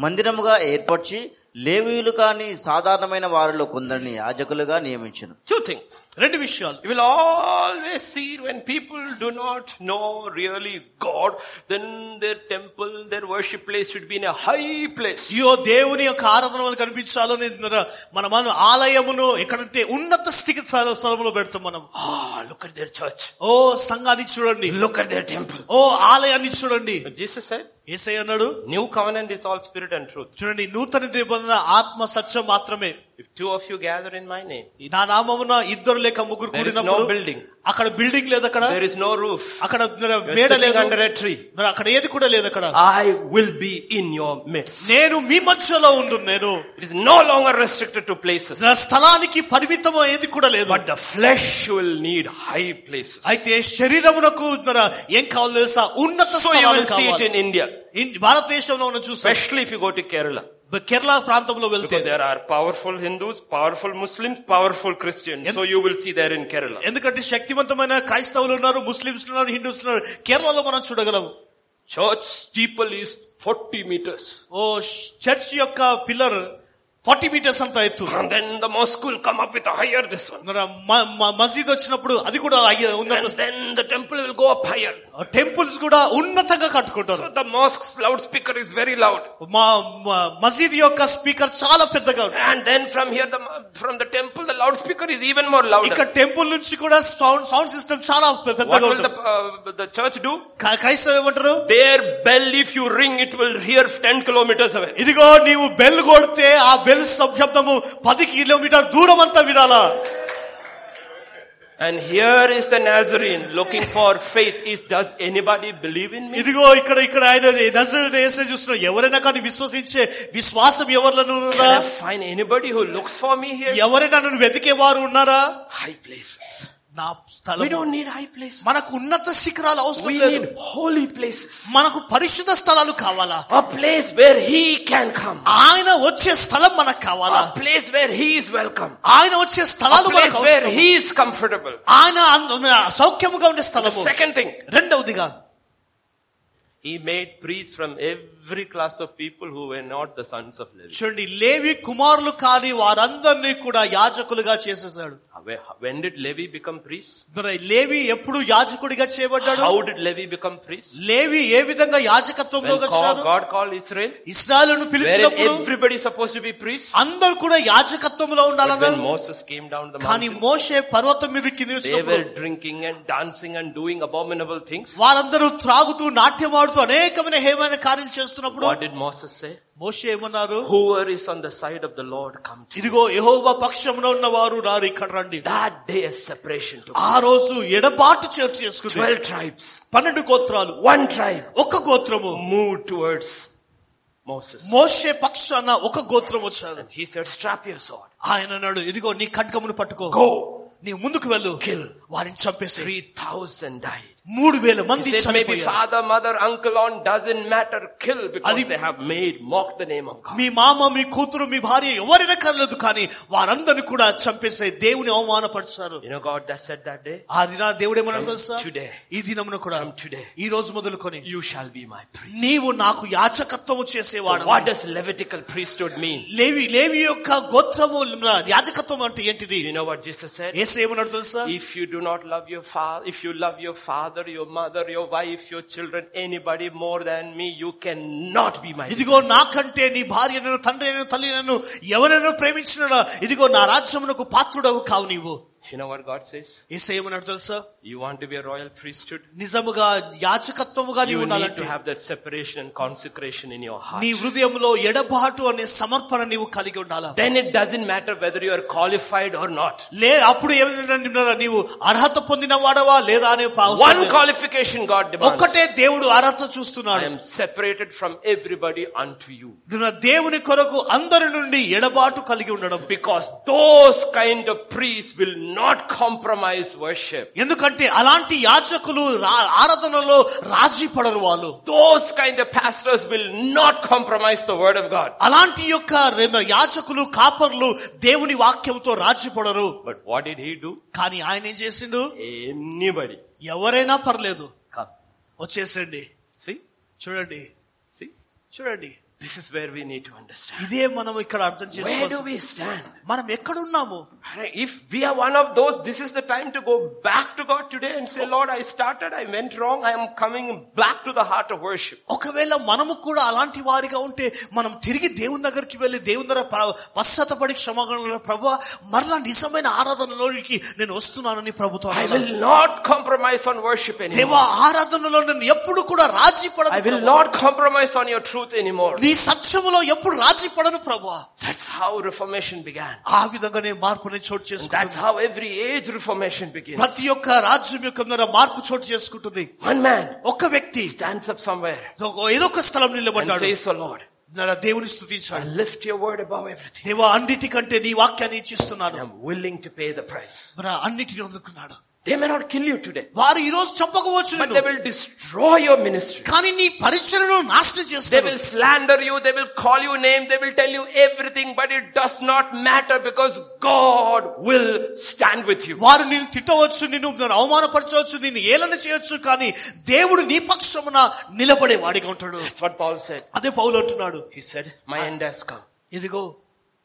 Speaker 3: మందిరముగా ఏర్పరిచి లేవీయులు కాని సాధారణమైన వారిలో కొందరిని యాజకులుగా నియమించను
Speaker 1: Two things.
Speaker 2: రెండు విషయాలు
Speaker 1: You will always see when people do not know really God, then their temple, their worship place should be in a high place.
Speaker 2: అయ్యో దేవుని యొక్క ఆరాధన వల్ల కనిపించాలని మన- మన మన ఆలయమును ఎక్కడంటే ఉన్నత స్థితి స్థల- స్థలములో పెడతాం మనం
Speaker 1: Ah, look at their church.
Speaker 2: ఓ సంఘాన్ని చూడండి
Speaker 1: Look at their temple.
Speaker 2: ఓ ఆలయాన్ని చూడండి
Speaker 1: But Jesus said,
Speaker 2: ఏసై అన్నాడు
Speaker 1: New covenant is all spirit and truth.
Speaker 2: చూడండి నూతన నిబంధన ఆత్మ సత్యం మాత్రమే
Speaker 1: If If two of you gather in my name,
Speaker 2: నా నామమున ఇద్దరు లేక ముగ్గురు
Speaker 1: There is
Speaker 2: కూడినప్పుడు
Speaker 1: no building.
Speaker 2: అక్కడ బిల్డింగ్ లేదు అక్కడ
Speaker 1: there is no roof.
Speaker 2: అక్కడ మరి
Speaker 1: You are
Speaker 2: మేడ
Speaker 1: sitting
Speaker 2: లేదు
Speaker 1: under a tree.
Speaker 2: మరి అక్కడ ఏది కూడా లేదు అక్కడ
Speaker 1: I will be in your midst.
Speaker 2: నేను మీ మధ్యలో ఉండు నేను
Speaker 1: It is no longer restricted to places.
Speaker 2: నా స్థలానికి పరిమితం ఏది కూడా లేదు
Speaker 1: But the flesh will need high places.
Speaker 2: అయితే శరీరమునకు మరి ఏం కావాలి తెలుసా ఉన్నత
Speaker 1: So you
Speaker 2: స్థలాలు
Speaker 1: will see it
Speaker 2: కావాలి
Speaker 1: in India,
Speaker 2: ఇన్- భారతదేశంలో మనం చూస్తాం
Speaker 1: especially if you go to Kerala.
Speaker 2: Kerala ప్రాంతంలో వెళ్తే
Speaker 1: Because there are powerful Hindus, powerful Muslims, powerful Christians. So you will see there in Kerala.
Speaker 2: ఎందుకంటే శక్తివంతమైన క్రైస్తవులు ఉన్నారు ముస్లింస్ ఉన్నారు హిందూస్ ఉన్నారు కేరళలో మనం చూడగలం
Speaker 1: Church steeple is 40 meters.
Speaker 2: ఓ చర్చ్ యొక్క పిల్లర్ ఫార్టీ మీటర్స్ అంత ఎత్తు
Speaker 1: And then the mosque will come up with a higher this one.
Speaker 2: మన మ- మ- మసీద్ వచ్చినప్పుడు అది కూడా అయ్యే-
Speaker 1: And
Speaker 2: ఉన్నత
Speaker 1: then the temple will go up higher.
Speaker 2: Temples కూడా ఉన్నతంగా కట్టుకుంటారు
Speaker 1: So the mosque's loudspeaker is very loud.
Speaker 2: మా మా- మసీద్ యొక్క స్పీకర్ చాలా పెద్దగా ఉంటుంది.
Speaker 1: And then from here, the, from the temple, the loudspeaker is even more
Speaker 2: ఇక్కడ
Speaker 1: louder.
Speaker 2: టెంపుల్ నుంచి కూడా సౌండ్ సౌండ్ సిస్టమ్ చాలా పె-
Speaker 1: What
Speaker 2: పెద్దగా
Speaker 1: will
Speaker 2: ఉంటుంది
Speaker 1: the, uh, the church do?
Speaker 2: క్రై- క్రైస్తవులు ఏమంటారు
Speaker 1: Their bell, if you ring, it will hear 10 kilometers away.
Speaker 2: ఇదిగో నీవు బెల్ కొడితే ఆ బెల్ శబ్దము పది కిలోమీటర్ దూరం అంతా వినాలా
Speaker 1: And here is the Nazarene looking for faith. Is, does anybody believe in me?
Speaker 2: ఇదిగో ఇక్కడ ఇక్కడ ఆయన నజరేయుడు యేసుని చూస్తున్నా ఎవరైనా కానీ విశ్వసించే విశ్వాసం ఎవరిలో ఉందా
Speaker 1: Can I find anybody who looks for me here?
Speaker 2: ఎవరైనా నన్ను వెతికే వారు ఉన్నారా
Speaker 1: High places.
Speaker 2: నా
Speaker 1: We
Speaker 2: స్థలం
Speaker 1: don't need high places.
Speaker 2: మనకు ఉన్నత శిఖరాలు అవసరం
Speaker 1: We
Speaker 2: లేదు
Speaker 1: need holy places.
Speaker 2: మనకు పరిశుద్ధ స్థలాలు కావాలా
Speaker 1: A place where He can come.
Speaker 2: ఆయన వచ్చే స్థలం మనకు కావాలా
Speaker 1: A place where He is welcome.
Speaker 2: ఆయన వచ్చే
Speaker 1: A
Speaker 2: స్థలాలు
Speaker 1: place
Speaker 2: మనకు
Speaker 1: where
Speaker 2: అవసరం.
Speaker 1: He is comfortable.
Speaker 2: ఆయన అంద- సౌఖ్యముగా ఉండే
Speaker 1: The
Speaker 2: స్థలము
Speaker 1: second thing,
Speaker 2: రెండవదిగా
Speaker 1: He made priests from every class of people who were not the sons of Levi.
Speaker 2: చూడండి లేవి కుమారులు కాని వారందరినీ కూడా యాజకులుగా చేసేసాడు
Speaker 1: Where- When did Levi become priest?
Speaker 2: మరి లేవి ఎప్పుడు యాజకుడిగా చేయబడ్డాడు
Speaker 1: How did Levi become priest?
Speaker 2: లేవి ఏ విధంగా
Speaker 1: When
Speaker 2: యాజకత్వంలోకి
Speaker 1: call-
Speaker 2: వచ్చాడు
Speaker 1: God called Israel,
Speaker 2: ఇస్రాయలను
Speaker 1: wherein
Speaker 2: పిలిచినప్పుడు
Speaker 1: everybody is supposed to be priest.
Speaker 2: అందరు కూడా యాజకత్వంలో
Speaker 1: But when
Speaker 2: ఉండాలన్నారు
Speaker 1: Moses came down the
Speaker 2: కానీ
Speaker 1: mountain,
Speaker 2: మోషే పర్వతం మీదకి
Speaker 1: they
Speaker 2: నిలిచినప్పుడు
Speaker 1: were drinking and dancing and doing abominable things.
Speaker 2: వారందరూ త్రాగుతూ నాట్యం ఆడుతూ అనేకమైన హేమైన కార్యాలు చేస్తున్నప్పుడు
Speaker 1: What did Moses say?
Speaker 2: మోషే ఏమన్నారు
Speaker 1: Whoever is on the side of the Lord, come to.
Speaker 2: ఇదిగో యెహోవా పక్షమున ఉన్న వారు రారు ఇక్కడ రండి
Speaker 1: That day is separation to
Speaker 2: ఆ రోజు ఎడబాటు చేర్చు చేసుకుంది
Speaker 1: twelve tribes.
Speaker 2: పన్నెండు గోత్రాలు
Speaker 1: One tribe
Speaker 2: ఒక గోత్రము
Speaker 1: moved towards Moses.
Speaker 2: మోషే పక్షాన ఒక గోత్రం వచ్చారు
Speaker 1: And he said, strap your sword.
Speaker 2: ఆయన అన్నాడు ఇదిగో నీ ఖడ్గమును పట్టుకో
Speaker 1: Go.
Speaker 2: నీ ముందుకు వెళ్ళు
Speaker 1: Kill.
Speaker 2: వారిని చంపేసి
Speaker 1: Three thousand died.
Speaker 2: మూడు వేల
Speaker 1: He
Speaker 2: మంది
Speaker 1: said, maybe
Speaker 2: చనిపోయారు.
Speaker 1: father, mother, uncle, aunt, doesn't matter. Kill because
Speaker 2: Adi-
Speaker 1: they have made, mocked the name of God.
Speaker 2: మీ మామ మీ కూతురు మీ భార్య ఎవరైనా కలదు కానీ వారందరిని కూడా చంపేసే దేవుని అవమానపరిచారు
Speaker 1: You know God that said that day?
Speaker 2: ఆ దిన దేవుడు ఏమన్నాడు
Speaker 1: From
Speaker 2: తెలుసా
Speaker 1: today.
Speaker 2: ఈ దినమున కూడా
Speaker 1: From today.
Speaker 2: ఈ రోజు మొదలుకొని
Speaker 1: You shall be my priest.
Speaker 2: నీవు నాకు యాచకత్వము
Speaker 1: So
Speaker 2: చేసేవాడు
Speaker 1: what does Levitical priesthood mean?
Speaker 2: లేవి లేవి యొక్క గోత్రము యాజకత్వం అంటే ఏంటిది
Speaker 1: You know what Jesus said?
Speaker 2: ఏసు ఏమన్నాడు తెలుసా
Speaker 1: If you do not love your father, if you love your father, your mother, your wife, your children, anybody more than me, you cannot be my
Speaker 2: ఇదిగో నాకంటే నీ భార్య నేను తండ్రి నేను తల్లి నన్ను ఎవరైనా ప్రేమించిన ఇదిగో నా రాజ్యమునకు పాత్రుడవు కావు నీవు
Speaker 1: You know what God says?
Speaker 2: ఏసేమన్నాడు తెలుసా
Speaker 1: You want to be a royal priesthood?
Speaker 2: నిజముగా యాచకత్వముగా
Speaker 1: You
Speaker 2: నీవు
Speaker 1: need
Speaker 2: ఉండాలంటే
Speaker 1: to have that separation and consecration in your heart.
Speaker 2: నీ హృదయంలో ఎడబాటు అనే సమర్పణ నీవు కలిగి ఉండాలా
Speaker 1: Then it doesn't matter whether you are qualified or not.
Speaker 2: లే అప్పుడు ఏమైనా నీవు అర్హత పొందిన వాడవా లేదా అనే అవసరం
Speaker 1: One
Speaker 2: లేదు.
Speaker 1: qualification God demands.
Speaker 2: ఒక్కటే దేవుడు అర్హత
Speaker 1: I
Speaker 2: చూస్తున్నాడు
Speaker 1: am separated from everybody unto you.
Speaker 2: ఇదిగో దేవుని కొరకు అందరి నుండి ఎడబాటు కలిగి ఉండడం
Speaker 1: Because those kind of priests will not compromise worship.
Speaker 2: ఎందుకంటే అలాంటి యాచకులు ఆరాధనలో రాజీ పడరు వాళ్ళు
Speaker 1: Those kind of pastors will not compromise the word of God.
Speaker 2: అలాంటి యొక్క రెమ- యాజకులు కాపర్లు దేవుని వాక్యంతో రాజీపడరు
Speaker 1: But what did he do?
Speaker 2: కానీ ఆయన ఏం చేసిండు
Speaker 1: Anybody.
Speaker 2: ఎవరైనా పర్లేదు
Speaker 1: Come.
Speaker 2: వచ్చేసండి
Speaker 1: See?
Speaker 2: చూడండి
Speaker 1: See?
Speaker 2: చూడండి
Speaker 1: This is where we need to understand.
Speaker 2: ఇదే మనం ఇక్కడ అర్థం
Speaker 1: Where do
Speaker 2: చేసుకోవాలి
Speaker 1: we stand?
Speaker 2: మనం ఎక్కడున్నాము
Speaker 1: If we are one of those, this is the time to go back to God. today and say, Lord, I started, I went wrong, I am coming back to the heart of worship.
Speaker 2: ఒకవేళ మనము కూడా అలాంటి వారిగా ఉంటే మనం తిరిగి దేవుని దగ్గరికి వెళ్ళి దేవుని దగ్గర ప్ర- పశ్చాత్తపడి క్షమాగణలో ప్రభు మరలా నిజమైన ఆరాధనలోనికి నేను వస్తున్నానని ప్రభుత్వం
Speaker 1: I will not compromise on worship anymore.
Speaker 2: దేవా ఆరాధనలో నేను ఎప్పుడు కూడా రాజీ
Speaker 1: I
Speaker 2: పడను
Speaker 1: will
Speaker 2: Prabhu.
Speaker 1: not compromise on your truth anymore.
Speaker 2: నీ సత్యములో ఎప్పుడు రాజీ పడను ప్రభు
Speaker 1: That's how reformation began.
Speaker 2: ఆ విధంగానే మార్పుని చోటు
Speaker 1: That's
Speaker 2: చేసుకుంటుంది
Speaker 1: how every age reformation begins.
Speaker 2: ప్రతి ఒక్క రాజ్యం యొక్క మీద మార్పు చోటు చేసుకుంటుంది
Speaker 1: One man
Speaker 2: ఒక్క వ్యక్తి
Speaker 1: stands up somewhere
Speaker 2: ఒక- ఏదో ఒక స్థలం
Speaker 1: and
Speaker 2: నిలబడ్డాడు
Speaker 1: says, "O Lord,
Speaker 2: నా దేవుని
Speaker 1: I
Speaker 2: స్థుతించాడు
Speaker 1: lift your word above everything.
Speaker 2: దేవా అన్నిటికంటే నీ వాక్యాన్ని ఇచ్చిస్తున్నాను
Speaker 1: And I'm willing to pay the price.
Speaker 2: మన అన్నిటిని అందుకున్నాడు
Speaker 1: They may not kill you today,
Speaker 2: వారు ఈ రోజు చంపకపోవచ్చు
Speaker 1: but they
Speaker 2: నిన్ను.
Speaker 1: will destroy your ministry.
Speaker 2: కానీ నీ పరిశ్రమను నాశనం
Speaker 1: They
Speaker 2: చేస్తారు
Speaker 1: will slander you, they will call you name, they will tell you everything, but it does not matter because God will stand with you.
Speaker 2: వారు నిన్ను తిట్టవచ్చు నిన్ను నిన్ను అవమానపరచవచ్చు నిన్ను ఏలన చేయొచ్చు కానీ దేవుడు నీ పక్షమున నిలబడే వాడిగా ఉంటాడు
Speaker 1: That's what Paul said.
Speaker 2: అదే పౌలు అంటున్నాడు
Speaker 1: He said, my end has come.
Speaker 2: ఇదిగో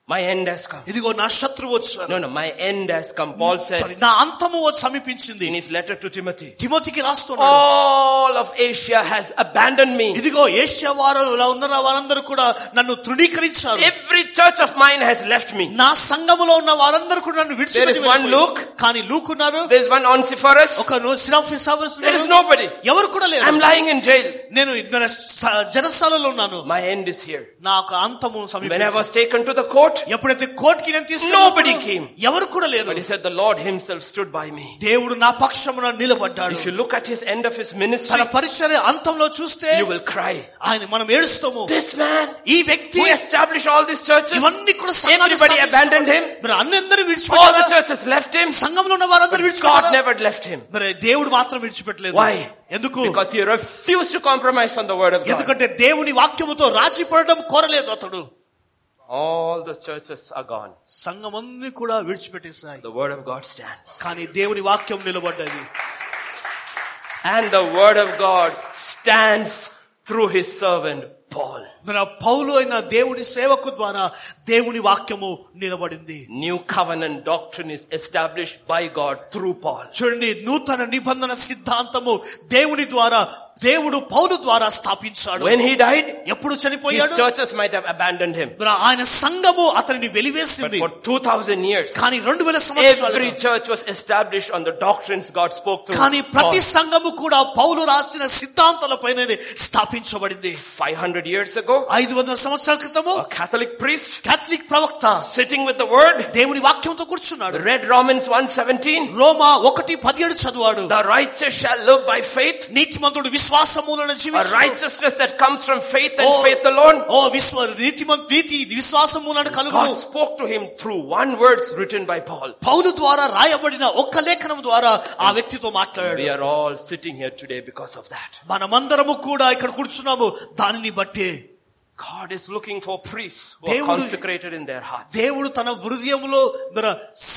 Speaker 1: Ah. My end has come.
Speaker 2: ఇదిగో నా శత్రువు వచ్చాడు
Speaker 1: No, no, my end has come. Paul
Speaker 2: Sorry,
Speaker 1: said
Speaker 2: నా అంతము వచ్చి సమీపించింది
Speaker 1: in his letter to Timothy,
Speaker 2: తిమోతికి రాస్తున్నాడు
Speaker 1: Oh. all of Asia has abandoned me.
Speaker 2: ఇదిగో ఏషియా వారు ఇలా ఉన్న వారందరూ కూడా నన్ను తృణీకరించారు
Speaker 1: Every church of mine has left me.
Speaker 2: నా సంఘములో ఉన్న వారందరూ కూడా నన్ను
Speaker 1: There is one Luke.
Speaker 2: విడిచిపెట్టి కానీ లూక్ ఉన్నారు
Speaker 1: There is one Onesiphorus.
Speaker 2: ఒక సిరాఫీసావర్స్
Speaker 1: There is nobody.
Speaker 2: ఎవరు కూడా లేరు
Speaker 1: I'm lying in jail.
Speaker 2: నేను ఇక్కడ స- జనస్థలంలో ఉన్నాను
Speaker 1: My end is here.
Speaker 2: నా ఒక అంతము
Speaker 1: When I
Speaker 2: సమీప
Speaker 1: was taken to the court,
Speaker 2: ఎప్పుడైతే కోర్టు కి నేను
Speaker 1: Nobody came.
Speaker 2: తీసుకున్నాను ఎవరు కూడా లేరు
Speaker 1: but he said the Lord himself stood by me.
Speaker 2: దేవుడు నా పక్షమున నిలబడ్డాడు
Speaker 1: If you look at his end of his ministry,
Speaker 2: తన పరిసర అంతంలో చూస్తే
Speaker 1: you will cry.
Speaker 2: ఆయన మనం ఏడుస్తాము
Speaker 1: This man
Speaker 2: ఈ వ్యక్తి
Speaker 1: who established all these churches,
Speaker 2: ఇవన్నీ కూడా సంఘాలు
Speaker 1: Everybody
Speaker 2: స్థాపించాడు.
Speaker 1: abandoned him.
Speaker 2: మరి అందరూ
Speaker 1: all the
Speaker 2: విడిచిపెట్టారు
Speaker 1: churches left him,
Speaker 2: సంఘంలో ఉన్న వారందరూ
Speaker 1: but God
Speaker 2: విడిచిపెట్టారు
Speaker 1: never left him.
Speaker 2: మరి దేవుడు మాత్రం విడిచిపెట్టలేదు
Speaker 1: Why?
Speaker 2: ఎందుకు
Speaker 1: Because he refused to compromise on the word of God.
Speaker 2: ఎందుకంటే దేవుని వాక్యముతో రాజీ పడడం కోరలేదు అతడు
Speaker 1: All the churches are gone.
Speaker 2: సంఘమన్నీ కూడా విడిచిపెట్టేశాయి
Speaker 1: The word of God stands.
Speaker 2: కానీ దేవుని వాక్యం నిలబడ్డది
Speaker 1: And the word of God stands through his servant Paul.
Speaker 2: మన పౌలు అయిన దేవుని సేవకు ద్వారా దేవుని వాక్యము నిలబడింది
Speaker 1: New covenant doctrine is established by God through Paul.
Speaker 2: చూడండి నూతన నిబంధన సిద్ధాంతము దేవుని ద్వారా దేవుడు పౌలు ద్వారా స్థాపించాడు
Speaker 1: When he died,
Speaker 2: ఎప్పుడు
Speaker 1: his
Speaker 2: చనిపోయాడు
Speaker 1: churches might have abandoned him.
Speaker 2: మన ఆయన సంఘము అతనిని
Speaker 1: But
Speaker 2: వెలివేసింది
Speaker 1: for 2000 years,
Speaker 2: కానీ రెండు వేల సంవత్సరాలు
Speaker 1: every church was established on the doctrines God spoke through.
Speaker 2: కానీ
Speaker 1: Paul.
Speaker 2: ప్రతి సంఘము కూడా పౌలు రాసిన సిద్ధాంతాలపైన స్థాపించబడింది
Speaker 1: 500 years ago,
Speaker 2: ఐదు వందల సంవత్సరాల క్రితము
Speaker 1: a Catholic priest
Speaker 2: కాథలిక్ ప్రవక్త
Speaker 1: sitting with the word
Speaker 2: దేవుని వాక్యంతో కూర్చున్నాడు
Speaker 1: read Romans 1:17,
Speaker 2: రోమా ఒకటి పదిహేడు చదివాడు
Speaker 1: the righteous shall live by faith.
Speaker 2: నీతిమంతుడు విశ్వాసములను
Speaker 1: A
Speaker 2: జీవించు
Speaker 1: righteousness that comes from faith and
Speaker 2: Oh.
Speaker 1: faith alone.
Speaker 2: ఓ విశ్వ నీతిమం నీతి విశ్వాసం మూలన కలుగును
Speaker 1: God spoke to him through one words written by Paul.
Speaker 2: పౌలు ద్వారా రాయబడిన ఒక్క లేఖనం ద్వారా ఆ వ్యక్తితో మాట్లాడాడు
Speaker 1: We are all sitting here today because of that.
Speaker 2: మనమందరము కూడా ఇక్కడ కూర్చున్నాము దానిని బట్టే
Speaker 1: God is looking for priests who are
Speaker 2: దేవుడు-
Speaker 1: consecrated in their hearts.
Speaker 2: దేవుడు తన హృదయంలో మన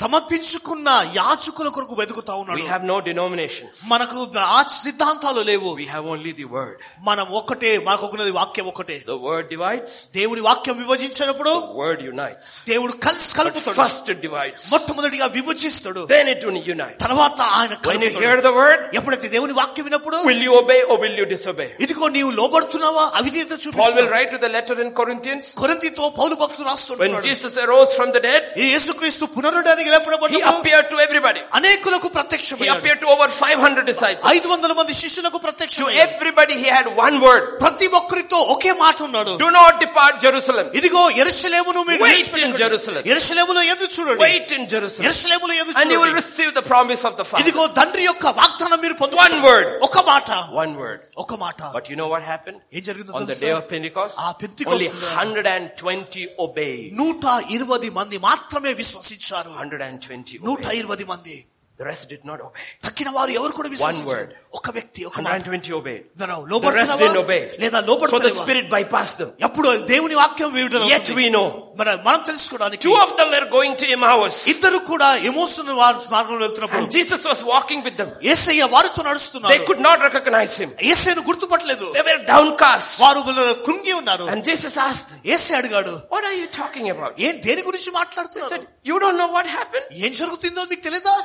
Speaker 2: సమర్పించుకున్న యాచకుల కొరకు వెతుకుతా
Speaker 1: We
Speaker 2: ఉన్నాడు
Speaker 1: have no denominations.
Speaker 2: మనకు ఆ సిద్ధాంతాలు లేవు
Speaker 1: We have only the word.
Speaker 2: మనం ఒక్కటే మనకు ఉన్నది వాక్యం ఒకటే
Speaker 1: The word divides,
Speaker 2: దేవుని వాక్యం విభజించినప్పుడు
Speaker 1: the word unites.
Speaker 2: దేవుడు కలిసి
Speaker 1: But
Speaker 2: కలుపుతాడు
Speaker 1: first it divides,
Speaker 2: మొట్టమొదటిగా విభజిస్తాడు
Speaker 1: then it unites.
Speaker 2: తర్వాత ఆయన
Speaker 1: When you
Speaker 2: కలుపుతాడు.
Speaker 1: hear the word,
Speaker 2: ఎప్పుడైతే దేవుని వాక్యం విన్నప్పుడు
Speaker 1: will you obey or will you disobey?
Speaker 2: ఇదిగో నీవు లోబడుతున్నావా అవిధేత
Speaker 1: Paul will
Speaker 2: చూపిస్తున్నావు
Speaker 1: write to the letter in Corinthians.
Speaker 2: కొరింథీతో పౌలు భక్తులు
Speaker 1: When
Speaker 2: రాస్తున్నాడు
Speaker 1: Jesus arose from the dead,
Speaker 2: ఈ యేసుక్రీస్తు పునరుడానికి
Speaker 1: he
Speaker 2: లేపడబడినప్పుడు
Speaker 1: appeared to everybody.
Speaker 2: అనేకులకు
Speaker 1: He
Speaker 2: ప్రత్యక్షమయ్యాడు
Speaker 1: appeared to over 500 disciples.
Speaker 2: ఐదు వందల మంది శిష్యులకు
Speaker 1: To
Speaker 2: ప్రత్యక్షమయ్యాడు
Speaker 1: everybody he had one word.
Speaker 2: ప్రతి ఒక్కరితో ఒకే మాట ఉన్నాడు
Speaker 1: Do not depart Jerusalem.
Speaker 2: ఇదిగో ఎరుసలేమును మీరు
Speaker 1: Wait in
Speaker 2: విడిచిపెట్టకండి.
Speaker 1: Jerusalem.
Speaker 2: ఎరుసలేములో ఎదురు చూడండి
Speaker 1: Wait in Jerusalem.
Speaker 2: ఎరుసలేములో ఎదురు
Speaker 1: And you will
Speaker 2: చూడండి
Speaker 1: receive the promise of the Father.
Speaker 2: ఇదిగో తండ్రి యొక్క వాగ్దానం మీరు
Speaker 1: One
Speaker 2: పొందుకోండి
Speaker 1: word.
Speaker 2: ఒక మాట
Speaker 1: One word.
Speaker 2: ఒక మాట
Speaker 1: But you know what happened?
Speaker 2: ఏం జరిగిందో
Speaker 1: On the day
Speaker 2: తెలుసా?
Speaker 1: of Pentecost,
Speaker 2: ఆ పెంతికొస్తు
Speaker 1: only
Speaker 2: దినాన.
Speaker 1: 120 obeyed.
Speaker 2: నూట ఇరవై మంది మాత్రమే విశ్వసించారు
Speaker 1: 120
Speaker 2: నూట
Speaker 1: obeyed.
Speaker 2: ఇరవై మంది
Speaker 1: The rest did not obey.
Speaker 2: తక్కిన వారు ఎవరు కూడా
Speaker 1: word.
Speaker 2: విశ్వసించారు ఒక వ్యక్తి ఒక మాట
Speaker 1: 120 obeyed.
Speaker 2: No, no,
Speaker 1: The rest
Speaker 2: లోబడుతున్నావా?
Speaker 1: didn't obey.
Speaker 2: లేదా
Speaker 1: So the
Speaker 2: లోపడుతున్నా
Speaker 1: Spirit bypassed them.
Speaker 2: ఎప్పుడు దేవుని వాక్యం విడుదల
Speaker 1: Yet
Speaker 2: అవుతుంది.
Speaker 1: we know.
Speaker 2: మన మనం తెలుసుకోవడానికి
Speaker 1: Two of them were going to Emmaus.
Speaker 2: ఇద్దరు కూడా ఎమోషన్ మార్గంలో వెళ్తున్నప్పుడు
Speaker 1: And Jesus was walking with them.
Speaker 2: ఏసయ్య వారితో
Speaker 1: They
Speaker 2: నడుస్తున్నారు
Speaker 1: could not recognize him.
Speaker 2: ఏసయ్యను గుర్తుపట్టలేదు
Speaker 1: They were downcast.
Speaker 2: వారు వాళ్ళ కృంగి ఉన్నారు
Speaker 1: And Jesus asked them,
Speaker 2: ఏసై అడిగాడు
Speaker 1: what are you talking about?
Speaker 2: ఏం దేని గురించి
Speaker 1: They
Speaker 2: మాట్లాడుతున్నారు
Speaker 1: said, you don't know what happened?
Speaker 2: ఏం జరుగుతుందో మీకు తెలియదా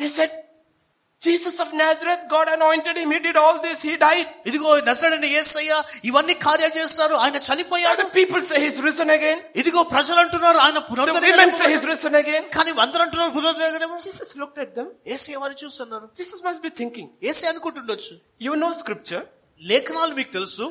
Speaker 1: They said, Jesus of Nazareth, God anointed him. He did all this. He died.
Speaker 2: ఇదిగో నజరుడిని ఏసయ్య ఇవన్నీ కార్యాలు చేస్తారు ఆయన
Speaker 1: And
Speaker 2: చనిపోయాడు
Speaker 1: the people say he's risen again.
Speaker 2: ఇదిగో ప్రజలు అంటున్నారు ఆయన
Speaker 1: The women say
Speaker 2: పునరుద్ధరణ
Speaker 1: he's risen again.
Speaker 2: కానీ అందరూ అంటున్నారు పునరుద్ధరణేమో
Speaker 1: Jesus looked at them.
Speaker 2: ఏసయ్య వారిని చూస్తున్నారు
Speaker 1: Jesus must be thinking,
Speaker 2: ఏసే అనుకుంటుండొచ్చు
Speaker 1: you know scripture.
Speaker 2: లేఖనాలు మీకు తెలుసు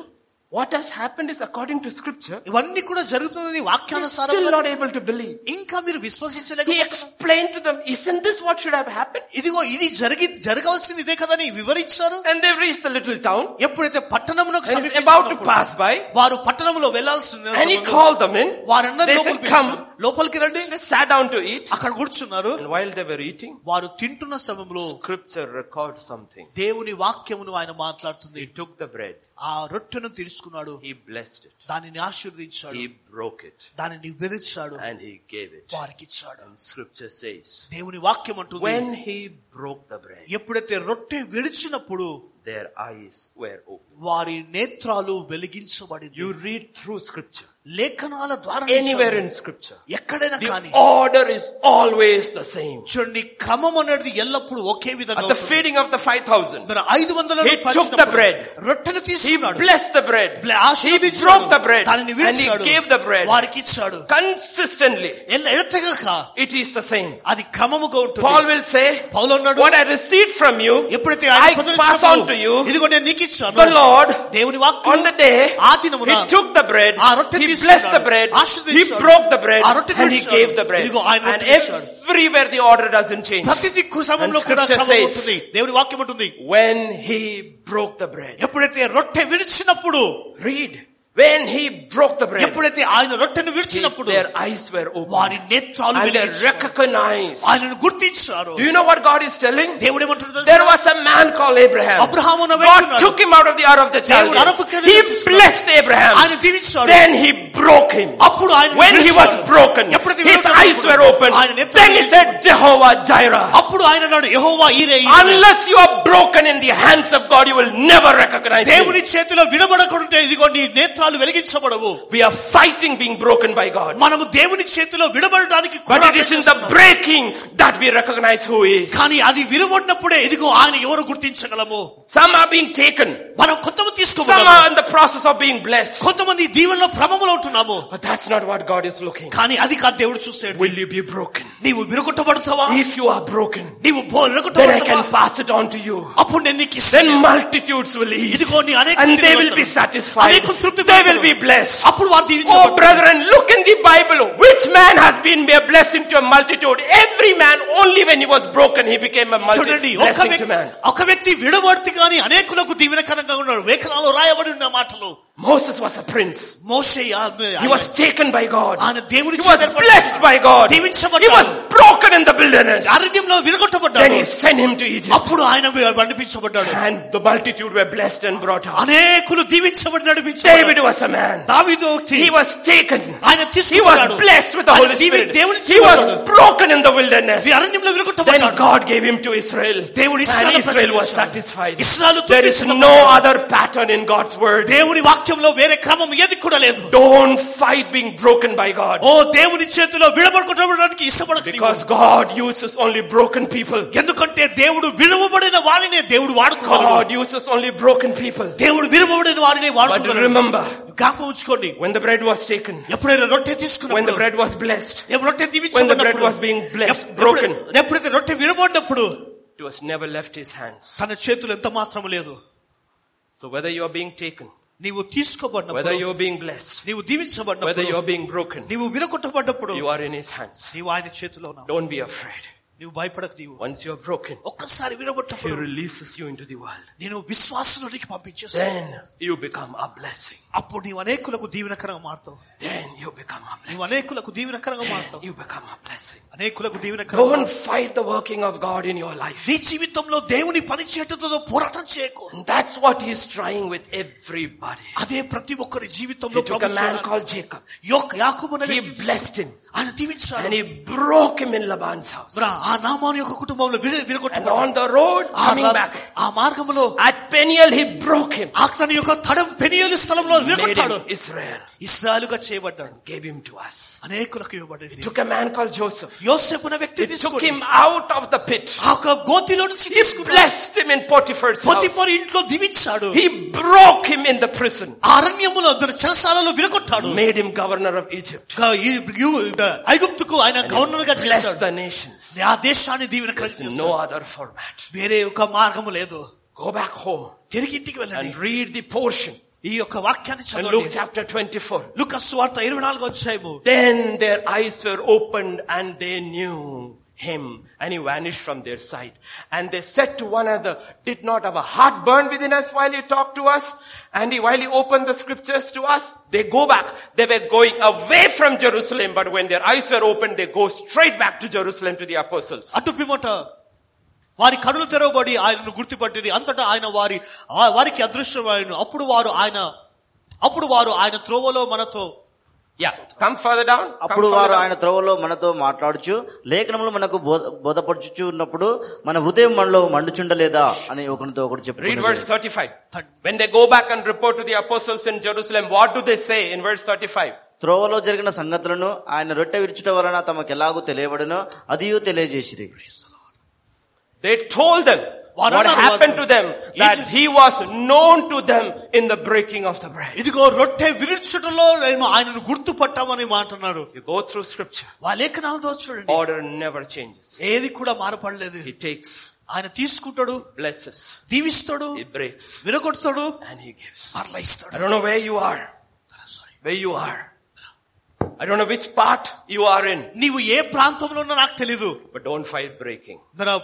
Speaker 1: What has happened is according to scripture.
Speaker 2: ఇవన్నీ కూడా జరుగుతున్నది
Speaker 1: Still
Speaker 2: వాక్యానుసారంగా
Speaker 1: not able to believe.
Speaker 2: ఇంకా మీరు
Speaker 1: He
Speaker 2: విశ్వసించలేకపోతున్నారు
Speaker 1: explained to them, isn't this what should have happened?
Speaker 2: ఇదిగో ఇది జరిగి జరగవలసింది ఇదే కదని వివరించారు
Speaker 1: And they reached the little town
Speaker 2: ఎప్పుడైతే పట్టణమునకు
Speaker 1: and is about to
Speaker 2: సమీపించినప్పుడు
Speaker 1: pass by.
Speaker 2: వారు పట్టణంలో వెళ్లాల్సిన
Speaker 1: And he called them in.
Speaker 2: వారందరూ
Speaker 1: They
Speaker 2: లోపలికి
Speaker 1: said, "Come."
Speaker 2: పిలిచారు. లోపలికి రండి
Speaker 1: They sat down to eat.
Speaker 2: అక్కడ కూర్చున్నారు
Speaker 1: And while they were eating,
Speaker 2: వారు తింటున్న సమయంలో
Speaker 1: scripture records something.
Speaker 2: దేవుని వాక్యమును ఆయన మాట్లాడుతుంది
Speaker 1: He took the bread.
Speaker 2: ఆ రొట్టెను తీసుకున్నాడు
Speaker 1: He blessed it.
Speaker 2: దానిని ఆశీర్వదించాడు
Speaker 1: He broke it.
Speaker 2: దానిని విరిచాడు
Speaker 1: And he gave it.
Speaker 2: వారికి ఇచ్చాడు
Speaker 1: Scripture says,
Speaker 2: దేవుని వాక్యం అంటుంది
Speaker 1: when he broke the bread,
Speaker 2: ఎప్పుడైతే రొట్టె విడిచినప్పుడు
Speaker 1: their eyes were open.
Speaker 2: వారి నేత్రాలు వెలిగించబడింది
Speaker 1: You read through scripture.
Speaker 2: లేఖనాల ద్వారా
Speaker 1: Anywhere
Speaker 2: చూడండి.
Speaker 1: in scripture.
Speaker 2: ఎక్కడైనా
Speaker 1: The
Speaker 2: కానీ
Speaker 1: order is always the same.
Speaker 2: చూడండి క్రమం అనేది ఎల్లప్పుడూ ఒకే విధంగా
Speaker 1: At the
Speaker 2: ఉంటుంది.
Speaker 1: feeding of the 5,000,
Speaker 2: మరి ఐదు వందల
Speaker 1: He took the bread.
Speaker 2: రొట్టెను
Speaker 1: he
Speaker 2: తీసుకున్నాడు
Speaker 1: blessed the bread.
Speaker 2: బ్ల-
Speaker 1: He
Speaker 2: ఆశీర్వదించాడు.
Speaker 1: broke the bread.
Speaker 2: దానిని
Speaker 1: And he
Speaker 2: విడిచాడు
Speaker 1: gave the bread.
Speaker 2: వారికి ఇచ్చాడు
Speaker 1: Consistently,
Speaker 2: ఎల్ల- ఎడతెగక
Speaker 1: it is the same.
Speaker 2: అది క్రమముగా
Speaker 1: Paul
Speaker 2: ఉంటుంది
Speaker 1: will say,
Speaker 2: పౌలు అన్నాడు
Speaker 1: what I received from you,
Speaker 2: ఎప్పుడైతే
Speaker 1: I pass on to you
Speaker 2: ఇదిగో నేను నీకు ఇచ్చాను
Speaker 1: the Lord,
Speaker 2: దేవుని
Speaker 1: on
Speaker 2: వాక్యం
Speaker 1: the Ah, day,
Speaker 2: ఆ
Speaker 1: he
Speaker 2: దినమున
Speaker 1: took the bread,
Speaker 2: ఆ రొట్టె
Speaker 1: he
Speaker 2: తీసుకున్నాడు.
Speaker 1: blessed the bread, he
Speaker 2: ఆశీర్వదించాడు.
Speaker 1: broke the bread,
Speaker 2: ఆ రొట్టెను
Speaker 1: and he
Speaker 2: విడిచాడు.
Speaker 1: gave the bread.
Speaker 2: ఇదిగో ఆయన
Speaker 1: And
Speaker 2: రొట్టెను విడిచాడు.
Speaker 1: everywhere the order doesn't change.
Speaker 2: ప్రతి దిక్కు సమయంలో
Speaker 1: And
Speaker 2: కూడా
Speaker 1: scripture
Speaker 2: క్రమం
Speaker 1: says-
Speaker 2: ఉంటుంది దేవుని వాక్యం ఉంటుంది
Speaker 1: When he broke the bread,
Speaker 2: ఎప్పుడైతే రొట్టె విడిచినప్పుడు
Speaker 1: read, when he broke the bread,
Speaker 2: ఎప్పుడైతే ఆయన రొట్టెను
Speaker 1: his-
Speaker 2: విడిచినప్పుడు
Speaker 1: their eyes were open.
Speaker 2: వారి
Speaker 1: And
Speaker 2: నేత్రాలు
Speaker 1: they
Speaker 2: వెలిగించారు.
Speaker 1: recognized.
Speaker 2: ఆయనను గుర్తించారు
Speaker 1: Do you know what God is telling?
Speaker 2: దేవుడు ఏమంటున్నాడు
Speaker 1: There was a man called Abraham.
Speaker 2: Abraham ఉన్న వ్యక్తి
Speaker 1: God
Speaker 2: ఉన్నాడు.
Speaker 1: took him out of the hour of the child.
Speaker 2: దేవుడు అరపుకెళ్ళి
Speaker 1: He
Speaker 2: తీసుకున్నాడు.
Speaker 1: blessed Abraham.
Speaker 2: ఆయన దీవించాడు
Speaker 1: Then he broke him.
Speaker 2: అప్పుడు ఆయన
Speaker 1: When he was
Speaker 2: విడిచాడు.
Speaker 1: broken,
Speaker 2: ఎప్పుడైతే
Speaker 1: his
Speaker 2: విడుదల
Speaker 1: eyes were open.
Speaker 2: ఆయన నేత్రాలు
Speaker 1: Then he said, Jehovah Jireh.
Speaker 2: అప్పుడు ఆయన అన్నాడు యెహోవా ఈరే ఈరే."
Speaker 1: Unless you are broken in the hands of God, you will never recognize him.
Speaker 2: దేవుని చేతిలో విడబడకుంటే ఇదిగో నీ నేత్రాలు వెలిగించబడవు
Speaker 1: We are fighting being broken by God.
Speaker 2: మనము దేవుని చేతిలో విడబడడానికి
Speaker 1: But it is in the
Speaker 2: కొరడాలు
Speaker 1: breaking that we recognize who he is.
Speaker 2: కానీ అది విరగొట్టినప్పుడే ఇదిగో ఆయన ఎవరు గుర్తించగలము
Speaker 1: Some are being taken.
Speaker 2: మనం కొంతమంది
Speaker 1: Some
Speaker 2: తీసుకోబడాము
Speaker 1: are in the process of being blessed.
Speaker 2: కొంతమంది దీవెనలో భ్రమములో ఉంటున్నాము
Speaker 1: But that's not what God is looking.
Speaker 2: కానీ అది కాదు దేవుడు చూసాడు
Speaker 1: Will you be broken?
Speaker 2: నీవు విరగొట్టబడతావా
Speaker 1: If you are broken,
Speaker 2: నీవు బో-
Speaker 1: then I can
Speaker 2: విరగొట్టబడతావా
Speaker 1: pass it on to you.
Speaker 2: అప్పుడు నేను నీకు ఇస్తాను
Speaker 1: Then multitudes will eat.
Speaker 2: ఇదిగో నీ అనేక
Speaker 1: And they will
Speaker 2: తిరుగుతారు.
Speaker 1: be satisfied.
Speaker 2: అనేకులు తృప్తి
Speaker 1: They will be
Speaker 2: పొందుతారు.
Speaker 1: blessed.
Speaker 2: అప్పుడు వారు
Speaker 1: Oh,
Speaker 2: దీవించబడతారు.
Speaker 1: brethren, look in the Bible. Which man has been a blessing to a multitude? Every man, only when he was broken, he became a
Speaker 2: చూడండి
Speaker 1: multitude.
Speaker 2: ఒక
Speaker 1: Blessing to
Speaker 2: వ్యక్తి
Speaker 1: man.
Speaker 2: ఒక వ్యక్తి విడబడితే కానీ అనేకులకు దీవెనకరంగా ఉన్నాడు లేఖనాల్లో రాయబడి ఉన్న మాటలు
Speaker 1: Moses was a prince.
Speaker 2: మోసే
Speaker 1: He was taken by God.
Speaker 2: ఆయన దేవుని
Speaker 1: He was
Speaker 2: చేత
Speaker 1: blessed by God. He
Speaker 2: దీవించబడ్డాడు.
Speaker 1: was broken in the wilderness.
Speaker 2: అరణ్యంలో
Speaker 1: Then
Speaker 2: విరగొట్టబడ్డాడు
Speaker 1: he sent him to Egypt.
Speaker 2: అప్పుడు ఆయన పండిపించబడ్డాడు
Speaker 1: And the multitude were blessed and brought up.
Speaker 2: అనేకులు దీవించబడి నడిపించబడ్డాడు
Speaker 1: David was a man.
Speaker 2: దావీదు వ్యక్తి
Speaker 1: He was taken.
Speaker 2: ఆయన
Speaker 1: He was
Speaker 2: తీసుకున్నాడు
Speaker 1: blessed with the Holy Spirit.
Speaker 2: దేవుని
Speaker 1: He was broken in the wilderness.
Speaker 2: అరణ్యంలో
Speaker 1: Then
Speaker 2: విరగొట్టబడ్డాడు
Speaker 1: God gave him to Israel.
Speaker 2: దేవుడు
Speaker 1: And
Speaker 2: ఇస్రాయేలు
Speaker 1: Israel was
Speaker 2: ప్రజలకు
Speaker 1: satisfied.
Speaker 2: ఇస్రాయేలు
Speaker 1: There is
Speaker 2: ప్రజలకు
Speaker 1: no other pattern in God's word.
Speaker 2: దేవుని వాక్యంలో వేరే క్రమం ఏది కూడా లేదు
Speaker 1: Don't fight being broken by God.
Speaker 2: ఓ దేవుని చేతిలో విడబడుకోవడానికి ఇష్టపడదు
Speaker 1: Because God uses only broken people.
Speaker 2: ఎందుకంటే దేవుడు విలువబడిన వారినే దేవుడు వాడుకోగలడు
Speaker 1: God uses only broken people.
Speaker 2: దేవుడు విలువబడిన వారినే
Speaker 1: But
Speaker 2: వాడుకోగలడు
Speaker 1: remember,
Speaker 2: జ్ఞాపకం ఉంచుకోండి
Speaker 1: when the bread was taken,
Speaker 2: ఎప్పుడైనా రొట్టె
Speaker 1: when the
Speaker 2: తీసుకున్నప్పుడు
Speaker 1: bread was blessed,
Speaker 2: దేవుడు రొట్టె
Speaker 1: when the
Speaker 2: దీవించినప్పుడు
Speaker 1: bread was being blessed,
Speaker 2: ఎప్పుడు-
Speaker 1: broken,
Speaker 2: ఎప్పుడైతే రొట్టె విడబడినప్పుడు
Speaker 1: it was never left his hands.
Speaker 2: తన చేతులు ఎంత మాత్రం లేదు
Speaker 1: So whether you are being taken,
Speaker 2: నీవు
Speaker 1: whether
Speaker 2: తీసుకోబడినప్పుడు
Speaker 1: you are being blessed,
Speaker 2: నీవు
Speaker 1: whether you
Speaker 2: దీవించబడినప్పుడు
Speaker 1: are being broken,
Speaker 2: నీవు విరగొట్టబడినప్పుడు
Speaker 1: you are in his hands.
Speaker 2: నీవు ఆయన చేతిలో ఉన్నావు
Speaker 1: Don't be afraid.
Speaker 2: నీవు భయపడకు నీవు
Speaker 1: Once you are broken,
Speaker 2: ఒక్కసారి
Speaker 1: he
Speaker 2: విరగొట్టప్పుడు
Speaker 1: releases you into the world.
Speaker 2: నేను విశ్వాసంలోనికి పంపించేస్తాను
Speaker 1: Then you become a blessing.
Speaker 2: అప్పుడు నీవు అనేకులకు దీవెనకరంగా మారుతావు
Speaker 1: Then you become a blessing.
Speaker 2: నువ్వు అనేకులకు దీవెనకరంగా మారుతావు
Speaker 1: Then you become a blessing.
Speaker 2: అనేకులకు దీవెనకరంగా
Speaker 1: Don't
Speaker 2: మారుతావు.
Speaker 1: fight the working of God in your life.
Speaker 2: నీ జీవితంలో దేవుని పని చేయటంతో పోరాటం చేయకు
Speaker 1: And that's what he is trying with everybody.
Speaker 2: అదే ప్రతి ఒక్కరి
Speaker 1: He
Speaker 2: జీవితంలో
Speaker 1: took a man called Jacob.
Speaker 2: Yakub
Speaker 1: He blessed him.
Speaker 2: ఆయన
Speaker 1: And
Speaker 2: దీవించాడు
Speaker 1: he broke him in Laban's house.
Speaker 2: బ్రా, ఆ నామాను యొక్క కుటుంబంలో
Speaker 1: And
Speaker 2: విరగొట్ట
Speaker 1: on the road, coming back,
Speaker 2: ఆ మార్గంలో
Speaker 1: at At Peniel, he broke him,
Speaker 2: ఆ తన యొక్క తడం పెనియలు స్థలంలో
Speaker 1: made
Speaker 2: విరగొట్టాడు
Speaker 1: him Israel,
Speaker 2: ఇస్రాయలుగా చేయబడ్డాడు
Speaker 1: gave him to us.
Speaker 2: అనేకులకు ఇవ్వబడింది
Speaker 1: Took a man called Joseph.
Speaker 2: యోసేపు అనే
Speaker 1: They
Speaker 2: వ్యక్తి
Speaker 1: took
Speaker 2: తీసుకుని
Speaker 1: him out of the pit.
Speaker 2: ఆ యొక్క గోతిలో నుంచి
Speaker 1: He
Speaker 2: తీసుకున్నాడు
Speaker 1: blessed him in Potiphar's house.
Speaker 2: పొతిపోరు ఇంట్లో దివించాడు
Speaker 1: He broke him in the prison.
Speaker 2: ఆ అరణ్యములో అతను చెరసాలలో విరగొట్టాడు
Speaker 1: Made him governor of Egypt.
Speaker 2: క- ఈ యు- ఐగుప్తుకు ఆయన గవర్నర్ గా
Speaker 1: Blessed
Speaker 2: చేశాడు
Speaker 1: the nations.
Speaker 2: ఆ దేశాన్ని దీవెన
Speaker 1: In no other format.
Speaker 2: వేరే ఒక మార్గము లేదు
Speaker 1: Go back home
Speaker 2: తిరిగి ఇంటికి వెళ్ళండి
Speaker 1: and read the portion
Speaker 2: ఈ యొక్క వాక్యాన్ని
Speaker 1: in Luke
Speaker 2: చదవండి
Speaker 1: chapter 24.
Speaker 2: లుకస్ వార్త ఇరవై నాలుగు వచ్చాయము
Speaker 1: Then their eyes were opened and they knew him and he vanished from their sight. And they said to one another, did not our heart burn within us while he talked to us? And he, while he opened the scriptures to us, they go back. They were going away from Jerusalem, but when their eyes were opened, they go straight back to Jerusalem to the apostles.
Speaker 2: అటు పిమ్మట వారి కనులు తెరవబడి ఆయనను గుర్తుపట్టింది అంతటా ఆయన వారి ఆ- వారికి అదృశ్యమైన అప్పుడు వారు ఆయన అప్పుడు వారు ఆయన త్రోవలో మనతో
Speaker 1: Yeah. Come further down. Come
Speaker 3: అప్పుడు
Speaker 1: further
Speaker 3: వారు
Speaker 1: down.
Speaker 3: ఆయన త్రోవలో మనతో మాట్లాడుచు లేఖనములు మనకు బోధ- బోధపరచుచున్నప్పుడు మన హృదయం మనలో మండుచుండలేదా అని ఒకరితో ఒకడు
Speaker 1: Read
Speaker 3: చెప్పాడు
Speaker 1: verse 35. When they go back and report to the apostles in Jerusalem, what do they say in verse 35?
Speaker 3: త్రోవలో జరిగిన సంగతులను ఆయన రొట్టె విరుచుట వలన తమకు ఎలాగూ తెలియబడునో అదియూ తెలియజేసిరి
Speaker 1: They told them
Speaker 2: What
Speaker 1: what
Speaker 2: another
Speaker 1: happened
Speaker 2: was-
Speaker 1: to them that
Speaker 2: Egypt-
Speaker 1: he was known to them in the breaking of the bread.
Speaker 2: ఇదిగో రొట్టె విరుచుటలో మేము ఆయనను గుర్తుపట్టామని మాట్లాడు
Speaker 1: You go through scripture,
Speaker 2: ఆ లేఖనాలతో చూడండి
Speaker 1: order never changes.
Speaker 2: ఏది కూడా మారపడలేదు
Speaker 1: He takes,
Speaker 2: ఆయన తీసుకుంటాడు
Speaker 1: blesses,
Speaker 2: దీవిస్తాడు
Speaker 1: he breaks,
Speaker 2: విరగొడతాడు
Speaker 1: and he gives.
Speaker 2: మరలా
Speaker 1: I
Speaker 2: ఇస్తాడు
Speaker 1: don't know where you are,
Speaker 2: Sorry.
Speaker 1: where you are. I don't know which part you are in,
Speaker 2: నీవు ఏ ప్రాంతంలో ఉన్నా నాకు తెలీదు
Speaker 1: but don't fight breaking.
Speaker 2: మన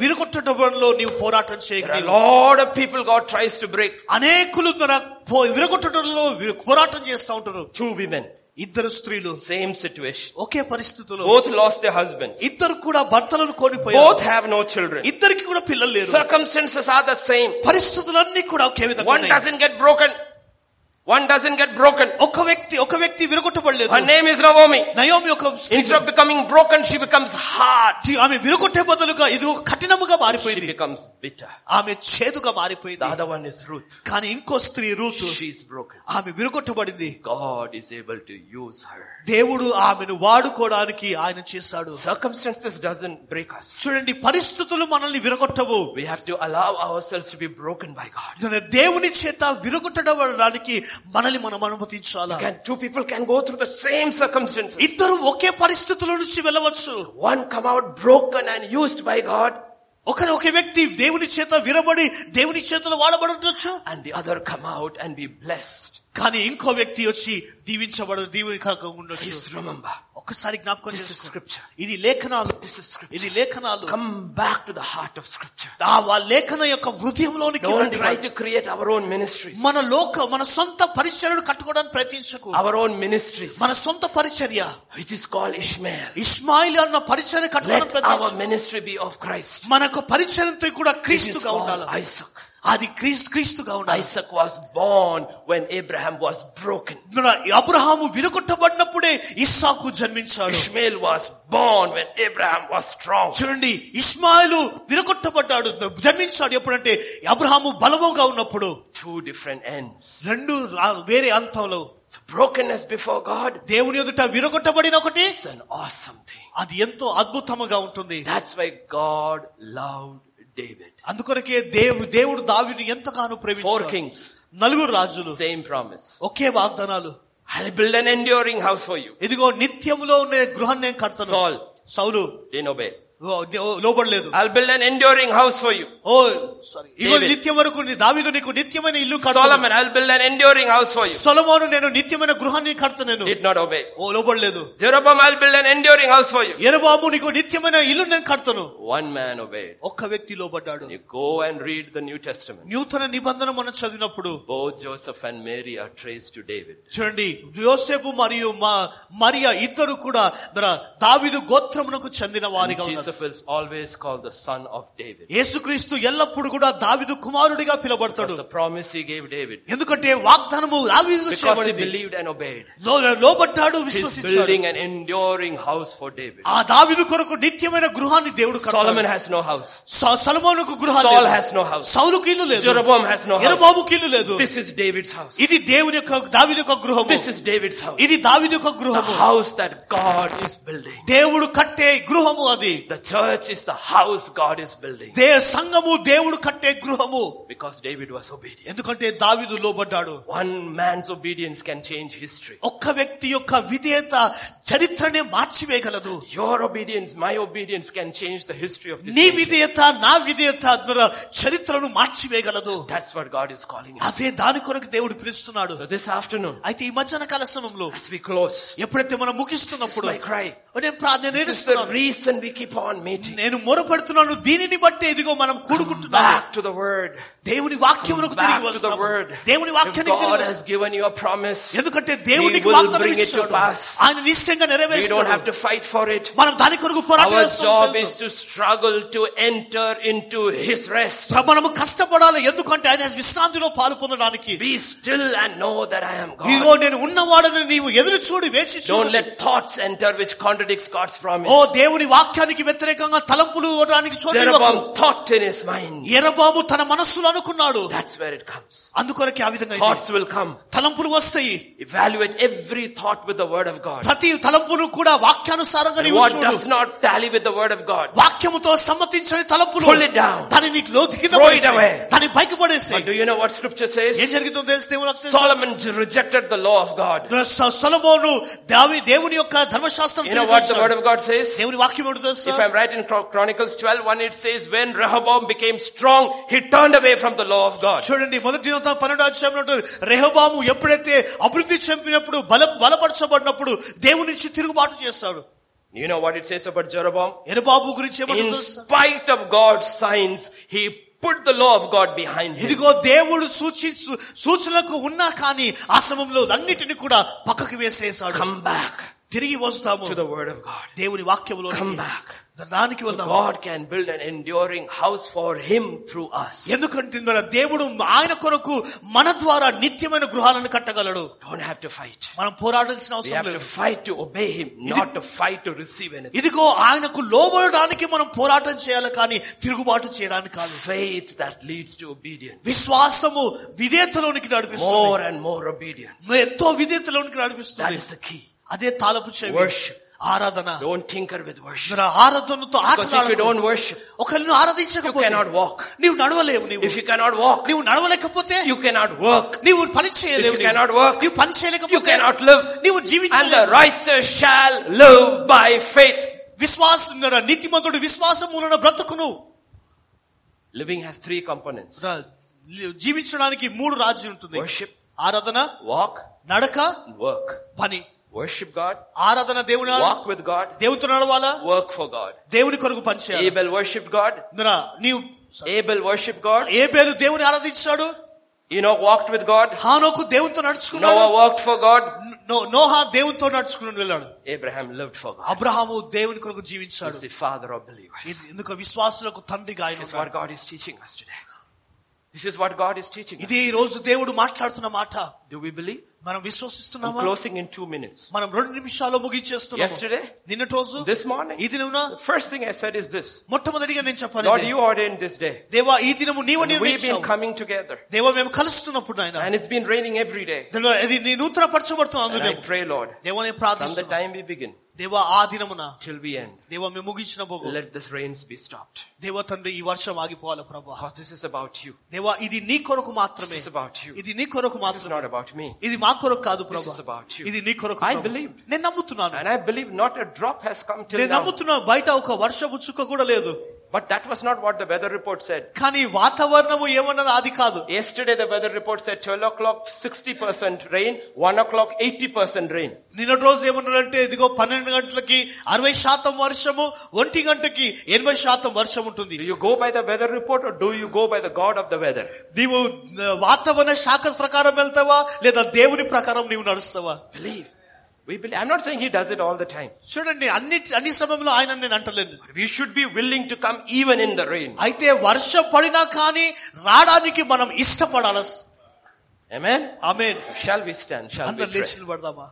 Speaker 2: విరగొట్టడంలో నీవు పోరాటం
Speaker 1: There are a
Speaker 2: చేయగలవు
Speaker 1: lot of people God tries to break.
Speaker 2: అనేకులు మన పో- విరగొట్టడంలో వి- పోరాటం చేస్తా ఉంటారు
Speaker 1: Two women,
Speaker 2: ఇద్దరు స్త్రీలు
Speaker 1: same situation.
Speaker 2: ఒకే పరిస్థితిలో
Speaker 1: Both lost their husbands.
Speaker 2: ఇద్దరు కూడా భర్తలను కోల్పోయారు
Speaker 1: Both have no children.
Speaker 2: ఇద్దరికి కూడా పిల్లలు లేరు
Speaker 1: Circumstances are the same.
Speaker 2: పరిస్థితులన్నీ కూడా ఒకే విధంగా
Speaker 1: One
Speaker 2: ఉన్నాయి.
Speaker 1: doesn't get broken. One doesn't get broken.
Speaker 2: ఒక వ్యక్తి ఒక వ్యక్తి విరగొట్టబడలేదు
Speaker 1: Her name is Naomi.
Speaker 2: Naomi ఒక స్త్రీ.
Speaker 1: Instead of becoming broken, she becomes hard.
Speaker 2: ఆమె విరగొట్టే బదులుగా ఇది ఒక కఠినముగా
Speaker 1: She
Speaker 2: మారిపోయింది
Speaker 1: becomes bitter.
Speaker 2: ఆమె చేదుగా
Speaker 1: The
Speaker 2: మారిపోయింది
Speaker 1: other one is Ruth.
Speaker 2: కానీ ఇంకో స్త్రీ రూతు
Speaker 1: She is broken.
Speaker 2: ఆమె విరగొట్టబడింది
Speaker 1: God is able to use her.
Speaker 2: దేవుడు ఆమెను వాడుకోవడానికి ఆయన చేశాడు
Speaker 1: Circumstances doesn't break us.
Speaker 2: చూడండి పరిస్థితులు మనల్ని విరగొట్టవు
Speaker 1: We have to allow ourselves to be broken by God.
Speaker 2: మన దేవుని చేత విరగొట్టడానికి మనల్ని మనం అనుమతించాలా
Speaker 1: Can two people can go through the same circumstances.
Speaker 2: ఇద్దరు ఒకే పరిస్థితుల నుంచి వెళ్ళవచ్చు
Speaker 1: One come out broken and used by God,
Speaker 2: ఒకరు ఒక వ్యక్తి దేవుని చేత విరబడి దేవుని చేతలో వాడబడి ఉండొచ్చు
Speaker 1: and the other come out and be blessed.
Speaker 2: కానీ ఇంకో వ్యక్తి వచ్చి దీవించబడ దీవుని కాక ఉండొచ్చు
Speaker 1: Please remember,
Speaker 2: ఒకసారి జ్ఞాపకం
Speaker 1: this is
Speaker 2: చేసుకో.
Speaker 1: scripture.
Speaker 2: ఇది లేఖనాలు
Speaker 1: This is scripture.
Speaker 2: ఇది లేఖనాలు
Speaker 1: Come back to the heart of scripture.
Speaker 2: ఆ వా- లేఖన యొక్క హృదయంలోనికి
Speaker 1: Don't
Speaker 2: రండి.
Speaker 1: try to create our own ministries,
Speaker 2: మన లోక మన సొంత పరిచర్యను కట్టుకోవడానికి ప్రయత్నించకు
Speaker 1: our own ministries,
Speaker 2: మన సొంత పరిచర్య
Speaker 1: which is called Ishmael.
Speaker 2: Ismail అన్న పరిచర్య కట్టుకోవడానికి
Speaker 1: Let our
Speaker 2: ప్రయత్నించకు
Speaker 1: ministry be of Christ.
Speaker 2: మనకు పరిచయంతో కూడా
Speaker 1: This is
Speaker 2: క్రీస్తుగా
Speaker 1: called
Speaker 2: ఉండాలి
Speaker 1: Isaac.
Speaker 2: అది క్రీస్తు క్రీస్తుగా ఉండాలి
Speaker 1: Isaac was born when Abraham was broken.
Speaker 2: మన అబ్రహాము విరగొట్టబడినప్పుడే ఇస్సాకు జన్మించాడు
Speaker 1: Ishmael was born when Abraham was strong.
Speaker 2: చూడండి ఇస్మాయిలు విరగొట్టబడ్డాడు జన్మించాడు ఎప్పుడంటే అబ్రహాము బలముగా ఉన్నప్పుడు
Speaker 1: Two different ends.
Speaker 2: రెండు రా- వేరే అంతంలో
Speaker 1: So brokenness before God
Speaker 2: దేవుని ఎదుట విరగొట్టబడిన ఒకటి
Speaker 1: is an awesome thing.
Speaker 2: అది ఎంతో అద్భుతముగా ఉంటుంది
Speaker 1: That's why God loved David.
Speaker 2: అందుకొరకే దేవు దేవుడు దావిని ఎంతగానో
Speaker 1: Four
Speaker 2: ప్రేమించాడు
Speaker 1: kings,
Speaker 2: నలుగురు రాజులు
Speaker 1: same promise.
Speaker 2: ఒకే వాగ్దానాలు
Speaker 1: I'll build an enduring house for you.
Speaker 2: ఇదిగో నిత్యములో ఉండే గృహం నేను కడతాను
Speaker 1: Saul
Speaker 2: సౌలు
Speaker 1: didn't obey.
Speaker 2: ఓ- ఓ- లోబడలేదు
Speaker 1: I'll build an enduring house for you.
Speaker 2: ఓ సారీ ఇగో
Speaker 1: David.
Speaker 2: నిత్యం వరకు నీ దావీదు నీకు నిత్యమైన ఇల్లు
Speaker 1: Solomon, I'll build an enduring house for you.
Speaker 2: Solomon నేను నిత్యమైన గృహాన్ని కడతాను
Speaker 1: Did not obey.
Speaker 2: Oh లోబడలేదు
Speaker 1: Jeroboam, I'll build an enduring house for you.
Speaker 2: Erababu నీకు నిత్యమైన ఇల్లు నేను కడతాను
Speaker 1: One man obeyed.
Speaker 2: ఒక్క వ్యక్తి లోబడ్డాడు
Speaker 1: You go and read the New Testament.
Speaker 2: నూతన నిబంధన మనం చదివినప్పుడు
Speaker 1: Both Joseph and Mary are traced to David.
Speaker 2: చూడండి యోసేపు మరియు మా మరియా ఇద్దరు కూడా మన దావీదు గోత్రమునకు చెందిన
Speaker 1: And
Speaker 2: వారిగా ఉన్నారు
Speaker 1: Joseph is always called the son of David.
Speaker 2: యేసుక్రీస్తు ఎల్లప్పుడు కూడా దావిదు కుమారుడిగా
Speaker 1: That's
Speaker 2: పిలబడతాడు
Speaker 1: the promise he gave David.
Speaker 2: ఎందుకంటే వాగ్దానము దావిదు
Speaker 1: Because he
Speaker 2: చేయబడింది
Speaker 1: believed and obeyed.
Speaker 2: లో- లోబడ్డాడు
Speaker 1: He's
Speaker 2: విశ్వసించాడు
Speaker 1: building an enduring house for David.
Speaker 2: ఆ దావిదు కొరకు నిత్యమైన గృహాన్ని దేవుడు
Speaker 1: Solomon
Speaker 2: కడతాడు.
Speaker 1: has no house.
Speaker 2: స- సలమోనుకు గృహం
Speaker 1: Saul
Speaker 2: లేదు.
Speaker 1: has no house.
Speaker 2: సౌలుకు ఇల్లు లేదు
Speaker 1: Jeroboam has no house.
Speaker 2: యెరొబాముకు ఇల్లు లేదు
Speaker 1: This is David's house.
Speaker 2: ఇది దేవుని యొక్క దావిని యొక్క గృహము
Speaker 1: This is David's house.
Speaker 2: ఇది దావిని యొక్క
Speaker 1: The
Speaker 2: గృహము
Speaker 1: house that God is building.
Speaker 2: దేవుడు కట్టే గృహము అది
Speaker 1: The church is the house God is building.
Speaker 2: దే సంఘము దేవుడు కట్టే గృహము
Speaker 1: Because David was obedient.
Speaker 2: ఎందుకంటే దావిదు లోబడ్డాడు
Speaker 1: One man's obedience can change history.
Speaker 2: ఒక్క వ్యక్తి యొక్క విధేయత చరిత్రనే మార్చివేయగలదు
Speaker 1: Your obedience, my obedience can change the history of this.
Speaker 2: నీ
Speaker 1: nation.
Speaker 2: విధేయత నా విధేయత మన చరిత్రను మార్చివేయగలదు
Speaker 1: That's what God is calling us.
Speaker 2: అదే దాని కొరకు దేవుడు పిలుస్తున్నాడు
Speaker 1: So this afternoon,
Speaker 2: అయితే ఈ మధ్యాహ్న కాల సమయంలో
Speaker 1: as we close,
Speaker 2: ఎప్పుడైతే మనం
Speaker 1: this is
Speaker 2: ముగిస్తున్నప్పుడు
Speaker 1: my cry.
Speaker 2: నేను ప్రార్థన
Speaker 1: This is the
Speaker 2: నేర్చుకున్నాను.
Speaker 1: reason we keep on meeting.
Speaker 2: నేను మొరపెడుతున్నాను దీనిని బట్టి ఇదిగో మనం కూడుకుంటున్నాము
Speaker 1: Back to the word.
Speaker 2: దేవుని వాక్యమునకు
Speaker 1: Back
Speaker 2: తిరిగి
Speaker 1: to the
Speaker 2: వస్తాము
Speaker 1: word.
Speaker 2: దేవుని
Speaker 1: If
Speaker 2: వాక్యానికి తిరిగి
Speaker 1: God has
Speaker 2: వస్తాము.
Speaker 1: given you a promise,
Speaker 2: ఎందుకంటే దేవునికి
Speaker 1: will
Speaker 2: వాగ్దానం
Speaker 1: bring it to
Speaker 2: ఇచ్చాడు.
Speaker 1: pass.
Speaker 2: ఆయన నిశ్చయంగా
Speaker 1: we don't have
Speaker 2: నెరవేరుస్తాడు
Speaker 1: to fight for it.
Speaker 2: మనం దాని కొరకు పోరాటం
Speaker 1: Our
Speaker 2: చేస్తాం
Speaker 1: job
Speaker 2: స్నేహితులు.
Speaker 1: is to struggle to enter into His rest.
Speaker 2: మనము కష్టపడాలి ఎందుకంటే ఆయన విశ్రాంతిలో పాలు పొందడానికి
Speaker 1: Be still and know that I am
Speaker 2: ఇదిగో
Speaker 1: God.
Speaker 2: నేను ఉన్నవాడని నీవు ఎదురు చూడు వేచి
Speaker 1: Don't
Speaker 2: చూడు
Speaker 1: let thoughts enter which contradicts God's
Speaker 2: oh
Speaker 1: promise.
Speaker 2: దేవుని వాక్యానికి వ్యతిరేకంగా తలంపులు ఇవ్వడానికి చూడలేదు
Speaker 1: Jeroboam thought in his mind.
Speaker 2: Erababu తన మనస్సులో అనుకున్నాడు
Speaker 1: That's where it comes.
Speaker 2: అందుకొరకే ఆ విధంగా ఇది.
Speaker 1: Thoughts will come.
Speaker 2: తలంపులు వస్తాయి
Speaker 1: Evaluate every thought with the word of God.
Speaker 2: ప్రతి తలంపును కూడా వాక్యానుసారంగా
Speaker 1: And
Speaker 2: నీవు
Speaker 1: what
Speaker 2: చూడు.
Speaker 1: does not tally with the word of God.
Speaker 2: వాక్యముతో సమ్మతించని తలంపులు
Speaker 1: Pull it down.
Speaker 2: దాని నీకు లోతు కింద
Speaker 1: Throw it
Speaker 2: పడేసేయ్.
Speaker 1: away.
Speaker 2: దాని పైకి పడేసి
Speaker 1: But do you know what scripture says?
Speaker 2: ఏం జరుగుతుందో తెలిసి దేవుడు నాకు తెలుసు.
Speaker 1: Solomon rejected the law of God.
Speaker 2: స- సొలొమోను దావి దేవుని యొక్క ధర్మశాస్త్రం
Speaker 1: You know what the word
Speaker 2: తెలియజేశాడు.
Speaker 1: of God says?
Speaker 2: దేవుని వాక్యం ఏమిటో తెలుసా?
Speaker 1: If I'm right in Chron- Chronicles 12, 1, it says, when Rehoboam became strong, he turned away from the law of God.
Speaker 2: చూడండి మొదటి దినోత్సవం పన్నెండు అధ్యాయంలో ఉంటుంది. రెహబాము ఎప్పుడైతే అభివృద్ధి చెందినప్పుడు బల బలపరచబడినప్పుడు దేవుని నుంచి తిరుగుబాటు చేస్తాడు
Speaker 1: You know what it says about Jeroboam?
Speaker 2: Erababu గురించి
Speaker 1: In
Speaker 2: ఏమంటుంది తెలుసా?
Speaker 1: spite of God's signs, he put the law of God behind him.
Speaker 2: ఇదిగో దేవుడు సూచి సూ- సూచనలకు ఉన్నా కానీ ఆ సమయంలో అన్నిటిని కూడా పక్కకు వేసేసాడు
Speaker 1: Come back
Speaker 2: తిరిగి వస్తాము
Speaker 1: to the word of God.
Speaker 2: దేవుని వాక్యంలో
Speaker 1: Come back.
Speaker 2: దానికి వద్దాం
Speaker 1: God can build an enduring house for him through us.
Speaker 2: ఎందుకంటే మన దేవుడు ఆయన కొరకు మన ద్వారా నిత్యమైన గృహాలను కట్టగలడు
Speaker 1: Don't have to fight.
Speaker 2: మనం పోరాడాల్సిన
Speaker 1: We
Speaker 2: అవసరం
Speaker 1: have to
Speaker 2: లేదు
Speaker 1: fight to obey him, not to fight to receive anything.
Speaker 2: ఇదిగో ఆయనకు లోబడడానికి మనం పోరాటం చేయాలి కానీ తిరుగుబాటు చేయడానికి కాదు
Speaker 1: Faith that leads to obedience.
Speaker 2: విశ్వాసము విధేతలోనికి
Speaker 1: More
Speaker 2: నడిపిస్తుంది
Speaker 1: and more obedience.
Speaker 2: ఎంతో విధేతలోనికి
Speaker 1: That
Speaker 2: నడిపిస్తుంది
Speaker 1: is the key.
Speaker 2: అదే తాలపు చెవి
Speaker 1: Worship.
Speaker 2: ఆరాధన
Speaker 1: Don't tinker with worship.
Speaker 2: మన ఆరాధనతో
Speaker 1: Because if you
Speaker 2: ఆటలాడకు.
Speaker 1: don't worship,
Speaker 2: ఒకరిని
Speaker 1: you
Speaker 2: ఆరాధించకపోతే
Speaker 1: cannot walk.
Speaker 2: నీవు నడవలేవు నీవు
Speaker 1: If you cannot walk,
Speaker 2: నీవు నడవలేకపోతే
Speaker 1: you cannot work.
Speaker 2: నీవు పని
Speaker 1: If
Speaker 2: చేయలేవు
Speaker 1: you
Speaker 2: నీవు.
Speaker 1: cannot work,
Speaker 2: నీవు పని
Speaker 1: You
Speaker 2: చేయలేకపోతే
Speaker 1: cannot live.
Speaker 2: నీవు
Speaker 1: And the
Speaker 2: జీవించలేవు
Speaker 1: righteous shall live by faith.
Speaker 2: విశ్వాసం నీతిమంతుడు విశ్వాసం మూలన బ్రతుకును
Speaker 1: Living has three components.
Speaker 2: రా- జీవించడానికి మూడు రాజీ ఉంటుంది
Speaker 1: Worship,
Speaker 2: ఆరాధన
Speaker 1: walk,
Speaker 2: నడక
Speaker 1: and work.
Speaker 2: పని
Speaker 1: Worship God,
Speaker 2: ఆరాధన దేవుని
Speaker 1: walk with God,
Speaker 2: దేవునితో నడవాలా
Speaker 1: work for God.
Speaker 2: దేవుని కొరకు పనిచేయాలి
Speaker 1: Abel worshiped God.
Speaker 2: రా, నీవు
Speaker 1: Abel worshiped God.
Speaker 2: ఏ పేరు దేవుని ఆరాధించాడు
Speaker 1: You know, walked with God.
Speaker 2: హానోకు దేవునితో నడుచుకున్నాడు
Speaker 1: Noah worked for God.
Speaker 2: నో- నోహా దేవునితో నడుచుకుని వెళ్ళాడు
Speaker 1: Abraham lived for God.
Speaker 2: Abraham దేవుని కొరకు
Speaker 1: He's
Speaker 2: జీవించాడు
Speaker 1: the father of believers.
Speaker 2: ఇది ఎందుకు విశ్వాసులకు తండ్రిగా ఆయన
Speaker 1: This is
Speaker 2: ఉన్నాడు.
Speaker 1: what God is teaching us today. This is what God is teaching us.
Speaker 2: ఇది ఈ రోజు దేవుడు మాట్లాడుతున్న మాట
Speaker 1: Do we believe?
Speaker 2: మనం
Speaker 1: I'm
Speaker 2: విశ్వసిస్తున్నామా
Speaker 1: closing in two minutes.
Speaker 2: మనం రెండు నిమిషాలు ముగించేస్తున్నాం
Speaker 1: Yesterday,
Speaker 2: నిన్నటి రోజు
Speaker 1: this morning,
Speaker 2: ఈ దినమున
Speaker 1: the first thing I said is this.
Speaker 2: మొట్టమొదటిగా నేను చెప్పాను
Speaker 1: Lord,
Speaker 2: ఇదే.
Speaker 1: you ordained this day.
Speaker 2: దేవా ఈ దినము నీవు
Speaker 1: And We've been
Speaker 2: నిర్ణయించావు
Speaker 1: coming together.
Speaker 2: దేవా మేము కలుస్తున్నప్పుడు నాయన
Speaker 1: And it's been raining every day.
Speaker 2: దేవా, ఇది నీ నూతన పరచబడుతున్నాను
Speaker 1: And I pray, Lord,
Speaker 2: దేవా
Speaker 1: from
Speaker 2: నేను
Speaker 1: the
Speaker 2: ప్రార్థిస్తున్నా
Speaker 1: time we begin
Speaker 2: దేవా ఆ దినమున
Speaker 1: till we end,
Speaker 2: దేవా మేము ముగించిన భోగం
Speaker 1: let this rains be stopped.
Speaker 2: దేవా తండ్రి ఈ వర్షం ఆగిపోవాలి ప్రభా
Speaker 1: Because this is about you.
Speaker 2: దేవా ఇది నీ కొరకు
Speaker 1: This
Speaker 2: మాత్రమే
Speaker 1: is about you.
Speaker 2: ఇది నీ కొరకు
Speaker 1: This is
Speaker 2: మాత్రమే
Speaker 1: not about me.
Speaker 2: ఇది మా కొరకు కాదు
Speaker 1: This
Speaker 2: ప్రభా
Speaker 1: is about you.
Speaker 2: ఇది నీ కొరకు
Speaker 1: I
Speaker 2: ప్రభా.
Speaker 1: believed.
Speaker 2: నేను నమ్ముతున్నాను
Speaker 1: And I believe not a drop has come till
Speaker 2: నేను
Speaker 1: now.
Speaker 2: నమ్ముతున్నా బయట ఒక వర్షపు చుక్క కూడా లేదు
Speaker 1: But that was not what the weather report said.
Speaker 2: కానీ వాతావరణము ఏమన్నది అది కాదు
Speaker 1: Yesterday the weather report said 12 o'clock 60% rain, 1 o'clock 80% rain.
Speaker 2: నిన్నటి రోజు ఏమన్నారంటే ఇదిగో పన్నెండు గంటలకి అరవై శాతం వర్షము ఒంటి గంటకి ఎనభై శాతం వర్షం ఉంటుంది
Speaker 1: Do you go by the weather report or do you go by the God of the weather?
Speaker 2: నీవు ఆ, వాతావరణ శాఖ ప్రకారం వెళ్తావా లేదా దేవుని ప్రకారం నీవు నడుస్తావా
Speaker 1: Believe. We believe. I'm not saying he does it all the time.
Speaker 2: చూడండి అన్ని అన్ని సమయంలో ఆయన నేను అంటలేను
Speaker 1: We should be willing to come even in the rain.
Speaker 2: అయితే వర్షం పడినా కానీ రావడానికి మనం ఇష్టపడాలి
Speaker 1: Amen.
Speaker 2: ఆమె
Speaker 1: Shall we stand? Shall we
Speaker 2: అందరు
Speaker 1: pray?
Speaker 2: లేచి నిలబడదామా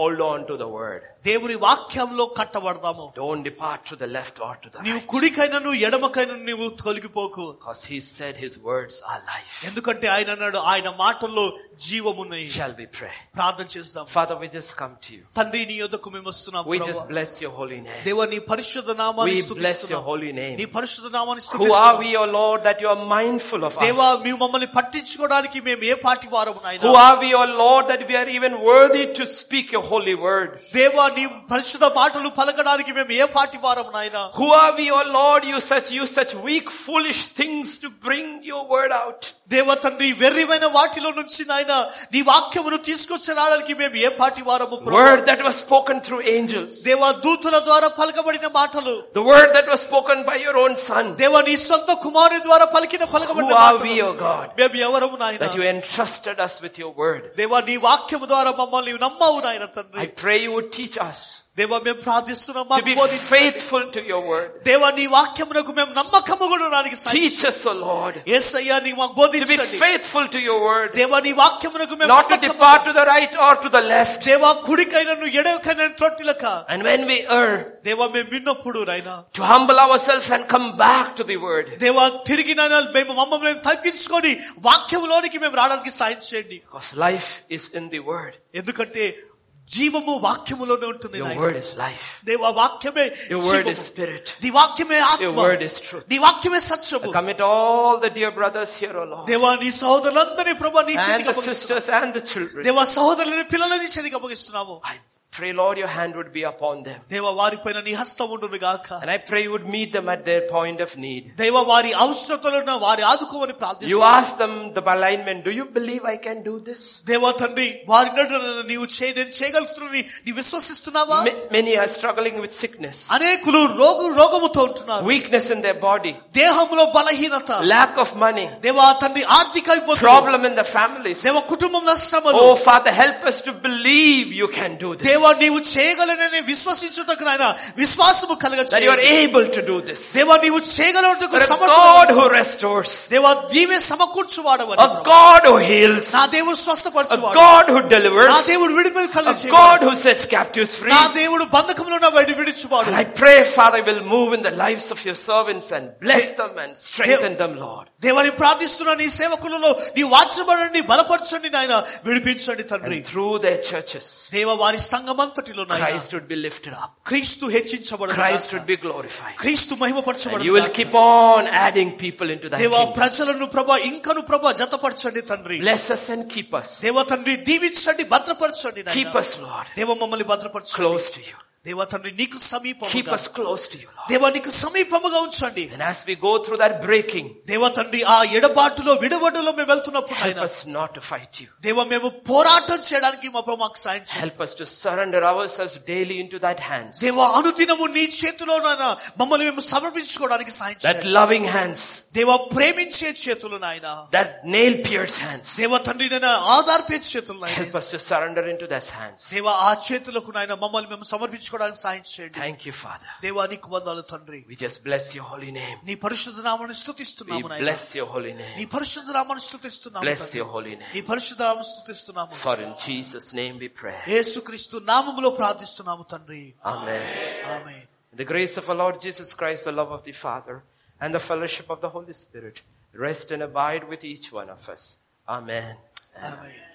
Speaker 1: Hold on to the word.
Speaker 2: దేవుని వాక్యంలో కట్టబడదాము
Speaker 1: Don't depart to the left or to the right.
Speaker 2: నీవు కుడికైనా నువ్వు ఎడమకైనా నువ్వు తొలగిపోకు
Speaker 1: Because he said his words are life.
Speaker 2: ఎందుకంటే ఆయన అన్నాడు ఆయన మాటల్లో జీవమున్నాయి
Speaker 1: Shall we pray?
Speaker 2: ప్రార్థన చేస్తాం
Speaker 1: Father, we just come to you.
Speaker 2: తండ్రి నీ యొద్దకు మేము వస్తున్నాం
Speaker 1: We
Speaker 2: ప్రభువా.
Speaker 1: just bless your holy name.
Speaker 2: దేవా నీ పరిశుద్ధ నామాన్ని
Speaker 1: We bless your
Speaker 2: స్తుతిస్తున్నాం.
Speaker 1: holy
Speaker 2: నీ
Speaker 1: name.
Speaker 2: పరిశుద్ధ నామాన్ని
Speaker 1: Who are
Speaker 2: స్తుతిస్తున్నాం.
Speaker 1: we, O Lord, that you are mindful of
Speaker 2: దేవా
Speaker 1: us?
Speaker 2: మేము మమ్మల్ని పట్టించుకోవడానికి మేము ఏ పాటి వారము నాయనా?
Speaker 1: Who are we, O Lord, that we are even worthy to speak your holy word?
Speaker 2: దేవా నీ పరిశుద్ధ మాటలు పలకడానికి మేము ఏ పాటి వారము నాయన
Speaker 1: Who are we, O Lord, you such, you such weak, foolish things to bring your word out?
Speaker 2: దేవ తండ్రి వెర్రిమైన వాటిలో నుంచి నాయన నీ వాక్యమును తీసుకొచ్చి రావడానికి మేము ఏ పాటి వారము ప్రభు?
Speaker 1: Word that was spoken through angels.
Speaker 2: దేవా దూతుల ద్వారా పలకబడిన మాటలు
Speaker 1: The word that was spoken by your own son.
Speaker 2: దేవా నీ సొంత కుమారు ద్వారా పలికిన
Speaker 1: Who
Speaker 2: పలకబడిన
Speaker 1: are we, O
Speaker 2: మాటలు.
Speaker 1: God,
Speaker 2: మేము ఎవరము నాయన
Speaker 1: that you entrusted us with your word?
Speaker 2: దేవా నీ వాక్యము ద్వారా మమ్మల్ని నమ్మవు నాయన తండ్రి
Speaker 1: I pray you would teach us
Speaker 2: దేవా మేము ప్రార్థిస్తున్నాం
Speaker 1: to be
Speaker 2: మాకు బోధించండి.
Speaker 1: faithful to your word.
Speaker 2: దేవా నీ వాక్యమునకు మేము నమ్మకము కూడా రానికి
Speaker 1: Teach us, O Lord,
Speaker 2: ఏసయ్యా నీ మాకు
Speaker 1: to be
Speaker 2: బోధించండి
Speaker 1: faithful to your word.
Speaker 2: దేవా నీ వాక్యమునకు మేము
Speaker 1: Not to
Speaker 2: నమ్మకము-
Speaker 1: depart to the right or to the left.
Speaker 2: దేవా కుడికైనను ఎడవకైనను తొట్టిలక
Speaker 1: And when we err,
Speaker 2: దేవా మేము విన్నప్పుడు నాయనా
Speaker 1: to humble ourselves and come back to the word.
Speaker 2: దేవా తిరిగి నాయనా మేము మమ్మల్ని మేము తగ్గించుకొని వాక్యంలోనికి మేము రావడానికి సాయం చేయండి
Speaker 1: Because life is in the word.
Speaker 2: ఎందుకంటే జీవము వాక్యములోనే ఉంటుంది
Speaker 1: Your
Speaker 2: నాయనా
Speaker 1: word is life.
Speaker 2: దేవా వాక్యమే
Speaker 1: Your word
Speaker 2: జీవము.
Speaker 1: is spirit.
Speaker 2: నీ వాక్యమే
Speaker 1: Your
Speaker 2: ఆత్మ
Speaker 1: word is truth.
Speaker 2: నీ వాక్యమే
Speaker 1: I
Speaker 2: సత్యము
Speaker 1: commit all the dear brothers here, O Lord,
Speaker 2: దేవా నీ సహోదరులందరినీ ప్రభా నీ
Speaker 1: and
Speaker 2: చేతికి
Speaker 1: the
Speaker 2: అప్పగిస్తున్నాము.
Speaker 1: sisters and the children.
Speaker 2: దేవా సహోదరులని పిల్లలని చేతికి అప్పగిస్తున్నాము
Speaker 1: I pray, Lord, your hand would be upon them.
Speaker 2: దేవ వారిపైన నీ హస్తం ఉండును గాక
Speaker 1: And I pray you would meet them at their point of need.
Speaker 2: దేవ వారి అవసరతలను వారి ఆదుకోమని
Speaker 1: You
Speaker 2: ప్రార్థిస్తున్నాను
Speaker 1: ask them the alignment, do you believe I can do this?
Speaker 2: దేవా తండ్రి వారి నడున నీవు చే నేను చేయగలుగుతున్నానని నీ విశ్వసిస్తున్నావా
Speaker 1: Ma- Many are struggling with sickness,
Speaker 2: అనేకులు రోగు రోగముతో
Speaker 1: uh,
Speaker 2: ఉంటున్నారు
Speaker 1: weakness in their body,
Speaker 2: దేహంలో బలహీనత
Speaker 1: lack of money,
Speaker 2: దేవా తండ్రి ఆర్థిక ఇబ్బందులు.
Speaker 1: problem in the families.
Speaker 2: దేవ కుటుంబంలో శ్రమలు
Speaker 1: Oh Father, help us to believe you can do this.
Speaker 2: దేవా నీవు చేయగలనని విశ్వసించుటకు నాయన విశ్వాసము కలగ
Speaker 1: That you are able to do this.
Speaker 2: దేవా నీవు చేయగలటకు
Speaker 1: You're a God
Speaker 2: సమర్థుడు
Speaker 1: who restores.
Speaker 2: దేవా నీవే సమకూర్చువాడవని
Speaker 1: A God who heals.
Speaker 2: నా దేవుడు
Speaker 1: A
Speaker 2: స్వస్థపరచువాడు
Speaker 1: God who
Speaker 2: నా
Speaker 1: delivers.
Speaker 2: దేవుడు విడుదల
Speaker 1: A
Speaker 2: కలగ
Speaker 1: God who sets captives free.
Speaker 2: నా దేవుడు బంధకంలో ఉన్న వాడిని విడిచువాడు
Speaker 1: And I pray, Father, you will move in the lives of your servants and bless them and strengthen them, Lord.
Speaker 2: దేవాన్ని ప్రార్థిస్తున్న నీ సేవకులలో నీ వాచ్యబడండి బలపరచండి నాయన విడిపించండి తండ్రి
Speaker 1: And through their churches,
Speaker 2: దేవ వారి సంఘమంతటిలో నాయన
Speaker 1: Christ would be lifted up.
Speaker 2: క్రీస్తు హెచ్చించబడు
Speaker 1: Christ would be glorified.
Speaker 2: క్రీస్తు
Speaker 1: And
Speaker 2: మహిమపరచబడు
Speaker 1: you will keep on adding people into thy
Speaker 2: దేవ
Speaker 1: kingdom.
Speaker 2: ప్రజలను ప్రభా ఇంకను ప్రభా జతపరచండి తండ్రి
Speaker 1: Bless us and keep us.
Speaker 2: దేవ తండ్రి దీవించండి భద్రపరచండి నాయనా.
Speaker 1: Keep us, Lord,
Speaker 2: దేవ మమ్మల్ని భద్రపరచండి
Speaker 1: close to you.
Speaker 2: దేవ తండ్రి నీకు
Speaker 1: Keep
Speaker 2: సమీపముగా
Speaker 1: us close to you, Lord.
Speaker 2: దేవ నీకు సమీపముగా ఉంచండి
Speaker 1: And as we go through that breaking,
Speaker 2: దేవ తండ్రి ఆ ఎడబాటులో విడబాటులో మేము వెళ్తున్నప్పుడు
Speaker 1: help
Speaker 2: నాయనా,
Speaker 1: us not to fight you.
Speaker 2: దేవ మేము పోరాటం చేయడానికి మా ప్రభు మాకు సాయం చేయండి.
Speaker 1: Help us to surrender ourselves daily into that hands.
Speaker 2: దేవా అనుదినము నీ చేతిలో నాయన మమ్మల్ని మేము సమర్పించుకోవడానికి సాయం
Speaker 1: That
Speaker 2: చేయండి
Speaker 1: loving hands,
Speaker 2: దేవా ప్రేమించే చేతులు నాయన
Speaker 1: that nail pierced hands.
Speaker 2: దేవ తండ్రి నాయన ఆధార్పే చేతులు
Speaker 1: Help
Speaker 2: నాయన
Speaker 1: us to surrender into those hands.
Speaker 2: దేవా ఆ చేతులకు నాయన మమ్మల్ని మేము సమర్పించుకోవడానికి సాయం చేయండి
Speaker 1: Thank you, Father.
Speaker 2: దేవా నీకు వందాలు తండ్రి
Speaker 1: We just bless your holy name.
Speaker 2: నీ పరిశుద్ధ నామాన్ని
Speaker 1: We
Speaker 2: స్తుతిస్తున్నాము నాయన
Speaker 1: bless your holy
Speaker 2: నీ
Speaker 1: name.
Speaker 2: పరిశుద్ధ నామాన్ని స్తుతిస్తున్నాము
Speaker 1: Bless
Speaker 2: తండ్రి.
Speaker 1: your holy name.
Speaker 2: నీ పరిశుద్ధ నామం స్తుతిస్తున్నాము
Speaker 1: For in Jesus' name we pray.
Speaker 2: యేసుక్రీస్తు నామములో ప్రార్థిస్తున్నాము తండ్రి
Speaker 1: Amen.
Speaker 2: ఆమె
Speaker 1: The grace of our Lord Jesus Christ, the love of the Father, and the fellowship of the Holy Spirit rest and abide with each one of us. Amen.
Speaker 2: ఆమె